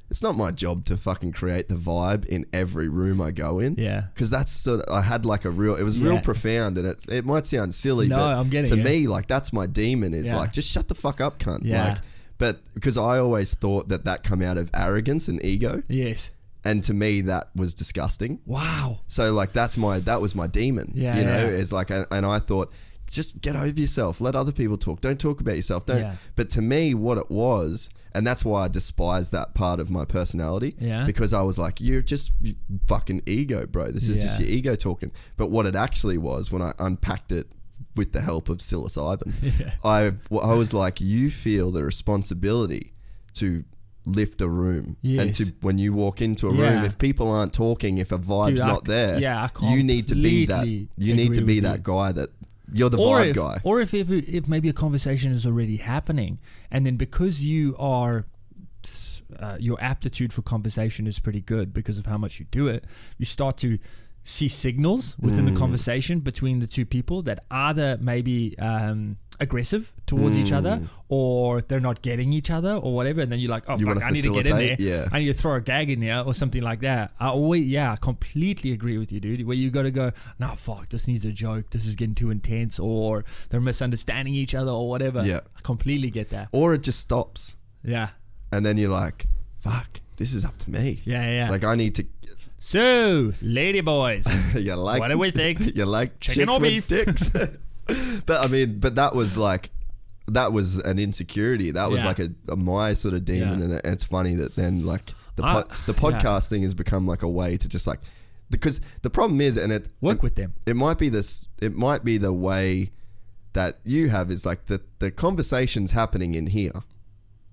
[SPEAKER 2] It's not my job to fucking create the vibe in every room I go in.
[SPEAKER 3] Yeah.
[SPEAKER 2] Because that's sort of, I had like a real, it was real
[SPEAKER 3] Yeah.
[SPEAKER 2] profound and it, it might sound silly,
[SPEAKER 3] No,
[SPEAKER 2] but
[SPEAKER 3] I'm getting
[SPEAKER 2] to
[SPEAKER 3] it.
[SPEAKER 2] me, like that's my demon is
[SPEAKER 3] Yeah.
[SPEAKER 2] like, just shut the fuck up, cunt.
[SPEAKER 3] Yeah.
[SPEAKER 2] Like, but because I always thought that that come out of arrogance and ego.
[SPEAKER 3] Yes.
[SPEAKER 2] And to me, that was disgusting.
[SPEAKER 3] Wow.
[SPEAKER 2] So like that's my that was my demon.
[SPEAKER 3] Yeah,
[SPEAKER 2] you know,
[SPEAKER 3] yeah.
[SPEAKER 2] it's like and, and I thought just get over yourself. Let other people talk. Don't talk about yourself. Don't.
[SPEAKER 3] Yeah.
[SPEAKER 2] But to me, what it was, and that's why I despise that part of my personality.
[SPEAKER 3] Yeah.
[SPEAKER 2] Because I was like, you're just you fucking ego, bro. This is just
[SPEAKER 3] Yeah.
[SPEAKER 2] your ego talking. But what it actually was, when I unpacked it with the help of psilocybin, I I was like, you feel the responsibility to lift a room and
[SPEAKER 3] Yes.
[SPEAKER 2] to when you walk into a room
[SPEAKER 3] Yeah.
[SPEAKER 2] if people aren't talking if a vibe's
[SPEAKER 3] Dude, I
[SPEAKER 2] not
[SPEAKER 3] c-
[SPEAKER 2] there
[SPEAKER 3] yeah, I
[SPEAKER 2] you need to be that
[SPEAKER 3] completely
[SPEAKER 2] you need to be
[SPEAKER 3] agree with
[SPEAKER 2] that
[SPEAKER 3] you.
[SPEAKER 2] guy that you're the
[SPEAKER 3] or
[SPEAKER 2] vibe
[SPEAKER 3] if,
[SPEAKER 2] guy
[SPEAKER 3] Or if, if if maybe a conversation is already happening, and then because you are uh, your aptitude for conversation is pretty good because of how much you do it, you start to see signals within
[SPEAKER 2] Hmm.
[SPEAKER 3] the conversation between the two people that either maybe um, aggressive towards each other or they're not getting each other or whatever and then you're like oh
[SPEAKER 2] Hmm. You
[SPEAKER 3] fuck,
[SPEAKER 2] wanna
[SPEAKER 3] I need to get in there
[SPEAKER 2] facilitate? Yeah.
[SPEAKER 3] I need to throw a gag in there or something like that. I always, yeah, I completely agree with you, dude. Where you got to go, nah, fuck, this needs a joke. This is getting too intense, or they're misunderstanding each other, or whatever.
[SPEAKER 2] Yeah.
[SPEAKER 3] I completely get that.
[SPEAKER 2] or it just stops
[SPEAKER 3] Yeah,
[SPEAKER 2] and then you're like fuck this is up to me
[SPEAKER 3] yeah, yeah.
[SPEAKER 2] like I need to
[SPEAKER 3] so, lady boys,
[SPEAKER 2] you like
[SPEAKER 3] What do we think?
[SPEAKER 2] you like
[SPEAKER 3] Chicken
[SPEAKER 2] chicks
[SPEAKER 3] or
[SPEAKER 2] with
[SPEAKER 3] beef?
[SPEAKER 2] dicks but I mean but that was like that was an insecurity that was
[SPEAKER 3] Yeah.
[SPEAKER 2] like a, a my sort of demon
[SPEAKER 3] Yeah.
[SPEAKER 2] and it- it's funny that then like the
[SPEAKER 3] I-
[SPEAKER 2] pod, the podcast thing has become like a way to just like because the problem is and it
[SPEAKER 3] work
[SPEAKER 2] and-
[SPEAKER 3] with them.
[SPEAKER 2] it might be this it might be the way that you have is like the the conversation's happening in here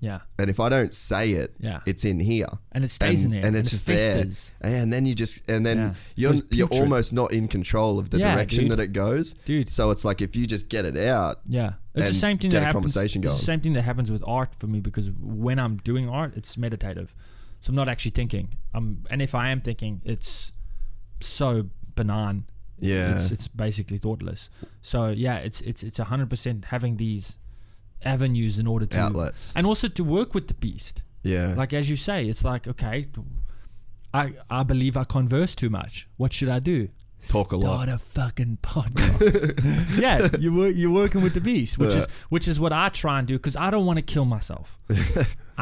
[SPEAKER 3] Yeah,
[SPEAKER 2] and if i don't say it
[SPEAKER 3] Yeah.
[SPEAKER 2] it's in here
[SPEAKER 3] And it stays
[SPEAKER 2] and,
[SPEAKER 3] in there,
[SPEAKER 2] and it's
[SPEAKER 3] and it
[SPEAKER 2] just
[SPEAKER 3] festers.
[SPEAKER 2] there and then you just and then
[SPEAKER 3] Yeah.
[SPEAKER 2] you're
[SPEAKER 3] Goes
[SPEAKER 2] you're
[SPEAKER 3] putrid.
[SPEAKER 2] almost not in control of the
[SPEAKER 3] Yeah,
[SPEAKER 2] direction
[SPEAKER 3] dude.
[SPEAKER 2] that it goes
[SPEAKER 3] Dude.
[SPEAKER 2] so it's like if you just get it out
[SPEAKER 3] yeah. It's the
[SPEAKER 2] And
[SPEAKER 3] same thing
[SPEAKER 2] get a
[SPEAKER 3] that happens.
[SPEAKER 2] conversation
[SPEAKER 3] It's
[SPEAKER 2] going.
[SPEAKER 3] the same thing that happens with art for me because when I'm doing art, it's meditative. So I'm not actually thinking. I'm, and if I am thinking, it's so benign
[SPEAKER 2] yeah
[SPEAKER 3] it's it's basically thoughtless. So yeah, it's it's it's hundred percent having these avenues in order to
[SPEAKER 2] Outlets.
[SPEAKER 3] and also to work with the beast.
[SPEAKER 2] yeah
[SPEAKER 3] Like as you say, it's like okay, I I believe I converse too much. What should I do?
[SPEAKER 2] Talk a lot.
[SPEAKER 3] Start a fucking podcast. yeah, you wor- you're working with the beast, which is which is what I try and do because I don't want to kill myself.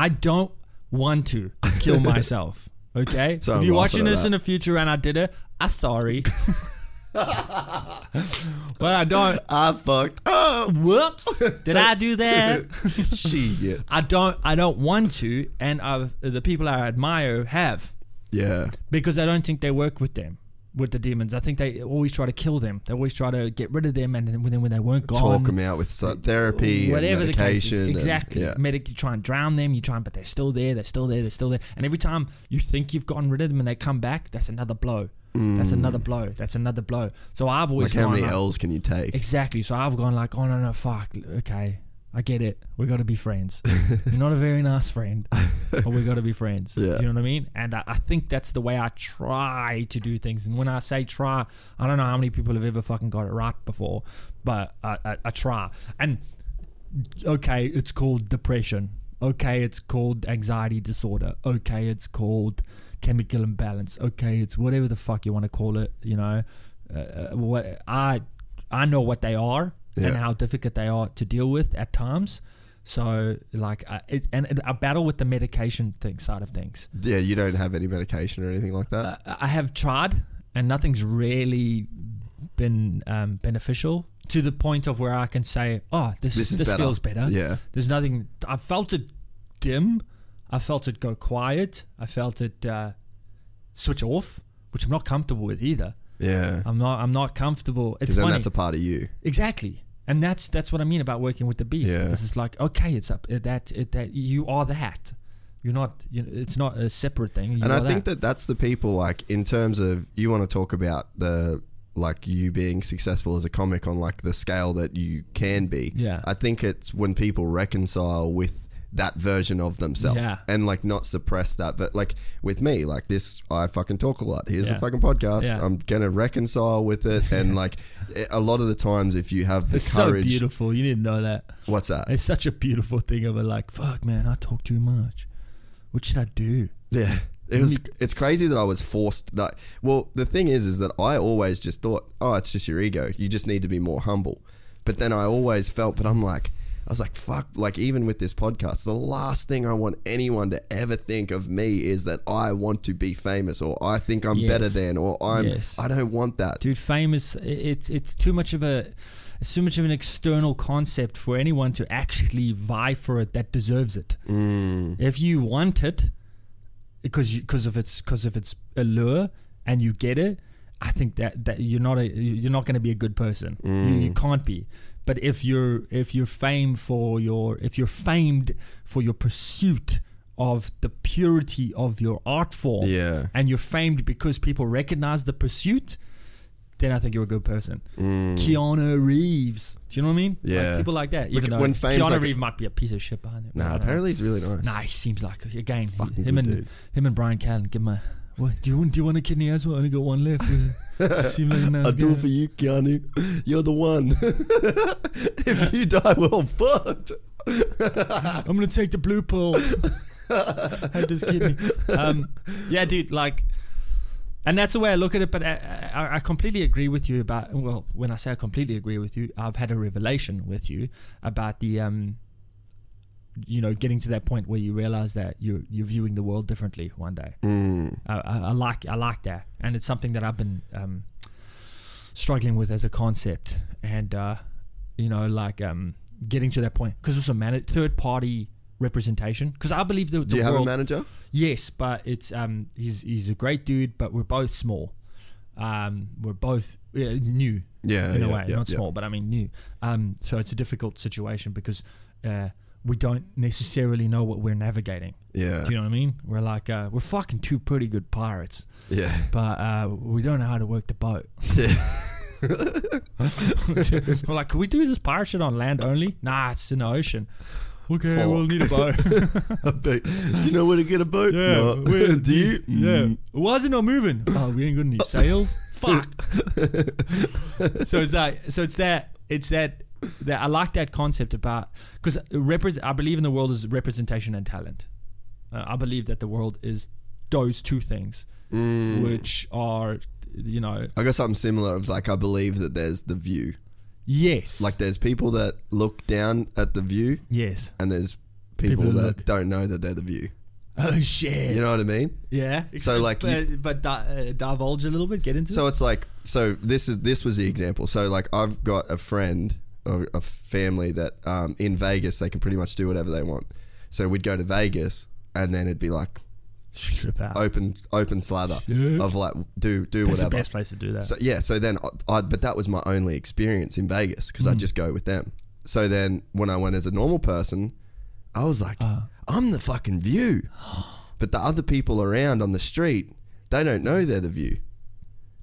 [SPEAKER 3] I don't want to kill myself. Okay,
[SPEAKER 2] Sorry,
[SPEAKER 3] if you're
[SPEAKER 2] I'm laughing
[SPEAKER 3] watching
[SPEAKER 2] at
[SPEAKER 3] this
[SPEAKER 2] that.
[SPEAKER 3] in the future and I did it, I'm sorry. but I don't.
[SPEAKER 2] i fucked up
[SPEAKER 3] Whoops! Did I do that?
[SPEAKER 2] shit
[SPEAKER 3] I don't. I don't want to, and I've, the people I admire have
[SPEAKER 2] yeah
[SPEAKER 3] because I don't think they work with them with the demons. I think they always try to kill them. They always try to get rid of them, and then when, when they weren't gone,
[SPEAKER 2] talk them out with so- therapy
[SPEAKER 3] whatever
[SPEAKER 2] and
[SPEAKER 3] the case
[SPEAKER 2] medication
[SPEAKER 3] is.
[SPEAKER 2] and-
[SPEAKER 3] Exactly.
[SPEAKER 2] yeah.
[SPEAKER 3] Medic, you try and drown them. You try, and, but they're still there. They're still there. They're still there. And every time you think you've gotten rid of them, and they come back, that's another blow. That's another blow. That's another blow. So I've always
[SPEAKER 2] Mm. like how
[SPEAKER 3] gone
[SPEAKER 2] many
[SPEAKER 3] like-
[SPEAKER 2] l's can you take
[SPEAKER 3] Exactly. So I've gone like, oh no no fuck. Okay, I get it. We got to be friends. You're not a very nice friend, but we got to be friends.
[SPEAKER 2] Yeah.
[SPEAKER 3] Do you know what I mean? And I, I think that's the way I try to do things. And when I say try, I don't know how many people have ever fucking got it right before, but I, I, I try. And okay, it's called depression. Okay, it's called anxiety disorder. Okay, it's called chemical imbalance. Okay, it's whatever the fuck you want to call it. You know, uh, uh, what I I know what they are
[SPEAKER 2] Yeah.
[SPEAKER 3] and how difficult they are to deal with at times. So like, I, it, and and I battle with the medication thing side of things.
[SPEAKER 2] yeah you don't have any medication or anything like that
[SPEAKER 3] I I have tried, and nothing's really been um, beneficial to the point of where I can say, "Oh, this
[SPEAKER 2] This
[SPEAKER 3] this,
[SPEAKER 2] is better."
[SPEAKER 3] feels better."
[SPEAKER 2] Yeah.
[SPEAKER 3] there's nothing. I felt it dim. I felt it go quiet. I felt it uh, switch off, which I'm not comfortable with either.
[SPEAKER 2] yeah
[SPEAKER 3] I'm not. I'm not comfortable. Um, It's
[SPEAKER 2] because then
[SPEAKER 3] funny.
[SPEAKER 2] that's a part of you
[SPEAKER 3] Exactly. And that's that's what I mean about working with the beast.
[SPEAKER 2] Yeah.
[SPEAKER 3] It's just like okay, it's up it, that it, that you are that. You're not. You know, it's not a separate thing. You
[SPEAKER 2] and I
[SPEAKER 3] are
[SPEAKER 2] think that that's the people like in terms of you want to talk about the like you being successful as a comic on like the scale that you can be.
[SPEAKER 3] Yeah.
[SPEAKER 2] I think it's when people reconcile with that version of themselves
[SPEAKER 3] Yeah.
[SPEAKER 2] and like not suppress that but like with me like this I fucking talk a lot here's the
[SPEAKER 3] Yeah.
[SPEAKER 2] fucking podcast
[SPEAKER 3] Yeah.
[SPEAKER 2] I'm gonna reconcile with it and like a lot of the times if you have the
[SPEAKER 3] It's so
[SPEAKER 2] courage
[SPEAKER 3] beautiful. You didn't know that.
[SPEAKER 2] what's that
[SPEAKER 3] It's such a beautiful thing of it. Like, fuck, man, I talk too much. What should I do?
[SPEAKER 2] Yeah. It was it's crazy that I was forced that well the thing is is that I always just thought oh it's just your ego you just need to be more humble but then I always felt but I'm like I was like fuck like even with this podcast the last thing I want anyone to ever think of me is that I want to be famous or I think I'm better
[SPEAKER 3] Yes.
[SPEAKER 2] than or I'm
[SPEAKER 3] Yes.
[SPEAKER 2] I don't want that
[SPEAKER 3] Dude, fame is i- it's it's too much of a. it's so much of an external concept for anyone to actually vie for it that deserves it.
[SPEAKER 2] Mm.
[SPEAKER 3] If you want it, because because of its because of its allure, and you get it, I think that that you're not a you're not going to be a good person. You,
[SPEAKER 2] Mm.
[SPEAKER 3] you can't be. But if you're if you're famed for your if you're famed for your pursuit of the purity of your art form,
[SPEAKER 2] Yeah.
[SPEAKER 3] and you're famed because people recognize the pursuit, then I think you're a good person. Keanu Reeves. Do you know what I mean? Like,
[SPEAKER 2] Mm. Yeah.
[SPEAKER 3] people like that. Even
[SPEAKER 2] Look,
[SPEAKER 3] though
[SPEAKER 2] when fame's
[SPEAKER 3] Keanu
[SPEAKER 2] like a-
[SPEAKER 3] Reeves might be a piece of shit behind
[SPEAKER 2] Nah,
[SPEAKER 3] it. I don't know.
[SPEAKER 2] apparently he's really nice.
[SPEAKER 3] Nah, he seems like again.
[SPEAKER 2] Fucking
[SPEAKER 3] him
[SPEAKER 2] good
[SPEAKER 3] and
[SPEAKER 2] dude.
[SPEAKER 3] him and Brian Callen give him a. What do you want? Do you want a kidney as well? I only got one left. You seem like a nice
[SPEAKER 2] I'll do
[SPEAKER 3] guy.
[SPEAKER 2] it for you, Keanu. You're the one. if you die, we're all fucked.
[SPEAKER 3] I'm gonna take the blue pill. Had this kidney. Um, yeah, dude. Like, and that's the way I look at it. But I, I, I completely agree with you about. Well, when I say I completely agree with you, I've had a revelation with you about the. Um, you know, getting to that point where you realize that you're you're viewing the world differently one day.
[SPEAKER 2] Mm.
[SPEAKER 3] I, I, I like I like that, and it's something that I've been um, struggling with as a concept, and uh, you know, like um, getting to that point because also man- third party representation. Because I believe the, the
[SPEAKER 2] Do you have a
[SPEAKER 3] world,
[SPEAKER 2] manager?
[SPEAKER 3] yes, but it's um, he's he's a great dude, but we're both small. Um, we're both uh, new,
[SPEAKER 2] Yeah,
[SPEAKER 3] in a
[SPEAKER 2] yeah,
[SPEAKER 3] way,
[SPEAKER 2] yeah,
[SPEAKER 3] not
[SPEAKER 2] yeah.
[SPEAKER 3] small, but I mean new. Um, so it's a difficult situation because uh, we don't necessarily know what we're navigating.
[SPEAKER 2] Yeah.
[SPEAKER 3] Do you know what I mean? We're like uh, we're fucking two pretty good pirates,
[SPEAKER 2] Yeah.
[SPEAKER 3] but uh, we don't know how to work the boat. we're like, can we do this pirate shit on land only? Nah, it's in the ocean. Okay,
[SPEAKER 2] Fuck.
[SPEAKER 3] we'll need a boat.
[SPEAKER 2] I bet. Do you know where to get a boat?
[SPEAKER 3] Yeah,
[SPEAKER 2] No.
[SPEAKER 3] where-
[SPEAKER 2] Do you?
[SPEAKER 3] yeah, why is it not moving? Mm. Oh, we ain't got any sails. Fuck. so it's like, so it's that, it's that, that I like that concept about because repre- I believe in the world is representation and talent. Uh, I believe that the world is those two things,
[SPEAKER 2] Mm.
[SPEAKER 3] which are, you know,
[SPEAKER 2] I got something similar. It was like I believe that there's the view.
[SPEAKER 3] yes,
[SPEAKER 2] Like there's people that look down at the view,
[SPEAKER 3] yes.
[SPEAKER 2] and there's people,
[SPEAKER 3] People who
[SPEAKER 2] that
[SPEAKER 3] look.
[SPEAKER 2] don't know that they're the view.
[SPEAKER 3] Oh shit.
[SPEAKER 2] You know what I mean?
[SPEAKER 3] Yeah.
[SPEAKER 2] So, like, you-
[SPEAKER 3] but, but di- uh, divulge a little bit. Get into
[SPEAKER 2] So it's like so this is this was the example. So like I've got a friend or a family that um, in Vegas they can pretty much do whatever they want. So we'd go to Vegas and then it'd be like
[SPEAKER 3] it. Strip out.
[SPEAKER 2] open open slather
[SPEAKER 3] Shit.
[SPEAKER 2] of like do do
[SPEAKER 3] That's the
[SPEAKER 2] Oh, whatever.
[SPEAKER 3] best place to do that.
[SPEAKER 2] So yeah, so then I, I but that was my only experience in Vegas because
[SPEAKER 3] Mm.
[SPEAKER 2] I just go with them. So then when I went as a normal person, I was like,
[SPEAKER 3] Uh.
[SPEAKER 2] I'm the fucking view. But the other people around on the street, they don't know they're the view.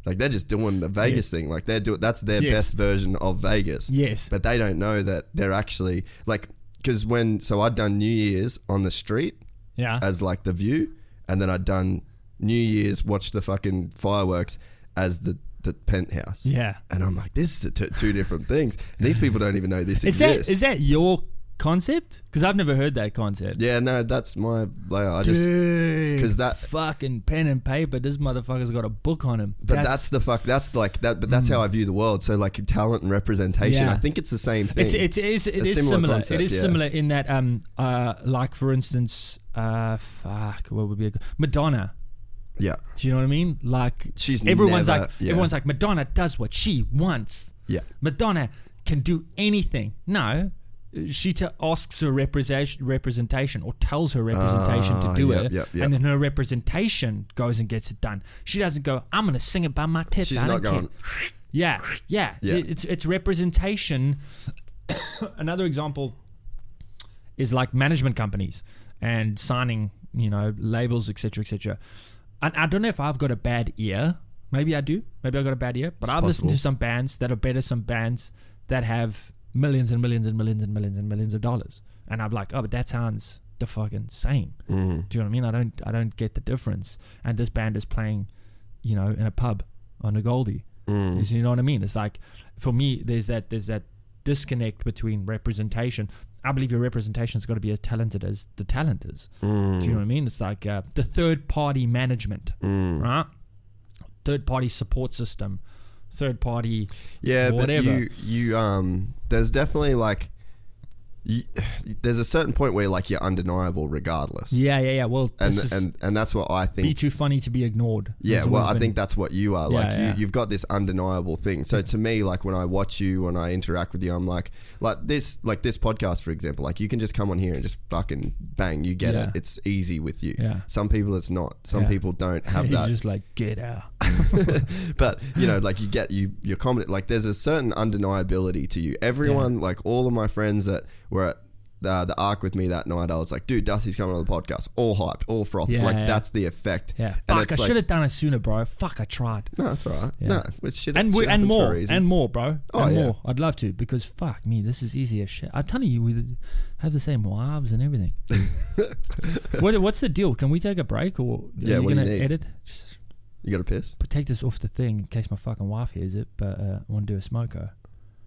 [SPEAKER 2] Like they're just doing the Vegas thing. Like they're doing that's their
[SPEAKER 3] Yes.
[SPEAKER 2] best version of Vegas.
[SPEAKER 3] Yes.
[SPEAKER 2] But they don't know that they're actually like because when so I'd done New Year's on the street
[SPEAKER 3] yeah.
[SPEAKER 2] as like the view, and then I'd done New Year's, watched the fucking fireworks as the, the penthouse.
[SPEAKER 3] Yeah.
[SPEAKER 2] And I'm like, this is t- two different things. These people don't even know this
[SPEAKER 3] Is that
[SPEAKER 2] exists.
[SPEAKER 3] is that your concept? Because I've never heard that concept.
[SPEAKER 2] yeah, no, that's my layout. I just because that.
[SPEAKER 3] fucking pen and paper. This motherfucker's got a book on him.
[SPEAKER 2] But that's, the fuck. That's like that. But that's how I view the world. So like talent and representation.
[SPEAKER 3] Mm. Yeah.
[SPEAKER 2] I think it's the same thing.
[SPEAKER 3] it's it's it is it
[SPEAKER 2] A
[SPEAKER 3] is
[SPEAKER 2] similar
[SPEAKER 3] similar.
[SPEAKER 2] concept,
[SPEAKER 3] it is
[SPEAKER 2] yeah.
[SPEAKER 3] similar in that um uh like for instance uh fuck what would be a good Madonna.
[SPEAKER 2] yeah,
[SPEAKER 3] Do you know what I mean? Like
[SPEAKER 2] She's
[SPEAKER 3] everyone's
[SPEAKER 2] never-
[SPEAKER 3] like
[SPEAKER 2] yeah.
[SPEAKER 3] everyone's like Madonna does what she wants.
[SPEAKER 2] yeah,
[SPEAKER 3] Madonna can do anything. No, she t- asks her representation, representation or tells her representation
[SPEAKER 2] Ah,
[SPEAKER 3] to do
[SPEAKER 2] yep,
[SPEAKER 3] it,
[SPEAKER 2] yep, yep.
[SPEAKER 3] and then her representation goes and gets it done. She doesn't go, "I'm going to sing it by my tits."
[SPEAKER 2] She's
[SPEAKER 3] I
[SPEAKER 2] not
[SPEAKER 3] don't
[SPEAKER 2] going,
[SPEAKER 3] care." Yeah, yeah,
[SPEAKER 2] Yeah.
[SPEAKER 3] It- It's it's representation. Another example is like management companies and signing, you know, labels, etc., etc. And I don't know if I've got a bad ear. Maybe I do. Maybe I got a bad ear. But I've listened to
[SPEAKER 2] possible.
[SPEAKER 3] some bands that are better, some bands that have millions and millions and millions and millions and millions of dollars. And I'm like, oh, but that sounds the fucking same. Do you know what I mean? I don't, I don't get the difference. And this band is playing, you know, in a pub on a Goldie. Is- You know what I mean? It's like, for me, there's that, there's that disconnect between representation. I believe your representation's got to be as talented as the talent is. Do you know what I mean? It's like uh, the third party management, right? Third party support system, third party
[SPEAKER 2] yeah.
[SPEAKER 3] whatever.
[SPEAKER 2] But you, you, um, there's definitely like you, there's a certain point where like you're undeniable regardless.
[SPEAKER 3] Yeah, yeah, yeah. Well,
[SPEAKER 2] And,
[SPEAKER 3] this is
[SPEAKER 2] and and that's what I think
[SPEAKER 3] be too funny to be ignored.
[SPEAKER 2] Yeah,
[SPEAKER 3] It's
[SPEAKER 2] well,
[SPEAKER 3] always
[SPEAKER 2] I
[SPEAKER 3] been-
[SPEAKER 2] think that's what you are.
[SPEAKER 3] Yeah,
[SPEAKER 2] Like,
[SPEAKER 3] yeah.
[SPEAKER 2] You, you've got this undeniable thing. So to me, like when I watch you, when I interact with you, I'm like, like this, like this podcast, for example. Like you can just come on here and just fucking bang, you get
[SPEAKER 3] Yeah.
[SPEAKER 2] it. It's easy with you.
[SPEAKER 3] Yeah.
[SPEAKER 2] Some people, it's not. Some
[SPEAKER 3] Yeah.
[SPEAKER 2] people don't have
[SPEAKER 3] You're
[SPEAKER 2] that.
[SPEAKER 3] just like get out.
[SPEAKER 2] but you know, like you get you your comedy. Like there's a certain undeniability to you. Everyone, like all of my friends that were at uh, the arc with me that night, I was like, dude, Dusty's coming on the podcast. All hyped, all frothed.
[SPEAKER 3] Yeah,
[SPEAKER 2] like
[SPEAKER 3] yeah.
[SPEAKER 2] that's the effect.
[SPEAKER 3] Yeah,
[SPEAKER 2] And
[SPEAKER 3] fuck. I
[SPEAKER 2] it's like,
[SPEAKER 3] should have done it sooner, bro. Fuck, I tried.
[SPEAKER 2] no, it's all right. No, it's shit.
[SPEAKER 3] and we,
[SPEAKER 2] shit
[SPEAKER 3] and
[SPEAKER 2] happens for a
[SPEAKER 3] more
[SPEAKER 2] reason.
[SPEAKER 3] and more, bro.
[SPEAKER 2] Oh,
[SPEAKER 3] and
[SPEAKER 2] yeah.
[SPEAKER 3] more. I'd love to because fuck me, this is easy as shit. I'm telling you, we have the same wives and everything. what, what's the deal? Can we take a break or are
[SPEAKER 2] Yeah,
[SPEAKER 3] you
[SPEAKER 2] what do you
[SPEAKER 3] gonna
[SPEAKER 2] need?
[SPEAKER 3] edit? Just
[SPEAKER 2] You got a piss?
[SPEAKER 3] put- take this off the thing in case my fucking wife hears it. But uh, I want to do a smoko.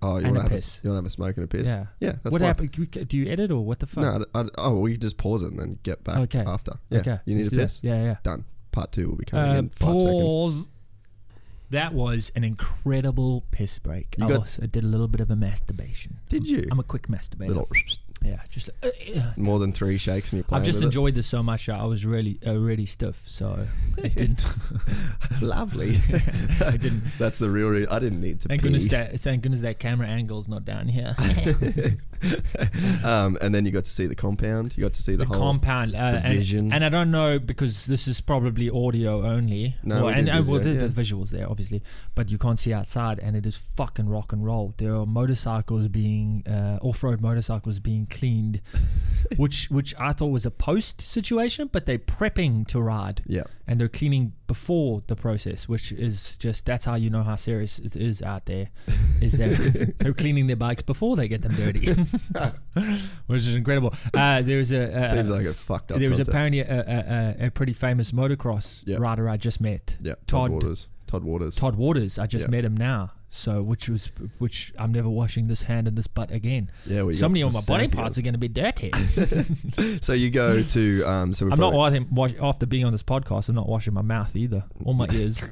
[SPEAKER 2] Oh, you want
[SPEAKER 3] And a
[SPEAKER 2] to have
[SPEAKER 3] piss.
[SPEAKER 2] A, you want to have a smoke and a piss?
[SPEAKER 3] Yeah,
[SPEAKER 2] yeah. That's
[SPEAKER 3] what
[SPEAKER 2] fine.
[SPEAKER 3] happened? Can we- Do you edit or what the fuck?
[SPEAKER 2] No, I- I, oh, we just pause it and then get back
[SPEAKER 3] Okay.
[SPEAKER 2] after. Yeah,
[SPEAKER 3] okay,
[SPEAKER 2] you need
[SPEAKER 3] let's
[SPEAKER 2] a
[SPEAKER 3] do that.
[SPEAKER 2] piss.
[SPEAKER 3] Yeah, yeah.
[SPEAKER 2] Done. Part two will be coming
[SPEAKER 3] Uh,
[SPEAKER 2] in five seconds.
[SPEAKER 3] pause. That was an incredible piss break.
[SPEAKER 2] You
[SPEAKER 3] I
[SPEAKER 2] got-
[SPEAKER 3] also did a little bit of a masturbation.
[SPEAKER 2] Did you?
[SPEAKER 3] I'm a quick masturbator.
[SPEAKER 2] Little
[SPEAKER 3] Yeah, just uh, uh,
[SPEAKER 2] more than three shakes and you're playing
[SPEAKER 3] I've just
[SPEAKER 2] with
[SPEAKER 3] enjoyed this so much. I was really, uh, really stiff, so I didn't.
[SPEAKER 2] it. Lovely.
[SPEAKER 3] I didn't.
[SPEAKER 2] That's the real. Re- I didn't need to.
[SPEAKER 3] Thank
[SPEAKER 2] pee.
[SPEAKER 3] goodness that. Thank goodness that camera angle's not down here.
[SPEAKER 2] um, and then you got to see the compound. You got to see the,
[SPEAKER 3] the
[SPEAKER 2] whole.
[SPEAKER 3] compound, uh,
[SPEAKER 2] the
[SPEAKER 3] and,
[SPEAKER 2] vision.
[SPEAKER 3] and I don't know because this is probably audio only.
[SPEAKER 2] No,
[SPEAKER 3] Well,
[SPEAKER 2] we
[SPEAKER 3] and
[SPEAKER 2] did
[SPEAKER 3] uh, well,
[SPEAKER 2] video,
[SPEAKER 3] the, the
[SPEAKER 2] yeah.
[SPEAKER 3] visuals there, obviously, but you can't see outside, and it is fucking rock and roll. There are motorcycles being uh, off-road motorcycles being cleaned, which which I thought was a post situation, but they're prepping to ride.
[SPEAKER 2] yeah.
[SPEAKER 3] and they're cleaning before the process, which is just that's how you know how serious it is out there. Is they're, they're cleaning their bikes before they get them dirty, which is incredible. Uh, there was a, a
[SPEAKER 2] Seems like a fucked up.
[SPEAKER 3] there was
[SPEAKER 2] concept.
[SPEAKER 3] apparently a, a, a, a pretty famous motocross
[SPEAKER 2] Yeah.
[SPEAKER 3] rider I just met.
[SPEAKER 2] Yeah. Todd,
[SPEAKER 3] Todd
[SPEAKER 2] Waters. Todd Waters.
[SPEAKER 3] Todd Waters. I just
[SPEAKER 2] Yeah.
[SPEAKER 3] met him now. So which was which I'm never washing this hand and this butt again.
[SPEAKER 2] Yeah, well, you
[SPEAKER 3] so
[SPEAKER 2] got
[SPEAKER 3] many of
[SPEAKER 2] the
[SPEAKER 3] my body
[SPEAKER 2] sand
[SPEAKER 3] parts are going to be dirty.
[SPEAKER 2] So you go to. Um, so we
[SPEAKER 3] I'm not washing wash, after being on this podcast. I'm not washing my mouth either or my ears.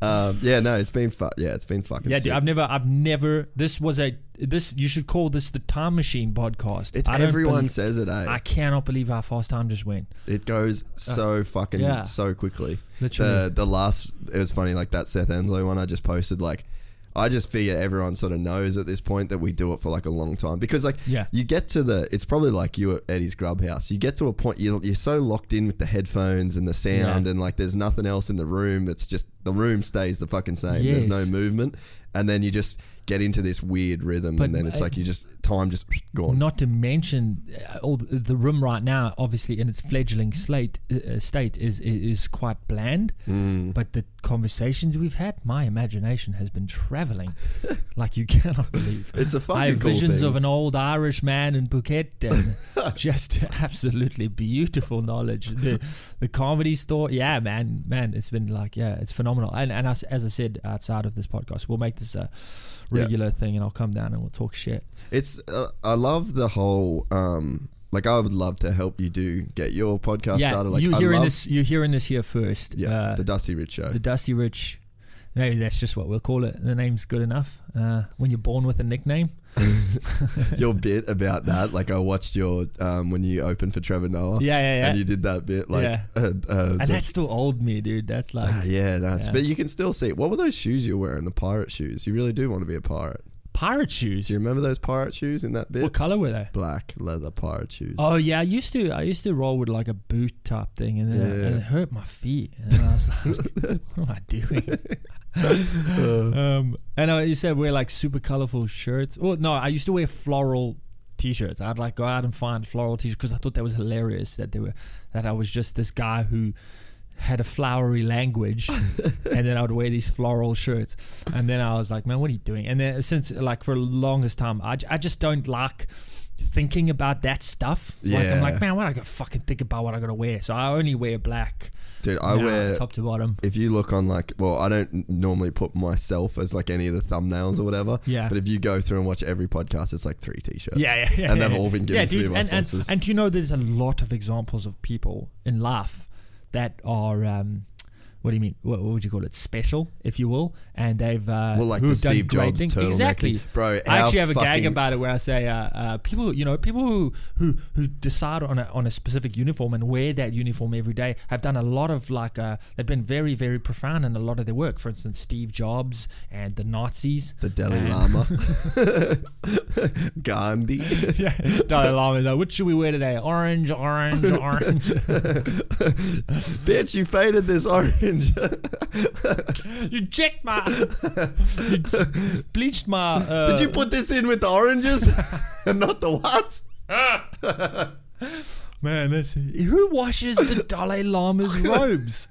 [SPEAKER 2] Um, yeah. No, it's been fu- Yeah, it's been fucking.
[SPEAKER 3] Yeah,
[SPEAKER 2] sick.
[SPEAKER 3] dude, I've never, I've never. This was a this. You should call this the time machine podcast.
[SPEAKER 2] It's
[SPEAKER 3] I don't
[SPEAKER 2] everyone
[SPEAKER 3] believe-
[SPEAKER 2] says it, eh?
[SPEAKER 3] I cannot believe how fast time just went.
[SPEAKER 2] It goes so fucking
[SPEAKER 3] Uh, yeah.
[SPEAKER 2] so quickly.
[SPEAKER 3] Literally.
[SPEAKER 2] The the last it was funny like that Seth Enslow one I just posted like I just figure everyone sort of knows at this point that we do it for like a long time because like
[SPEAKER 3] Yeah.
[SPEAKER 2] you get to the it's probably like you at Eddie's Grub House you get to a point you're, you're so locked in with the headphones and the sound
[SPEAKER 3] Yeah.
[SPEAKER 2] and like there's nothing else in the room it's just the room stays the fucking same there's
[SPEAKER 3] Yes.
[SPEAKER 2] no movement and then you just get into this weird rhythm
[SPEAKER 3] But
[SPEAKER 2] and then it's
[SPEAKER 3] I-
[SPEAKER 2] like you just time just gone
[SPEAKER 3] Not to mention, uh, all the, the room right now, obviously in its fledgling slate uh, uh, state, is, is is quite bland.
[SPEAKER 2] Hmm.
[SPEAKER 3] But the conversations we've had, my imagination has been traveling like you cannot believe.
[SPEAKER 2] It's a fucking
[SPEAKER 3] I have
[SPEAKER 2] cool
[SPEAKER 3] visions
[SPEAKER 2] thing.
[SPEAKER 3] of an old Irish man in Phuket, and just absolutely beautiful knowledge. The the comedy store, yeah, man, man, it's been like, yeah, it's phenomenal. And and as, as I said outside of this podcast, we'll make this a
[SPEAKER 2] Yeah.
[SPEAKER 3] regular thing, and I'll come down and we'll talk shit.
[SPEAKER 2] It's uh, I love the whole um like I would love to help you do get your podcast started. Like
[SPEAKER 3] you
[SPEAKER 2] I
[SPEAKER 3] hearing
[SPEAKER 2] love,
[SPEAKER 3] this? You hearing this here first?
[SPEAKER 2] Yeah,
[SPEAKER 3] uh,
[SPEAKER 2] the
[SPEAKER 3] the,
[SPEAKER 2] Dusty Rich show.
[SPEAKER 3] Dusty Rich. Maybe that's just what we'll call it. The name's good enough. Uh, when you're born with a nickname,
[SPEAKER 2] your bit about that, like I watched your um when you opened for Trevor Noah.
[SPEAKER 3] Yeah, yeah, yeah.
[SPEAKER 2] And you did that bit, like
[SPEAKER 3] Yeah.
[SPEAKER 2] uh, uh,
[SPEAKER 3] and
[SPEAKER 2] the-
[SPEAKER 3] that's still old me, dude. That's like
[SPEAKER 2] ah, yeah, that's.
[SPEAKER 3] Yeah.
[SPEAKER 2] But you can still see. it. What were those shoes you're wearing? The pirate shoes. You really do want to be a pirate.
[SPEAKER 3] pirate shoes.
[SPEAKER 2] Do you remember those pirate shoes in that bit?
[SPEAKER 3] What color were they?
[SPEAKER 2] Black leather pirate shoes.
[SPEAKER 3] Oh yeah, I used to. I used to roll with like a boot type thing, and then
[SPEAKER 2] Yeah.
[SPEAKER 3] and it hurt my feet. And I was like, "What am I doing?" um, and I used to wear like super colorful shirts. Oh no, I used to wear floral t-shirts. I'd like go out and find floral t-shirts because I thought that was hilarious that they were that I was just this guy who had a flowery language and then I would wear these floral shirts and then I was like man what are you doing and then since like for the longest time I, j- I just don't like thinking about that stuff like I'm
[SPEAKER 2] Yeah.
[SPEAKER 3] like man why do I gotta fucking think about what I gotta wear so I only wear black
[SPEAKER 2] Dude, I
[SPEAKER 3] now,
[SPEAKER 2] wear
[SPEAKER 3] top to bottom
[SPEAKER 2] if you look on like well i don't n- normally put myself as like any of the thumbnails or whatever
[SPEAKER 3] Yeah.
[SPEAKER 2] but if you go through and watch every podcast it's like three t-shirts
[SPEAKER 3] Yeah, yeah, yeah.
[SPEAKER 2] and
[SPEAKER 3] yeah,
[SPEAKER 2] they've
[SPEAKER 3] yeah.
[SPEAKER 2] all been given
[SPEAKER 3] yeah,
[SPEAKER 2] to me
[SPEAKER 3] dude,
[SPEAKER 2] by
[SPEAKER 3] and, and-
[SPEAKER 2] sponsors
[SPEAKER 3] And, do you know there's a lot of examples of people in life that are um, what do you mean? What, what would you call it? Special, if you will. And they've uh,
[SPEAKER 2] Well, like the
[SPEAKER 3] who've done
[SPEAKER 2] Steve
[SPEAKER 3] great
[SPEAKER 2] Jobs
[SPEAKER 3] things.
[SPEAKER 2] turtleneck
[SPEAKER 3] Exactly,
[SPEAKER 2] thing. Bro,
[SPEAKER 3] I
[SPEAKER 2] how
[SPEAKER 3] actually have a gag
[SPEAKER 2] fucking-
[SPEAKER 3] about it where I say uh, uh, people, you know, people who who who decide on a, on a specific uniform and wear that uniform every day have done a lot of like uh, they've been very very profound in a lot of their work. For instance, Steve Jobs and the Nazis.
[SPEAKER 2] The Dalai
[SPEAKER 3] and-
[SPEAKER 2] Lama, Gandhi.
[SPEAKER 3] yeah, Dalai Lama. is Like, what should we wear today? Orange, orange, orange.
[SPEAKER 2] Bitch, you faded this orange.
[SPEAKER 3] you checked my, you bleached my. Uh,
[SPEAKER 2] Did you put this in with the oranges and not the what?
[SPEAKER 3] Man, that's who washes the Dalai Lama's robes?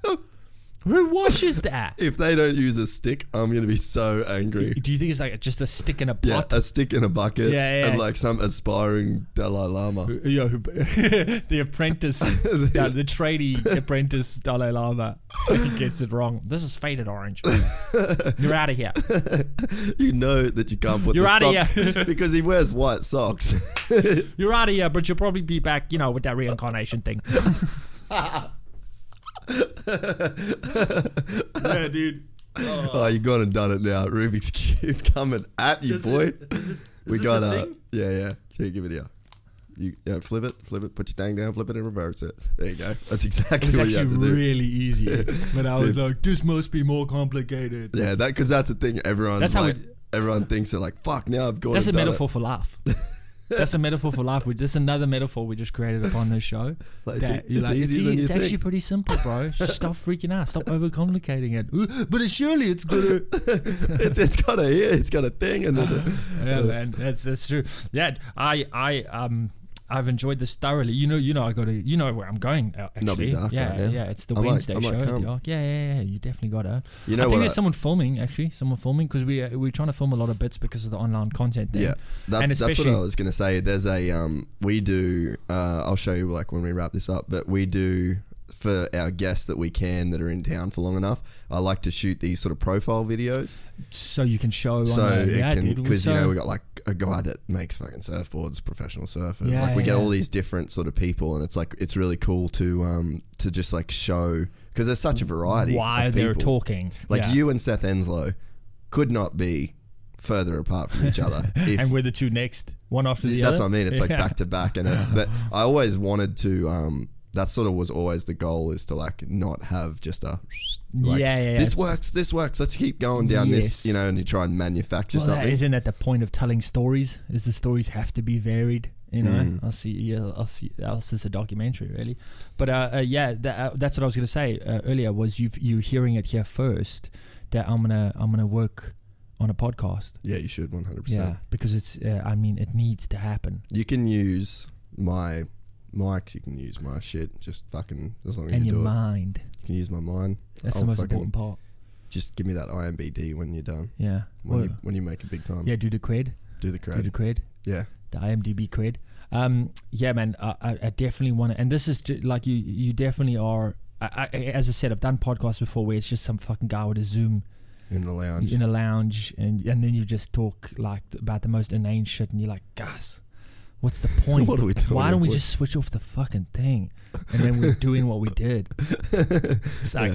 [SPEAKER 3] Who washes that?
[SPEAKER 2] If they don't use a stick, I'm gonna be so angry.
[SPEAKER 3] Do you think it's like just a stick in a
[SPEAKER 2] Yeah, uh,
[SPEAKER 3] pot?
[SPEAKER 2] a stick in a bucket.
[SPEAKER 3] Yeah, yeah.
[SPEAKER 2] And like some aspiring Dalai Lama.
[SPEAKER 3] Yeah, who- the apprentice, no, the tradie apprentice Dalai Lama he gets it wrong. This is faded orange. You're out of here.
[SPEAKER 2] You know that you can't put
[SPEAKER 3] You're
[SPEAKER 2] the
[SPEAKER 3] outta
[SPEAKER 2] socks-
[SPEAKER 3] here.
[SPEAKER 2] because he wears white socks.
[SPEAKER 3] You're out of here, but you'll probably be back, you know, with that reincarnation thing. yeah, dude.
[SPEAKER 2] Oh, you gone and done it now. Rubik's Cube coming at you, boy. we
[SPEAKER 3] this
[SPEAKER 2] got
[SPEAKER 3] a
[SPEAKER 2] uh,
[SPEAKER 3] thing?
[SPEAKER 2] Yeah, yeah. Here, give it here. You yeah, flip it, flip it, put your dang down, flip it, and reverse it. There you go. That's
[SPEAKER 3] It
[SPEAKER 2] exactly
[SPEAKER 3] was
[SPEAKER 2] what you
[SPEAKER 3] actually
[SPEAKER 2] have to do.
[SPEAKER 3] really easy, but I was like, this must be more complicated.
[SPEAKER 2] yeah, that because that's the thing. Everyone,
[SPEAKER 3] That's how we
[SPEAKER 2] like,
[SPEAKER 3] d-
[SPEAKER 2] everyone thinks they're like, "Fuck, now I've gone."
[SPEAKER 3] That's a
[SPEAKER 2] and done
[SPEAKER 3] metaphor for life. That's a metaphor for life. We just another metaphor we just created upon this show.
[SPEAKER 2] Like,
[SPEAKER 3] that
[SPEAKER 2] it's- e-
[SPEAKER 3] you're
[SPEAKER 2] it's
[SPEAKER 3] like, it's,
[SPEAKER 2] easier than you
[SPEAKER 3] it's actually
[SPEAKER 2] think.
[SPEAKER 3] pretty simple, bro. Just Stop freaking out. Stop overcomplicating it. But it's surely it's gonna.
[SPEAKER 2] It. it's it's got a ear, it's got a thing, and then
[SPEAKER 3] yeah, man, that's that's true. Yeah, I I um. I've enjoyed this thoroughly. You know, you know, I got to, you know, where I'm going. uh,
[SPEAKER 2] No,
[SPEAKER 3] Actually,
[SPEAKER 2] bizarre,
[SPEAKER 3] yeah,
[SPEAKER 2] right,
[SPEAKER 3] yeah,
[SPEAKER 2] yeah.
[SPEAKER 3] it's the
[SPEAKER 2] I might-
[SPEAKER 3] Wednesday
[SPEAKER 2] I might
[SPEAKER 3] show. at the
[SPEAKER 2] come.
[SPEAKER 3] Arc. Yeah, yeah, yeah. You definitely got to.
[SPEAKER 2] You know
[SPEAKER 3] I think
[SPEAKER 2] what
[SPEAKER 3] there's
[SPEAKER 2] I-
[SPEAKER 3] someone filming actually. Someone filming because we uh, we're trying to film a lot of bits because of the online content. Thing.
[SPEAKER 2] Yeah,
[SPEAKER 3] and
[SPEAKER 2] that's, that's what
[SPEAKER 3] especially-
[SPEAKER 2] I was gonna say. There's a um, we do. Uh, I'll show you like when we wrap this up, but we do for our guests that we can that are in town for long enough. I like to shoot these sort of profile videos,
[SPEAKER 3] so you can show.
[SPEAKER 2] so
[SPEAKER 3] on the,
[SPEAKER 2] it
[SPEAKER 3] yeah,
[SPEAKER 2] can
[SPEAKER 3] dude, uh,
[SPEAKER 2] because
[SPEAKER 3] so,
[SPEAKER 2] you know we got like a guy that makes fucking surfboards, professional surfer.
[SPEAKER 3] Yeah,
[SPEAKER 2] like we get
[SPEAKER 3] yeah.
[SPEAKER 2] all these different sort of people, and it's like it's really cool to um to just like show because there's such a variety.
[SPEAKER 3] why
[SPEAKER 2] of
[SPEAKER 3] they're
[SPEAKER 2] people.
[SPEAKER 3] talking.
[SPEAKER 2] Like
[SPEAKER 3] yeah.
[SPEAKER 2] you and Seth Enslow could not be further apart from each other. If,
[SPEAKER 3] and we're the two next, one after the
[SPEAKER 2] that's
[SPEAKER 3] other.
[SPEAKER 2] what I mean. It's like
[SPEAKER 3] Yeah.
[SPEAKER 2] back to back, and it, but I always wanted to. Um, that sort of was always the goal is to like not have just a. Like,
[SPEAKER 3] Yeah, yeah, yeah.
[SPEAKER 2] This works. This works. Let's keep going down
[SPEAKER 3] Yes.
[SPEAKER 2] this, you know, and you try and manufacture
[SPEAKER 3] Well, that,
[SPEAKER 2] something.
[SPEAKER 3] isn't that the point of telling stories? Is the stories have to be varied? You know,
[SPEAKER 2] Mm.
[SPEAKER 3] I'll see. Yeah, I'll see. Else is a documentary, really. But uh, uh, yeah, that, uh, that's what I was gonna say uh, earlier. Was you you hearing it here first? That I'm gonna I'm gonna work on a podcast.
[SPEAKER 2] yeah, you should one hundred
[SPEAKER 3] Yeah,
[SPEAKER 2] percent.
[SPEAKER 3] because it's. Uh, I mean, it needs to happen.
[SPEAKER 2] You can use my mics. You can use my shit. Just fucking as long as
[SPEAKER 3] and
[SPEAKER 2] you
[SPEAKER 3] your
[SPEAKER 2] do
[SPEAKER 3] mind.
[SPEAKER 2] it. You can use my mind.
[SPEAKER 3] That's
[SPEAKER 2] I'll
[SPEAKER 3] the most
[SPEAKER 2] fucking-
[SPEAKER 3] important part.
[SPEAKER 2] Just give me that IMBD when you're done.
[SPEAKER 3] Yeah.
[SPEAKER 2] When
[SPEAKER 3] Well,
[SPEAKER 2] you when you make it big time.
[SPEAKER 3] yeah. Do the cred.
[SPEAKER 2] Do the
[SPEAKER 3] Do the
[SPEAKER 2] credit.
[SPEAKER 3] cred.
[SPEAKER 2] Yeah.
[SPEAKER 3] the IMDb cred. Um, yeah, man, I, I, I definitely want to. And this is ju- like you, you definitely are. I, I, as I said, I've done podcasts before where it's just some fucking guy with a Zoom
[SPEAKER 2] In the lounge.
[SPEAKER 3] in a lounge, and and then you just talk like th- about the most inane shit, and you're like, guys, what's the point?
[SPEAKER 2] What are we doing
[SPEAKER 3] Why don't we
[SPEAKER 2] here?
[SPEAKER 3] just switch off the fucking thing? And then we're doing what we did. It's like,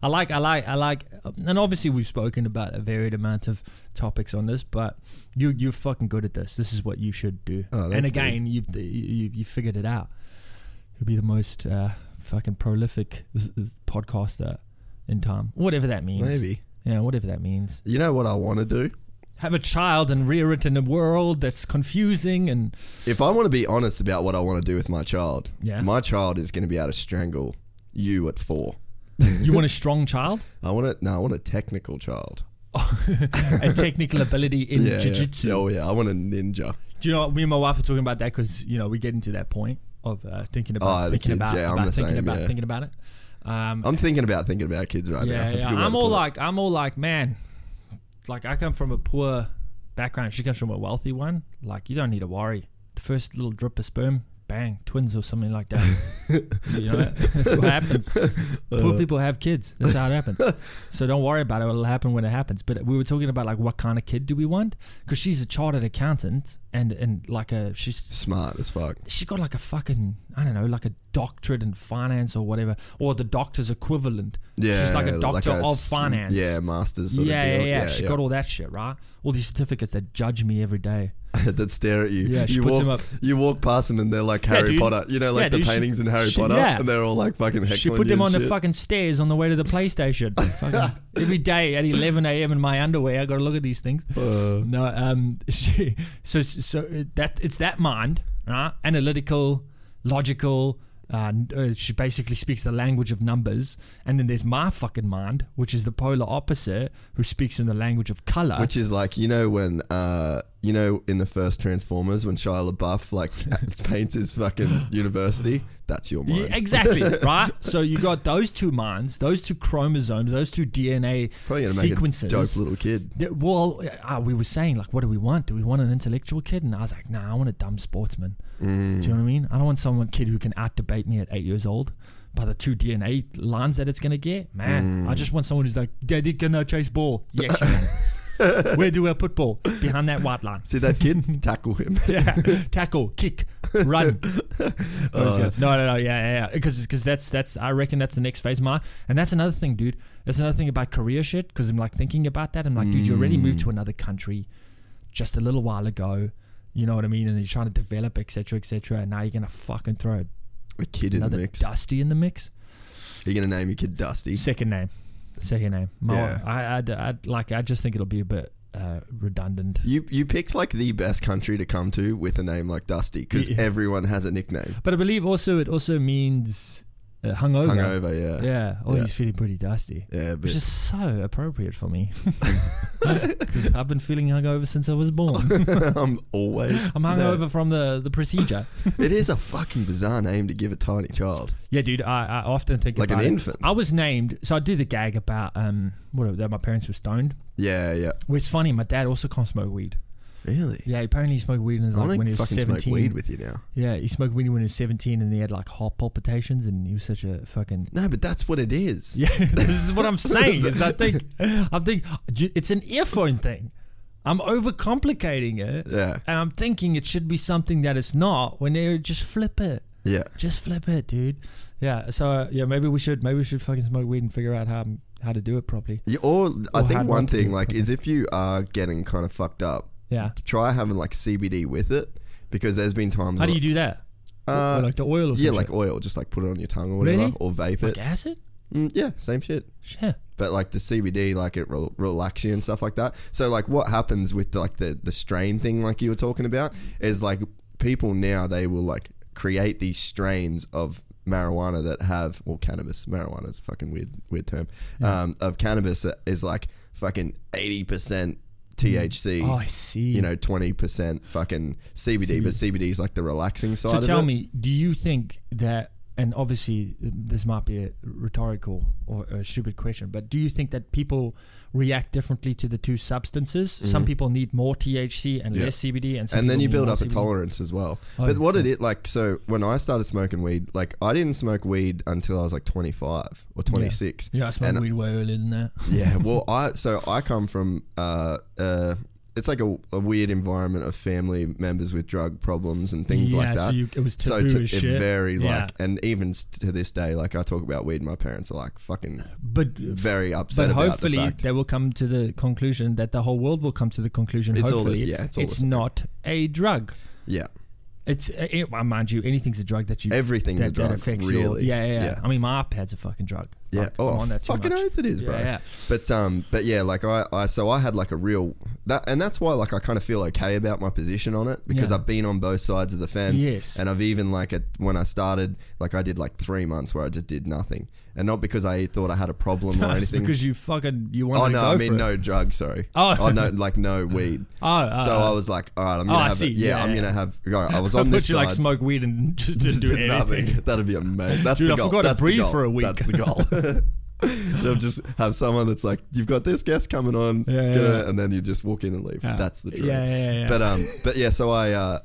[SPEAKER 3] I like, I like, I like, and obviously we've spoken about a varied amount of topics on this, but you you're fucking good at this. This is what you should do.
[SPEAKER 2] Oh,
[SPEAKER 3] and
[SPEAKER 2] thanks,
[SPEAKER 3] again, you've you you figured it out. You'll be the most uh, fucking prolific z- z- podcaster in time, whatever that means.
[SPEAKER 2] Maybe.
[SPEAKER 3] yeah, whatever that means
[SPEAKER 2] You know what I want to do?
[SPEAKER 3] have a child and rear it in a world that's confusing and
[SPEAKER 2] If I want to be honest about what I want to do with my child,
[SPEAKER 3] Yeah.
[SPEAKER 2] my child is going to be able to strangle you at four.
[SPEAKER 3] you want a strong child
[SPEAKER 2] I want to, no, I want a technical child.
[SPEAKER 3] a technical ability in
[SPEAKER 2] Yeah,
[SPEAKER 3] jiu-jitsu
[SPEAKER 2] Yeah. Oh, yeah. I want a ninja.
[SPEAKER 3] do you know what me and my wife are talking about that because you know we get into that point of uh, thinking
[SPEAKER 2] Oh,
[SPEAKER 3] about
[SPEAKER 2] the
[SPEAKER 3] thinking
[SPEAKER 2] kids,
[SPEAKER 3] about,
[SPEAKER 2] yeah, I'm
[SPEAKER 3] about
[SPEAKER 2] the
[SPEAKER 3] thinking
[SPEAKER 2] same,
[SPEAKER 3] about
[SPEAKER 2] yeah.
[SPEAKER 3] thinking about it um,
[SPEAKER 2] I'm thinking about thinking about kids right now.
[SPEAKER 3] yeah,
[SPEAKER 2] That's a
[SPEAKER 3] yeah.
[SPEAKER 2] good way
[SPEAKER 3] i'm
[SPEAKER 2] to
[SPEAKER 3] all
[SPEAKER 2] put it.
[SPEAKER 3] like i'm all like man like i come from a poor background she comes from a wealthy one like you don't need to worry the first little drip of sperm bang, twins or something like that. you know, that's what happens.
[SPEAKER 2] Uh.
[SPEAKER 3] Poor people have kids. That's how it happens. So don't worry about it. It'll happen when it happens. But we were talking about like what kind of kid do we want? Because she's a chartered accountant and and like a she's
[SPEAKER 2] Smart as fuck.
[SPEAKER 3] she got like a fucking I don't know, like a doctorate in finance or whatever, or the doctor's equivalent.
[SPEAKER 2] Yeah.
[SPEAKER 3] she's like a doctor of
[SPEAKER 2] s-
[SPEAKER 3] finance.
[SPEAKER 2] Yeah, masters. Sort
[SPEAKER 3] yeah,
[SPEAKER 2] of
[SPEAKER 3] yeah,
[SPEAKER 2] deal.
[SPEAKER 3] yeah, She
[SPEAKER 2] yeah.
[SPEAKER 3] got all that shit right. All these certificates that judge me every day.
[SPEAKER 2] that stare at you.
[SPEAKER 3] Yeah, she
[SPEAKER 2] you
[SPEAKER 3] puts
[SPEAKER 2] walk,
[SPEAKER 3] them up.
[SPEAKER 2] You walk past them and they're like Harry
[SPEAKER 3] dude.
[SPEAKER 2] Potter. You know, like
[SPEAKER 3] Yeah,
[SPEAKER 2] the
[SPEAKER 3] dude, she-
[SPEAKER 2] paintings in Harry
[SPEAKER 3] she-
[SPEAKER 2] Potter,
[SPEAKER 3] yeah.
[SPEAKER 2] and they're all like fucking heckling
[SPEAKER 3] She put
[SPEAKER 2] you
[SPEAKER 3] them
[SPEAKER 2] and
[SPEAKER 3] on the
[SPEAKER 2] shit.
[SPEAKER 3] fucking stairs on the way to the PlayStation. Fucking every day at 11 a.m. in my underwear, I got to look at these things.
[SPEAKER 2] Uh.
[SPEAKER 3] No, um, she, so so it- that it's that mind, right? Analytical, logical. Uh, n- uh, she basically speaks the language of numbers, and then there's my fucking mind, which is the polar opposite, who speaks in the language of color.
[SPEAKER 2] Which is like you know when uh you know in the first Transformers when Shia LaBeouf like paints his fucking university. That's your mind.
[SPEAKER 3] Yeah, exactly, right? So you got those two minds, those two chromosomes, those two DNA
[SPEAKER 2] Probably gonna
[SPEAKER 3] sequences.
[SPEAKER 2] make a dope little kid.
[SPEAKER 3] Yeah, Well, uh, we were saying like, what do we want? Do we want an intellectual kid? And I was like, nah, I want a dumb sportsman. Do you know what I mean? I don't want someone kid who can out debate me at eight years old by the two DNA lines that it's gonna get. Man, I just want someone who's like, Daddy, can I chase ball? Yes, you can. Where do I put ball? Behind that white line.
[SPEAKER 2] See that kid? Tackle him.
[SPEAKER 3] Yeah, tackle, kick, run.
[SPEAKER 2] Oh,
[SPEAKER 3] Those guys. No, no, no. Yeah, yeah, yeah. Because because that's that's I reckon that's the next phase, my and that's another thing, dude. That's another thing about career shit. Because I'm like thinking about that. I'm like, dude, you already
[SPEAKER 2] Mm.
[SPEAKER 3] moved to another country just a little while ago. You know what I mean? And you're trying to develop, etc., etc. and now you're gonna fucking throw
[SPEAKER 2] A kid in the
[SPEAKER 3] another
[SPEAKER 2] mix.
[SPEAKER 3] dusty in the mix.
[SPEAKER 2] You're gonna name your kid Dusty.
[SPEAKER 3] Second name, second name. My,
[SPEAKER 2] Yeah.
[SPEAKER 3] I, I'd, I'd like. I just think it'll be a bit uh, redundant.
[SPEAKER 2] You you picked like the best country to come to with a name like Dusty because
[SPEAKER 3] Yeah.
[SPEAKER 2] everyone has a nickname.
[SPEAKER 3] But I believe also it also means uh,
[SPEAKER 2] Hungover, yeah.
[SPEAKER 3] Yeah. Oh,
[SPEAKER 2] Yeah.
[SPEAKER 3] he's feeling pretty dusty.
[SPEAKER 2] Yeah, but
[SPEAKER 3] Which is so appropriate for me. Because I've been feeling hungover since I was born.
[SPEAKER 2] I'm always.
[SPEAKER 3] I'm hungover from the, the procedure.
[SPEAKER 2] It is a fucking bizarre name to give a tiny child.
[SPEAKER 3] yeah, dude, I, I often think
[SPEAKER 2] Like an
[SPEAKER 3] about it.
[SPEAKER 2] infant.
[SPEAKER 3] I was named, so I do the gag about um, what, that my parents were stoned.
[SPEAKER 2] Yeah, yeah.
[SPEAKER 3] Well, it's funny, my dad also can't smoke weed.
[SPEAKER 2] Really?
[SPEAKER 3] Yeah, apparently he smoked weed in his,
[SPEAKER 2] I
[SPEAKER 3] like,
[SPEAKER 2] want
[SPEAKER 3] when he
[SPEAKER 2] to
[SPEAKER 3] was
[SPEAKER 2] fucking
[SPEAKER 3] 17.
[SPEAKER 2] smoke weed with you now.
[SPEAKER 3] yeah, he smoked weed when he was 17 and he had like heart palpitations and he was such a fucking
[SPEAKER 2] No, but that's what it is.
[SPEAKER 3] Yeah, this is what I'm saying. Is I think I'm think ju- it's an earphone thing. I'm overcomplicating it,
[SPEAKER 2] Yeah.
[SPEAKER 3] and I'm thinking it should be something that it's not. When they just flip it,
[SPEAKER 2] Yeah.
[SPEAKER 3] just flip it, dude. Yeah. So uh, yeah, maybe we should maybe we should fucking smoke weed and figure out how how to do it properly.
[SPEAKER 2] You- Or I
[SPEAKER 3] Or
[SPEAKER 2] think
[SPEAKER 3] had
[SPEAKER 2] one
[SPEAKER 3] one to
[SPEAKER 2] thing
[SPEAKER 3] do.
[SPEAKER 2] like is if you are getting kind of fucked up,
[SPEAKER 3] Yeah.
[SPEAKER 2] try having like CBD with it because there's been times.
[SPEAKER 3] How do
[SPEAKER 2] where-
[SPEAKER 3] you do that?
[SPEAKER 2] Uh,
[SPEAKER 3] Or like the oil or
[SPEAKER 2] yeah,
[SPEAKER 3] some
[SPEAKER 2] like
[SPEAKER 3] shit?
[SPEAKER 2] oil, just like put it on your tongue or whatever,
[SPEAKER 3] Really?
[SPEAKER 2] or vape it.
[SPEAKER 3] like acid.
[SPEAKER 2] Mm, yeah, same shit.
[SPEAKER 3] Shit.
[SPEAKER 2] but like the CBD, like it rel- relax you and stuff like that. So like what happens with like the the strain thing, like you were talking about, is like people now they will like create these strains of marijuana that have well cannabis. Marijuana is a fucking weird weird term. Um, of cannabis that is like fucking eighty percent THC.
[SPEAKER 3] Oh, I see.
[SPEAKER 2] You know, twenty percent fucking CBD, but CBD is like the relaxing side.
[SPEAKER 3] So
[SPEAKER 2] of
[SPEAKER 3] tell
[SPEAKER 2] it.
[SPEAKER 3] me, do you think that? And obviously, this might be a rhetorical or a stupid question, but do you think that people react differently to the two substances? Some people need more THC and
[SPEAKER 2] Mm-hmm. Yeah.
[SPEAKER 3] less CBD, and some
[SPEAKER 2] and then
[SPEAKER 3] people
[SPEAKER 2] you
[SPEAKER 3] need
[SPEAKER 2] build
[SPEAKER 3] more
[SPEAKER 2] up a
[SPEAKER 3] CBD.
[SPEAKER 2] tolerance as well.
[SPEAKER 3] Oh,
[SPEAKER 2] but what it is like, so when I started smoking weed, like I didn't smoke weed until I was like 25 or 26.
[SPEAKER 3] Yeah, I smoke
[SPEAKER 2] And-
[SPEAKER 3] weed way earlier than that.
[SPEAKER 2] yeah. Well, I so I come from uh uh. It's like a, a weird environment of family members with drug problems and things
[SPEAKER 3] yeah,
[SPEAKER 2] like that.
[SPEAKER 3] so you, it was
[SPEAKER 2] so
[SPEAKER 3] taboo
[SPEAKER 2] to-
[SPEAKER 3] as
[SPEAKER 2] it
[SPEAKER 3] shit.
[SPEAKER 2] very
[SPEAKER 3] Yeah.
[SPEAKER 2] like, and even s- to this day, like I talk about weed, my parents are like fucking
[SPEAKER 3] but
[SPEAKER 2] very upset
[SPEAKER 3] but
[SPEAKER 2] about
[SPEAKER 3] hopefully
[SPEAKER 2] the fact.
[SPEAKER 3] they will come to the conclusion that the whole world will come to the conclusion.
[SPEAKER 2] It's all
[SPEAKER 3] hopefully,
[SPEAKER 2] this- yeah, it's all this-
[SPEAKER 3] not a drug.
[SPEAKER 2] yeah,
[SPEAKER 3] It's uh, it, well, mind you, anything's a drug that you
[SPEAKER 2] Everything's
[SPEAKER 3] that,
[SPEAKER 2] a drug,
[SPEAKER 3] That affects your,
[SPEAKER 2] really.
[SPEAKER 3] yeah, yeah, yeah,
[SPEAKER 2] Yeah.
[SPEAKER 3] I mean, my iPad's a fucking drug.
[SPEAKER 2] Yeah.
[SPEAKER 3] Like,
[SPEAKER 2] oh,
[SPEAKER 3] I'm on that too
[SPEAKER 2] fucking
[SPEAKER 3] much.
[SPEAKER 2] oath it is, bro.
[SPEAKER 3] Yeah, yeah.
[SPEAKER 2] But um, but yeah, like I, I, so I had like a real that, and that's why like I kind of feel okay about my position on it because
[SPEAKER 3] Yeah.
[SPEAKER 2] I've been on both sides of the fence.
[SPEAKER 3] Yes.
[SPEAKER 2] And I've even like at, when I started, like I did like three months where I just did nothing, and not because I thought I had a problem or
[SPEAKER 3] That's
[SPEAKER 2] anything.
[SPEAKER 3] because you fucking you want
[SPEAKER 2] Oh
[SPEAKER 3] to
[SPEAKER 2] no!
[SPEAKER 3] go
[SPEAKER 2] I mean
[SPEAKER 3] for it.
[SPEAKER 2] no drugs. Sorry.
[SPEAKER 3] Oh.
[SPEAKER 2] no! Like no weed.
[SPEAKER 3] Oh, uh,
[SPEAKER 2] so
[SPEAKER 3] uh.
[SPEAKER 2] I was like, all right, I'm
[SPEAKER 3] Oh,
[SPEAKER 2] gonna
[SPEAKER 3] I
[SPEAKER 2] have.
[SPEAKER 3] see.
[SPEAKER 2] It. Yeah,
[SPEAKER 3] Yeah,
[SPEAKER 2] I'm
[SPEAKER 3] yeah.
[SPEAKER 2] gonna have. all right, I was
[SPEAKER 3] I
[SPEAKER 2] on
[SPEAKER 3] thought
[SPEAKER 2] this
[SPEAKER 3] you like
[SPEAKER 2] side.
[SPEAKER 3] smoke weed and just didn't do
[SPEAKER 2] Did
[SPEAKER 3] anything.
[SPEAKER 2] That'd be amazing. That's
[SPEAKER 3] Dude,
[SPEAKER 2] the
[SPEAKER 3] I
[SPEAKER 2] goal.
[SPEAKER 3] forgot to
[SPEAKER 2] That's the
[SPEAKER 3] breathe
[SPEAKER 2] goal.
[SPEAKER 3] for a week.
[SPEAKER 2] That's the goal. They'll just have someone that's like, you've got this guest coming on,
[SPEAKER 3] Yeah,
[SPEAKER 2] get
[SPEAKER 3] yeah,
[SPEAKER 2] it," and then you just walk in and leave.
[SPEAKER 3] Yeah.
[SPEAKER 2] That's the dream.
[SPEAKER 3] Yeah, yeah, yeah, yeah.
[SPEAKER 2] But um, but yeah. So I uh,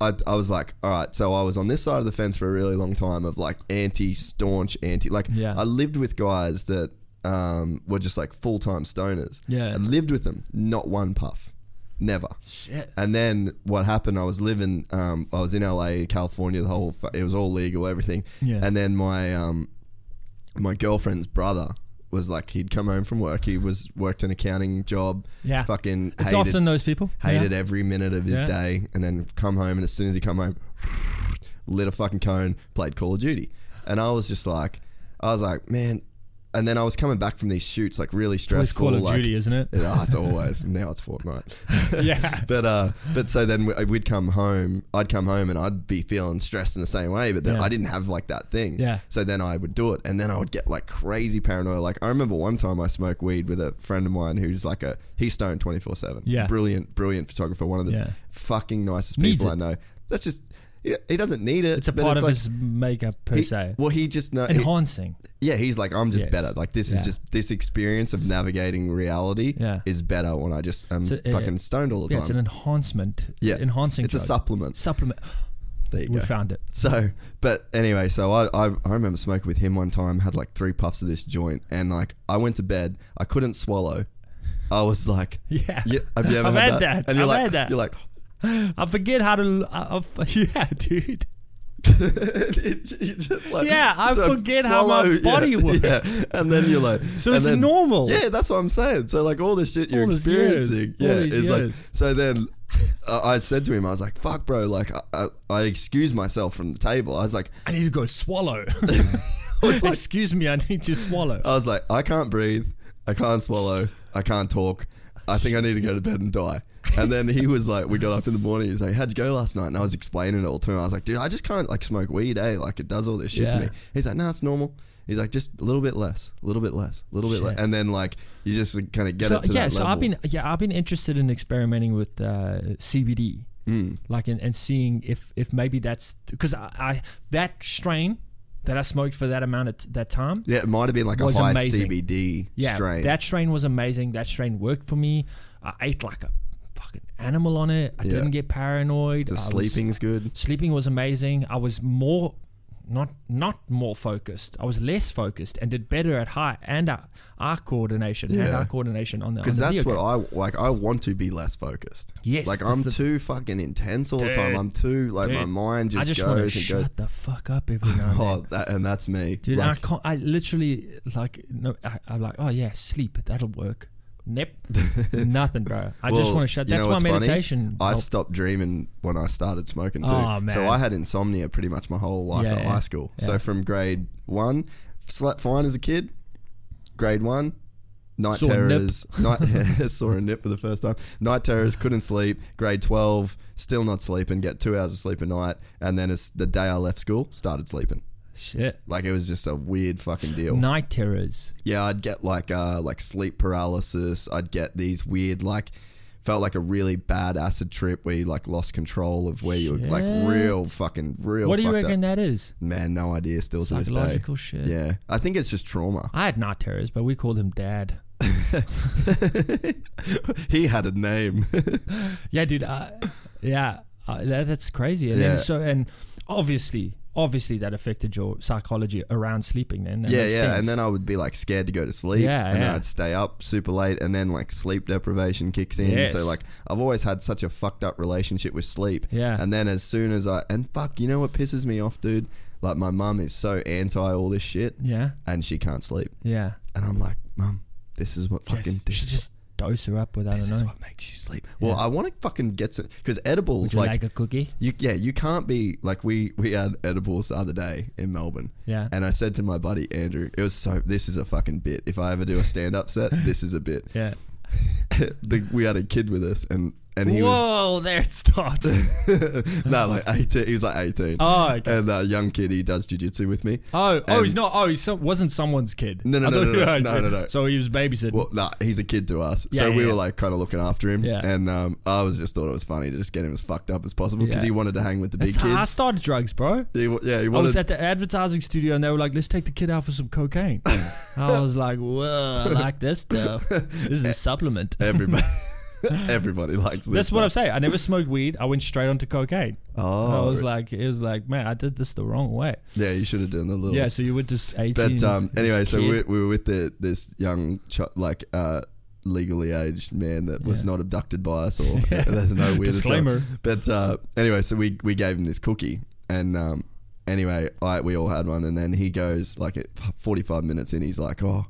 [SPEAKER 2] I, I was like, all right, so I was on this side of the fence for a really long time of like anti staunch anti like
[SPEAKER 3] Yeah.
[SPEAKER 2] I lived with guys that um, were just like full time stoners.
[SPEAKER 3] Yeah.
[SPEAKER 2] And lived with them, not one puff. Never.
[SPEAKER 3] Shit.
[SPEAKER 2] And then what happened? I was living. Um, I was in LA, California. The whole fu- it was all legal, everything.
[SPEAKER 3] Yeah.
[SPEAKER 2] And then my um, my girlfriend's brother was like, he'd come home from work. He was worked an accounting job.
[SPEAKER 3] Yeah.
[SPEAKER 2] Fucking
[SPEAKER 3] It's
[SPEAKER 2] hated,
[SPEAKER 3] often those people.
[SPEAKER 2] hated
[SPEAKER 3] yeah.
[SPEAKER 2] every minute of his
[SPEAKER 3] Yeah.
[SPEAKER 2] day. And then come home, and as soon as he come home, lit a fucking cone, played Call of Duty. And I was just like, I was like, man. And then I was coming back from these shoots, like really
[SPEAKER 3] It's
[SPEAKER 2] stressful.
[SPEAKER 3] Call of
[SPEAKER 2] like,
[SPEAKER 3] Duty, isn't it?
[SPEAKER 2] yeah, it's always now it's Fortnite.
[SPEAKER 3] Yeah.
[SPEAKER 2] but uh, but so then we- we'd come home. I'd come home and I'd be feeling stressed in the same way. But then
[SPEAKER 3] Yeah.
[SPEAKER 2] I didn't have like that thing.
[SPEAKER 3] Yeah.
[SPEAKER 2] So then I would do it, and then I would get like crazy paranoia. Like I remember one time I smoked weed with a friend of mine who's like a he's stoned twenty four seven.
[SPEAKER 3] Yeah.
[SPEAKER 2] Brilliant, brilliant photographer. One of the
[SPEAKER 3] Yeah.
[SPEAKER 2] fucking nicest
[SPEAKER 3] Needs
[SPEAKER 2] people
[SPEAKER 3] it.
[SPEAKER 2] I know. That's just he he doesn't need it.
[SPEAKER 3] It's a
[SPEAKER 2] but
[SPEAKER 3] part of
[SPEAKER 2] like-
[SPEAKER 3] his makeup per
[SPEAKER 2] he-
[SPEAKER 3] se.
[SPEAKER 2] Well, he just knows.
[SPEAKER 3] Enhancing.
[SPEAKER 2] Yeah, he's like, I'm just
[SPEAKER 3] Yes.
[SPEAKER 2] better. Like this
[SPEAKER 3] Yeah.
[SPEAKER 2] is just this experience of navigating reality
[SPEAKER 3] Yeah.
[SPEAKER 2] is better when I just am
[SPEAKER 3] So, uh,
[SPEAKER 2] fucking stoned all the
[SPEAKER 3] Yeah, it's an
[SPEAKER 2] time.
[SPEAKER 3] enhancement.
[SPEAKER 2] Yeah,
[SPEAKER 3] Enhancing.
[SPEAKER 2] it's a
[SPEAKER 3] drug.
[SPEAKER 2] supplement.
[SPEAKER 3] Supplement.
[SPEAKER 2] There you
[SPEAKER 3] We
[SPEAKER 2] go.
[SPEAKER 3] found it.
[SPEAKER 2] So, but anyway, so I, I I remember smoking with him one time. Had like three puffs of this joint, and like I went to bed. I couldn't swallow. I was like,
[SPEAKER 3] Yeah.
[SPEAKER 2] have you ever
[SPEAKER 3] I've
[SPEAKER 2] had,
[SPEAKER 3] had that.
[SPEAKER 2] And you're
[SPEAKER 3] I've
[SPEAKER 2] like,
[SPEAKER 3] had that.
[SPEAKER 2] You're like,
[SPEAKER 3] I forget how to. I, I, yeah, dude.
[SPEAKER 2] you just like
[SPEAKER 3] Yeah, I forget how my body
[SPEAKER 2] yeah,
[SPEAKER 3] works.
[SPEAKER 2] yeah. and then you're like,
[SPEAKER 3] So
[SPEAKER 2] and
[SPEAKER 3] it's
[SPEAKER 2] then-
[SPEAKER 3] normal.
[SPEAKER 2] Yeah, that's what I'm saying. So like all the shit you're
[SPEAKER 3] All these years.
[SPEAKER 2] experiencing,
[SPEAKER 3] All
[SPEAKER 2] yeah,
[SPEAKER 3] these
[SPEAKER 2] it's
[SPEAKER 3] years.
[SPEAKER 2] like. So then, uh, I I said to him, I was like, "Fuck, bro!" Like I, I, I excused myself from the table. I was like,
[SPEAKER 3] I need to go swallow.
[SPEAKER 2] like-
[SPEAKER 3] Excuse me, I need to swallow.
[SPEAKER 2] I was like, I can't breathe, I can't swallow, I can't talk. I think I need to go to bed and die. And then he was like, we got up in the morning. He's like, how'd you go last night? And I was explaining it all to him. I was like, dude, I just can't like smoke weed, eh? Like it does all this shit to
[SPEAKER 3] Yeah.
[SPEAKER 2] me. He's like, no, it's normal. He's like, just a little bit less, a little bit less, a little bit less.
[SPEAKER 3] Shit.
[SPEAKER 2] And then like, you just kind of get
[SPEAKER 3] so
[SPEAKER 2] it to
[SPEAKER 3] yeah,
[SPEAKER 2] that
[SPEAKER 3] so
[SPEAKER 2] level.
[SPEAKER 3] I've been yeah I've been interested in experimenting with uh, CBD,
[SPEAKER 2] Hmm.
[SPEAKER 3] like and, and seeing if if maybe that's because I, I that strain that I smoked for that amount of t- that time.
[SPEAKER 2] yeah, it might have been like a
[SPEAKER 3] was
[SPEAKER 2] high
[SPEAKER 3] amazing.
[SPEAKER 2] CBD
[SPEAKER 3] Yeah,
[SPEAKER 2] strain.
[SPEAKER 3] that strain was amazing. That strain worked for me. I ate like a fucking animal on it. I
[SPEAKER 2] Yeah.
[SPEAKER 3] didn't get paranoid.
[SPEAKER 2] the
[SPEAKER 3] I was-
[SPEAKER 2] sleeping's good.
[SPEAKER 3] sleeping was amazing. I was more not not more focused. I was less focused and did better at high and eye, eye coordination and
[SPEAKER 2] Yeah.
[SPEAKER 3] eye coordination on the on
[SPEAKER 2] Because
[SPEAKER 3] the
[SPEAKER 2] that's
[SPEAKER 3] video
[SPEAKER 2] what
[SPEAKER 3] game.
[SPEAKER 2] I like. I want to be less focused.
[SPEAKER 3] Yes,
[SPEAKER 2] like
[SPEAKER 3] that's
[SPEAKER 2] I'm
[SPEAKER 3] the-
[SPEAKER 2] too fucking intense all the time.
[SPEAKER 3] Dude,
[SPEAKER 2] I'm too like my
[SPEAKER 3] dude,
[SPEAKER 2] mind just,
[SPEAKER 3] I just want to
[SPEAKER 2] goes and
[SPEAKER 3] shut
[SPEAKER 2] goes.
[SPEAKER 3] the fuck up every now and then.
[SPEAKER 2] Oh, that, and that's me.
[SPEAKER 3] Dude,
[SPEAKER 2] Like,
[SPEAKER 3] I can't. I literally like no. I, I'm like, oh yeah, sleep. That'll work. Nope, nothing, bro. I just
[SPEAKER 2] well,
[SPEAKER 3] want to shut.
[SPEAKER 2] you
[SPEAKER 3] That's
[SPEAKER 2] know
[SPEAKER 3] why
[SPEAKER 2] what's funny?
[SPEAKER 3] meditation. Oh,
[SPEAKER 2] I
[SPEAKER 3] helped.
[SPEAKER 2] stopped dreaming when I started smoking too.
[SPEAKER 3] Oh, man.
[SPEAKER 2] So I had insomnia pretty much my whole life
[SPEAKER 3] Yeah,
[SPEAKER 2] at
[SPEAKER 3] yeah,
[SPEAKER 2] high school.
[SPEAKER 3] yeah.
[SPEAKER 2] So from grade one, slept fine as a kid. Grade one, night
[SPEAKER 3] Saw a nip.
[SPEAKER 2] terrors. Night saw a nip for the first time. Night terrors, couldn't sleep. Grade twelve, still not sleeping. Get two hours of sleep a night, and then as the day I left school, started sleeping.
[SPEAKER 3] Shit.
[SPEAKER 2] Like it was just a weird fucking deal.
[SPEAKER 3] Night terrors.
[SPEAKER 2] Yeah, I'd get like uh like sleep paralysis. I'd get these weird like felt like a really bad acid trip where you like lost control of where you were like
[SPEAKER 3] Shit.
[SPEAKER 2] real fucking real.
[SPEAKER 3] what do you
[SPEAKER 2] fucked
[SPEAKER 3] reckon
[SPEAKER 2] Up.
[SPEAKER 3] that is?
[SPEAKER 2] Man, no idea. Still to this day.
[SPEAKER 3] Psychological shit.
[SPEAKER 2] Yeah, I think it's just trauma.
[SPEAKER 3] I had night terrors, but we called him Dad.
[SPEAKER 2] he had a name.
[SPEAKER 3] Yeah, dude. Uh, yeah, uh, that, that's crazy. And
[SPEAKER 2] Yeah.
[SPEAKER 3] then, so and obviously, obviously that affected your psychology around sleeping. Then that
[SPEAKER 2] yeah,
[SPEAKER 3] makes
[SPEAKER 2] yeah.
[SPEAKER 3] sense.
[SPEAKER 2] And then I would be like scared to go to sleep.
[SPEAKER 3] Yeah,
[SPEAKER 2] and
[SPEAKER 3] yeah.
[SPEAKER 2] then I'd stay up super late, and then like sleep deprivation kicks in.
[SPEAKER 3] Yes.
[SPEAKER 2] So like I've always had such a fucked up relationship with sleep.
[SPEAKER 3] Yeah.
[SPEAKER 2] And then as soon as I and fuck, you know what pisses me off, dude? Like my mum is so anti all this shit,
[SPEAKER 3] yeah,
[SPEAKER 2] and she can't sleep,
[SPEAKER 3] yeah.
[SPEAKER 2] and I'm like, mum, this is what fucking
[SPEAKER 3] Just,
[SPEAKER 2] this,
[SPEAKER 3] should just dose her up with I
[SPEAKER 2] this
[SPEAKER 3] don't
[SPEAKER 2] is
[SPEAKER 3] know,
[SPEAKER 2] what makes you sleep. Well, I want to fucking get some because edibles
[SPEAKER 3] like,
[SPEAKER 2] like
[SPEAKER 3] a cookie.
[SPEAKER 2] you, yeah, you can't be like we we had edibles the other day in Melbourne.
[SPEAKER 3] Yeah.
[SPEAKER 2] And I said to my buddy Andrew, it was so this is a fucking bit. If I ever do a stand up set, this is a bit.
[SPEAKER 3] Yeah.
[SPEAKER 2] the, we had a kid with us and and he was
[SPEAKER 3] Whoa, there it starts.
[SPEAKER 2] no like eighteen. He was like eighteen.
[SPEAKER 3] Oh, okay.
[SPEAKER 2] And a young kid, he does jujitsu with me.
[SPEAKER 3] Oh, oh,
[SPEAKER 2] And-
[SPEAKER 3] he's not. Oh, he some, wasn't someone's kid.
[SPEAKER 2] No, no,
[SPEAKER 3] I
[SPEAKER 2] no,
[SPEAKER 3] thought
[SPEAKER 2] no,
[SPEAKER 3] you
[SPEAKER 2] no, no,
[SPEAKER 3] were-
[SPEAKER 2] no, no.
[SPEAKER 3] So he was babysitting.
[SPEAKER 2] Well, nah, he's a kid to us,
[SPEAKER 3] Yeah,
[SPEAKER 2] so
[SPEAKER 3] yeah,
[SPEAKER 2] we
[SPEAKER 3] yeah.
[SPEAKER 2] were like kind of looking after him.
[SPEAKER 3] Yeah.
[SPEAKER 2] And um, I was just thought it was funny to just get him as fucked up as possible because
[SPEAKER 3] Yeah.
[SPEAKER 2] he wanted to hang with the big
[SPEAKER 3] That's how I
[SPEAKER 2] kids.
[SPEAKER 3] started drugs, bro.
[SPEAKER 2] He wa- yeah, he
[SPEAKER 3] I
[SPEAKER 2] wanted.
[SPEAKER 3] was Oh, at the advertising studio and they were like, "Let's take the kid out for some cocaine." I was like, "Whoa, I like this stuff. This is a supplement."
[SPEAKER 2] Everybody. Everybody likes this.
[SPEAKER 3] That's what I'm saying. I never smoked weed. I went straight onto cocaine.
[SPEAKER 2] Oh,
[SPEAKER 3] I was like, it was like, man, I did this the wrong way.
[SPEAKER 2] yeah, you should have done a little.
[SPEAKER 3] Yeah, so you were just 18.
[SPEAKER 2] But um,
[SPEAKER 3] this
[SPEAKER 2] anyway, so
[SPEAKER 3] kid.
[SPEAKER 2] we, we were with the, this young, ch- like, uh, legally aged man that was
[SPEAKER 3] Yeah.
[SPEAKER 2] not abducted by us, or there's no weird
[SPEAKER 3] Disclaimer.
[SPEAKER 2] But uh, anyway, so we we gave him this cookie, and um, anyway, I we all had one, and then he goes like at 45 minutes in, he's like, oh.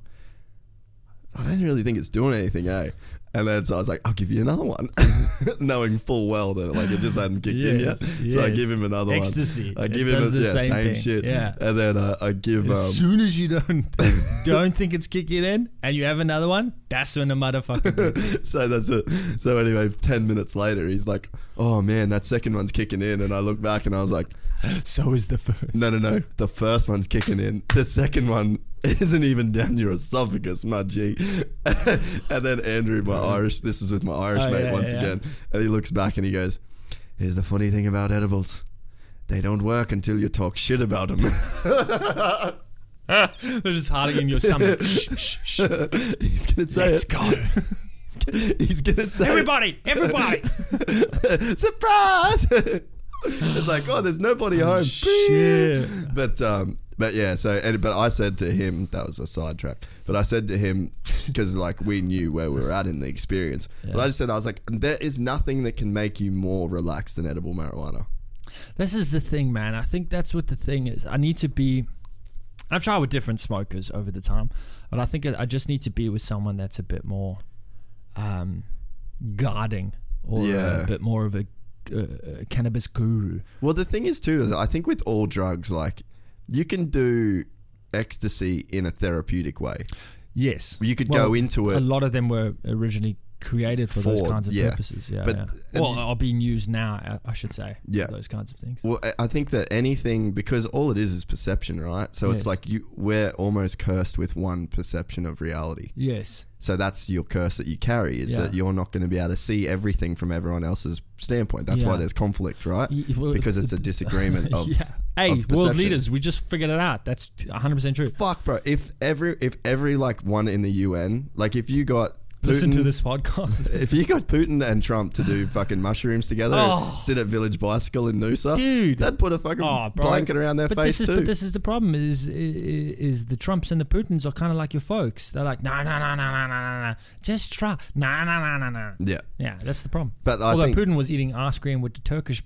[SPEAKER 2] I don't really think it's doing anything, eh? And then so I was like, I'll give you another one, knowing full well that like it just hadn't kicked in yet.
[SPEAKER 3] Yes,
[SPEAKER 2] So I
[SPEAKER 3] yes.
[SPEAKER 2] give him another
[SPEAKER 3] Ecstasy.
[SPEAKER 2] one. I
[SPEAKER 3] It
[SPEAKER 2] give
[SPEAKER 3] does
[SPEAKER 2] him
[SPEAKER 3] the
[SPEAKER 2] yeah,
[SPEAKER 3] same
[SPEAKER 2] same,
[SPEAKER 3] thing.
[SPEAKER 2] shit.
[SPEAKER 3] Yeah.
[SPEAKER 2] And then uh, I give
[SPEAKER 3] As
[SPEAKER 2] um,
[SPEAKER 3] soon as you don't don't think it's kicking in and you have another one, that's when the motherfucker. kicks in.
[SPEAKER 2] so that's it. So anyway, ten minutes later, he's like, "Oh man, that second one's kicking in," and I look back and I was like,
[SPEAKER 3] so is the first.
[SPEAKER 2] "No, no, no, the first one's kicking in. The second one isn't even down your esophagus, my G." and then Andrew, my Irish, this is with my Irish
[SPEAKER 3] Oh,
[SPEAKER 2] mate
[SPEAKER 3] yeah,
[SPEAKER 2] once
[SPEAKER 3] yeah.
[SPEAKER 2] again, and he looks back and he goes, "Here's the funny thing about edibles." They don't work until you talk shit about them.
[SPEAKER 3] They're just hiding in your stomach. Shh, shh, shh.
[SPEAKER 2] He's gonna say
[SPEAKER 3] Let's
[SPEAKER 2] it.
[SPEAKER 3] go.
[SPEAKER 2] He's gonna say it.
[SPEAKER 3] Everybody, everybody.
[SPEAKER 2] surprise it's like oh there's nobody home
[SPEAKER 3] Shit.
[SPEAKER 2] but um but yeah so and, but i said to him that was a sidetrack but i said to him because like we knew where we were at in the experience but i just said i was like there is nothing that can make you more relaxed than edible marijuana
[SPEAKER 3] This is the thing, man. I think that's what the thing is. I need to be. I've tried with different smokers over the time, but I think I I just need to be with someone that's a bit more um, guarding or
[SPEAKER 2] Yeah.
[SPEAKER 3] a bit more of a uh, cannabis guru.
[SPEAKER 2] well the thing is too is i think with all drugs like you can do ecstasy in a therapeutic way
[SPEAKER 3] Yes.
[SPEAKER 2] you could
[SPEAKER 3] Well,
[SPEAKER 2] go into it
[SPEAKER 3] A lot of them were originally created for
[SPEAKER 2] For-
[SPEAKER 3] those kinds of
[SPEAKER 2] yeah.
[SPEAKER 3] purposes. Yeah.
[SPEAKER 2] But-
[SPEAKER 3] yeah. Well, are being used now, uh, I I should say.
[SPEAKER 2] Yeah.
[SPEAKER 3] Those kinds of things.
[SPEAKER 2] Well, I- I think that anything because all it is is perception, right? So it's
[SPEAKER 3] Yes.
[SPEAKER 2] like you we're almost cursed with one perception of reality.
[SPEAKER 3] Yes.
[SPEAKER 2] So that's your curse that you carry is
[SPEAKER 3] Yeah.
[SPEAKER 2] that you're not going to be able to see everything from everyone else's standpoint. That's why
[SPEAKER 3] Yeah.
[SPEAKER 2] there's conflict, right?
[SPEAKER 3] Y- well,
[SPEAKER 2] because it's a
[SPEAKER 3] it-
[SPEAKER 2] disagreement of
[SPEAKER 3] yeah. Hey,
[SPEAKER 2] of
[SPEAKER 3] world
[SPEAKER 2] perception.
[SPEAKER 3] leaders, we just figured it out. That's 100% true.
[SPEAKER 2] Fuck, bro. If every if every like one in the UN, like if you got Putin,
[SPEAKER 3] Listen to this podcast.
[SPEAKER 2] If you got Putin and Trump to do fucking mushrooms together,
[SPEAKER 3] Oh.
[SPEAKER 2] sit at Village Bicycle in Noosa,
[SPEAKER 3] Dude.
[SPEAKER 2] that'd put a fucking
[SPEAKER 3] Oh, bro.
[SPEAKER 2] blanket around their
[SPEAKER 3] but
[SPEAKER 2] face
[SPEAKER 3] this is,
[SPEAKER 2] too.
[SPEAKER 3] But this is the problem: is is, is the Trumps and the Putins are kind of like your folks. They're like, no, no, no, no, no, no, no, just try, no, no, no, no, no.
[SPEAKER 2] yeah.
[SPEAKER 3] Yeah, that's the problem.
[SPEAKER 2] But I
[SPEAKER 3] although
[SPEAKER 2] think-
[SPEAKER 3] Putin was eating ice cream with the Turkish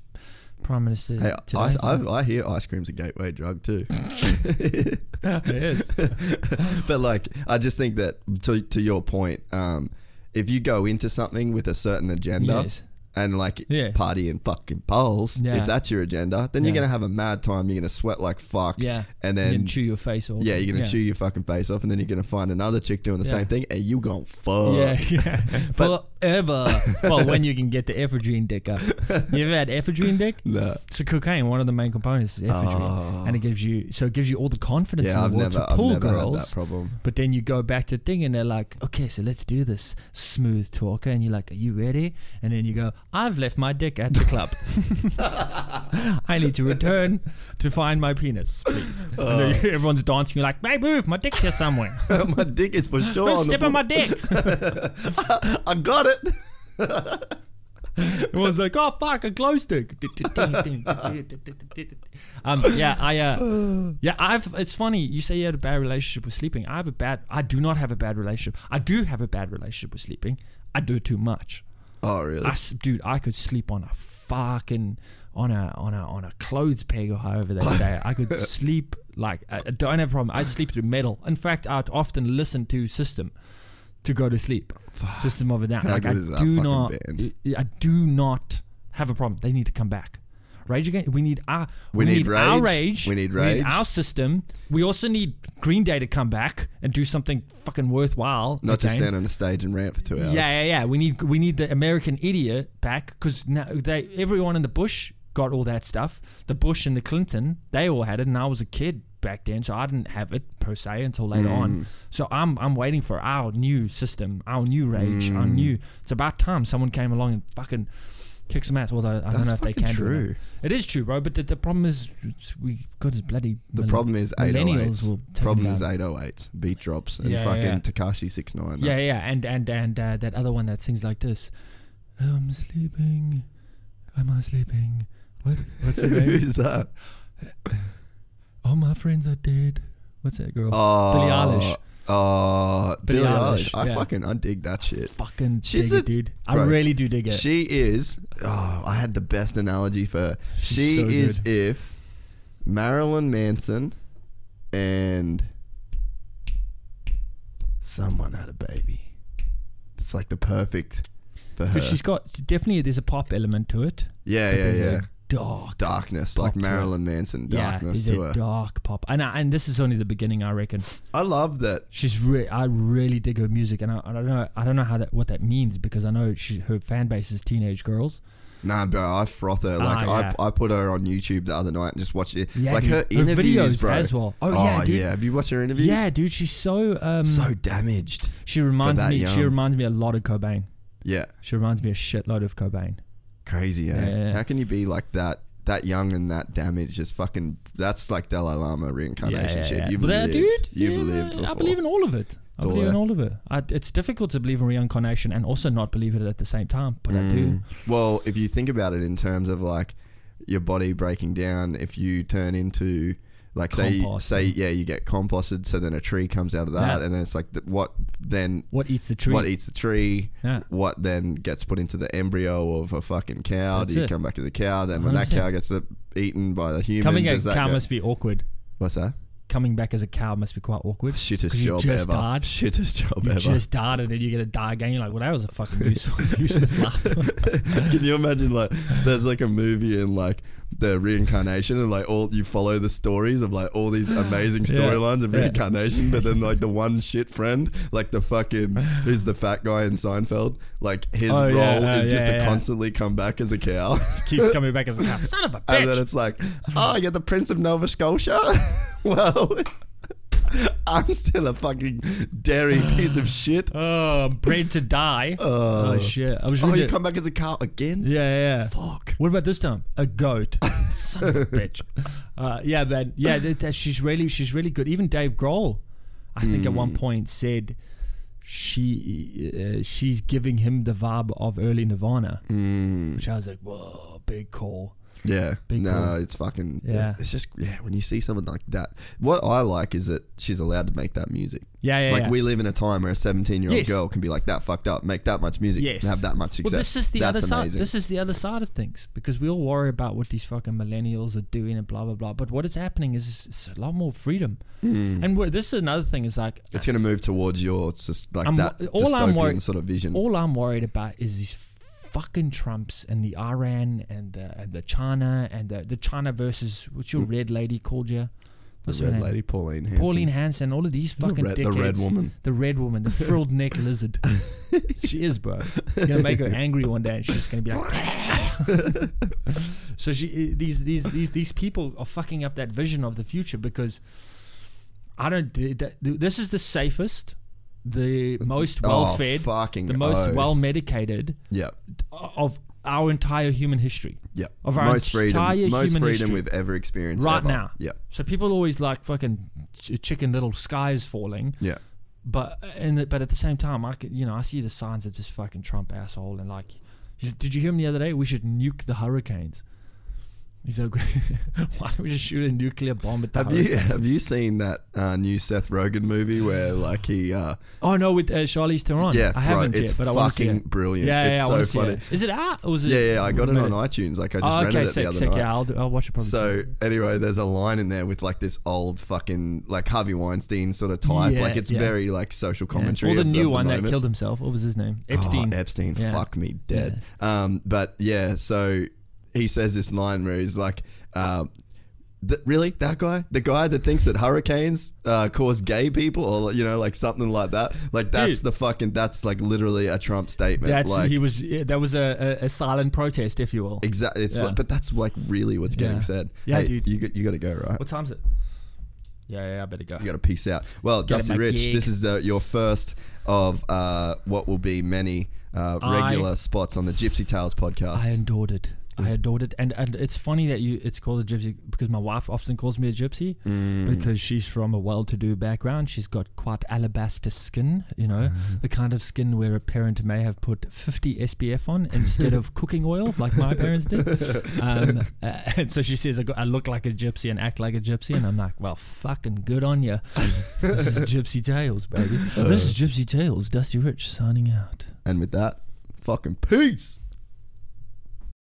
[SPEAKER 3] prime minister
[SPEAKER 2] Hey,
[SPEAKER 3] today,
[SPEAKER 2] I,
[SPEAKER 3] so-
[SPEAKER 2] I, I hear ice cream's a gateway drug too,
[SPEAKER 3] it is.
[SPEAKER 2] but like I just think that to to your point, um, if you go into something with a certain agenda
[SPEAKER 3] Yes.
[SPEAKER 2] and like
[SPEAKER 3] Yeah.
[SPEAKER 2] party and fucking polls,
[SPEAKER 3] Yeah.
[SPEAKER 2] if that's your agenda, then you're
[SPEAKER 3] Yeah.
[SPEAKER 2] gonna have a mad time. You're gonna sweat like fuck,
[SPEAKER 3] Yeah,
[SPEAKER 2] and
[SPEAKER 3] You're
[SPEAKER 2] then
[SPEAKER 3] gonna chew your face off.
[SPEAKER 2] yeah, you're gonna chew your fucking face off, and then you're gonna find another chick doing the
[SPEAKER 3] Yeah.
[SPEAKER 2] same thing, and you gonna fuck.
[SPEAKER 3] Yeah, yeah. Forever. well, when you can get the ephedrine dick up. You ever had ephedrine dick?
[SPEAKER 2] No. Oh.
[SPEAKER 3] So cocaine, one of the main components is ephedrine, and it gives you so it gives you all the confidence
[SPEAKER 2] Yeah,
[SPEAKER 3] in
[SPEAKER 2] I've
[SPEAKER 3] the world
[SPEAKER 2] never,
[SPEAKER 3] to
[SPEAKER 2] I've
[SPEAKER 3] pull
[SPEAKER 2] never
[SPEAKER 3] girls.
[SPEAKER 2] had that problem.
[SPEAKER 3] But then you go back to thing and they're like, okay, so let's do this smooth talker. And you're like, are you ready? And then you go, I've left my dick at the club. I need to return to find my penis, please. And then
[SPEAKER 2] Oh.
[SPEAKER 3] you- everyone's dancing. You're like, hey, move, my dick's here somewhere.
[SPEAKER 2] my dick is for sure.
[SPEAKER 3] Don't
[SPEAKER 2] on the
[SPEAKER 3] step on my
[SPEAKER 2] floor.
[SPEAKER 3] dick.
[SPEAKER 2] I got it.
[SPEAKER 3] Everyone's like, oh, fuck, a glow stick. um, yeah, I, uh, yeah, I've, it's funny. You say you had a bad relationship with sleeping. I have a bad, I do not have a bad relationship. I do have a bad relationship with sleeping. I do too much.
[SPEAKER 2] Oh really?
[SPEAKER 3] I s dude, I could sleep on a fucking on a on a on a clothes peg or however they say. it. I could sleep like I I don't have a problem. I sleep through metal. In fact, I'd often listen to System to go to sleep. System of a Down.
[SPEAKER 2] How
[SPEAKER 3] like
[SPEAKER 2] good
[SPEAKER 3] I
[SPEAKER 2] is that
[SPEAKER 3] do
[SPEAKER 2] fucking
[SPEAKER 3] not,
[SPEAKER 2] band?
[SPEAKER 3] I, I do not have a problem. They need to come back. Rage again. We need our
[SPEAKER 2] We need
[SPEAKER 3] our
[SPEAKER 2] Rage.
[SPEAKER 3] rage.
[SPEAKER 2] We need Rage.
[SPEAKER 3] our system. We also need Green Day to come back and do something fucking worthwhile.
[SPEAKER 2] Not just
[SPEAKER 3] again.
[SPEAKER 2] stand on a stage and rant for two hours.
[SPEAKER 3] Yeah, yeah, yeah. We need we need the American idiot back because now they everyone in the Bush got all that stuff. The Bush and the Clinton, they all had it, and I was a kid back then, so I didn't have it per se until later
[SPEAKER 2] Mm.
[SPEAKER 3] on. So I'm I'm waiting for our new system, our new rage,
[SPEAKER 2] Mm.
[SPEAKER 3] our new. It's about time someone came along and fucking. Kick some ass. Although I don't
[SPEAKER 2] That's
[SPEAKER 3] know if they
[SPEAKER 2] fucking
[SPEAKER 3] can. do that.
[SPEAKER 2] true.
[SPEAKER 3] It is true, bro. But the, the problem is we got this bloody.
[SPEAKER 2] The
[SPEAKER 3] millen-
[SPEAKER 2] problem is
[SPEAKER 3] millennials will
[SPEAKER 2] 808.
[SPEAKER 3] take 'em
[SPEAKER 2] Problem
[SPEAKER 3] down.
[SPEAKER 2] is 808. Beat drops and
[SPEAKER 3] Yeah, yeah,
[SPEAKER 2] fucking
[SPEAKER 3] yeah.
[SPEAKER 2] Takashi 69.
[SPEAKER 3] Yeah, yeah, and and and uh, that other one that sings like this. I'm sleeping. Am I sleeping? What? What's her name?
[SPEAKER 2] Who's that?
[SPEAKER 3] All my friends are dead. What's that girl?
[SPEAKER 2] Oh,
[SPEAKER 3] Billie Eilish.
[SPEAKER 2] Oh, Billie,
[SPEAKER 3] Billie
[SPEAKER 2] Eilish.
[SPEAKER 3] Eilish,
[SPEAKER 2] I
[SPEAKER 3] yeah.
[SPEAKER 2] fucking I dig that shit.
[SPEAKER 3] Fucking
[SPEAKER 2] She's
[SPEAKER 3] dig
[SPEAKER 2] a-
[SPEAKER 3] it, dude. I
[SPEAKER 2] bro,
[SPEAKER 3] really do dig it.
[SPEAKER 2] She is. Oh, I had the best analogy for her.
[SPEAKER 3] She's
[SPEAKER 2] she
[SPEAKER 3] so
[SPEAKER 2] is
[SPEAKER 3] good.
[SPEAKER 2] if Marilyn Manson and someone had a baby. It's like the perfect for her.
[SPEAKER 3] Because she's got definitely there's a pop element to it.
[SPEAKER 2] yeah,
[SPEAKER 3] but
[SPEAKER 2] yeah,
[SPEAKER 3] there's
[SPEAKER 2] yeah.
[SPEAKER 3] a dark
[SPEAKER 2] Darkness, like
[SPEAKER 3] pop to her.
[SPEAKER 2] Marilyn Manson darkness
[SPEAKER 3] yeah,
[SPEAKER 2] to
[SPEAKER 3] there's
[SPEAKER 2] her.
[SPEAKER 3] a dark pop, and I, and this is only the beginning, I reckon.
[SPEAKER 2] I love that.
[SPEAKER 3] She's re- I really dig her music, and I, I don't know I don't know how that what that means because I know she, her fan base is teenage girls.
[SPEAKER 2] Nah, bro, I froth her. Like
[SPEAKER 3] Ah, yeah.
[SPEAKER 2] I, I put her on YouTube the other night and just watched it.
[SPEAKER 3] Yeah,
[SPEAKER 2] like
[SPEAKER 3] dude.
[SPEAKER 2] her interviews,
[SPEAKER 3] videos
[SPEAKER 2] bro.
[SPEAKER 3] as well. Oh, yeah, dude.
[SPEAKER 2] Have you watched her interviews?
[SPEAKER 3] Yeah, dude, she's so um,
[SPEAKER 2] So damaged.
[SPEAKER 3] she reminds
[SPEAKER 2] that
[SPEAKER 3] me she
[SPEAKER 2] young.
[SPEAKER 3] reminds me a lot of Cobain.
[SPEAKER 2] Yeah.
[SPEAKER 3] She reminds me a shitload of Cobain.
[SPEAKER 2] Crazy, eh?
[SPEAKER 3] Yeah.
[SPEAKER 2] How can you be like that? That young and that damaged is fucking. That's like Dalai Lama reincarnation shit. You've
[SPEAKER 3] But, uh,
[SPEAKER 2] lived.
[SPEAKER 3] dude,
[SPEAKER 2] You've
[SPEAKER 3] yeah,
[SPEAKER 2] lived. Before.
[SPEAKER 3] I believe in all of it. I
[SPEAKER 2] It's all
[SPEAKER 3] believe in
[SPEAKER 2] there.
[SPEAKER 3] all of it. I, it's difficult to believe in reincarnation and also not believe it at the same time, but I
[SPEAKER 2] Mm.
[SPEAKER 3] do.
[SPEAKER 2] Well, if you think about it in terms of like your body breaking down, if you turn into like say
[SPEAKER 3] Compost.
[SPEAKER 2] say yeah, you get composted, so then a tree comes out of that,
[SPEAKER 3] Yeah.
[SPEAKER 2] and then it's like th- what then
[SPEAKER 3] What eats the tree?
[SPEAKER 2] what eats the tree,
[SPEAKER 3] Yeah.
[SPEAKER 2] what then gets put into the embryo of a fucking cow.
[SPEAKER 3] That's
[SPEAKER 2] do you
[SPEAKER 3] it.
[SPEAKER 2] come back to the cow? Then when that
[SPEAKER 3] 100%.
[SPEAKER 2] cow gets uh, eaten by the human,
[SPEAKER 3] Coming
[SPEAKER 2] does
[SPEAKER 3] as a
[SPEAKER 2] that
[SPEAKER 3] cow
[SPEAKER 2] go-
[SPEAKER 3] must be awkward.
[SPEAKER 2] what's that?
[SPEAKER 3] Coming back as a cow must be quite awkward.
[SPEAKER 2] Shittest
[SPEAKER 3] 'cause you
[SPEAKER 2] job
[SPEAKER 3] just
[SPEAKER 2] ever.
[SPEAKER 3] Died.
[SPEAKER 2] Shittest job
[SPEAKER 3] You
[SPEAKER 2] ever.
[SPEAKER 3] just died and then you get to die again. You're like, well, that was a fucking useless, useless laugh.
[SPEAKER 2] Can you imagine like there's like a movie in like the reincarnation and like all you follow the stories of like all these amazing
[SPEAKER 3] Yeah.
[SPEAKER 2] storylines of
[SPEAKER 3] Yeah.
[SPEAKER 2] reincarnation, but then like the one shit friend, like the fucking who's the fat guy in Seinfeld, like his
[SPEAKER 3] Oh,
[SPEAKER 2] role
[SPEAKER 3] yeah, oh,
[SPEAKER 2] is just
[SPEAKER 3] yeah,
[SPEAKER 2] to
[SPEAKER 3] yeah.
[SPEAKER 2] constantly come back as a cow.
[SPEAKER 3] Keeps coming back as a cow. Son of a
[SPEAKER 2] And then
[SPEAKER 3] bitch.
[SPEAKER 2] it's like, oh, you're the Prince of Nova Scotia? well, I'm still a fucking dairy piece of shit.
[SPEAKER 3] Oh, bred to die. Oh, shit. I was
[SPEAKER 2] Oh,
[SPEAKER 3] really.
[SPEAKER 2] you come back as a cow again?
[SPEAKER 3] yeah, yeah, yeah.
[SPEAKER 2] Fuck.
[SPEAKER 3] What about this time? A goat. Son of a bitch. Uh, yeah, man. Yeah, that, that, she's really she's really good. Even Dave Grohl, I think at
[SPEAKER 2] Hmm.
[SPEAKER 3] one point said she uh, she's giving him the vibe of early Nirvana,
[SPEAKER 2] Hmm.
[SPEAKER 3] which I was like, whoa, big call.
[SPEAKER 2] Yeah.
[SPEAKER 3] Big
[SPEAKER 2] no,
[SPEAKER 3] call.
[SPEAKER 2] it's fucking. Yeah.
[SPEAKER 3] Yeah.
[SPEAKER 2] It's just, yeah, when you see someone like that, what I like is that she's allowed to make that music.
[SPEAKER 3] Yeah, yeah,
[SPEAKER 2] Like,
[SPEAKER 3] yeah.
[SPEAKER 2] we live in a time where a 17 year old
[SPEAKER 3] Yes.
[SPEAKER 2] girl can be like that fucked up, make that much music,
[SPEAKER 3] Yes.
[SPEAKER 2] and have that much success.
[SPEAKER 3] Well, this is the
[SPEAKER 2] That's
[SPEAKER 3] other side.
[SPEAKER 2] amazing.
[SPEAKER 3] This is the other side of things because we all worry about what these fucking millennials are doing and blah blah blah. But what is happening is it's a lot more freedom. And we this is another thing. Is like
[SPEAKER 2] Hmm. it's going to move towards your, just like
[SPEAKER 3] I'm-
[SPEAKER 2] that
[SPEAKER 3] all I'm
[SPEAKER 2] dystopian
[SPEAKER 3] worried-
[SPEAKER 2] sort of vision.
[SPEAKER 3] all I'm worried about is these fucking Trumps and the Iran and the and the China and the, the China versus what's your red lady called you? What's
[SPEAKER 2] Mm. the
[SPEAKER 3] her
[SPEAKER 2] red
[SPEAKER 3] name?
[SPEAKER 2] lady, Pauline Hanson.
[SPEAKER 3] Pauline Hanson, all of these fucking
[SPEAKER 2] red- the
[SPEAKER 3] dickheads.
[SPEAKER 2] red woman.
[SPEAKER 3] The red woman, the frilled neck lizard. she is, bro. You're gonna make her angry one day, and she's just gonna be like. so she, eh, these these these these people are fucking up that vision of the future because I don't. th- th- This is the safest, the most
[SPEAKER 2] Oh,
[SPEAKER 3] well fed,
[SPEAKER 2] fucking
[SPEAKER 3] the most
[SPEAKER 2] oath.
[SPEAKER 3] well medicated
[SPEAKER 2] Yeah.
[SPEAKER 3] of our entire human history.
[SPEAKER 2] Yeah.
[SPEAKER 3] Of our
[SPEAKER 2] most freedom,
[SPEAKER 3] entire
[SPEAKER 2] most
[SPEAKER 3] human
[SPEAKER 2] freedom
[SPEAKER 3] history.
[SPEAKER 2] we've ever experienced.
[SPEAKER 3] Right
[SPEAKER 2] ever.
[SPEAKER 3] now.
[SPEAKER 2] Yeah.
[SPEAKER 3] So people always like fucking ch- chicken little skies falling.
[SPEAKER 2] Yeah.
[SPEAKER 3] But and but at the same time, I could, you know I see the signs of this fucking Trump asshole and like, he's- did you hear him the other day? We should nuke the hurricanes. He's like, why don't we just shoot a nuclear bomb at the
[SPEAKER 2] Have
[SPEAKER 3] hurricane?
[SPEAKER 2] you have you seen that uh, new Seth Rogen movie where like he uh,
[SPEAKER 3] Oh no, with uh, Charlize Theron.
[SPEAKER 2] yeah
[SPEAKER 3] I
[SPEAKER 2] bro,
[SPEAKER 3] haven't
[SPEAKER 2] it's
[SPEAKER 3] yet, but I want to see
[SPEAKER 2] fucking
[SPEAKER 3] it.
[SPEAKER 2] brilliant
[SPEAKER 3] Yeah, yeah,
[SPEAKER 2] it's
[SPEAKER 3] I
[SPEAKER 2] so
[SPEAKER 3] wanna see
[SPEAKER 2] funny
[SPEAKER 3] It. Is it out? Or was it?
[SPEAKER 2] yeah yeah I got it
[SPEAKER 3] Made
[SPEAKER 2] on iTunes like I just
[SPEAKER 3] Oh,
[SPEAKER 2] rented
[SPEAKER 3] okay,
[SPEAKER 2] it the
[SPEAKER 3] sick,
[SPEAKER 2] other
[SPEAKER 3] sick.
[SPEAKER 2] night
[SPEAKER 3] Yeah, I'll, do- I'll watch it probably.
[SPEAKER 2] so
[SPEAKER 3] tonight.
[SPEAKER 2] anyway there's a line in there with like this old fucking like Harvey Weinstein sort of type
[SPEAKER 3] Yeah,
[SPEAKER 2] like it's
[SPEAKER 3] yeah.
[SPEAKER 2] very like social commentary
[SPEAKER 3] Or the
[SPEAKER 2] of- of
[SPEAKER 3] new one that
[SPEAKER 2] moment.
[SPEAKER 3] killed himself. What was his name?
[SPEAKER 2] Oh,
[SPEAKER 3] Epstein.
[SPEAKER 2] Epstein,
[SPEAKER 3] Yeah.
[SPEAKER 2] fuck me dead. Um, but yeah, so he says this line where he's like, um, th- "Really, that guy? The guy that thinks that hurricanes uh, cause gay people, or you know, like something like that? Like that's
[SPEAKER 3] Dude.
[SPEAKER 2] the fucking that's like literally a Trump statement.
[SPEAKER 3] That's
[SPEAKER 2] like,
[SPEAKER 3] he was. Yeah, that was a, a, a silent protest, if you will.
[SPEAKER 2] exactly. It's
[SPEAKER 3] Yeah.
[SPEAKER 2] like, but that's like really what's getting
[SPEAKER 3] Yeah.
[SPEAKER 2] said.
[SPEAKER 3] Yeah,
[SPEAKER 2] hey,
[SPEAKER 3] dude.
[SPEAKER 2] you got- you got to go right.
[SPEAKER 3] What time's it? Yeah, yeah, I better go.
[SPEAKER 2] You got to peace out. Well,
[SPEAKER 3] it,
[SPEAKER 2] Dusty
[SPEAKER 3] my
[SPEAKER 2] Rich,
[SPEAKER 3] gig.
[SPEAKER 2] this is uh, your first of uh, what will be many uh,
[SPEAKER 3] I-
[SPEAKER 2] regular spots on the Gypsy Tales podcast.
[SPEAKER 3] I endured it. I adored it, and and it's funny that you it's called a gypsy because my wife often calls me a gypsy because she's from a well-to-do background. She's got quite alabaster skin, you know, the kind of skin where a parent may have put 50 SPF on instead of cooking oil, like my parents did. Um, uh, and so she says, I, go, I look like a gypsy and act like a gypsy, and I'm like, well, fucking good on you. this is Gypsy Tales, baby. this is Gypsy Tales. Dusty Rich signing out.
[SPEAKER 2] And with that, fucking peace.